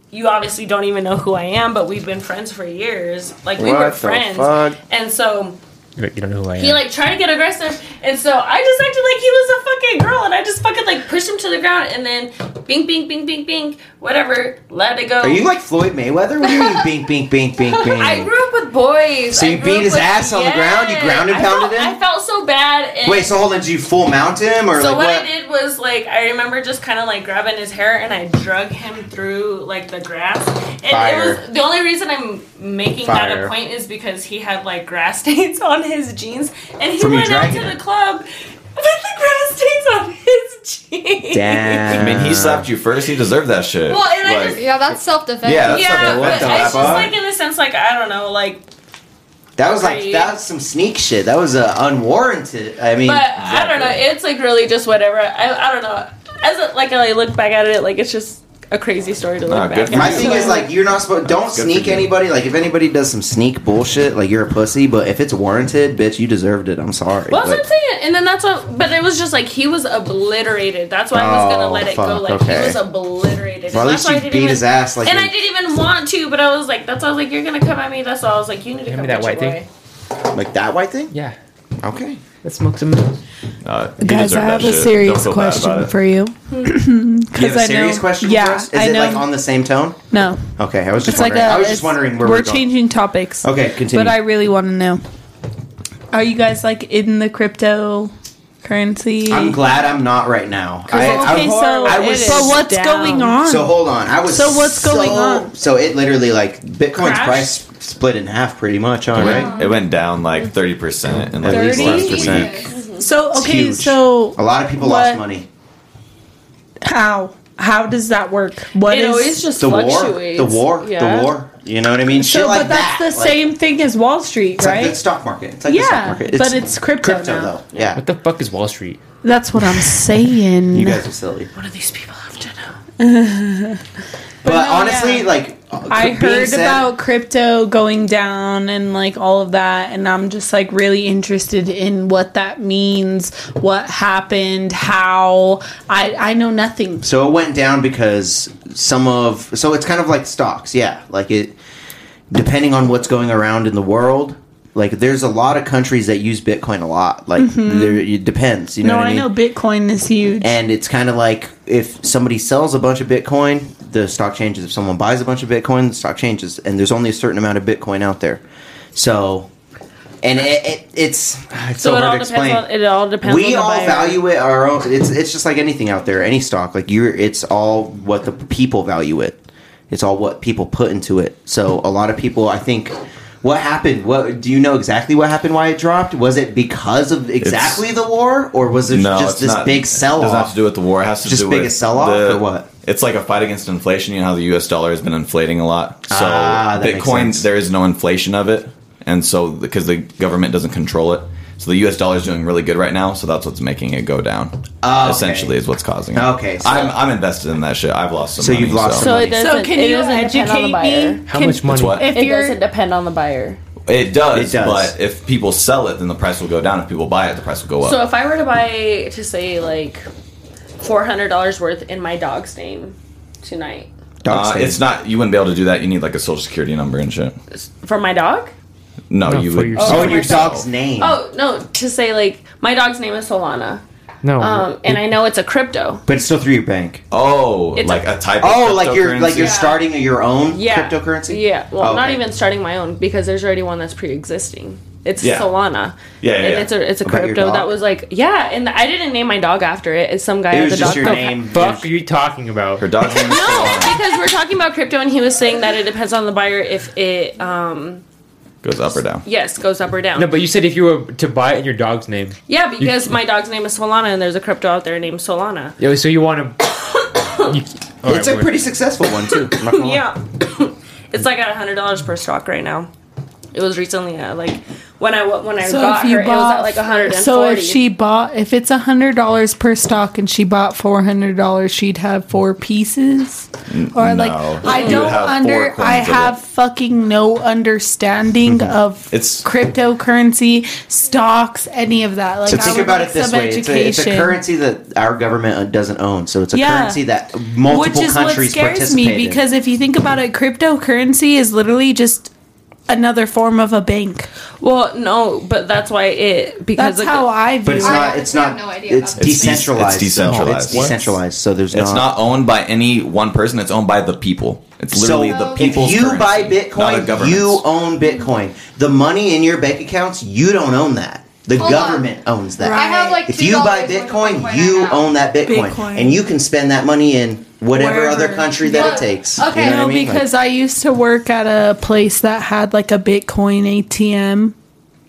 [SPEAKER 5] You obviously don't even know who I am, but we've been friends for years. Like, we
[SPEAKER 2] What
[SPEAKER 5] were
[SPEAKER 2] the
[SPEAKER 5] friends.
[SPEAKER 2] fuck?
[SPEAKER 5] And so
[SPEAKER 1] You don't know who I am.
[SPEAKER 5] he, like, tried to get aggressive. And so I just acted like he was a fucking girl and I just fucking, like, pushed him to the ground and then bing, bing, bing, bing, bing, whatever, let it go.
[SPEAKER 2] Are you like Floyd Mayweather? What do you mean, bink, bink, bink, bink, bink?
[SPEAKER 5] I grew up with boys.
[SPEAKER 2] So you
[SPEAKER 5] I grew
[SPEAKER 2] beat
[SPEAKER 5] up
[SPEAKER 2] his
[SPEAKER 5] with-
[SPEAKER 2] ass on the ground? You ground and
[SPEAKER 5] I felt-
[SPEAKER 2] pounded him?
[SPEAKER 5] I felt so bad. And
[SPEAKER 2] Wait, so hold on. Did you full mount him or like
[SPEAKER 5] so what,
[SPEAKER 2] what?
[SPEAKER 5] I did was like I remember just kind of like grabbing his hair and I drug him through like the grass. And
[SPEAKER 2] Fire.
[SPEAKER 5] it was the only reason I'm making that
[SPEAKER 2] Fire.
[SPEAKER 5] a point is because he had like grass stains on his jeans and he
[SPEAKER 2] From you
[SPEAKER 5] went out to
[SPEAKER 2] dragging it.
[SPEAKER 5] the club with the grass stains on his jeans.
[SPEAKER 2] Damn.
[SPEAKER 6] I mean, he slapped you first. He deserved that shit.
[SPEAKER 5] Well, and I just-
[SPEAKER 4] yeah, that's self defense.
[SPEAKER 6] Yeah, that's-
[SPEAKER 5] Yeah,
[SPEAKER 6] something.
[SPEAKER 5] but
[SPEAKER 6] What
[SPEAKER 5] it's
[SPEAKER 6] the
[SPEAKER 5] just
[SPEAKER 2] fuck?
[SPEAKER 5] like in the sense like I don't know, like
[SPEAKER 2] That was like
[SPEAKER 5] Agreed.
[SPEAKER 2] that was some sneak shit. That was uh, unwarranted. I mean,
[SPEAKER 5] But I don't know. It's like really just whatever. I, I don't know. As a, like I look back at it, like it's just a crazy story to look
[SPEAKER 6] Nah,
[SPEAKER 5] back.
[SPEAKER 6] good
[SPEAKER 5] at.
[SPEAKER 6] for
[SPEAKER 2] My thing is like you're not supposed. Don't
[SPEAKER 6] Good for
[SPEAKER 2] sneak
[SPEAKER 6] you.
[SPEAKER 2] anybody. Like if anybody does some sneak bullshit, like you're a pussy. But if it's warranted, bitch, you deserved it. I'm sorry.
[SPEAKER 5] Well, that's what
[SPEAKER 2] Like,
[SPEAKER 5] I'm saying, and then that's what. But it was just like he was obliterated. That's why I was gonna
[SPEAKER 2] Oh,
[SPEAKER 5] let it
[SPEAKER 2] fuck,
[SPEAKER 5] go. Like
[SPEAKER 2] okay.
[SPEAKER 5] he was obliterated.
[SPEAKER 2] well, at
[SPEAKER 5] and that's
[SPEAKER 2] least
[SPEAKER 5] why I
[SPEAKER 2] you
[SPEAKER 5] didn't
[SPEAKER 2] beat
[SPEAKER 5] even,
[SPEAKER 2] his ass. Like
[SPEAKER 5] and I
[SPEAKER 2] you're-
[SPEAKER 5] didn't even want to, but I was like, that's why I was like, you're gonna come at me. That's all. I was like, you need to
[SPEAKER 1] Hand
[SPEAKER 5] come
[SPEAKER 1] me that white
[SPEAKER 5] get your
[SPEAKER 1] thing.
[SPEAKER 5] boy.
[SPEAKER 2] like that white thing.
[SPEAKER 1] yeah.
[SPEAKER 2] Okay.
[SPEAKER 1] Let's smoke some.
[SPEAKER 6] Uh, he deserved
[SPEAKER 7] Guys, I
[SPEAKER 6] that
[SPEAKER 7] have a
[SPEAKER 6] shit. Don't
[SPEAKER 7] serious
[SPEAKER 6] feel bad about
[SPEAKER 7] question
[SPEAKER 6] it.
[SPEAKER 7] for you.
[SPEAKER 2] You have a
[SPEAKER 7] I
[SPEAKER 2] serious
[SPEAKER 7] know-
[SPEAKER 2] question
[SPEAKER 7] yeah,
[SPEAKER 2] for us? Is
[SPEAKER 7] I
[SPEAKER 2] it
[SPEAKER 7] know-
[SPEAKER 2] like on the same tone?
[SPEAKER 7] No,
[SPEAKER 2] Okay, I was just
[SPEAKER 7] it's like
[SPEAKER 2] wondering.
[SPEAKER 7] a.
[SPEAKER 2] I was
[SPEAKER 7] it's-
[SPEAKER 2] just wondering where
[SPEAKER 7] we're
[SPEAKER 2] we're, going.
[SPEAKER 7] changing topics.
[SPEAKER 2] Okay, continue.
[SPEAKER 7] But I really want to know: Are you guys like in the cryptocurrency?
[SPEAKER 2] I'm glad I'm not right now. I, I,
[SPEAKER 7] okay, so
[SPEAKER 2] I was
[SPEAKER 7] it is but what's
[SPEAKER 5] down.
[SPEAKER 7] going on?
[SPEAKER 2] So hold on, I was.
[SPEAKER 7] So what's going on?
[SPEAKER 2] So it literally like Bitcoin's
[SPEAKER 5] Crashed?
[SPEAKER 2] price split in half, pretty much. All
[SPEAKER 6] It
[SPEAKER 2] right.
[SPEAKER 6] went, it went down like thirty percent in like
[SPEAKER 7] 30?
[SPEAKER 6] last week.
[SPEAKER 7] So,
[SPEAKER 2] It's
[SPEAKER 7] okay,
[SPEAKER 2] huge.
[SPEAKER 7] so
[SPEAKER 2] A lot of people
[SPEAKER 7] what-
[SPEAKER 2] lost money.
[SPEAKER 7] How how does that work? What
[SPEAKER 5] It
[SPEAKER 7] is-
[SPEAKER 5] always just
[SPEAKER 2] The war,
[SPEAKER 5] fluctuates.
[SPEAKER 2] the war,
[SPEAKER 5] Yeah.
[SPEAKER 2] the war. You know what I mean?
[SPEAKER 7] so?
[SPEAKER 2] Shit like
[SPEAKER 7] but that's
[SPEAKER 2] that,
[SPEAKER 7] the
[SPEAKER 2] like,
[SPEAKER 7] same thing as Wall Street,
[SPEAKER 2] It's like
[SPEAKER 7] right?
[SPEAKER 2] the stock market. It's like the stock
[SPEAKER 7] yeah,
[SPEAKER 2] market.
[SPEAKER 7] but it's crypto,
[SPEAKER 2] crypto
[SPEAKER 7] now.
[SPEAKER 2] though. Yeah.
[SPEAKER 1] What the fuck is Wall Street?
[SPEAKER 7] That's what I'm saying.
[SPEAKER 2] You guys are silly.
[SPEAKER 5] What do these people have to know?
[SPEAKER 2] But
[SPEAKER 7] no,
[SPEAKER 2] honestly,
[SPEAKER 7] yeah.
[SPEAKER 2] like uh,
[SPEAKER 7] I
[SPEAKER 2] being
[SPEAKER 7] heard
[SPEAKER 2] said-
[SPEAKER 7] about crypto going down and like all of that, and I'm just like really interested in what that means, what happened, how. I I know nothing.
[SPEAKER 2] So it went down because some of so it's kind of like stocks, yeah. Like it depending on what's going around in the world. Like there's a lot of countries that use Bitcoin a lot. Like there, it depends. You know
[SPEAKER 7] No,
[SPEAKER 2] what I
[SPEAKER 7] I
[SPEAKER 2] mean?
[SPEAKER 7] know Bitcoin is huge.
[SPEAKER 2] And it's kind of like if somebody sells a bunch of Bitcoin, the stock changes. If someone buys a bunch of Bitcoin, the stock changes. And there's only a certain amount of Bitcoin out there. So, and it, it, it's it's so,
[SPEAKER 5] So it
[SPEAKER 2] hard
[SPEAKER 5] all
[SPEAKER 2] to
[SPEAKER 5] depends
[SPEAKER 2] explain.
[SPEAKER 5] on. It all depends. on
[SPEAKER 2] we
[SPEAKER 5] the
[SPEAKER 2] all
[SPEAKER 5] buyer.
[SPEAKER 2] value it our own. It's it's just like anything out there, any stock. Like you're, it's all what the people value it. It's all what people put into it. So a lot of people, I think. What happened? What do you know exactly what happened? Why it dropped? Was it because of exactly the war, or was it
[SPEAKER 6] No,
[SPEAKER 2] just
[SPEAKER 6] it's
[SPEAKER 2] this
[SPEAKER 6] not-
[SPEAKER 2] big sell
[SPEAKER 6] It doesn't have
[SPEAKER 2] off?
[SPEAKER 6] to do with the war. It has to
[SPEAKER 2] Just
[SPEAKER 6] do
[SPEAKER 2] big
[SPEAKER 6] with
[SPEAKER 2] a sell-off
[SPEAKER 6] the-
[SPEAKER 2] or what?
[SPEAKER 6] It's like a fight against inflation. You know how the U.S. dollar has been inflating a lot. So
[SPEAKER 2] Ah, that makes sense.
[SPEAKER 6] Bitcoin, there is no inflation of it, and so because the government doesn't control it, so the U.S. dollar is doing really good right now. So that's what's making it go down.
[SPEAKER 2] Ah, okay.
[SPEAKER 6] Essentially, is what's causing it.
[SPEAKER 2] Okay, so-
[SPEAKER 6] I'm, I'm invested in that shit. I've lost some.
[SPEAKER 2] So
[SPEAKER 6] money,
[SPEAKER 2] you've lost some-
[SPEAKER 6] so.
[SPEAKER 11] So it doesn't.
[SPEAKER 7] So can
[SPEAKER 11] it
[SPEAKER 7] you
[SPEAKER 11] doesn't depend on
[SPEAKER 7] educate
[SPEAKER 11] the buyer.
[SPEAKER 7] me?
[SPEAKER 1] How
[SPEAKER 7] Can-
[SPEAKER 1] much money?
[SPEAKER 6] It's what?
[SPEAKER 7] If
[SPEAKER 11] It
[SPEAKER 7] you're
[SPEAKER 11] doesn't depend on the buyer.
[SPEAKER 6] It does,
[SPEAKER 2] It does.
[SPEAKER 6] but if people sell it, then the price will go down. If people buy it, the price will go up.
[SPEAKER 5] So if I were to buy, to say like four hundred dollars worth in my dog's name tonight
[SPEAKER 6] Uh, it's not. You wouldn't be able to do that. You need like a social security number and shit.
[SPEAKER 5] for my dog.
[SPEAKER 6] No,
[SPEAKER 1] No,
[SPEAKER 6] you
[SPEAKER 1] for
[SPEAKER 6] would.
[SPEAKER 1] yourself.
[SPEAKER 2] Oh,
[SPEAKER 5] for
[SPEAKER 2] your
[SPEAKER 5] myself.
[SPEAKER 2] dog's name.
[SPEAKER 5] Oh no, to say like my dog's name is Solana,
[SPEAKER 1] No.
[SPEAKER 5] um, and I know it's a crypto.
[SPEAKER 2] but it's still through your bank.
[SPEAKER 6] Oh,
[SPEAKER 5] It's
[SPEAKER 6] like
[SPEAKER 5] a-
[SPEAKER 6] a, type. of
[SPEAKER 2] Oh, like you're like
[SPEAKER 6] cryptocurrency?
[SPEAKER 2] you're starting your own
[SPEAKER 5] Yeah,
[SPEAKER 2] cryptocurrency.
[SPEAKER 5] Yeah, well,
[SPEAKER 2] Oh,
[SPEAKER 5] not
[SPEAKER 2] okay.
[SPEAKER 5] even starting my own because there's already one that's pre-existing. It's
[SPEAKER 6] Yeah.
[SPEAKER 5] Solana.
[SPEAKER 6] Yeah, yeah,
[SPEAKER 5] and
[SPEAKER 6] yeah.
[SPEAKER 5] it's a it's a
[SPEAKER 2] About your
[SPEAKER 5] crypto
[SPEAKER 2] dog?
[SPEAKER 5] that was like yeah, and I didn't name my dog after it. It's some guy.
[SPEAKER 2] It
[SPEAKER 5] at
[SPEAKER 2] was
[SPEAKER 5] the
[SPEAKER 2] just
[SPEAKER 5] dog
[SPEAKER 2] your
[SPEAKER 5] park.
[SPEAKER 2] name.
[SPEAKER 1] fuck are you talking about?
[SPEAKER 6] her dog's name is Solana.
[SPEAKER 5] because we're talking about crypto and he was saying that it depends on the buyer if it um
[SPEAKER 6] goes up or down.
[SPEAKER 5] yes goes up or down
[SPEAKER 1] No, but you said if you were to buy it in your dog's name.
[SPEAKER 5] yeah because my dog's name is solana and there's a crypto out there named solana
[SPEAKER 1] Yeah, so you want to.
[SPEAKER 2] It's a pretty successful one too. I'm not gonna lie.
[SPEAKER 5] yeah it's like at $100 per stock right now it was recently at like when i wa- when i
[SPEAKER 7] so
[SPEAKER 5] got
[SPEAKER 7] if
[SPEAKER 5] her
[SPEAKER 7] you
[SPEAKER 5] it was at
[SPEAKER 7] bought
[SPEAKER 5] like 140
[SPEAKER 7] so if she bought if it's a hundred dollars per stock and she bought four hundred dollars, she'd have four pieces.
[SPEAKER 2] Mm,
[SPEAKER 7] Or like
[SPEAKER 6] no.
[SPEAKER 7] I
[SPEAKER 6] You
[SPEAKER 7] don't
[SPEAKER 6] have four
[SPEAKER 7] under I
[SPEAKER 6] coins of
[SPEAKER 7] have
[SPEAKER 6] it.
[SPEAKER 7] fucking no understanding
[SPEAKER 2] Mm-hmm.
[SPEAKER 7] of
[SPEAKER 6] It's-
[SPEAKER 7] cryptocurrency stocks, any of that. Like
[SPEAKER 2] So
[SPEAKER 7] I
[SPEAKER 2] think
[SPEAKER 7] would
[SPEAKER 2] about
[SPEAKER 7] like
[SPEAKER 2] it this
[SPEAKER 7] some
[SPEAKER 2] way: it's a, it's a
[SPEAKER 7] education.
[SPEAKER 2] currency that our government uh, doesn't own, so it's a
[SPEAKER 7] Yeah.
[SPEAKER 2] currency that multiple
[SPEAKER 7] Which is
[SPEAKER 2] countries
[SPEAKER 7] what scares
[SPEAKER 2] participate
[SPEAKER 7] me because if you think about it, cryptocurrency is literally just another form of a bank.
[SPEAKER 5] well no but that's why it because
[SPEAKER 7] That's how I view
[SPEAKER 2] in. But it's
[SPEAKER 7] it.
[SPEAKER 2] not. It's
[SPEAKER 4] I
[SPEAKER 2] not.
[SPEAKER 4] have no idea
[SPEAKER 2] it's
[SPEAKER 4] about this.
[SPEAKER 2] decentralized.
[SPEAKER 6] It's decentralized.
[SPEAKER 2] It's decentralized. So there's
[SPEAKER 6] It's not owned by any one person. It's owned by the people. It's literally the
[SPEAKER 4] if
[SPEAKER 6] people's
[SPEAKER 2] If you
[SPEAKER 6] currency,
[SPEAKER 2] buy
[SPEAKER 6] not a
[SPEAKER 2] Bitcoin,
[SPEAKER 6] government's.
[SPEAKER 2] you own Bitcoin. The money in your bank accounts, you don't own that. The
[SPEAKER 4] Hold on.
[SPEAKER 2] government owns that.
[SPEAKER 4] I have like
[SPEAKER 2] if you buy
[SPEAKER 4] $2 worth of
[SPEAKER 2] Bitcoin,
[SPEAKER 4] Bitcoin
[SPEAKER 2] you
[SPEAKER 4] right now.
[SPEAKER 2] own that Bitcoin,
[SPEAKER 7] Bitcoin.
[SPEAKER 2] and you can spend that money in whatever
[SPEAKER 7] Wherever.
[SPEAKER 2] other country that
[SPEAKER 4] Yeah.
[SPEAKER 2] it takes.
[SPEAKER 4] Okay.
[SPEAKER 2] you know
[SPEAKER 4] No,
[SPEAKER 2] what I mean? Like,
[SPEAKER 7] because I used to work at a place that had like a Bitcoin ATM,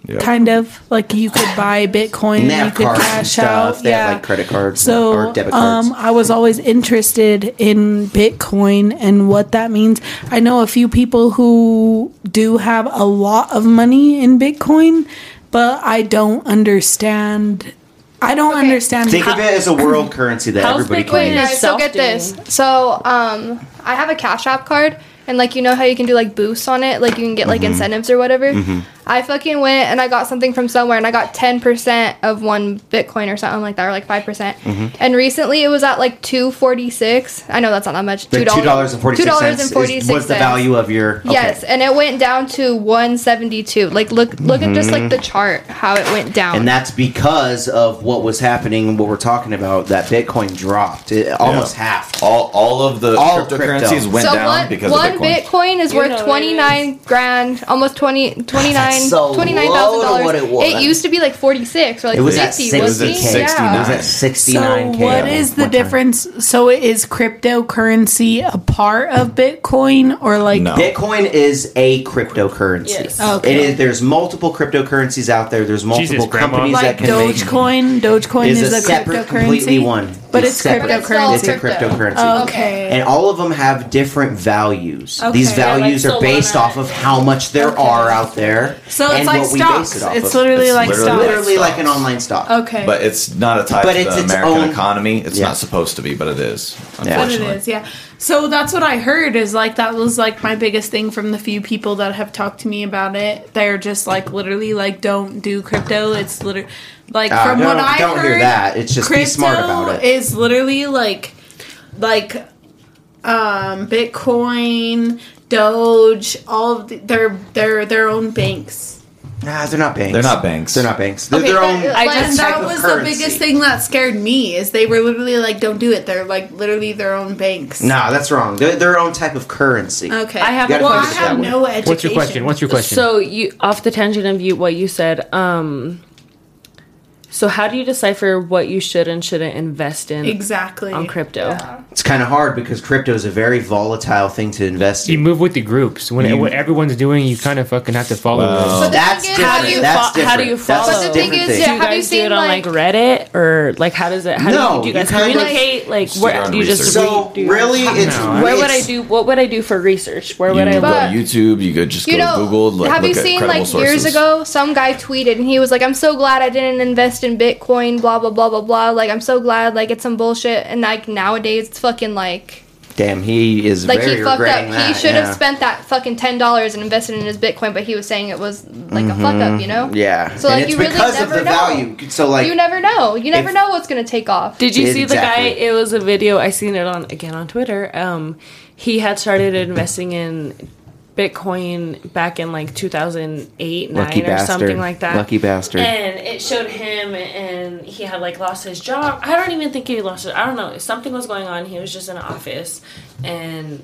[SPEAKER 6] Yeah.
[SPEAKER 7] kind of like you could buy Bitcoin and,
[SPEAKER 2] nav
[SPEAKER 7] you could
[SPEAKER 2] cards and
[SPEAKER 7] cash
[SPEAKER 2] stuff.
[SPEAKER 7] out.
[SPEAKER 2] They
[SPEAKER 7] yeah.
[SPEAKER 2] have like credit cards
[SPEAKER 7] so
[SPEAKER 2] or debit cards.
[SPEAKER 7] um, I was always interested in Bitcoin and what that means. I know a few people who do have a lot of money in Bitcoin, but I don't understand. I don't
[SPEAKER 4] Okay.
[SPEAKER 7] understand.
[SPEAKER 2] Think
[SPEAKER 7] how-
[SPEAKER 2] of it as a world currency that
[SPEAKER 5] How's
[SPEAKER 2] everybody
[SPEAKER 5] Bitcoin
[SPEAKER 4] Wait,
[SPEAKER 2] can use.
[SPEAKER 4] guys, so
[SPEAKER 5] Yourself
[SPEAKER 4] get
[SPEAKER 5] doing
[SPEAKER 4] this. So, um, I have a Cash App card, and like you know how you can do like boosts on it, like you can get
[SPEAKER 2] Mm-hmm.
[SPEAKER 4] like incentives or whatever. I fucking went and I got something from somewhere, and I got ten percent of one Bitcoin or something like that, or like five percent.
[SPEAKER 2] Mm-hmm.
[SPEAKER 4] And recently, it was at like two forty six. I know that's not that much.
[SPEAKER 2] Like two dollars and forty six
[SPEAKER 4] $2.46
[SPEAKER 2] cents was the value of your. okay.
[SPEAKER 4] Yes, and it went down to one seventy two. Like look, look at just like the chart how it went down.
[SPEAKER 2] Mm-hmm. and that's because of what was happening and what we're talking about. That Bitcoin dropped it almost
[SPEAKER 6] Yeah.
[SPEAKER 2] half.
[SPEAKER 6] all all of the
[SPEAKER 2] All
[SPEAKER 6] cryptocurrencies
[SPEAKER 2] crypto.
[SPEAKER 6] went
[SPEAKER 4] so
[SPEAKER 6] down
[SPEAKER 4] one,
[SPEAKER 6] because
[SPEAKER 4] one
[SPEAKER 6] of Bitcoin.
[SPEAKER 4] is
[SPEAKER 5] You know
[SPEAKER 4] worth
[SPEAKER 5] what it
[SPEAKER 4] 29 grand, almost 20, 29
[SPEAKER 2] That's so low to what
[SPEAKER 4] $29,000.
[SPEAKER 2] it was.
[SPEAKER 4] It used to be like 46 or like
[SPEAKER 2] It was at
[SPEAKER 4] 50,
[SPEAKER 2] 60.
[SPEAKER 4] wasn't
[SPEAKER 6] It was
[SPEAKER 4] it?
[SPEAKER 6] at 69.
[SPEAKER 2] It was
[SPEAKER 4] Yeah.
[SPEAKER 2] at sixty
[SPEAKER 7] So
[SPEAKER 2] nine k.
[SPEAKER 7] what is the difference? So it is cryptocurrency a part of Bitcoin or like
[SPEAKER 6] No.
[SPEAKER 2] Bitcoin is a cryptocurrency.
[SPEAKER 5] Yes.
[SPEAKER 7] Okay.
[SPEAKER 2] It is, there's multiple cryptocurrencies out there. There's multiple
[SPEAKER 1] Grandma.
[SPEAKER 2] companies that
[SPEAKER 7] like
[SPEAKER 2] can make
[SPEAKER 7] Dogecoin? Dogecoin is,
[SPEAKER 2] is
[SPEAKER 7] a,
[SPEAKER 2] a separate,
[SPEAKER 7] cryptocurrency.
[SPEAKER 2] completely one.
[SPEAKER 7] But it's
[SPEAKER 2] separate.
[SPEAKER 7] cryptocurrency. Oh,
[SPEAKER 2] It's a cryptocurrency.
[SPEAKER 7] Okay.
[SPEAKER 2] And all of them have different values. These
[SPEAKER 7] Okay. Yeah,
[SPEAKER 5] like
[SPEAKER 2] values are based
[SPEAKER 5] Solana.
[SPEAKER 2] off of how much there are out there.
[SPEAKER 7] so it's
[SPEAKER 2] and
[SPEAKER 7] like
[SPEAKER 2] what we
[SPEAKER 7] stocks.
[SPEAKER 2] base it off
[SPEAKER 7] it's
[SPEAKER 2] of.
[SPEAKER 7] literally
[SPEAKER 6] It's
[SPEAKER 7] like
[SPEAKER 6] literally-
[SPEAKER 7] stocks.
[SPEAKER 2] literally like an online stock.
[SPEAKER 7] Okay.
[SPEAKER 6] But it's not a tie
[SPEAKER 2] But
[SPEAKER 6] to
[SPEAKER 2] it's
[SPEAKER 6] the
[SPEAKER 2] its
[SPEAKER 6] American
[SPEAKER 2] own-
[SPEAKER 6] economy. It's
[SPEAKER 2] Yeah.
[SPEAKER 6] not supposed to be, but it is.
[SPEAKER 2] Yeah.
[SPEAKER 7] But it
[SPEAKER 6] Unfortunately,
[SPEAKER 7] is, yeah. So that's what I heard is like that was like my biggest thing from the few people that have talked to me about it. They're just like literally like don't do crypto. It's literally like
[SPEAKER 2] Ah,
[SPEAKER 7] from what
[SPEAKER 2] don't-
[SPEAKER 7] I
[SPEAKER 2] don't hear
[SPEAKER 7] heard,
[SPEAKER 2] that. It's just be smart about it.
[SPEAKER 7] Is literally like like um Bitcoin, Doge, all of the, they're they're their own banks.
[SPEAKER 2] Nah, they're not banks.
[SPEAKER 6] They're not banks.
[SPEAKER 2] They're not banks. They're
[SPEAKER 4] Okay,
[SPEAKER 2] their
[SPEAKER 4] but,
[SPEAKER 2] own.
[SPEAKER 4] uh,
[SPEAKER 7] I
[SPEAKER 4] Like,
[SPEAKER 7] just
[SPEAKER 2] type
[SPEAKER 7] that
[SPEAKER 2] of
[SPEAKER 7] was
[SPEAKER 2] currency.
[SPEAKER 7] the biggest thing that scared me is they were literally like don't do it. They're like literally their own banks.
[SPEAKER 2] nah, that's wrong. They're their own type of currency.
[SPEAKER 7] Okay.
[SPEAKER 5] I have-
[SPEAKER 2] You gotta
[SPEAKER 7] well, I
[SPEAKER 2] focus that
[SPEAKER 7] have
[SPEAKER 2] way.
[SPEAKER 7] no education.
[SPEAKER 1] What's your question? What's your question?
[SPEAKER 5] so you off the tangent of you what you said um So how do you decipher what you should and shouldn't invest in
[SPEAKER 3] Exactly.
[SPEAKER 5] on crypto?
[SPEAKER 2] It's kind of hard because crypto is a very volatile thing to invest
[SPEAKER 1] You
[SPEAKER 2] in.
[SPEAKER 1] move with the groups. When
[SPEAKER 2] You-
[SPEAKER 1] what everyone's doing, you kind of fucking have to follow.
[SPEAKER 6] Wow.
[SPEAKER 1] it.
[SPEAKER 4] But the
[SPEAKER 2] That's
[SPEAKER 4] thing is, how do
[SPEAKER 2] different.
[SPEAKER 4] you
[SPEAKER 2] That's
[SPEAKER 5] fo-
[SPEAKER 2] different.
[SPEAKER 5] how do you
[SPEAKER 2] That's
[SPEAKER 5] follow?
[SPEAKER 2] a
[SPEAKER 4] But the thing
[SPEAKER 2] different
[SPEAKER 4] is,
[SPEAKER 5] Do you
[SPEAKER 4] Have you
[SPEAKER 5] guys do
[SPEAKER 4] seen,
[SPEAKER 5] it on like,
[SPEAKER 4] like-
[SPEAKER 5] Reddit or like how does it? How
[SPEAKER 2] No,
[SPEAKER 5] do you, do
[SPEAKER 2] you
[SPEAKER 5] you guys
[SPEAKER 2] kind of-
[SPEAKER 5] communicate? Like
[SPEAKER 6] Just
[SPEAKER 5] where
[SPEAKER 6] your own
[SPEAKER 5] do you just
[SPEAKER 6] research.
[SPEAKER 5] read-
[SPEAKER 2] so
[SPEAKER 5] do
[SPEAKER 2] really, it's
[SPEAKER 1] No,
[SPEAKER 5] Where would I
[SPEAKER 2] it's-
[SPEAKER 5] do? What would I do for research? Where
[SPEAKER 6] You
[SPEAKER 5] would
[SPEAKER 6] would
[SPEAKER 5] I
[SPEAKER 6] go
[SPEAKER 5] look?
[SPEAKER 4] But-
[SPEAKER 6] to YouTube. You could just go
[SPEAKER 4] You know,
[SPEAKER 6] Google. Like,
[SPEAKER 4] have
[SPEAKER 6] look
[SPEAKER 4] you
[SPEAKER 6] at
[SPEAKER 4] seen
[SPEAKER 6] credible
[SPEAKER 4] like years
[SPEAKER 6] sources.
[SPEAKER 4] ago some guy tweeted and he was like, "I'm so glad I didn't invest in Bitcoin, blah blah blah blah blah." Like, I'm so glad, like it's some bullshit. And like nowadays, it's fucking like
[SPEAKER 2] Damn, he is
[SPEAKER 4] like
[SPEAKER 2] very
[SPEAKER 4] he fucked
[SPEAKER 2] regretting
[SPEAKER 4] up.
[SPEAKER 2] that.
[SPEAKER 4] he should
[SPEAKER 2] yeah.
[SPEAKER 4] have spent that fucking ten dollars and invested in his Bitcoin, but he was saying it was like a fuck up, you know?
[SPEAKER 2] Mm-hmm. Yeah.
[SPEAKER 4] So,
[SPEAKER 2] and
[SPEAKER 4] like,
[SPEAKER 2] it's
[SPEAKER 4] you really
[SPEAKER 2] because
[SPEAKER 4] never
[SPEAKER 2] of the
[SPEAKER 4] know.
[SPEAKER 2] value. So like
[SPEAKER 4] you never know. You never
[SPEAKER 2] If-
[SPEAKER 4] know what's gonna take off.
[SPEAKER 5] Did you
[SPEAKER 2] It-
[SPEAKER 5] see the guy?
[SPEAKER 2] exactly.
[SPEAKER 5] It was a video. I seen it on again on Twitter. Um, he had started investing in Bitcoin back in like 2008,
[SPEAKER 2] lucky
[SPEAKER 5] nine, or
[SPEAKER 2] bastard.
[SPEAKER 5] something like that.
[SPEAKER 2] Lucky bastard.
[SPEAKER 5] And it showed him, and he had like lost his job. I don't even think he lost it. I don't know. Something was going on. He was just in an office, and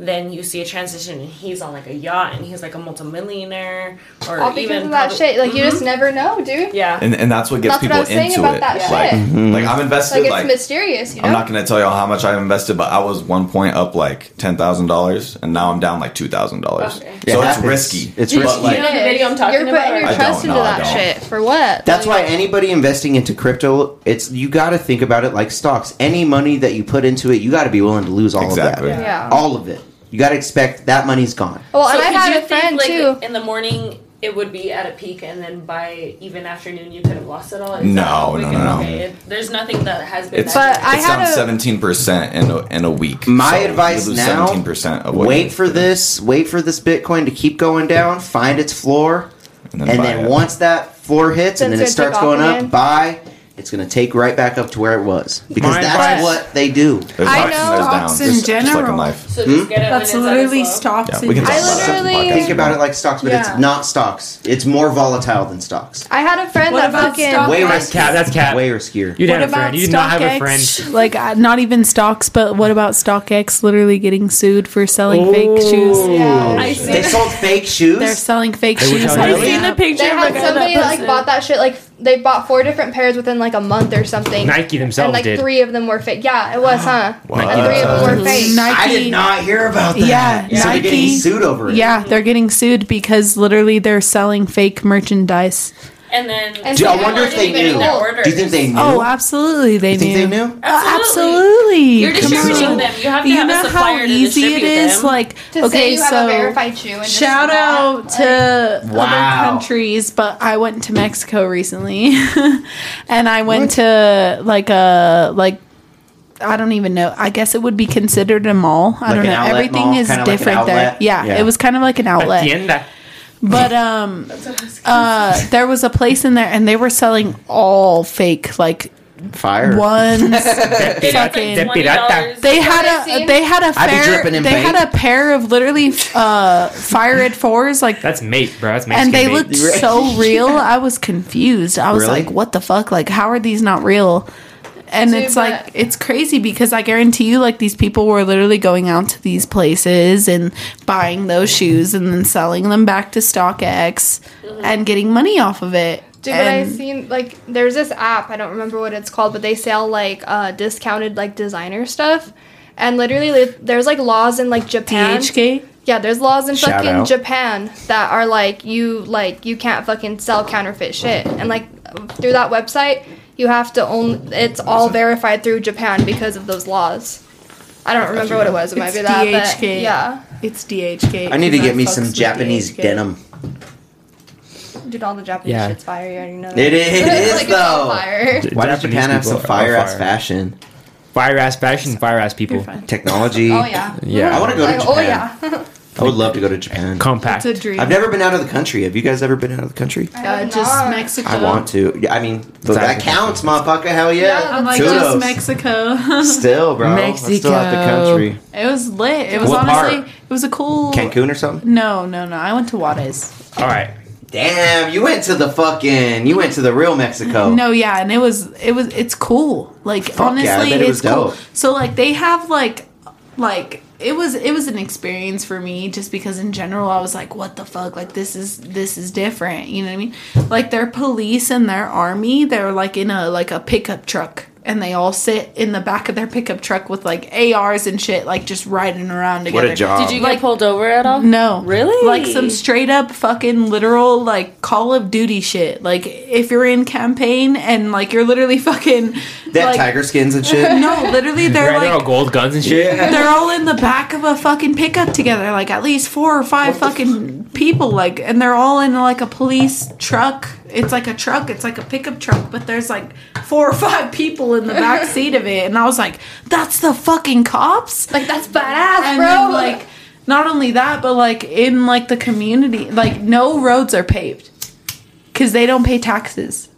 [SPEAKER 5] then you see a transition, and he's on like a yacht, and he's like a multimillionaire, or
[SPEAKER 4] All because
[SPEAKER 5] even
[SPEAKER 4] of that
[SPEAKER 5] probably-
[SPEAKER 4] shit. Like you just never know, dude.
[SPEAKER 5] Yeah,
[SPEAKER 6] and, and that's what gets
[SPEAKER 4] That's what I
[SPEAKER 6] people
[SPEAKER 4] was saying
[SPEAKER 6] into
[SPEAKER 4] about
[SPEAKER 6] it.
[SPEAKER 4] that shit.
[SPEAKER 6] like,
[SPEAKER 2] Mm-hmm.
[SPEAKER 6] like I'm
[SPEAKER 4] Like
[SPEAKER 6] invested.
[SPEAKER 4] it's
[SPEAKER 6] Like,
[SPEAKER 4] mysterious, you know.
[SPEAKER 6] I'm not gonna tell y'all how much I've invested, but I was one point up like ten thousand dollars, and now I'm down like two thousand dollars. So
[SPEAKER 5] Okay.
[SPEAKER 2] It
[SPEAKER 6] it's
[SPEAKER 2] happens.
[SPEAKER 6] risky.
[SPEAKER 2] It's
[SPEAKER 5] Did you
[SPEAKER 6] But,
[SPEAKER 5] see
[SPEAKER 6] like,
[SPEAKER 5] it? know the video I'm talking
[SPEAKER 4] You're
[SPEAKER 5] about?
[SPEAKER 4] putting
[SPEAKER 5] I
[SPEAKER 4] your
[SPEAKER 6] don't
[SPEAKER 4] trust into
[SPEAKER 6] know, I
[SPEAKER 4] that
[SPEAKER 6] don't.
[SPEAKER 4] shit for what?
[SPEAKER 2] That's why
[SPEAKER 4] Like-
[SPEAKER 2] anybody investing into crypto, it's you got to think about it like stocks. Any money that you put into it, you got to be willing to lose all
[SPEAKER 6] Exactly.
[SPEAKER 2] of that.
[SPEAKER 4] Yeah.
[SPEAKER 2] All of it. You got to expect that money's gone.
[SPEAKER 4] Well, and
[SPEAKER 5] So
[SPEAKER 4] I
[SPEAKER 5] could you
[SPEAKER 4] had a
[SPEAKER 5] think,
[SPEAKER 4] friend
[SPEAKER 5] like,
[SPEAKER 4] too.
[SPEAKER 5] In the morning, it would be at a peak, and then by even afternoon, you could have lost it all. Is
[SPEAKER 6] No,
[SPEAKER 5] that-
[SPEAKER 6] no, no, no.
[SPEAKER 5] it- there's nothing that has been.
[SPEAKER 6] It's,
[SPEAKER 4] But
[SPEAKER 5] that
[SPEAKER 4] I
[SPEAKER 6] it's
[SPEAKER 4] had
[SPEAKER 6] down
[SPEAKER 4] a-
[SPEAKER 6] seventeen percent in a, in a week.
[SPEAKER 2] My advice now,
[SPEAKER 6] Seventeen percent. of what you-
[SPEAKER 2] Wait for this. Wait for this Bitcoin to keep going down. Find its floor,
[SPEAKER 6] and then,
[SPEAKER 2] and
[SPEAKER 6] buy
[SPEAKER 2] then
[SPEAKER 6] it.
[SPEAKER 2] once that floor hits, and
[SPEAKER 4] Then
[SPEAKER 2] then it
[SPEAKER 4] it's gonna
[SPEAKER 2] starts
[SPEAKER 4] take off
[SPEAKER 2] going
[SPEAKER 4] again.
[SPEAKER 2] up. Buy. It's going to take right back up to where it was because
[SPEAKER 1] My
[SPEAKER 2] that's
[SPEAKER 4] advice-
[SPEAKER 2] what they do.
[SPEAKER 6] There's
[SPEAKER 4] I
[SPEAKER 6] ups and
[SPEAKER 4] know-
[SPEAKER 6] there's downs,
[SPEAKER 7] Stocks in
[SPEAKER 6] just- just like
[SPEAKER 7] general.
[SPEAKER 6] life.
[SPEAKER 5] so just get it
[SPEAKER 7] That's
[SPEAKER 5] when it's at its
[SPEAKER 7] literally
[SPEAKER 5] low.
[SPEAKER 7] stocks.
[SPEAKER 6] Yeah, we can
[SPEAKER 7] and-
[SPEAKER 6] talk
[SPEAKER 4] I
[SPEAKER 6] about that in the
[SPEAKER 4] literally-
[SPEAKER 6] podcast.
[SPEAKER 2] Think about it like stocks, but
[SPEAKER 7] Yeah.
[SPEAKER 2] it's not stocks. It's more volatile than stocks.
[SPEAKER 4] I had a friend
[SPEAKER 7] What
[SPEAKER 4] that
[SPEAKER 7] about
[SPEAKER 4] fucking
[SPEAKER 7] stock-
[SPEAKER 2] Way
[SPEAKER 7] Okay.
[SPEAKER 2] riskier.
[SPEAKER 1] Cap, that's cap.
[SPEAKER 2] Way riskier.
[SPEAKER 1] You didn't
[SPEAKER 7] What
[SPEAKER 1] have a friend.
[SPEAKER 7] about
[SPEAKER 1] You did not have a
[SPEAKER 7] StockX?
[SPEAKER 1] friend.
[SPEAKER 7] Like uh, not even stocks, but what about StockX literally getting sued for selling fake
[SPEAKER 1] Oh.
[SPEAKER 7] shoes?
[SPEAKER 4] Yeah.
[SPEAKER 5] I see.
[SPEAKER 2] They sold fake shoes.
[SPEAKER 7] They're selling fake
[SPEAKER 1] They were
[SPEAKER 7] shoes.
[SPEAKER 1] telling
[SPEAKER 7] on
[SPEAKER 1] you-
[SPEAKER 5] I've
[SPEAKER 1] Really?
[SPEAKER 7] the
[SPEAKER 5] seen the
[SPEAKER 7] app.
[SPEAKER 5] picture.
[SPEAKER 4] They
[SPEAKER 5] of
[SPEAKER 4] had
[SPEAKER 5] a-
[SPEAKER 4] somebody
[SPEAKER 5] that
[SPEAKER 4] like
[SPEAKER 5] person.
[SPEAKER 4] bought that shit. Like they bought four different pairs within like a month or something.
[SPEAKER 1] Nike
[SPEAKER 4] and
[SPEAKER 1] themselves
[SPEAKER 4] like
[SPEAKER 1] did.
[SPEAKER 4] three of them were fake. Yeah, it was, huh?
[SPEAKER 6] Wow.
[SPEAKER 4] And three of them were fake.
[SPEAKER 7] Nike.
[SPEAKER 2] I did not hear about that.
[SPEAKER 7] Yeah,
[SPEAKER 2] so they're getting
[SPEAKER 7] Nike-
[SPEAKER 2] sued over it.
[SPEAKER 7] Yeah, they're getting sued because literally they're selling fake merchandise.
[SPEAKER 5] and then
[SPEAKER 4] And
[SPEAKER 2] Do, I
[SPEAKER 4] They
[SPEAKER 2] wonder
[SPEAKER 4] were
[SPEAKER 2] if they
[SPEAKER 4] getting
[SPEAKER 2] knew.
[SPEAKER 4] their
[SPEAKER 5] orders.
[SPEAKER 2] Do you think they knew?
[SPEAKER 7] Oh, absolutely, they
[SPEAKER 2] you
[SPEAKER 7] knew.
[SPEAKER 2] think they knew?
[SPEAKER 7] Absolutely.
[SPEAKER 5] You're
[SPEAKER 7] Come on.
[SPEAKER 5] distributing them. You have to
[SPEAKER 7] You
[SPEAKER 5] have
[SPEAKER 7] know
[SPEAKER 5] a supplier to
[SPEAKER 7] how easy it
[SPEAKER 5] distribute
[SPEAKER 7] is.
[SPEAKER 5] them.
[SPEAKER 7] Like,
[SPEAKER 4] To
[SPEAKER 7] okay,
[SPEAKER 4] say you
[SPEAKER 7] so
[SPEAKER 4] have a verified shoe and just
[SPEAKER 7] shout
[SPEAKER 4] not,
[SPEAKER 7] out
[SPEAKER 4] like-
[SPEAKER 7] to
[SPEAKER 2] Wow.
[SPEAKER 7] other countries, but I went to Mexico recently, and I went to like a like. I don't even know. I guess it would be considered a mall. I
[SPEAKER 2] Like
[SPEAKER 7] don't
[SPEAKER 2] an
[SPEAKER 7] know.
[SPEAKER 2] outlet
[SPEAKER 7] Everything
[SPEAKER 2] mall?
[SPEAKER 7] is
[SPEAKER 2] Kinda like an
[SPEAKER 7] different there.
[SPEAKER 2] outlet?
[SPEAKER 7] Yeah,
[SPEAKER 2] Yeah.
[SPEAKER 7] it was kind of like an outlet.
[SPEAKER 1] Tienda.
[SPEAKER 7] But um, uh, there was a place in there, and they were selling all fake like
[SPEAKER 2] Fire.
[SPEAKER 7] ones.
[SPEAKER 5] It's
[SPEAKER 7] fucking.
[SPEAKER 5] like
[SPEAKER 1] They pirata.
[SPEAKER 5] $20.
[SPEAKER 7] They
[SPEAKER 4] Have
[SPEAKER 7] had
[SPEAKER 4] you
[SPEAKER 7] a
[SPEAKER 4] seen-
[SPEAKER 7] they had a
[SPEAKER 2] I be
[SPEAKER 7] fair,
[SPEAKER 2] dripping
[SPEAKER 7] they
[SPEAKER 2] in
[SPEAKER 7] had
[SPEAKER 2] paint.
[SPEAKER 7] a pair of literally uh fire at fours like
[SPEAKER 1] That's mate, bro. That's Mexican
[SPEAKER 7] and they
[SPEAKER 1] mate.
[SPEAKER 7] looked so real. I was confused. I was
[SPEAKER 2] Really?
[SPEAKER 7] like, what the fuck? Like how are these not real? And
[SPEAKER 4] Dude,
[SPEAKER 7] it's
[SPEAKER 4] but-
[SPEAKER 7] like it's crazy because I guarantee you like these people were literally going out to these places and buying those shoes and then selling them back to StockX and getting money off of it.
[SPEAKER 4] Dude, but I
[SPEAKER 7] And-
[SPEAKER 4] seen like there's this app I don't remember what it's called, but they sell like uh, discounted like designer stuff, and literally like, there's like laws in like Japan.
[SPEAKER 7] DHgate?
[SPEAKER 4] Yeah, there's laws in
[SPEAKER 2] Shout
[SPEAKER 4] fucking
[SPEAKER 2] out.
[SPEAKER 4] Japan that are like you like you can't fucking sell counterfeit shit, and like through that website you have to own. It's all verified through Japan because of those laws. I don't remember what it was. It might
[SPEAKER 7] It's
[SPEAKER 4] be that. but
[SPEAKER 7] DHgate.
[SPEAKER 4] yeah,
[SPEAKER 7] It's DHgate.
[SPEAKER 2] I need to
[SPEAKER 7] because
[SPEAKER 2] get me
[SPEAKER 7] fucks
[SPEAKER 2] some
[SPEAKER 7] with
[SPEAKER 2] Japanese
[SPEAKER 7] DHgate.
[SPEAKER 2] denim.
[SPEAKER 4] dude, all the Japanese
[SPEAKER 1] Yeah.
[SPEAKER 4] shit's fire. You already know that.
[SPEAKER 2] It is,
[SPEAKER 4] Like, it's all
[SPEAKER 2] though.
[SPEAKER 4] fire.
[SPEAKER 2] Why
[SPEAKER 1] Japanese
[SPEAKER 2] does Japan have
[SPEAKER 1] people
[SPEAKER 2] some
[SPEAKER 1] are
[SPEAKER 2] fire ass
[SPEAKER 1] fire.
[SPEAKER 2] fashion?
[SPEAKER 1] fire ass fashion, fire ass people.
[SPEAKER 2] Technology.
[SPEAKER 4] Oh yeah.
[SPEAKER 1] Yeah.
[SPEAKER 2] I want to go to
[SPEAKER 4] Like,
[SPEAKER 2] Japan.
[SPEAKER 4] oh yeah.
[SPEAKER 2] I would love to go to Japan.
[SPEAKER 1] Compact.
[SPEAKER 7] It's a dream.
[SPEAKER 2] I've never been out of the country. Have you guys ever been out of the country?
[SPEAKER 7] Uh,
[SPEAKER 4] I'm
[SPEAKER 7] just
[SPEAKER 4] not.
[SPEAKER 7] Mexico.
[SPEAKER 2] I want to. Yeah, I mean, that counts, motherfucker. Hell yeah.
[SPEAKER 4] Yeah.
[SPEAKER 7] I'm like
[SPEAKER 2] Kudos.
[SPEAKER 7] just Mexico.
[SPEAKER 2] Still, bro. Mexico. Still out the country.
[SPEAKER 7] it was lit. It was
[SPEAKER 2] What
[SPEAKER 7] honestly
[SPEAKER 2] part?
[SPEAKER 7] it was a cool
[SPEAKER 2] Cancun or something?
[SPEAKER 7] No, no, no. I went to Juarez.
[SPEAKER 1] All right.
[SPEAKER 2] Damn, you went to the fucking. You went to the real Mexico.
[SPEAKER 7] No, Oh, yeah, and it was it was it's cool. Like
[SPEAKER 2] yeah, I
[SPEAKER 7] honestly,
[SPEAKER 2] bet it
[SPEAKER 7] it's
[SPEAKER 2] was
[SPEAKER 7] cool.
[SPEAKER 2] dope.
[SPEAKER 7] So like they have like like
[SPEAKER 3] it was it was an experience for me just because in general I was like what the fuck like this is this is different you know what I mean like their police and their army they're like in a like a pickup truck and they all sit in the back of their pickup truck with like ARs and shit like just riding around
[SPEAKER 2] What
[SPEAKER 3] together
[SPEAKER 2] a job.
[SPEAKER 5] Did you get pulled over at all?
[SPEAKER 3] no.
[SPEAKER 5] Really?
[SPEAKER 3] Like some straight up fucking literal like Call of Duty shit. Like if you're in campaign and like you're literally fucking
[SPEAKER 2] that
[SPEAKER 3] like,
[SPEAKER 2] tiger skins and shit.
[SPEAKER 3] No, literally they're
[SPEAKER 1] Right, they're all
[SPEAKER 3] like
[SPEAKER 1] gold guns and shit.
[SPEAKER 3] they're all in the back of a fucking pickup together, like at least four or five fucking people, like, and they're all in like a police truck. It's like a truck, it's like a pickup truck, but there's like four or five people in the back seat of it, and I was like, "That's the fucking cops!"
[SPEAKER 4] Like that's badass,
[SPEAKER 3] and
[SPEAKER 4] bro.
[SPEAKER 3] then, like not only that but like in like the community like no roads are paved because they don't pay taxes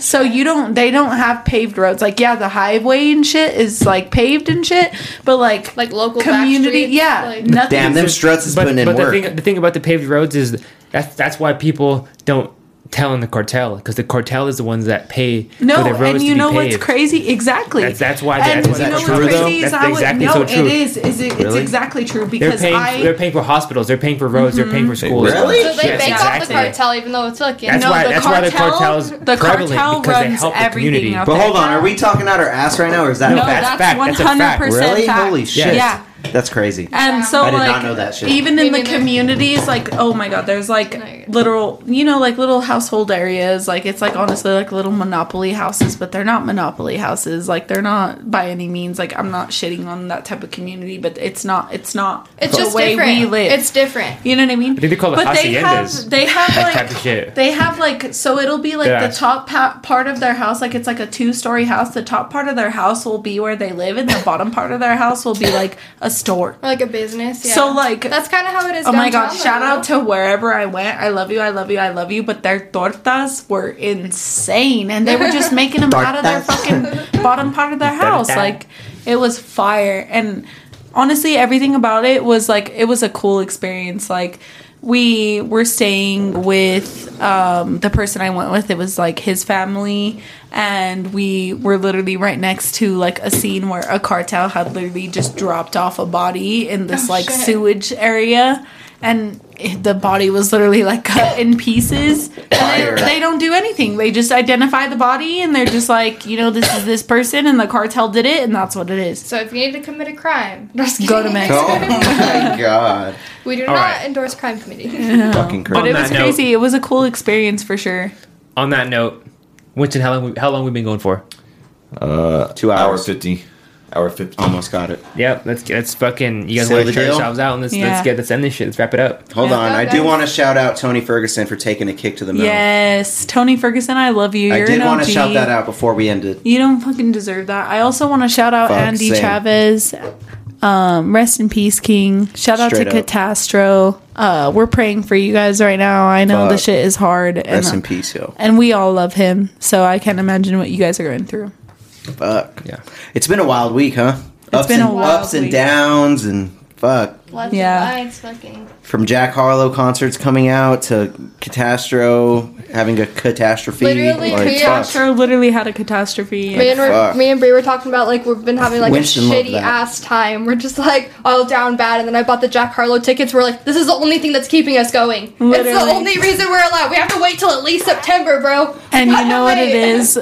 [SPEAKER 3] so you don't they don't have paved roads like yeah the highway and shit is like paved and shit but like
[SPEAKER 4] Like local back
[SPEAKER 3] community
[SPEAKER 4] streets,
[SPEAKER 3] yeah
[SPEAKER 4] like-
[SPEAKER 3] nothing
[SPEAKER 2] Damn, them struts is
[SPEAKER 1] but
[SPEAKER 2] putting in
[SPEAKER 1] but
[SPEAKER 2] work.
[SPEAKER 1] the thing the thing about the paved roads is that's that's why people don't tell in the cartel because the cartel is the ones that pay
[SPEAKER 3] no,
[SPEAKER 1] for the roads
[SPEAKER 3] and
[SPEAKER 1] to
[SPEAKER 3] you
[SPEAKER 1] be
[SPEAKER 3] know
[SPEAKER 1] paved.
[SPEAKER 3] what's crazy? Exactly.
[SPEAKER 1] That's- that's why-
[SPEAKER 3] And
[SPEAKER 1] that's why
[SPEAKER 3] you know
[SPEAKER 1] that's
[SPEAKER 3] what's
[SPEAKER 1] true, though.
[SPEAKER 3] crazy is
[SPEAKER 1] That's
[SPEAKER 3] I would,
[SPEAKER 1] exactly
[SPEAKER 3] no,
[SPEAKER 1] so true.
[SPEAKER 3] it is. Is it? It's
[SPEAKER 2] Really?
[SPEAKER 3] exactly true
[SPEAKER 1] They're
[SPEAKER 3] because
[SPEAKER 1] paying.
[SPEAKER 3] I.
[SPEAKER 1] they're paying for hospitals. They're paying for roads. They're paying for schools.
[SPEAKER 2] Really?
[SPEAKER 4] so they
[SPEAKER 1] Yes,
[SPEAKER 4] bank off the
[SPEAKER 1] exactly.
[SPEAKER 4] cartel, even though it's fucking.
[SPEAKER 1] That's
[SPEAKER 3] no,
[SPEAKER 1] why-
[SPEAKER 3] the
[SPEAKER 1] that's why
[SPEAKER 3] cartel,
[SPEAKER 1] the cartel's
[SPEAKER 3] the
[SPEAKER 1] prevalent
[SPEAKER 3] cartel
[SPEAKER 1] because they
[SPEAKER 3] runs
[SPEAKER 1] help the
[SPEAKER 3] everything
[SPEAKER 1] community.
[SPEAKER 3] out
[SPEAKER 2] but
[SPEAKER 3] there.
[SPEAKER 2] hold on, are we talking out our ass right now, or is that
[SPEAKER 3] No,
[SPEAKER 2] a fact?
[SPEAKER 1] that's
[SPEAKER 3] that's,
[SPEAKER 1] fact. That's a
[SPEAKER 3] 100%
[SPEAKER 1] fact.
[SPEAKER 2] Really?
[SPEAKER 3] fact.
[SPEAKER 2] Holy shit!
[SPEAKER 3] Yeah.
[SPEAKER 2] That's crazy.
[SPEAKER 3] And so,
[SPEAKER 2] I did
[SPEAKER 3] like,
[SPEAKER 2] not know that shit.
[SPEAKER 3] even in the
[SPEAKER 4] Me neither.
[SPEAKER 3] communities, like, oh my god, there's like
[SPEAKER 4] Like-
[SPEAKER 3] literal, you know, like little household areas. Like, it's like honestly like little monopoly houses, but they're not monopoly houses. Like, they're not by any means. Like, I'm not shitting on that type of community, but it's not. It's not.
[SPEAKER 4] It's
[SPEAKER 3] the
[SPEAKER 4] just
[SPEAKER 3] way
[SPEAKER 4] different.
[SPEAKER 3] we live.
[SPEAKER 4] It's different.
[SPEAKER 3] You know what I mean?
[SPEAKER 1] think they call it haciendas.
[SPEAKER 3] have they have like
[SPEAKER 1] type of shit.
[SPEAKER 3] they have like so it'll be like
[SPEAKER 1] Yeah.
[SPEAKER 3] the top pa- part of their house like it's like a two story house. The top part of their house will be where they live, and the bottom part of their house will be like a store.
[SPEAKER 4] Or like a business. Yeah.
[SPEAKER 3] So, like-
[SPEAKER 4] that's kind of how it is.
[SPEAKER 3] Oh my
[SPEAKER 4] downtown,
[SPEAKER 3] god!
[SPEAKER 4] though,
[SPEAKER 3] Shout
[SPEAKER 4] bro.
[SPEAKER 3] out to wherever I went. I love you. I love you. I love you. But their tortas were insane, and they were just making them out of their
[SPEAKER 2] Tortas.
[SPEAKER 3] fucking bottom part of their house.
[SPEAKER 1] Torta.
[SPEAKER 3] Like it was fire, and honestly, everything about it was like it was a cool experience. Like we were staying with um, the person I went with. It was like his family, and we were literally right next to like a scene where a cartel had literally just dropped off a body in this
[SPEAKER 4] Oh,
[SPEAKER 3] like
[SPEAKER 4] shit.
[SPEAKER 3] sewage area, and it- the body was literally like cut in pieces. And they, they don't do anything. They just identify the body, and they're just like, you know, this is this person, and the cartel did it, and that's what it is.
[SPEAKER 4] So if you need to commit a crime,
[SPEAKER 3] Go to Mexico.
[SPEAKER 2] Oh my god!
[SPEAKER 4] we do
[SPEAKER 1] All
[SPEAKER 4] not
[SPEAKER 1] right.
[SPEAKER 4] endorse crime committee.
[SPEAKER 2] Fucking
[SPEAKER 3] But
[SPEAKER 2] crazy.
[SPEAKER 3] it
[SPEAKER 1] On
[SPEAKER 3] was
[SPEAKER 1] that
[SPEAKER 3] crazy. It was a cool experience for sure.
[SPEAKER 1] On that note, Winston, how long we, how long we been going for?
[SPEAKER 2] Two
[SPEAKER 6] Hour
[SPEAKER 2] hours.
[SPEAKER 6] fifty. Hour fifty.
[SPEAKER 2] Almost got it.
[SPEAKER 1] Yep. Let's let's fucking you guys
[SPEAKER 2] Seal
[SPEAKER 1] want
[SPEAKER 2] the
[SPEAKER 1] to turn
[SPEAKER 2] deal?
[SPEAKER 1] yourselves out and let's
[SPEAKER 3] Yeah.
[SPEAKER 1] let's get let's end this shit. Let's wrap it up.
[SPEAKER 2] Hold
[SPEAKER 3] Yeah.
[SPEAKER 2] on, I
[SPEAKER 4] Okay.
[SPEAKER 2] do want to shout out Tony Ferguson for taking a kick to the middle.
[SPEAKER 3] Yes, Tony Ferguson, I love you.
[SPEAKER 2] I
[SPEAKER 3] You're
[SPEAKER 2] did
[SPEAKER 3] an
[SPEAKER 2] want to
[SPEAKER 3] OG.
[SPEAKER 2] shout that out before we ended.
[SPEAKER 3] You don't fucking deserve that. I also want to shout out
[SPEAKER 2] Fuck,
[SPEAKER 3] Andy
[SPEAKER 2] same.
[SPEAKER 3] Chavez. Um, rest in peace, King. Shout out
[SPEAKER 2] Straight
[SPEAKER 3] to
[SPEAKER 2] up.
[SPEAKER 3] Catastro. Uh, we're praying for you guys right now. I know the
[SPEAKER 2] Fuck.
[SPEAKER 3] shit is hard, and uh,
[SPEAKER 2] Rest in peace, yo.
[SPEAKER 3] and we all love him. So I can't imagine what you guys are going through.
[SPEAKER 2] Fuck.
[SPEAKER 1] Yeah.
[SPEAKER 2] It's been a wild week, huh? ups
[SPEAKER 3] been
[SPEAKER 2] and,
[SPEAKER 3] a wild
[SPEAKER 2] ups
[SPEAKER 3] week.
[SPEAKER 2] and downs and fuck.
[SPEAKER 4] Left
[SPEAKER 3] Yeah.
[SPEAKER 4] and rights, fucking.
[SPEAKER 2] From Jack Harlow concerts coming out to Catastro having a catastrophe.
[SPEAKER 4] Literally, we
[SPEAKER 2] fuck.
[SPEAKER 3] Catastro literally had a catastrophe.
[SPEAKER 4] Me and, we're,
[SPEAKER 2] Fuck.
[SPEAKER 4] me and Brie were talking about like we've been having like
[SPEAKER 2] Winston
[SPEAKER 4] a
[SPEAKER 2] loved
[SPEAKER 4] shitty
[SPEAKER 2] that.
[SPEAKER 4] ass time. We're just like all down bad, and then I bought the Jack Harlow tickets. We're like, this is the only thing that's keeping us going. It's
[SPEAKER 3] Literally.
[SPEAKER 4] the only reason we're alive. We have to wait till at least September, bro.
[SPEAKER 3] and you
[SPEAKER 4] Gotta
[SPEAKER 3] know what it
[SPEAKER 4] wait.
[SPEAKER 3] is?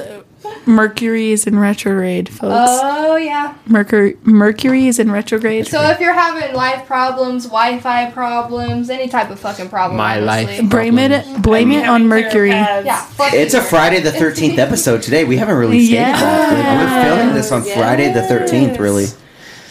[SPEAKER 3] Mercury is in retrograde, folks.
[SPEAKER 2] Uh.
[SPEAKER 4] Oh yeah.
[SPEAKER 3] Mercury Mercury is in retrograde.
[SPEAKER 4] So if you're having life problems, Wi-Fi problems, any type of fucking problem,
[SPEAKER 1] My
[SPEAKER 4] honestly.
[SPEAKER 1] life.
[SPEAKER 3] blame it blame it on Mercury.
[SPEAKER 4] Yeah. fuck
[SPEAKER 2] It's a
[SPEAKER 4] you.
[SPEAKER 2] Friday the 13th episode today. We haven't really stated that. Like, we're filming this on Friday the 13th, really.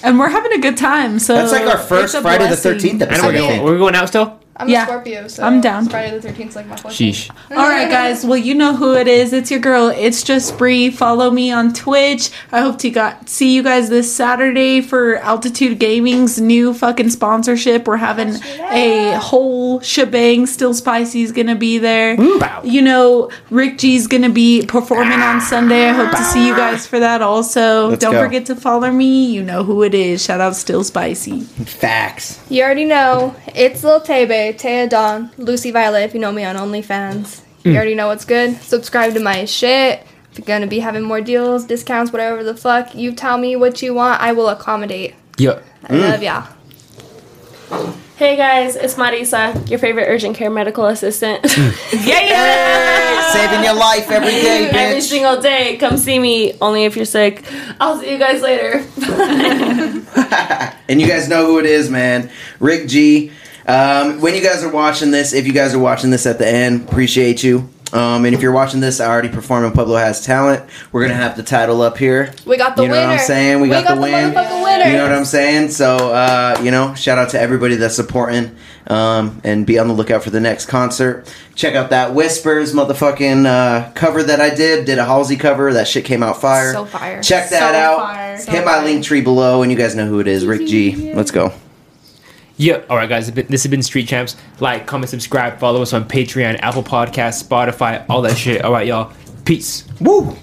[SPEAKER 3] And we're having a good time. So
[SPEAKER 2] That's like our
[SPEAKER 3] it's
[SPEAKER 2] first
[SPEAKER 3] a
[SPEAKER 2] Friday the
[SPEAKER 3] blessing.
[SPEAKER 2] 13th
[SPEAKER 1] And
[SPEAKER 2] episode,
[SPEAKER 1] we're
[SPEAKER 2] I
[SPEAKER 1] going,
[SPEAKER 2] think.
[SPEAKER 1] we're going out still.
[SPEAKER 4] I'm
[SPEAKER 3] Yeah.
[SPEAKER 4] a Scorpio, so
[SPEAKER 3] I'm down.
[SPEAKER 4] Friday the 13th is like my fourth
[SPEAKER 1] Sheesh.
[SPEAKER 3] All right, guys. Well, you know who it is. It's your girl. It's just Bree. Follow me on Twitch. I hope to got see you guys this Saturday for Altitude Gaming's new fucking sponsorship. We're having a whole shebang. Still Spicy's gonna be there. You know, Rick G's gonna be performing on Sunday. I hope to see you guys for that. Also,
[SPEAKER 2] Let's
[SPEAKER 3] don't
[SPEAKER 2] go.
[SPEAKER 3] forget to follow me. You know who it is. Shout out Still Spicy.
[SPEAKER 2] Facts.
[SPEAKER 4] You already know. It's Lil Tebe, Taya Dawn, Lucy Violet, if you know me on OnlyFans.
[SPEAKER 2] Mm.
[SPEAKER 4] You already know what's good. Subscribe to my shit. If you're gonna be having more deals, discounts, whatever the fuck, you tell me what you want, I will accommodate.
[SPEAKER 1] Yeah.
[SPEAKER 2] Mm.
[SPEAKER 4] I love y'all.
[SPEAKER 5] Hey guys, it's Marisa, your favorite urgent care medical assistant.
[SPEAKER 2] Saving your life every day, bitch.
[SPEAKER 5] Every single day, come see me. Only if you're sick. I'll see you guys later.
[SPEAKER 2] and you guys know who it is, man. Rick G. Um, when you guys are watching this, if you guys are watching this at the end, appreciate you. Um, and if you're watching this, I already perform in Pueblo Has Talent. We're gonna have the title up here.
[SPEAKER 4] We got the
[SPEAKER 2] you know
[SPEAKER 4] winner.
[SPEAKER 2] what I'm saying? We, got, the win.
[SPEAKER 4] motherfucking winner.
[SPEAKER 2] You know what I'm saying? So uh, you know, shout out to everybody that's supporting. Um, and be on the lookout for the next concert. Check out that Whispers motherfucking uh, cover that I did. Did a Halsey cover. That shit came out fire.
[SPEAKER 4] So fire.
[SPEAKER 2] Check that
[SPEAKER 3] So
[SPEAKER 2] out.
[SPEAKER 3] fire. So
[SPEAKER 2] Hit my link tree below, and you guys know who it is. Rick G. Let's go.
[SPEAKER 1] Yeah. All right, guys. This has been Street Champs. Like, comment, subscribe, follow us on Patreon, Apple Podcasts, Spotify, all that shit. All right, y'all. Peace.
[SPEAKER 2] Woo!